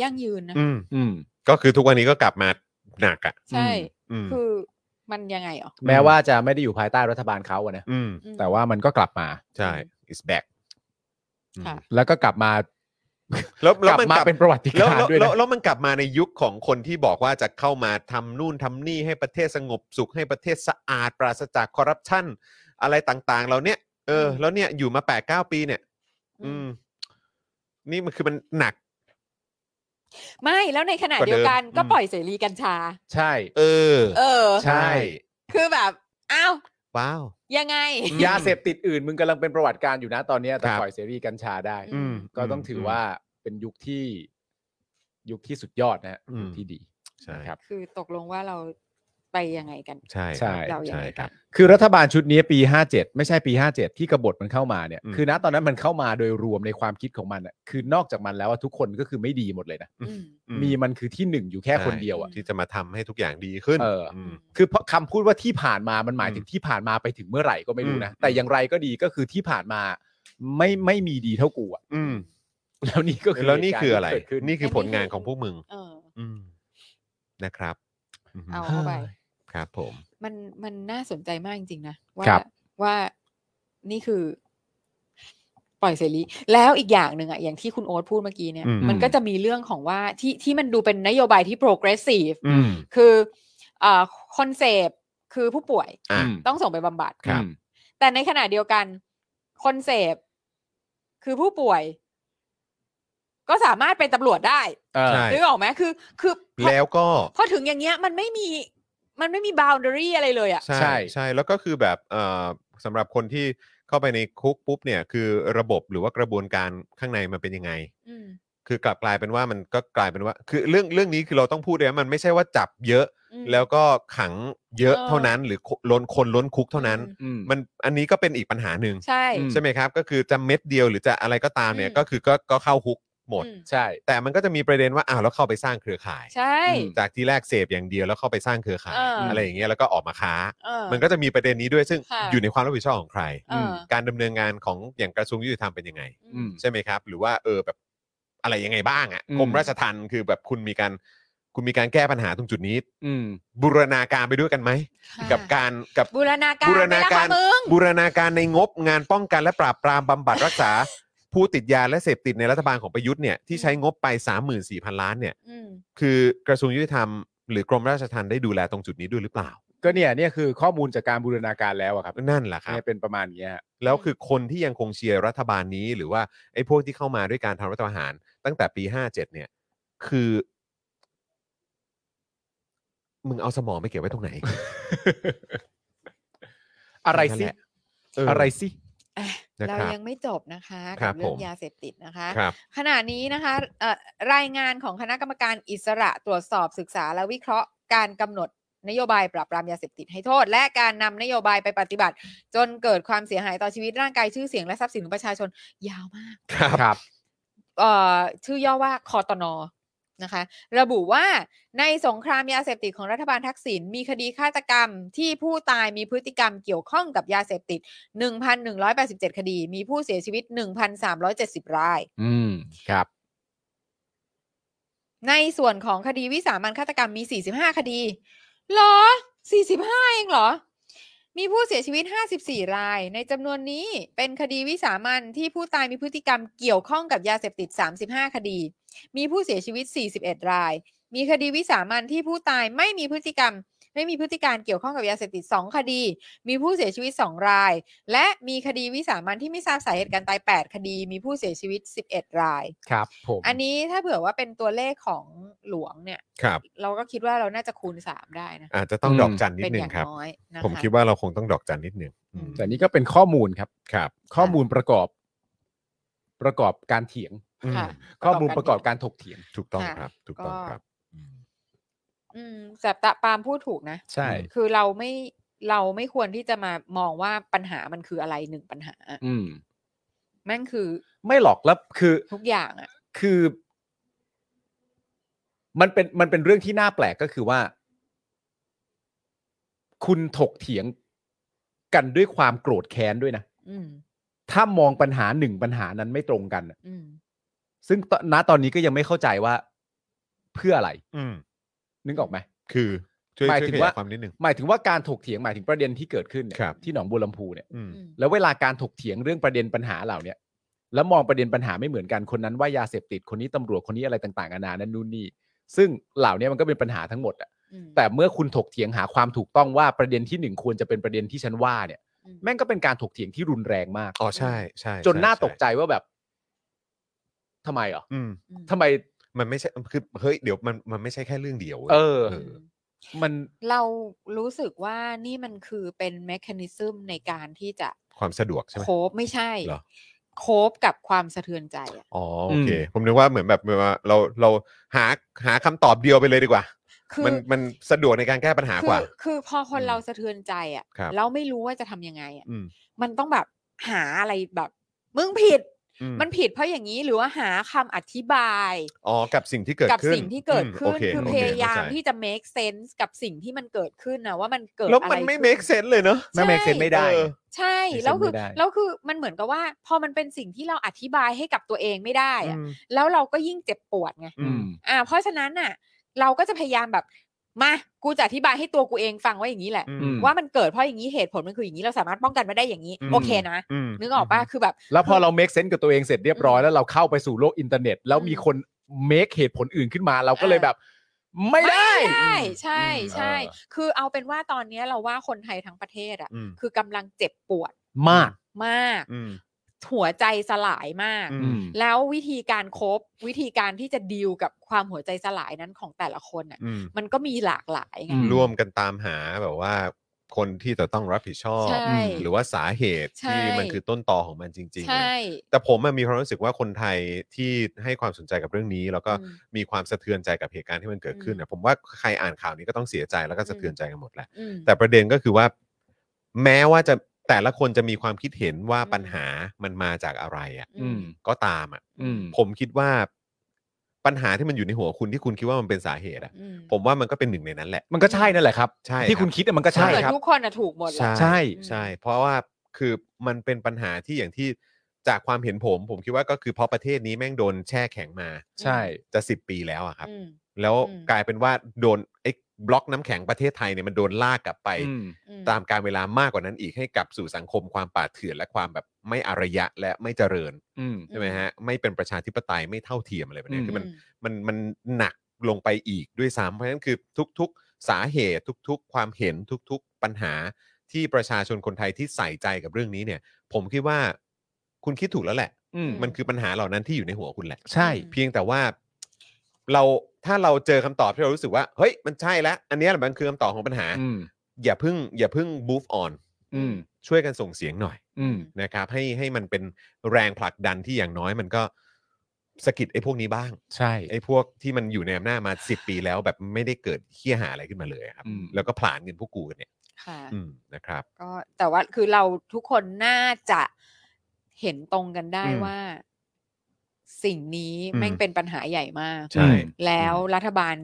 S2: ยั่งยืนนะ
S1: อืม
S3: อืม
S1: ก็คือทุกวันนี้ก็กลับมาหนักอ่ะ
S2: ใช่
S1: อืม
S2: คือมันยังไงอ๋อ
S3: แม้ว่าจะไม่ได้อยู่ภายใต้รัฐบาลเขาอะนะ
S1: อืม
S2: อืม
S3: แต่ว่ามันก็กลับมา
S1: ใช่ it's back อืม
S2: ค่ะ
S3: แล้วก็กลับมา
S1: แล้ว
S3: ก
S1: แล้ว
S3: ลับ
S1: มัน
S3: มาก
S1: ลับ
S3: เป็นประวัติ
S1: แล้ว
S3: การ
S1: แล้ว
S3: ณ์ด้วย
S1: แล้ว
S3: นะ
S1: แล้วมันกลับมาในยุคของคนที่บอกว่าจะเข้ามาทำนู่นทำนี่ให้ประเทศสงบสุขให้ประเทศสะอาด ปราศจากคอร์รัปชันอะไรต่างๆ เราเนี้ยเออ
S2: อืม
S1: แล้วเนี่ยอยู่มาแปดเก้าปีเนี่ย
S2: อื
S1: อืม
S2: ม
S1: นี่มันคือมันหนัก
S2: ไม่แล้วในขณะ
S1: กว่าเดิม
S2: เดียวกันก็
S1: อืม
S2: ปล่อยเสรีกัญชา
S3: ใช่
S1: เออ
S2: เออ
S3: ใช่
S2: คือแบบอ้าว
S1: ว้าว
S2: ยังไง
S3: ยาเสพติดอื่น มึงกำลังเป็นประวัติการอยู่นะตอนเนี้ยแต่
S1: ครับ
S3: ปล่อยเสรีกัญชาได้
S2: อืม
S3: ก็ต้องถือว่าเป็นยุคที่ ยุคที่สุดยอดนะฮะ
S1: อืม
S3: ยุคที่ดี
S1: ใช่
S3: นะครับ
S2: คือตกลงว่าเราไปยังไงกัน
S1: ใช่
S3: ใช่
S2: เรายัง
S1: ใช่
S2: ไง
S1: ค
S2: กั
S1: รั
S2: น
S1: บ
S3: คือรัฐบาลชุดนี้ปี 57 ไม่ใช่ปี 57 ที่กบฏมันเข้ามาเนี่ย
S1: อืม
S3: คือณตอนนั้นมันเข้ามาโดยรวมในความคิดของมันอ่ะคือนอกจากมันแล้วอะทุกคนก็คือไม่ดีหมดเลยนะ
S2: อืม
S1: อื
S3: มีมันคือที่หนึ่งอยู่แค่คนเดียวอ่ะ
S1: ใช่ที่จะมาทำให้ทุกอย่างดีขึ้น
S3: เอออื
S1: ม
S3: คือเพราะคำพูดว่าที่ผ่านมามันหมาย
S1: อืม
S3: ถึงที่ผ่านมาไปถึงเมื่อไหร่ก็ไม่รู้นะ
S1: อืม
S3: แต่อย่างไรก็ดีก็คือที่ผ่านมาไม่ไม่มีดีเท่ากูอ่ะ
S1: อืม
S3: แล้วนี่ก็คือ
S1: แล้วนี่คืออะไร
S3: เหตุการณ์ที่เกิดขึ้น
S1: นี่คือผลงานของพวกมึง
S2: เออ
S1: อืมนะครับม
S2: เอาเข้าไป
S1: ครับผม
S2: มันมันน่าสนใจมากจริงๆนะว่า
S3: ครับ
S2: ว่านี่คือ ปล่อยเสรีแล้วอีกอย่างหนึ่งอะอย่างที่คุณโอ๊ตพูดเมื่อกี้เนี่ย
S1: อืม
S2: มันก็จะมีเรื่องของว่าที่ที่มันดูเป็นนโยบายที่ progressive
S1: อืม
S2: คือเอ่อคนเสพคือผู้ป่วย
S1: อ่ะ
S3: ม
S2: ต้องส่งไปบำบัด
S1: ครับ
S3: อืม
S2: แต่ในขณะเดียวกัน คนเสพคือผู้ป่วย ก็สามารถเป็นตำรวจได้
S3: เออ
S1: ใช่
S2: นึกออกไหมคือ คือพอ
S1: แล้วก็
S2: พอถึงอย่างเงี้ย มันไม่มี มันไม่มี boundary อะไรเลยอะ่ะ
S1: ใช่ใช่แล้วก็คือแบบเอ่อสำหรับคนที่เข้าไปในคุกปุ๊บเนี่ยคือระบบหรือว่ากระบวนการข้างในมันเป็นยังไง
S2: อืม
S1: คือกลับกลายเป็นว่ามันก็กลายเป็นว่า คือเรื่องเรื่องนี้คือเราต้องพูดเลยนะมันไม่ใช่ว่าจับเยอะ
S2: อืม
S1: แล้วก็ขังเยอะ
S2: เออ
S1: เท่านั้น หรือคล้นคนล้นคุกเท่านั้น
S2: อืม
S3: อืม
S1: มันอันนี้ก็เป็นอีกปัญหาหนึ่ง
S2: ใช่
S3: อืม
S1: ใช่ไหมครับ ก็คือจะเม็ดเดียวหรือจะอะไรก็ตามเนี่ย
S2: อืม
S1: ก็คือก็ก็เข้าคุกหมด
S2: อืม
S3: ใช่
S1: แต่มันก็จะมีประเด็นว่าอ้าวแล้วเข้าไปสร้างเครือข่าย
S2: ใช่
S3: อืม
S1: จากที่แรกเสพอย่างเดียวแล้วเข้าไปสร้างเครือข่าย
S2: เออ
S1: อะไรอย่างเงี้ยแล้วก็ออกมาค้า
S2: เออ
S1: มันก็จะมีประเด็นนี้ด้วยซึ่ง
S2: ค่ะ
S1: อยู่ในความรับผิดชอบของใคร
S2: เออ
S1: การดำเนินงานของอย่างกระทรวงยุติธรรมเป็นยังไง
S2: อืม
S1: ใช่ไหมครับ หรือว่าเออแบบอะไรยังไงบ้างอะ่ะ
S3: อืม
S1: กรมราชทัณฑ์คือแบบคุณมีการคุณมีการแก้ปัญหาตรงจุดนี้
S3: อืม
S1: บูรณาการไปด้วยกันไหม
S2: ค่ะ
S1: กับการกับ
S2: บูรณาการ
S1: บูรณา
S2: ไปแล้ว
S1: กา
S2: ค่ะ
S1: ร
S2: มึง
S1: บูรณาการในงบงานป้องกันและปราบปรามบำบัดรักษา ผู้ติดยาและเสพติดในรัฐบาลของประยุทธ์เนี่ยที่ใช้งบไป 34,000 ล้านเนี่ย
S2: อืม
S1: คือกระทรวงยุติธรรมหรือกรมราชทัณฑ์ได้ดูแลตรงจุดนี้ด้วยหรือเปล่า
S3: ก็เนี่ยเนี่ยคือข้อมูลจากการบูรณาการแล้วอะครับ
S1: นั่นแหละครับ
S3: เนี่ยเป็นประมาณอย่างเงี้ยฮะ
S1: แล้วคือคนที่ยังคงเชียร์รัฐบาลนี้หรือว่าไอ้พวกที่เข้ามาด้วยการทำรัฐประหาร ตั้งแต่ปี 57 เนี่ย คือ มึงเอาสมองไปเก็บไว้ต รงไหน
S3: อะไร
S1: นั่
S3: สิ
S1: นแหละ เออ
S3: อะไรสิ
S2: อ่ะ
S1: นะ
S2: เรา
S1: ครับ
S2: ยังไม่จบนะคะ
S1: ครั
S2: กับบ เรื่อ
S1: ผ
S2: ง
S1: ม
S2: ยาเสพติดนะคะ
S1: ครับ
S2: ขณะนี้นะคะเอ่อรายงานของคณะกรรมการอิสระตรวจสอบศึกษาและวิเคราะห์การกำหนดนโยบายปราบปรามยาเสพติดให้โทษ และการนำนโยบายไปปฏิบัติ จนเกิดความเสียหายต่อชีวิตร่างกายชื่อเสียงและทรัพย์สินของประชาชนยาวมาก
S1: ครับ
S3: ครับ
S2: เอ่อชื่อย่อว่าคอตนนะคะ ระบุว่าในสงครามยาเสพติดของรัฐบาลทักษิณมีคดีฆาตกรรมที่ผู้ตายมีพฤติกรรมเกี่ยวข้องกับยาเสพติด 1,187 คดี มีผู้เสียชีวิต 1,370 ราย
S3: อืมครับ
S2: ในส่วนของคดีวิสามันฆาตกรรมมี 45 คดีเหรอ 45 เองเหรอ มีผู้เสียชีวิต 54 ราย ในจำนวนนี้เป็นคดีวิสามันที่ผู้ตายมีพฤติกรรมเกี่ยวข้องกับยาเสพติด 35 คดี มีผู้เสียชีวิต 41 ราย มีคดีวิสามันที่ผู้ตายไม่มีพฤติกรรม ไม่มีพฤติการเกี่ยวข้องกับยาเสพติด 2 คดี มีผู้เสียชีวิต 2 ราย และมีคดีวิสามันที่ไม่ทราบสาเหตุการตาย 8 คดี มีผู้เสียชีวิต 11 ราย
S3: ครับผม
S2: อันนี้ถ้าเผื่อว่าเป็นตัวเลขของหลวงเนี่ย
S1: ครับ
S2: เราก็คิดว่าเราน่าจะคูณสามได้นะ
S1: อาจจะต้องดอกจันนิด
S2: เป็น
S1: นึ
S2: อง ย่าง
S1: ครับ
S2: น้อยนะคะ
S1: ผมคิดว่าเราคงต้องดอกจันนิดนึงอืม
S3: แต่นี่ก็เป็นข้อมูลครับ
S1: ครับ
S3: ข้อมูลประกอบ ประกอบการเถียง
S1: อืม
S2: ค่ะ
S3: ข้อมูลประกอบการถกเถียง
S1: ถูกต้อง
S2: ค่ะ
S1: ครับ ถูกต้อง
S2: ก็
S1: ครับ
S2: อืมแต่ตะปาล์มพูดถูกนะ
S3: ใช่
S2: คือเราไม่เราไม่ควรที่จะมามองว่าปัญหามันคืออะไรหนึ่งปัญหา
S3: อืม
S2: แม่งคือ
S3: ไม่หรอกแล้วคือ
S2: ทุกอย่างอะ
S3: คือ มันเป็นมันเป็นเรื่องที่น่าแปลกก็คือว่า คุณถกเถียงกันด้วยความโกรธแค้นด้วยนะ
S2: อืม
S3: ถ้ามองปัญหาหนึ่งปัญหานั้นไม่ตรงกันน่ะ
S2: อืม
S3: ซึ่งตณตอนนี้ก็ยังไม่เข้าใจว่า เพื่ออะไร
S1: อืม
S3: นึกออกไหม
S1: คือช่วย
S3: หมาย
S1: ช่วย
S3: ถึง
S1: ข
S3: ว่า
S1: ยายความนิดนึง
S3: หมายถึงว่าการถกเถียงหมายถึงประเด็นที่เกิดขึ้นเนี่ย
S1: ครับ
S3: ที่หนองบัวลำพูเนี่ย
S1: อืม
S2: อืม
S3: แล้วเวลาการถกเถียงเรื่องประเด็นปัญหาเหล่าเนี้ยแล้วมองประเด็นปัญหาไม่เหมือนกันคนนั้นว่ายาเสพติดคนนี้ตำรวจคนนี้อะไรต่างๆนานานั่นนู่นนี่ซึ่งเหล่าเนี้ยมันก็เป็นปัญหาทั้งหมดอะ
S2: อืม
S3: แต่เมื่อคุณถกเถียงหาความถูกต้องว่าประเด็นที่หนึ่งควรจะเป็นประเด็นที่ฉันว่าเนี่ย
S2: อืม
S3: แม่งก็เป็นการถกเถียงที่รุนแรงมาก
S1: อ๋อใช่ใช่ใช่
S3: จนน่า
S1: ช่
S3: ตกใจว่าแบบทำไมเหรอ่ะ
S1: อืม
S2: อืม
S3: ทำไม
S1: มันไม่ใช่ คือ เฮ้ย เดี๋ยวมัน มันไม่ใช่แค่เรื่องเดียวว้ย
S3: เออ
S1: เออ
S3: มัน
S2: เรารู้สึกว่านี่มันคือเป็นแมคานิซึมในการที่จะ
S1: ความสะดวกใช่ไหม
S2: โคบไม่ใช่
S1: เหรอ
S2: โคบกับความสะเทือนใจอะ
S1: อ๋อโอเค ผมนึกว่าเหมือนแบบเหมือนว่าเราเราหาหาคำตอบเดียวไปเลยดีกว่า
S2: คือ
S1: มันมันสะดวกในการแก้ปัญหา
S2: คื
S1: กว่า
S2: อคือพอคน
S1: อืม
S2: เราสะเทือนใจอ่ะ
S1: ครับ
S2: แล้วไม่รู้ว่าจะทำยังไงอ่ะ
S1: อืม
S2: มันต้องแบบหาอะไรแบบ มึงผิด
S1: อืม
S2: มันผิดเพราะอย่างนี้หรือว่าหาคำอธิบาย
S1: อ๋อกับสิ่งที่เกิด
S2: กับ
S1: ขึ้น
S2: สิ่งที่เกิด
S1: ม
S2: ขึ้น
S1: โเ
S2: คือ
S1: โ
S2: พยายาม
S1: เข้ใจ
S2: ที่จะ make sense กับสิ่งที่มันเกิดขึ้นนะว่ามันเกิด
S1: แล้ว
S2: อะไร
S1: มันไม่
S2: ขึ้
S1: make sense เลยเนอะ
S2: ใช่
S3: ไม่ make sense ไม่ได้
S1: เออ
S2: ใช่
S3: ไม่
S2: แล้วคือ
S3: ไม่ได้
S2: แล้วคือมันเหมือนกับว่า พอมันเป็นสิ่งที่เราอธิบายให้กับตัวเองไม่ได้อะ
S1: อืม
S2: แล้วเราก็ยิ่งเจ็บปวดไง
S3: อืม
S2: อ่าเพราะฉะนั้นน่ะ เราก็จะพยายามแบบมากูจะอธิบายให้ตัวกูเองฟังว่าอย่างนี้แหละ
S1: อืม
S2: ว่ามันเกิดเพราะอย่างนี้เหตุผลมันคืออย่างนี้เราสามารถป้องกันมาได้อย่างนี้
S1: อืม
S2: โอเคนะ
S1: อืม
S2: นึกออกปะคือแบบ
S3: แล้วพอเราเมคเซนส์กับตัวเองเสร็จเรียบร้อย
S2: อืม
S3: แล้วเราเข้าไปสู่โลกอินเทอร์เน็ต แล้ว
S2: อืม
S3: มีคนเมคเหตุผลอื่นขึ้นมา เราก็เลย
S2: เออ
S3: แบบ ไม่ได้
S2: ใช่ใช่
S3: อืม
S2: ใช่
S3: เออ
S2: คือเอาเป็นว่าตอนเนี้ยเราว่าคนไทยทั้งประเทศอ่ะ
S1: อืม
S2: คือกำลังเจ็บปวด
S3: มาก
S2: มาก
S1: อืม
S2: หัวใจสลายมาก
S1: อื
S3: อืม
S2: แล้ววิธีการคบวิธีการที่จะดีลกับความหัวใจสลายนั้นของแต่ละคนน่ะ
S1: อืม
S2: มันก็มีหลากหลายไง
S3: อืม
S1: ร่วมกันตามหาแบบว่า คนที่จะต้องรับผิดชอบ
S2: ใช่
S1: หรือว่าสาเหตุ
S2: ใช่
S1: ที่มันคือต้นตอของมันจริงๆน
S2: ใช่
S1: ะ แต่ผมอะมีความรู้สึกว่าคนไทยที่ให้ความสนใจกับเรื่องนี้ แล้วก็
S2: อืม
S1: มีความสะเทือนใจกับเหตุการณ์ที่มันเกิดขึ้น
S2: อืม
S1: นะผมว่าใครอ่านข่าวนี้ก็ต้องเสียใจแล้วก็สะเทือนใจกันหมดแหละ
S2: อืม
S1: แต่ประเด็นก็คือว่า แม้ว่าจะแต่ละคนจะมีความคิดเห็นว่าปัญหามันมาจากอะไรอ่ะ
S3: อืม
S1: ก็ตามอ่ะ
S3: อืม
S1: ผมคิดว่าปัญหาที่มันอยู่ในหัวคุณที่คุณคิดว่ามันเป็นสาเหตุอ่ะ
S2: อืม
S1: ผมว่ามันก็เป็นหนึ่งในนั้นแหละ
S3: มันก็ใช่นั่นแหละครับ
S1: ใช่ครับ
S3: ที่คุณคิดอะมันก็
S1: ใช่
S3: ใช่
S2: เหมือน
S3: ครับ
S1: บ
S2: ทุกคนอะถูกหมดแหละ
S1: ใช่
S3: ใช่
S1: ใช่ เพราะว่าคือมันเป็นปัญหาที่อย่างที่จากความเห็นผม ผมคิดว่าก็คือเพราะประเทศนี้แม่งโดนแช่แข็งมา
S3: ใช่
S1: จะสิบปีแล้วอะครับ
S2: อืม
S1: แล้ว
S2: อืม
S1: กลายเป็นว่าโดนไอ้บล็อกน้ำแข็งประเทศไทยเนี่ยมันโดนลากกลับไป
S3: อืม
S2: อื
S1: ตามการเวลามากกว่านั้นอีกให้กลับสู่สังคมความป่าเถื่อนและความแบบ ไม่อารยะและไม่เจริญ
S3: อืม
S1: ใช่ไหมฮะไม่เป็นประชาธิปไตยไม่เท่าเทียมอะไรแบบเนี้ย
S3: อืม
S1: คือมัน มันมันหนักลงไปอีกด้วยซ้ำเพราะฉะนั้นคือทุกๆสาเหตุทุกๆ ความเห็นทุกๆปัญหาที่ประชาชนคนไทยที่ใส่ใจกับเรื่องนี้เนี่ย ผมคิดว่าคุณคิดถูกแล้วแหละ
S3: อืม
S1: มันคือปัญหาเหล่านั้นที่อยู่ในหัวคุณแหละ
S3: ใช่
S1: เพียงแต่ว่าเราถ้าเราเจอคำตอบที่เรารู้สึกว่า เฮ้ยมันใช่แล้ว อันเนี้ยแหละมันคือคำตอบของปัญหา
S3: อืม
S1: อย่าเพิ่งอย่าเพิ่ง move on
S3: อืม
S1: ช่วยกันส่งเสียงหน่อย
S3: อืม
S1: นะครับให้ให้มันเป็นแรงผลักดันที่อย่างน้อยมันก็สะกิดไอ้พวกนี้บ้าง
S3: ใช่
S1: ไอ้พวกที่มันอยู่ในอำนาจมาสิบปีแล้วแบบไม่ได้เกิดเคี้ยหาอะไรขึ้นมาเลยอะครับ
S3: อืม
S1: แล้วก็ผลาญเงินพวกกูกันเนี่ย
S2: ค่ะ
S1: อืมนะครับ
S2: ก็แต่ว่าคือเราทุกคนน่าจะเห็นตรงกันได้
S1: อืม
S2: ว่า สิ่งนี้
S1: อืม
S2: แม่งเป็นปัญหาใหญ่มาก
S1: ใช่
S2: แล้วรัฐบาล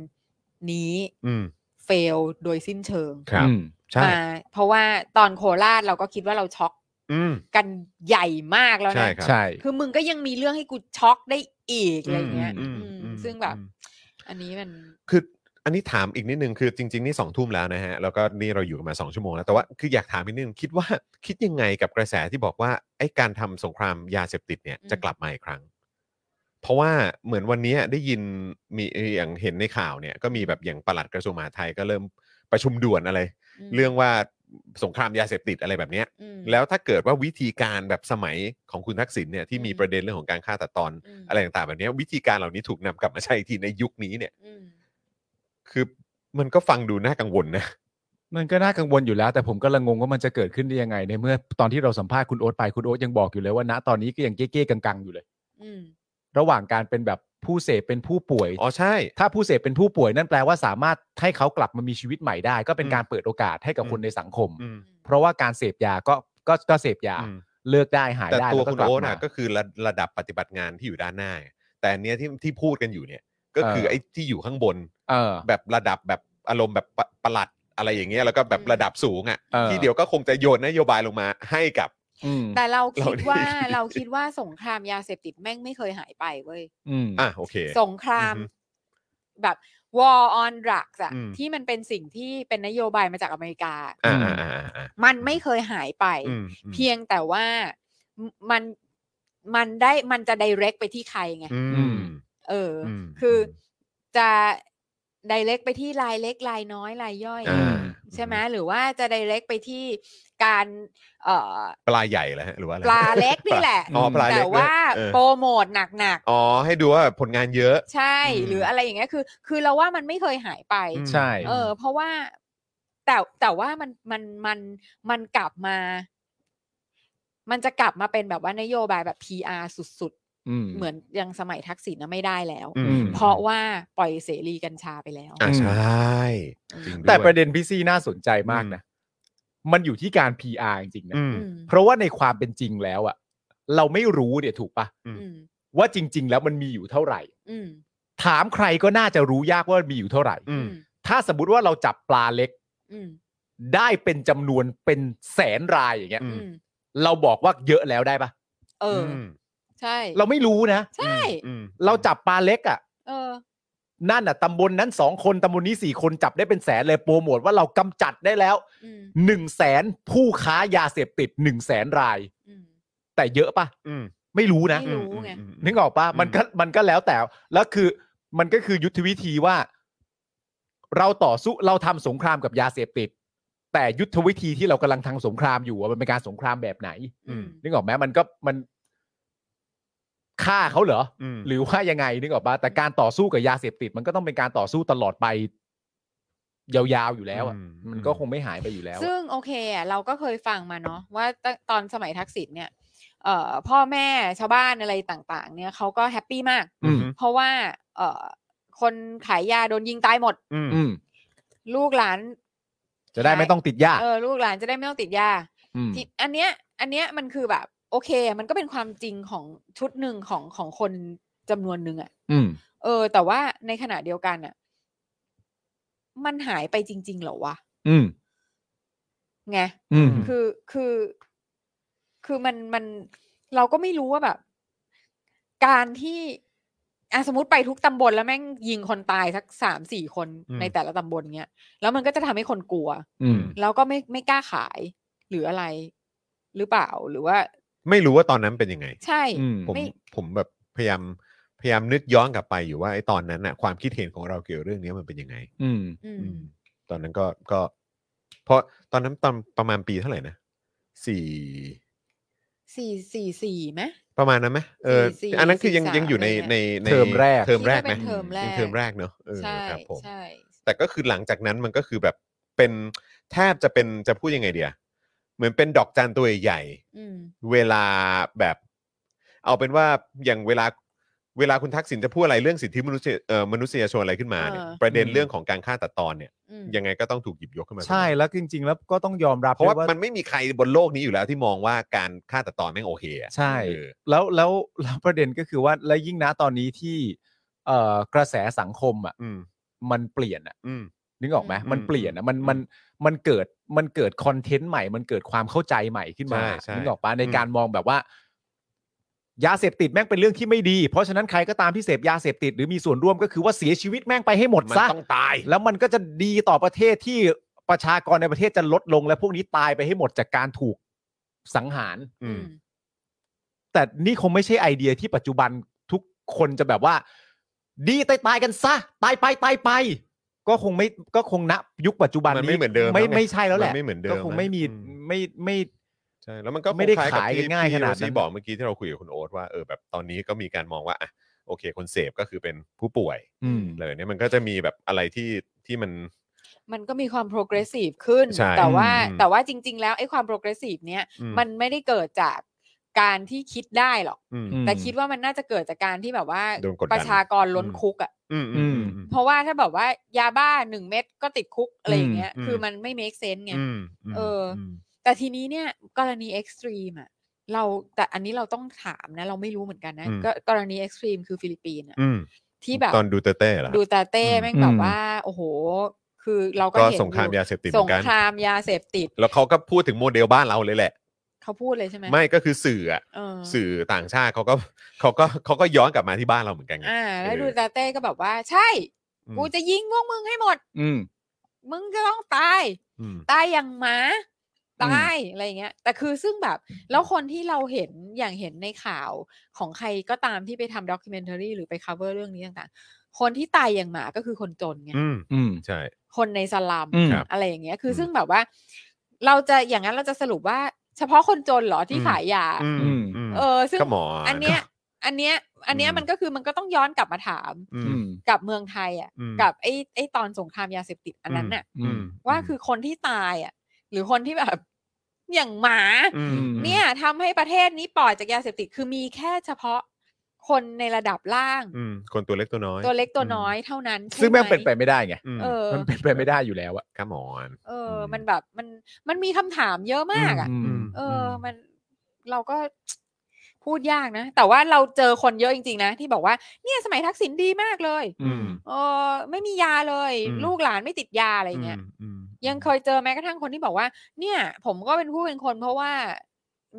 S2: นี้
S1: อืม
S2: เฟลโดยสิ้นเชิง
S1: ครับ
S3: อืม
S1: ใช่
S2: มาเพราะว่าตอนโคราชเราก็คิดว่าเราช็อก
S1: อืม
S2: กันใหญ่มากแล้ว
S1: ใช่
S2: นะครับ
S3: ใช่
S2: คือมึงก็ยังมีเรื่องให้กูช็อกได้อีกอะไรเงี้ย
S1: อืม
S2: อืม
S1: อืม
S2: ซึ่งแบบ
S1: อืม
S2: อันนี้มัน
S1: คืออันนี้ถามอีกนิดนึงคือจริง ๆ นี่สองทุ่มแล้วนะฮะ แล้วก็นี่เราอยู่กันมาสองชั่วโมงแล้ว แต่ว่าคืออยากถามอีกนิดนึงคิดว่าคิดยังไงกับกระแสที่บอกว่าไอ้การทำสงครามยาเสพติดเนี่ย
S2: อืม
S1: จะกลับมาอีกครั้ง เพราะว่าเหมือนวันนี้ได้ยินมีอย่างเห็นในข่าวเนี่ย ก็มีแบบอย่างปลัดกระทรวงมหาดไทยก็เริ่มประชุมด่วนอะไร
S2: ม
S1: เรื่องว่าสงครามยาเสพติดอะไรแบบเนี้ย
S2: อืม
S1: แล้วถ้าเกิดว่าวิธีการแบบสมัยของคุณทักษิณเนี่ยที่มี
S2: อืม
S1: ประเด็นเรื่องของการฆ่าตัดตอน
S2: อืม
S1: อะไรต่างๆแบบเนี้ยวิธีการเหล่านี้ถูกนำกลับมาใช้อีกทีในยุคนี้เนี่ย
S2: อืม
S1: คือมันก็ฟังดูน่ากังวลนะ
S3: มันก็น่ากังวลอยู่แล้ว แต่ผมก็ละงงว่ามันจะเกิดขึ้นได้ยังไง ในเมื่อตอนที่เราสัมภาษณ์คุณโอ๊ตไปคุณโอ๊ตยังบอกอยู่เลยว่าณตอนนี้ก็ยังเก้ๆกังๆอยู่เลย
S2: อืม
S3: ระหว่างการเป็นแบบผู้เสพเป็นผู้ป่วย
S1: อ๋อใช่
S3: ถ้าผู้เสพเป็นผู้ป่วยนั่นแปลว่าสามารถให้เขากลับมามีชีวิตใหม่ได้ ก็เป็น
S1: อืม
S3: การเปิดโอกาสให้กับคนในสังคม
S1: อืม
S3: เพราะว่าการเสพยาก็ก็ก็เสพยา
S1: อืม
S3: เลิกได้หาย
S1: แต่
S3: ได้
S1: ตัว
S3: แล้
S1: คุณ
S3: กลับ
S1: โอ๊ต
S3: มา
S1: อะก็คือระระดับปฏิบัติงานที่อยู่ด้านหน้า แต่อันเนี้ยที่ที่พูดกันอยู่เนี่ย ก็คือ
S3: เออ
S1: ไอ้ที่อยู่ข้างบน
S3: เออ
S1: แบบระดับแบบอารมณ์แบบปะประหลัดอะไรอย่างเงี้ยแล้วก็แบบ
S2: อืม
S1: ระดับสูงอ่ะ
S3: เออ
S1: ที่เดี๋ยวก็คงจะโยนนโยบายลงมาให้กับ
S3: อืม
S2: แต่เรา
S1: เรา
S2: คิด
S1: ได้
S2: ว่า
S1: ยิน
S2: เราคิดว่าสงครามยาเสพติดแม่งไม่เคยหายไปเว้ย
S3: อืม
S1: อ่ะโอเค
S2: สงคราม
S1: อือฮึ
S2: แบบ war on drugs อะ
S1: อืม
S2: ที่มันเป็นสิ่งที่เป็นนโยบายมาจากอเมริกา
S1: อ่าอ่าอ่าอ่า
S2: มันไม่เคยหายไป
S1: อืมอืม
S2: เพียงแต่ว่ามันมันได้มันจะ direct ไปที่ใครไง
S1: อื
S3: อื
S1: ม
S3: ม
S2: เอออ
S1: ม
S2: คือจะ direct ไปที่รายเล็กรายน้อยรายย่อย
S1: อ่า
S2: ใช่ไหมหรือว่าจะ direct ไปที่การ เอ่อ
S1: ปลาใหญ่แล้วฮะหรือว่าอะไร
S2: ปลาเล็กนี่แหละ
S1: อ๋อปลาเล็
S2: แต่
S1: กด้วย
S2: ว่า
S1: เออ
S2: โปรโมทหนัก
S1: อ๋อให้ดูว่าผลงานเยอะ
S2: ๆ ใช่
S1: อืม
S2: หรืออะไรอย่างเงี้ยคือ คือเราว่ามันไม่เคยหายไป
S1: อืม
S3: ใช่
S2: เออ เพราะว่าแต่แต่ว่ามันมันมันมันกลับมา มันจะกลับมาเป็นแบบว่านโยบายแบบ PR สุด
S3: อืม
S2: ๆ เหมือนยังสมัยทักษิณนะไม่ได้แล้ว
S1: อืม
S2: เพราะว่าปล่อยเสรีกัญชาไปแล้ว
S1: อ่ะ
S3: อืม
S1: ใช่จริงด้วย
S3: แต่ประเด็นพี่ซีน่าสนใจมาก
S1: อืม
S3: นะ มันอยู่ที่การ PR จริงๆนะ
S1: อืม
S2: อืม
S3: เพราะว่าในความเป็นจริงแล้วอะเราไม่รู้เนี่ยถูกปะ
S1: อืม
S2: อืม
S3: ว่าจริง ๆ แล้วมันมีอยู่เท่าไหร่
S2: อืม
S3: ถามใครก็น่าจะรู้ยากว่ามันมีอยู่เท่าไหร่
S1: อื
S2: อื
S1: ม
S2: ม
S3: ถ้าสมมติว่าเราจับปลาเล็ก
S2: อืม
S3: ได้เป็นจำนวนเป็นแสนรายอย่างเงี้ย
S1: อื
S2: อื
S1: ม
S2: ม
S3: เราบอกว่าเยอะแล้วได้ปะ
S2: เอออ
S1: ม
S2: ใช่
S3: เราไม่รู้นะ
S2: ใช่
S1: อืม
S3: เราจับปลาเล็กอะ
S2: เออ
S3: นั่นอ่ะตำบลนั้นสองคนตำบลนี้สี่คนจับได้เป็นแสนเลยโปรโมทว่าเรากำจัดได้แล้ว
S2: อืม
S3: หนึ่งแสนผู้ค้ายาเสพติดหนึ่งแสนราย
S2: อืม
S3: แต่เยอะปะ
S1: อืม
S3: ไม่รู้นะ
S2: ไม่รู้ไง
S1: อืมม
S3: นึกออกปะมันก็มันก็แล้วแต่ แล้วคือมันก็คือยุทธวิธีว่า เราต่อสู้เราทำสงครามกับยาเสพติด แต่ยุทธวิธีที่เรากำลังทำสงครามอยู่อะมันเป็นการสงครามแบบไหน
S1: อืม
S3: นึกออกไหมมันก็มันฆ่าเขาเหรอ
S1: อืม
S3: หรือว่ายังไงนึกออกปะแต่การต่อสู้กับยาเสพติด มันก็ต้องเป็นการต่อสู้ตลอดไป ยาวๆอยู่แล้วอะ
S1: อื
S3: มันก็คงไม่หายไปอยู่แล้ว
S2: ซึ่งโอเคอ่ะเราก็เคยฟังมาเนาะว่าตตอนสมัยทักษิณเนี่ยเอ่อพ่อแม่ชาวบ้านอะไรต่างๆ เนี่ยเขาก็แฮปปี้มาก
S3: อืม
S2: เพราะว่าเอ่อคนขายยาโดนยิงตายหมด
S1: อืม
S3: อืม
S2: ลูกหลาน
S3: จะได้ไม่ต้องติดยา
S2: เออลูกหลานจะได้ไม่ต้องติดยา
S3: อืม
S2: ที่อันเนี้ยอันเนี้ยมันคือแบบ โอเค มันก็เป็นความจริงของชุดหนึ่งของของคนจำนวนหนึ่งอะ
S3: อืม
S2: เออ แต่ว่าในขณะเดียวกันอะมันหายไปจริง ๆ เหรอวะ
S3: อืม
S2: ไง
S3: อืม
S2: คือคือคือมันมันเราก็ไม่รู้ว่าแบบ การที่อ่ะสมมติไปทุกตำบลแล้วแม่งยิงคนตายสักสามสี่คน
S3: อืม
S2: ในแต่ละตำบลเงี้ยแล้วมันก็จะทำให้คนกลัว
S3: อืม
S2: แล้วก็ไม่ไม่กล้าขายหรืออะไร หรือเปล่าหรือว่า
S1: ไม่รู้ว่าตอนนั้นเป็นยังไง
S2: ใช่
S3: อืม
S1: ผม
S2: ไม่
S1: ผมแบบพยายามพยายามนึกย้อนกลับไปอยู่ว่าไอ้ตอนนั้นน่ะความคิดเห็นของเราเกี่ยวเรื่องนี้มันเป็นยังไง
S3: อืม
S2: อืม
S1: อืมตอนนั้นก็ก็เพราะตอนนั้นตอนประมาณปีเท่าไหร่นะสี่
S2: สี่สี่สี่ไหม
S1: ประมาณนั้นไหมเออ
S2: สี่สี่
S1: อันนั้นคือยัง
S2: สี่สาม
S1: ยังอยู่ใน
S2: อะไรเงี้ย
S1: ในใน
S3: เทอมแรก
S1: เทอมแรกไหม
S2: ที่ไม่เป็นเทอมแรก
S1: ยังเทอมแรกเนอะเออ
S2: ใช่
S1: ครับผม
S2: ใช่
S1: แต่ก็คือหลังจากนั้นมันก็คือแบบเป็นแทบจะเป็นจะพูดยังไงเดียเหมือนเป็นดอกจันตัวใหญ่
S2: อืม
S1: เวลาแบบ เอาเป็นว่าอย่างเวลาเวลาคุณทักษิณจะพูดอะไรเรื่องสิทธิมนุษยเอ่อมนุษยชนอะไรขึ้นมาเนี่ย
S2: เออ
S1: ประเด็น
S3: อืม
S1: เรื่องของการฆ่าตัดตอนเนี่ย
S2: อืม
S1: ยังไงก็ต้องถูกหยิบยกขึ้นมา
S3: ใช่แล้วจริง ๆ แล้วก็ต้องยอมรับ
S1: เพราะว่า
S3: ด้วย
S1: มันไม่มีใครบนโลกนี้อยู่แล้วที่มองว่าการฆ่าตัดตอนแม่งโอเคอะ
S3: ใช่
S1: เออ
S3: แล้วแล้วแล้วประเด็นก็คือว่าและยิ่งนะตอนนี้ที่เอ่อกระแสสังคมอ่ะ
S1: อืม
S3: มันเปลี่ยนอ่ะ
S1: อืม
S3: นึกออกไหม
S2: อืม
S3: มันเปลี่ยนอะมันมันมันเกิดมันเกิดคอนเทนต์ใหม่ มันเกิดความเข้าใจใหม่ขึ้นมา
S1: ใช่ใช่
S3: นึกออกปะใน
S1: อืม
S3: การมองแบบว่า ยาเสพติดแม่งเป็นเรื่องที่ไม่ดี เพราะฉะนั้นใครก็ตามที่เสพยาเสพติดหรือมีส่วนร่วมก็คือว่าเสียชีวิตแม่งไปให้หมด
S1: มัน
S3: ซะ
S1: ต้องตาย
S3: แล้วมันก็จะดีต่อประเทศที่ประชากรในประเทศจะลดลงและพวกนี้ตายไปให้หมดจากการถูกสังหาร
S1: อืม
S3: แต่นี่คงไม่ใช่ไอเดียที่ปัจจุบันทุกคนจะแบบว่า ดีตายตายกันซะ ตายไปตายไป ก็คงไม่ก็คงณยุคปัจจุบัน
S1: มัน
S3: นี้
S1: ไม่เหมือนเดิม
S3: ไม่
S1: แล้วไง
S3: ไม่ใช่แล้วแห
S1: มั
S3: ละ
S1: นไม่เหมือนเดิม
S3: ก็คงไม่มี
S1: อืม
S3: ไม่ไม่
S1: ใช่แล้วมันก็
S3: ไม่ได้
S1: คล้ๆบ
S3: ขายกัน
S1: ที่
S3: ง่าย
S1: ที่
S3: ขนาด
S1: โรซี่
S3: นั้น
S1: บอกเมื่อกี้ที่เราคุยกับคุณโอ๊ตว่าเออแบบตอนนี้ก็มีการมองว่าอ่ะโอเค คนเสพก็คือเป็นผู้ป่วย
S3: อืม
S1: เลยเนี่ยมันก็จะมีแบบอะไรที่ที่มัน
S2: มันก็มีความ progressive ขึ้น
S1: ใช่
S2: แต่ว่า
S1: อืม
S2: แต่ว่าจริง ๆ แล้วไอ้ความ progressive เนี้ย
S1: อืม
S2: มันไม่ได้เกิดจากการที่คิดได้หรอก
S1: อืม
S2: แต่คิดว่ามันน่าจะเกิดจากการที่แบบว่า
S1: โดนกดดัน
S2: ประชากรล้นคุกอ่ะ
S1: อืมอืมอืม
S2: เพราะว่าถ้าแบบว่ายาบ้าหนึ่งเม็ดก็ติดคุกอะไรอย่างเงี้ย
S1: อืม
S2: คือมันไม่ make sense ไง
S1: อืมม
S2: เอออื
S1: ม
S2: แต่ทีนี้เนี่ยกรณีเอ็กซ์ตรีมอ่ะเราแต่อันนี้เราต้องถามนะ เราไม่รู้เหมือนกันนะ
S1: อืม
S2: ก็กรณีเอ็กซ์ตรีมคือฟิลิปปินส์อะ
S1: อืม
S2: ที่แบบ
S1: ตอนดูเตอร์เต้เหรอ
S2: ดูตาเต้
S1: อืม
S2: แม่งแบบ
S3: อืม
S2: ว่า โอ้โห คือเราก็
S1: ก็
S2: เห็น
S1: สงครา
S2: อย
S1: มาเสพติดเห
S2: ส
S1: มือง นกัน
S2: ครามยาเสพติด
S1: แล้วเขาก็พูดถึงโมเดลบ้านเราเลยแหละ
S2: เขาพูดเลยใช่ไหม
S1: ไม่ก็คือสื่ออะ
S2: เออ
S1: สื่อต่างชาติเขาก็ เขาก็เขาก็ย้อนกลับมาที่บ้านเราเหมือนกันไง
S2: อ่า แล้
S1: เอ
S2: ว
S1: อ
S2: ดูตาเต้ก็แบบว่า ใช่
S1: อืม
S2: กูจะยิงพวกมึงให้หมด
S3: อืม
S2: มึงก็ต้องตาย
S1: อืม
S2: ตายอย่างหมาตายอะไรอย่างเงี้ย แต่คือซึ่งแบบ แล้วคนที่เราเห็นอย่างเห็นในข่าวของใครก็ตามที่ไปทำด็อกิเมนท r y หรือไป cover เรื่องนี้ต่างๆ คนที่ตายอย่างหมาก็คือคนจนไง
S1: อืม
S3: อืม
S1: ใช่
S2: คนในสลัม
S3: อืมครับ
S2: อะไรอย่างเงี้ย คืออ
S1: ม
S2: ซึ่งแบบว่า เราจะอย่างนั้นเราจะสรุปว่า เฉพาะคนจนเหรอที่
S1: อืม
S2: ขายยา
S1: อืม
S3: อืม
S1: อืม
S2: เออ ซึ่ง
S1: ก็หมออั
S2: อันเนี้ย อันเนี้ย อันเนี้ย
S1: อืม
S2: มันก็คือมันก็ต้องย้อนกลับมาถาม
S1: อื
S3: อื
S1: ม
S3: ม
S2: กับเมืองไทยอ่ะ
S1: อืม
S2: กับไอ้ไอ้ตอนสงครามยาเสพติดอันนั้นน่ะ
S1: อืม
S2: ว่าคือคนที่ตายอ่ะ หรือคนที่แบบ อย่างหมา
S1: อืม
S3: ม
S2: เนี่ยทำให้ประเทศนี้ปลอดจากยาเสพติดคือมีแค่เฉพาะคนในระดับล่าง
S1: อืม คนตัวเล็กตัวน้อย
S2: ตัวเล็กตัว
S1: อืม
S2: น้อยเท่านั้นใช่
S3: ซึ่งแม่ง
S2: ห
S3: เป็นไปไม่ได้ไง
S1: อืม
S2: เออ
S3: มันเป็นไปไม่ได้อยู่แล้วอะ
S1: ขมอน
S2: เออ มันแบบมันมันมีคำถามเยอะมากอ่ะ
S3: ม
S2: เอออมันเราก็ พูดยากนะ แต่ว่าเราเจอคนเยอะจริงๆนะ ที่บอกว่าเนี่ยสมัยทักษิณดีมากเลย
S1: อืม
S2: เออ ไม่มียาเลย
S1: อืม
S2: ลูกหลานไม่ติดยาอะไรอย่างเงี้ย
S1: อืม
S2: ยังเคยเจอแม้กระทั่งคนที่บอกว่า เนี่ย ผมก็เป็นผู้เป็นคนเพราะว่า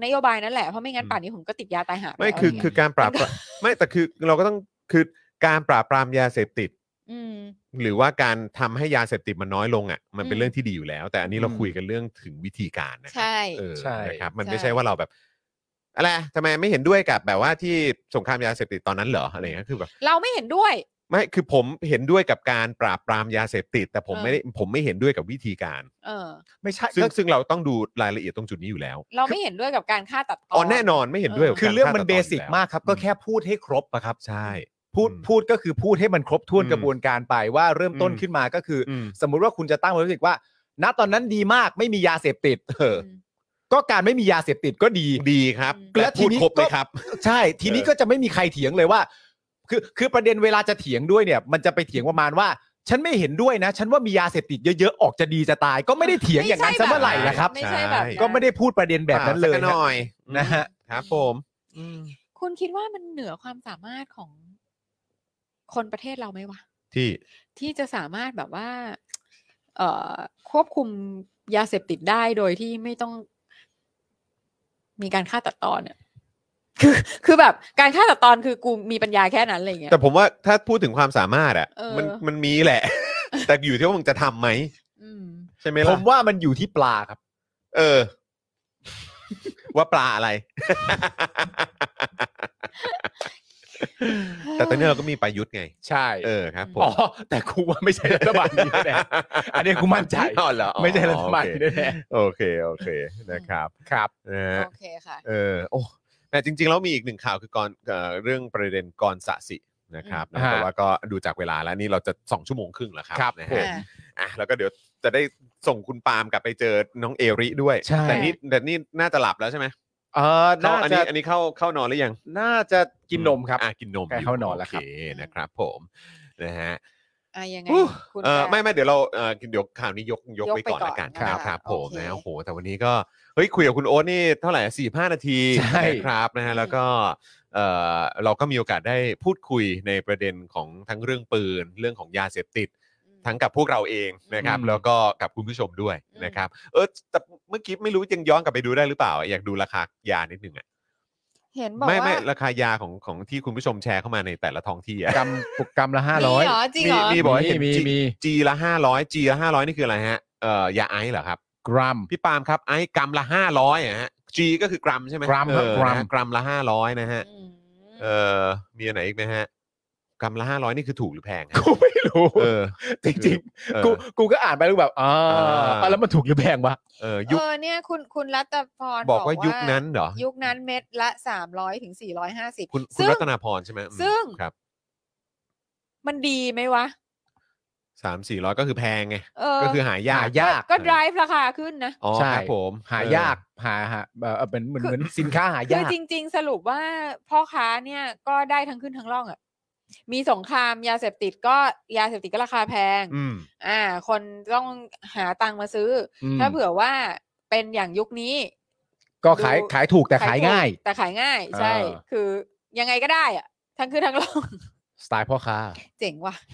S2: นโยบายนั่นแหละ เพราะไม่งั้นป่านนี้ผมก็ติดยาตายหาป
S1: ไม่
S2: แล้ว
S1: คือ
S2: อะไร
S1: คือ
S2: เงี้ย
S1: การปราบปรามไม่แต่คือเราก็ต้องคือการปราบปรามยาเสพติด
S2: อืม
S1: หรือว่าการทำให้ยาเสพติดมันน้อยลงอ่ะมันเป็น
S2: อืม
S1: เรื่องที่ดีอยู่แล้ว แต่อันนี้เรา
S3: อืม
S1: คุยกันเรื่องถึงวิธีการนะครั
S2: ใช่
S1: เออ
S3: ใช่
S1: นะครับมัน
S2: ใช่
S1: ไม่ใช่ว่าเราแบบอะไรทำไมไม่เห็นด้วยกับแบบว่าที่สงครามยาเสพติดตอนนั้นเหรออะไรเงี้ยคือแบบ
S2: เราไม่เห็นด้วย
S1: ไม่คือผมเห็นด้วยกับการปราบปรามยาเสพติด แต่ผม
S2: เออ
S1: ไม่ได้ผมไม่เห็นด้วยกับวิธีการ
S2: เออ
S3: ไม่ใช่
S1: ซึ่ง
S3: ก็
S1: ซึ่งเราต้องดูรายละเอียดตรงจุดนี้อยู่แล้ว
S2: เราไม่เห็นด้วยกับการฆ่าตัดตอน
S1: อ๋อแน่นอนไม่เห็นด้วยกับ
S3: คือเรื่องมัน
S1: กา
S3: เบ
S1: ฆ่า
S3: สิก
S1: ตัดตอนอยู่แล้ว
S3: มากครับ ก็แค่พูดให้ครบอะครับ
S1: ใช่
S3: พูด
S1: อืม
S3: พูดก็คือพูดให้มันครบถ้วน
S1: อืม
S3: กระบวนการไปว่าเริ่มต้น
S1: อืม
S3: ขึ้นมาก็คืออ
S1: ม
S3: สมมุติว่าคุณจะตั้งความรู้สึกว่า ณตอนนั้นดีมากไม่มียาเสพติดเอออ
S2: ม
S3: ก็การไม่มียาเสพติดก็ดี
S1: ดีครับ
S3: และ
S1: และ
S3: ที
S1: พูด
S3: นี้
S1: ครบเล
S3: ก็
S1: ยครับ
S3: ใช่ ทีนี้ก็จะไม่มีใครเถียงเลยว่า คือคือประเด็นเวลาจะเถียงด้วยเนี่ย มันจะไปเถียงประมาณว่า ฉันไม่เห็นด้วยนะ ฉันว่ามียาเสพติดเยอะๆออกจะดีจะตาย ก็ไม่ได้เถียงอย่างนั้นซะเมื่อไหร่ละครับ
S2: ไม่ใช่แบบนั้น
S3: ก็ไม่ได้พูดประเด็นแบบนั้นเลย
S1: ปาสักห
S3: ฮะ
S1: น่อย
S3: นะฮะ
S1: ครับผม
S2: คุณคิดว่ามันเหนือความสามารถของคนประเทศเราไหมวะ
S1: ที่
S2: ที่จะสามารถแบบว่า เอ่อ ควบคุมยาเสพติดได้โดยที่ไม่ต้อง มีการฆ่าตัดตอนเนี่ยคือคือแบบการฆ่าตัดตอนคือกูมีปัญญาแค่นั้นอะไรอย่างเงี้ย
S1: แต่ผมว่าถ้าพูดถึงความสามารถอะ
S2: เออ
S1: มันมันมีแหละ แต่อยู่ที่ว่ามึงจะทำไหม
S2: อืม
S1: ใช่ไหม
S3: ผ
S1: ล่ะ
S3: มว่ามันอยู่ที่ปลาครับ
S1: เออ ว่าปลาอะไร แต่ตอนนี้เราก็มีประยุทธ์ไง
S3: ใช่
S1: เออครับผม
S3: อ๋อแต่กูว่าไม่ใช่รัฐบาลนี้แน่ อันนี้กูมั่นใจ
S1: อ๋อเหรอ
S3: ไม่ใช่รัฐบาล
S1: โอเค
S3: แน่
S1: โอเคโอเคนะครับ
S3: ๆครับ
S1: นะฮะ
S2: โอเคค่ะ
S1: เออโอ้แต่จริงๆแล้วมีอีกหนึ่งข่าวคือก่อนเอ่อเรื่องประเด็นกรสะสินะครับนะ
S3: ฮะ
S1: แต่ว่าก็ดูจากเวลาแล้วนี่เราจะ 2 ชั่วโมงครึ่งแล้วครับ
S3: ครับ
S1: นะ
S3: ผ
S1: ฮะ
S3: ม
S1: อ่ะแล้วก็เดี๋ยวจะได้ส่งคุณปาล์มกลับไปเจอน้องเอริด้วย
S3: ใช่
S1: แต่นี่แต่นี่น่าจะหลับแล้วใช่ไหม
S3: เออ
S1: เข้า
S3: น่า
S1: อัน
S3: จะ
S1: นี้อันนี้เข้าเข้านอนหรือยัง
S3: น่าจะกินนมครับ
S1: อ่ะกินนม
S3: ใกล้เข้านอนแล้วครับ
S1: โเคนะครับผมนะฮะ
S2: อ่ะยังไง
S1: อู้
S2: คุณ
S1: เออ
S2: แฟน
S1: ไม่ไม่เดี๋ยวเราเออเดี๋ยวข่าวนี้ยกยก
S2: ยก
S1: ไว้
S2: ไป
S1: ก่อน
S2: ก่อน
S1: ละกัน
S2: ค
S1: ค
S2: รั
S1: รั
S2: บบ
S1: ครับผม
S2: โอเค
S1: นะโอ้โหแต่วันนี้ก็เฮ้ยคุยกับคุณโอ๊ตนี่เท่าไหร่สี่ห้านาที
S3: ใช่
S1: นะครับนะฮะแล้วก็เออเราก็มีโอกาสได้พูดคุยในประเด็นของทั้งเรื่องปืน เรื่องของยาเสพติด
S2: อืม
S1: ทั้งกับพวกเราเองนะครับ
S3: อืม
S1: แล้วก็กับคุณผู้ชมด้วย
S2: อืม
S1: นะครับ เออแต่เมื่อกี้ไม่รู้ยังย้อนกลับไปดูได้หรือเปล่า อยากดูราคายานิดหนึ่งอ่ะ
S2: เห็นบอก
S1: ไม่
S2: ว่า
S1: ไม่ราคายาของของที่คุณผู้ชมแชร์เข้ามาในแต่ละท้องที่อะ
S3: กำปุกกำละห้าร้อย
S2: มีเหรอจริงเหรอ
S1: มีบอกให้เห็น
S3: มี
S1: จี
S3: มี
S1: จีละห้าร้อยจีละห้าร้อยนี่คืออะไรฮะเอ่อยาไอซ์เหรอครับ
S3: กรัม
S1: พี่ปาล์มครับไอซ์กรัมละห้าร้อยฮะจีก็คือกรัมใช่ไหม
S3: กรัมครับ
S1: เออก
S3: รัม
S1: นะกรัมละห้าร้อยนะฮะ
S2: อืม
S1: เออมีอันไหนอีกไหมฮะกรัมละห้าร้อยนี่คือถูกหรือแพงฮะ
S3: กูไม่รู้
S1: เออ
S3: จริง
S1: เออ
S3: ๆกูกูก็อ่านไปแล้วแบบอ๋อ
S1: ออ่
S3: าแล้วมันถูกหรือแพงวะ
S1: เออยุค
S2: เออเนี่ยคุณคุณรัตพร
S1: บอกว่ายุคนั้นเหรอ
S2: ยุคนั้นเม็ดละสามร้อยถึงสี่ร้อยห้าสิบ
S1: คุณคุณรัตนาพรใช่ไหมอืม
S2: ซึ่ง
S1: ครับ
S2: มันดีไหมวะ
S1: สามสี่ร้อยก็คือแพงไง
S2: เออ
S1: ก็คือหายาก
S3: หายาก
S2: ก็ drive ราคาขึ้นนะ
S1: อ๋อ
S3: ใช่
S1: ครับผม
S3: หายากหาหาเอ่อเป็นเหมือนเหมือนสินค้าหา
S2: คื
S3: ยา
S2: อก จริง ๆ สรุปว่าพ่อค้าเนี่ยก็ได้ทั้งขึ้นทั้งล่องอะ่ะ มีสงครามยาเสพติดก็ยาเสพติดก็ราคาแพง
S1: อืม
S2: อ่า คนต้องหาตังค์มาซื้ออ
S3: ม
S2: ถ้าเผื่อว่าเป็นอย่างยุคนี้
S3: ก็ขาย
S2: ดู
S3: ขายถูกแต่ขายง่าย
S2: แต่ขายง่าย ใช่
S3: เออ
S2: คือยังไงก็ได้อะ่ะ ทั้งขึ้นทั้งล่อง
S3: สไตล์พ่อค้า
S2: เจ๋งว่ะ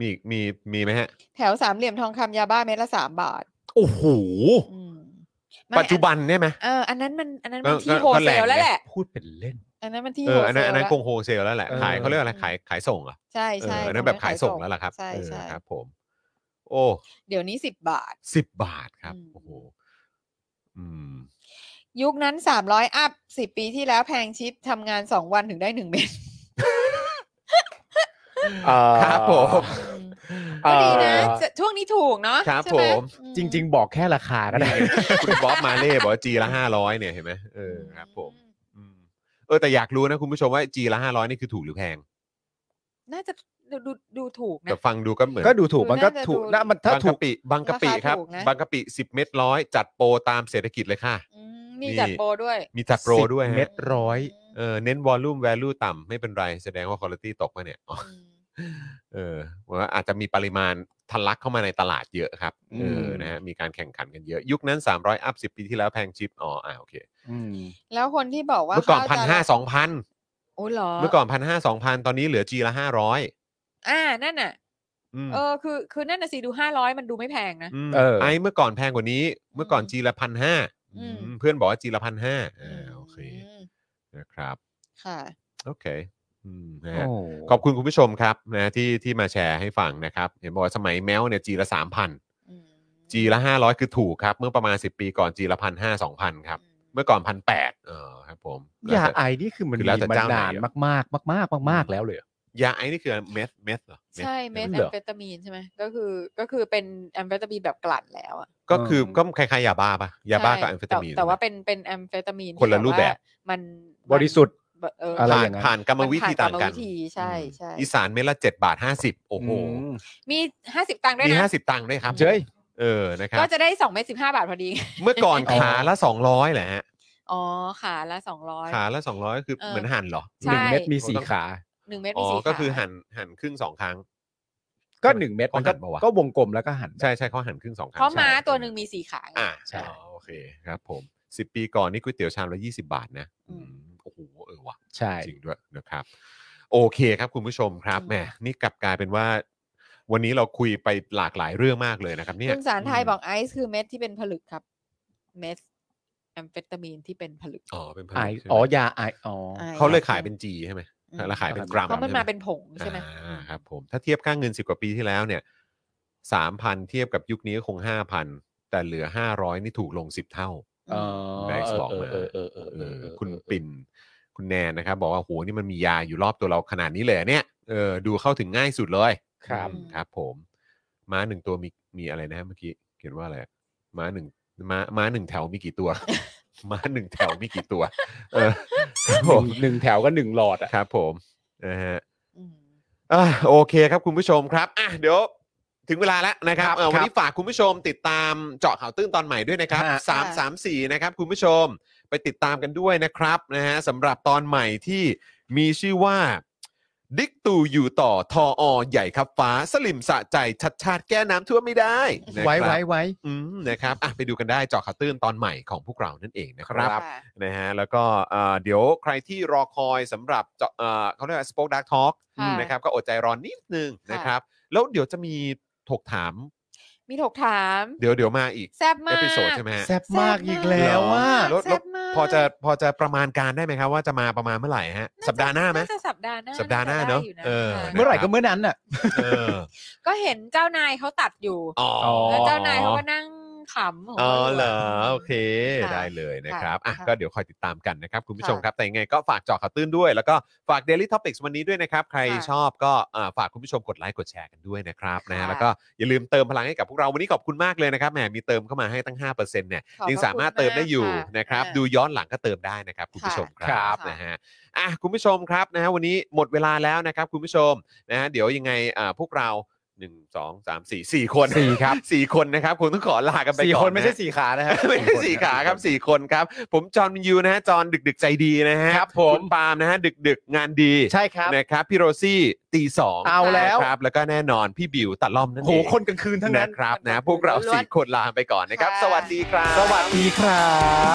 S1: มีมีมีไหมฮะ
S2: แถวสามเหลี่ยมทองคำยาบ้าเม็ดละสามบาท
S1: โอ้โห
S2: อืมไม่
S1: ปัจจุบันเนี่ยไหม
S2: เอออันนั้นมันอันนั้น
S1: ก็
S2: มันที่
S1: ก็
S2: โฮ
S1: ก็แห
S2: เซ
S1: ล่ง
S2: ลแล้ว
S1: ไง
S2: แหละ
S3: พูดเป็นเล่น
S2: อันนั้นมันที่
S1: เอ
S2: โฮ
S1: อ
S2: เซ
S1: อัน
S2: ล
S1: นั้นอันนั้น
S2: แล้ว
S1: คงโฮเซลแล้วแหละ
S3: เออ
S1: ขายเขาเรียกอะไร
S2: อืม
S1: ขายขายส่งเหรอ่ะ
S2: ใช่ใช่
S1: อันนั้น
S2: ทำ
S1: แบบ
S2: ให้
S1: ขายส่งแล้วล่ะครับ
S2: ใช่
S1: เออ
S2: ใช่
S1: ครับ ผม โอ้
S2: เดี๋ยวนี้สิบบาท
S1: สิบบาทครับ
S2: อืม
S1: โอ้โหอืม
S2: ยุคนั้นสามร้อยอัพสิบปีที่แล้วแพงชิปทำงานสองวันถึงได้หนึ่งเม็ ด
S1: ครับผม
S2: ก็ดีนะ
S3: เอ่อ
S2: จะช่วงนี้ถูกเนาะ
S1: ครับ
S2: ใช่ไห
S1: ผม
S2: อืม
S3: จริง ๆ บอกแค่ราคาก็ได้
S1: คุณบ๊อบมาเล่บอกว่าจีละห้าร้อยเนี่ยเห็นไหมเออครับผมอืมเออแต่อยากรู้นะคุณผู้ชมว่าจีละห้าร้อยนี่คือถูกหรือแพง
S2: น่าจะดูดูดูถูกนะ
S1: แต่ฟังดูก็เหมือน
S3: ก็ดูถูกมันก็
S2: ดูน่าจะ
S3: ถูก
S2: ดู
S3: นะมันถ้า
S1: บาง
S3: ถู
S1: กะ
S3: ก
S1: ปิบางกะปิ
S2: ราคา
S1: ครับ
S2: ถูกนะ
S1: บางกะปิสิบเม็ดร้อยจัดโปรตามเศรษฐกิจเลยค่ะ
S2: อืมมีจัด
S1: นี่
S2: โปรด้วย
S1: มีจัดโปรด้วยฮะ
S3: เม็ด ร้อย
S1: เออเน้นวอลลุ่มแวลูต่ำไม่เป็นไรแสดงว่าคุณภาพตกมาเนี่ยอ๋ อ
S2: อืม
S1: เออว่าอาจจะมีปริมาณทะลักเข้ามาในตลาดเยอะครับเออ
S3: ม
S1: นะฮะมีการแข่งขันกันเยอะ ยุคนั้น 300 อัพ 10 ปีที่แล้วแพงชิปอ๋ออ่าโอเค
S3: อืม
S2: แล้วคนที่บอกว่า
S1: เมื่อก่อน
S2: ข้ว
S1: พัน
S2: จะ
S1: ห้าสองพัน
S2: โอ้เหรอ
S1: เมื่อก่อนพันห้าสองพันตอนนี้เหลือจีละห้าร้อย
S2: อ่านั่นน่ะ เออคือคือนั่นน่ะสิดูห้าร้อยมันดูไม่แพงนะ
S3: เออ
S1: ไอ้เมื่อก่อนแพงกว่านี้ เมื่อก่อนจีละพันห้า
S2: อืม
S1: เพื่อนบอกว่าจีละพันห้าอ่าโอเค
S2: ม
S1: นะครับ
S2: ค่ะ
S1: โอเคอืมนะฮะ
S3: โอ้
S1: ขอบคุณคุณผู้ชมครับนะที่ที่มาแชร์ให้ฟังนะครับ เห็นบอกว่าสมัยแมวเนี่ยจีละสามพัน
S2: อืม
S1: จีละห้าร้อยคือถูกครับ เมื่อประมาณสิบปีก่อนจีละพันห้าสองพันครับ เมื่อก่อนพันแปดเออครับผม
S3: ยา
S1: แล้วแต่
S3: ไอนี่คือมัน
S1: คือ
S3: มี
S1: แล้วแต่
S3: มา
S1: เจ้าไหน
S3: นาน
S1: อะ
S3: มากมากๆมากๆมากๆแล้วเลยอะ
S1: ยาไอ้นี่คือเมสเมสเหรอ
S2: ใช่เมท
S3: เม็
S2: แอ
S3: ดเหร
S2: ม
S3: อ
S2: เฟตามีนใช่ไหมก็คือก็คือเป็นแอมเฟตามีนแบบกลั่นแล้วอะ
S1: ก็คือก็คล้ายๆยาบ้าปะยาบ้ากับแอมเฟตามีน
S2: ใช่แต่แต่ว่า
S1: ใช่ไหม
S2: เป็นเป็นแอมเฟตามีนที่
S1: คนละรูปแบบ
S2: ามัน
S3: บริสุทธิ์
S2: มันเออ
S3: อะไร
S1: ผ่า
S3: อน ย่างนั้น
S1: ผ่านกรรมวิธีต่าง
S2: มัผ่
S1: กัน
S2: รรมวิธีใช่ใช่
S1: อีสานเม็ดละเจ็ดบาทห้าสิบโอ้โห
S3: ม
S2: มีห้าสิบตังค์ด้วย
S1: มี
S2: นะ
S1: ห้าสิบตังค์ด้วยครับ
S3: เจ้ย
S1: เออนะครั
S2: ก็
S1: บ
S2: จะได้สองเมตรสิบห้าบาทพอดี
S1: เมื่อก่อน
S3: อ๋อ
S1: ขาละสองร้อยแหละฮะ
S2: อ๋อขาละสองร้อย
S1: ขาละสองร้อยคือ
S2: เออ
S1: เหมือนหั่นเหรอ
S3: หนึ่ง
S2: ใช่
S3: เม็ดมีสี่ขา
S2: หนึ่งเมตร
S1: อ๋
S2: มี
S1: อ
S2: สี่
S1: ก็คือ
S2: ขา
S1: หั่นหั่นครึ่งสองครั้ง
S3: ก็หนึ่งเม็ด
S1: เขา
S3: มัน
S1: หั
S3: ก็
S1: นปะวะ
S3: ก็วงกลมแล้วก็หัน
S1: ใช่ใช่เขาหั่นครึ่งสองครั้ง
S2: เพราะม้า
S1: ใช่
S2: ตัวหนึ่งมีสี่ขาไง
S1: อ่า
S3: ใช่
S1: ใช่โอเคครับผมสิบปีก่อนนี่ก๋วยเตี๋ยวชามละยี่สิบาทนะ
S2: อืม
S1: อืมโอ้โหเออว่ะ
S3: ใช่
S1: จริงด้วยนะครับ โอเคครับคุณผู้ชมครับแหมนี่กลับกลายเป็นว่า วันนี้เราคุยไปหลากหลายเรื่องมากเลยนะครับ เนี่ย
S2: คุณสารไทย
S1: ม
S2: บอกไอซ์คือเม็ดที่เป็นผลึกครับ เม็ดแอมเฟตามีนที่เป็นผลึก
S1: อ๋อเป็นผลิ
S3: ไอ
S1: ตใช่ไหม
S3: อ๋อยาไออ๋อ
S2: ไอ
S1: เขาเลยขายเป็นจีใช่ไหม
S2: อืม
S1: แล้วขายเป็นกรัม
S2: เพราะมัน
S1: ใช่ไห
S2: มาเป็นผงใช่ไหม
S1: อ่าครับผมถ้าเทียบค่าเงินสิบกว่าปีที่แล้วเนี่ยสามพันเทียบกับยุคนี้ก็คงห้าพันแต่ แต่เหลือ 500 นี่ถูกลง 10 เท่า
S3: อ๋อ
S1: แม็กซ์บอกมา
S3: เออเออเออเอ
S1: เอ
S3: อเอ
S1: อ
S3: อ
S1: คุณปิ่นคุณแนนนะครับ บอกว่าโหนี่มันมียาอยู่รอบตัวเราขนาดนี้เลยเนี่ยเออดูเข้าถึงง่ายสุดเลย
S3: ครับ
S1: อืมครับผม ม้าหนึ่งตัวมีมีอะไรนะเมื่อกี้เขียนว่าอะไรอะม้าหนึ่งม้าม้าหนึ่งแถวมีกี่ตัว ม้าหนึ่งแถวมีกี่ตัว เออครับผม
S3: หนึ่งแถวก็หนึ่งหลอดอ่ะ
S1: ครับผมนะฮะ
S2: อืม
S1: อ่ะโอเคครับคุณผู้ชมครับอ่ะเดี๋ยวถึงเวลาแล้วนะครับเอ่อวันนี้ฝากคุณผู้ชมติดตามเจาะข่าวตื้นตอนใหม่ด้วยนะครับ
S3: ฮะ
S1: 3 3 4 นะครับคุณผู้ชมไปติดตามกันด้วยนะครับนะฮะสำหรับตอนใหม่ที่มีชื่อว่าดิกตู่อยู่ต่อทออใหญ่ครับฟ้าสลิมสะใจชัดชาติแก้น้ำท่วมไม่ได้นะครับ
S3: ไว้ไว้ไว้
S1: อืมนะครับอ่ะไปดูกันได้เจาะข่าวตื้นตอนใหม่ของพวกเรานั่นเองนะครับ
S3: ครับ
S1: นะฮะแล้วก็เอ่อเดี๋ยวใครที่รอคอยสำหรับเจาะเอ่อเขาเรียกว่าสป็อคดักทอล์ก
S2: ค่ะ
S1: นะครับก็อดใจรอนนิดนึงนะครับ แล้วเดี๋ยวจะมีถกถาม
S2: มีถกถาม
S1: เดี๋ยวเดี๋ยวมาอีก
S2: แซบมา
S1: เอก พิโซดใช่ไหมฮะ
S3: แซ่บมากอีกแล้วว่า
S1: แล้ว
S2: แซ่
S1: แล้ว
S2: บมาก
S1: พอจะพอจะประมาณการได้ไหมครับ ว่าจะมาประมาณเมื่อไหร่ฮะ สัปดาห์หน้าไหม
S2: น่จะสัปดาห์หน้า
S1: สัปดาห์หน้าเนอะ
S2: จได้ยู่
S1: เออ
S2: ค่ะ
S3: เมื่อไหร่ก็เมื่อนั้นอ่ะ
S1: เออ
S2: ก็เห็นเจ้านายเขาตัดอยู่
S1: อ๋อ
S2: แล้วเจ้านายเขาก็นั่งขำของ
S1: อ๋อ
S2: ขายู่ะ
S1: เหรอโอเค
S2: ค่ะ
S1: ได้เลยนะครับอ่ะ
S2: ค่ะ
S1: ก็เดี๋ยวคอยติดตามกันนะครับคุณผู้ชม
S2: ค่ะ
S1: ครับแต่ยังไงก็ฝากเจาะข่าวตื้นด้วย แล้วก็ฝาก Daily Topics วันนี้ด้วยนะครับ ใคร
S2: ค่ะ
S1: ชอบก็อ่าฝากคุณผู้ชมกดไลค์กดแชร์กันด้วยนะครับนะฮะ
S2: ค่ะ
S1: แล้วก็อย่าลืมเติมพลังให้กับพวกเราวันนี้ขอบคุณมากเลยนะครับแหมมีเติมเข้ามาให้ตั้ง5%เนี่ย
S2: ขอบพะ
S1: ยังสามารถเติมได้อยู่
S2: คุณมาก
S1: นะครับ ดูย้อนหลังก็เติมได้นะครับคุณผู้ชมค
S3: ครั
S1: รับบ นะฮะอ่ะคุณผู้ชมครับนะฮะวันนี้หมดเวลาแล้วนะครับคุณผู้ชมนะฮะเดี๋ยวยังไงอ่าพวกเราหนึ่งสองสามสี่สี่คน
S3: สี่ครับ
S1: สี่คนนะครับคงต้องขอลากันไป
S3: สี่
S1: ก่อ
S3: คนไม่
S1: ะ
S3: ใช่
S1: ฮะ
S3: สี่ขานะฮะ
S1: ไม่ใช่สี่ขาครับสี่คนครับ ผมจอห์นวินยูนะฮะจอห์นดึกดึกๆใจดีนะฮะ
S3: ครับผม
S1: ณปาล์มนะฮะดึกดึกๆงานดี
S3: ใช่ครับ
S1: นะครับพี่โรซี่ตีสอง
S3: เอาแล้ว
S1: นะครับแล้วก็แน่นอนพี่บิวตัดล่อมนั่น
S3: โห
S1: เอง
S3: คนกลางคืนทั้งนั้น
S1: นะครับนะพวกเราสี่คนลาไปก่อนนะครับ
S2: ค่ะ
S1: สวัสดีครับ
S3: สวัสดีครับ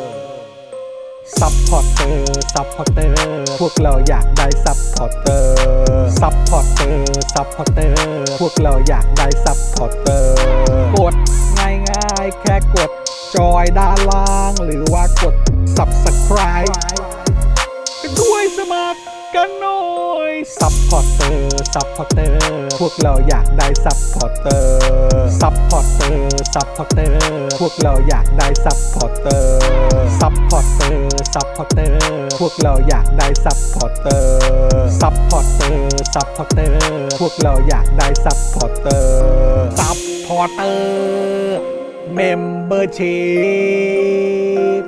S8: ซัพพอร์เตอร์ ซัพพอร์เตอร์ พวกเราอยากได้ซัพพอร์เตอร์ ซัพพอร์เตอร์ ซัพพอร์เตอร์ พวกเราอยากได้ซัพพอร์เตอร์ กดง่ายง่ายๆแค่กด จอยด้านล่าง หรือว่ากด subscribe กันด้วยสมัครกันหน่อย ซัพพอร์เตอร์ ซัพพอร์เตอร์ พวกเราอยากได้ซัพพอร์เตอร์ ซัพพอร์เตอร์ ซัพพอร์เตอร์ พวกเราอยากได้ซัพพอร์เตอร์ ซัพพอร์เตอร์ ซัพพอร์เตอร์ พวกเราอยากได้ซัพพอร์เตอร์ ซัพพอร์เตอร์ ซัพพอร์เตอร์ พวกเราอยากได้ซัพพอร์เตอร์ ซัพพอร์เตอร์ เมมเบอร์ชีพ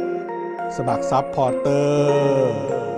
S8: สมัครซัพพอร์เตอร์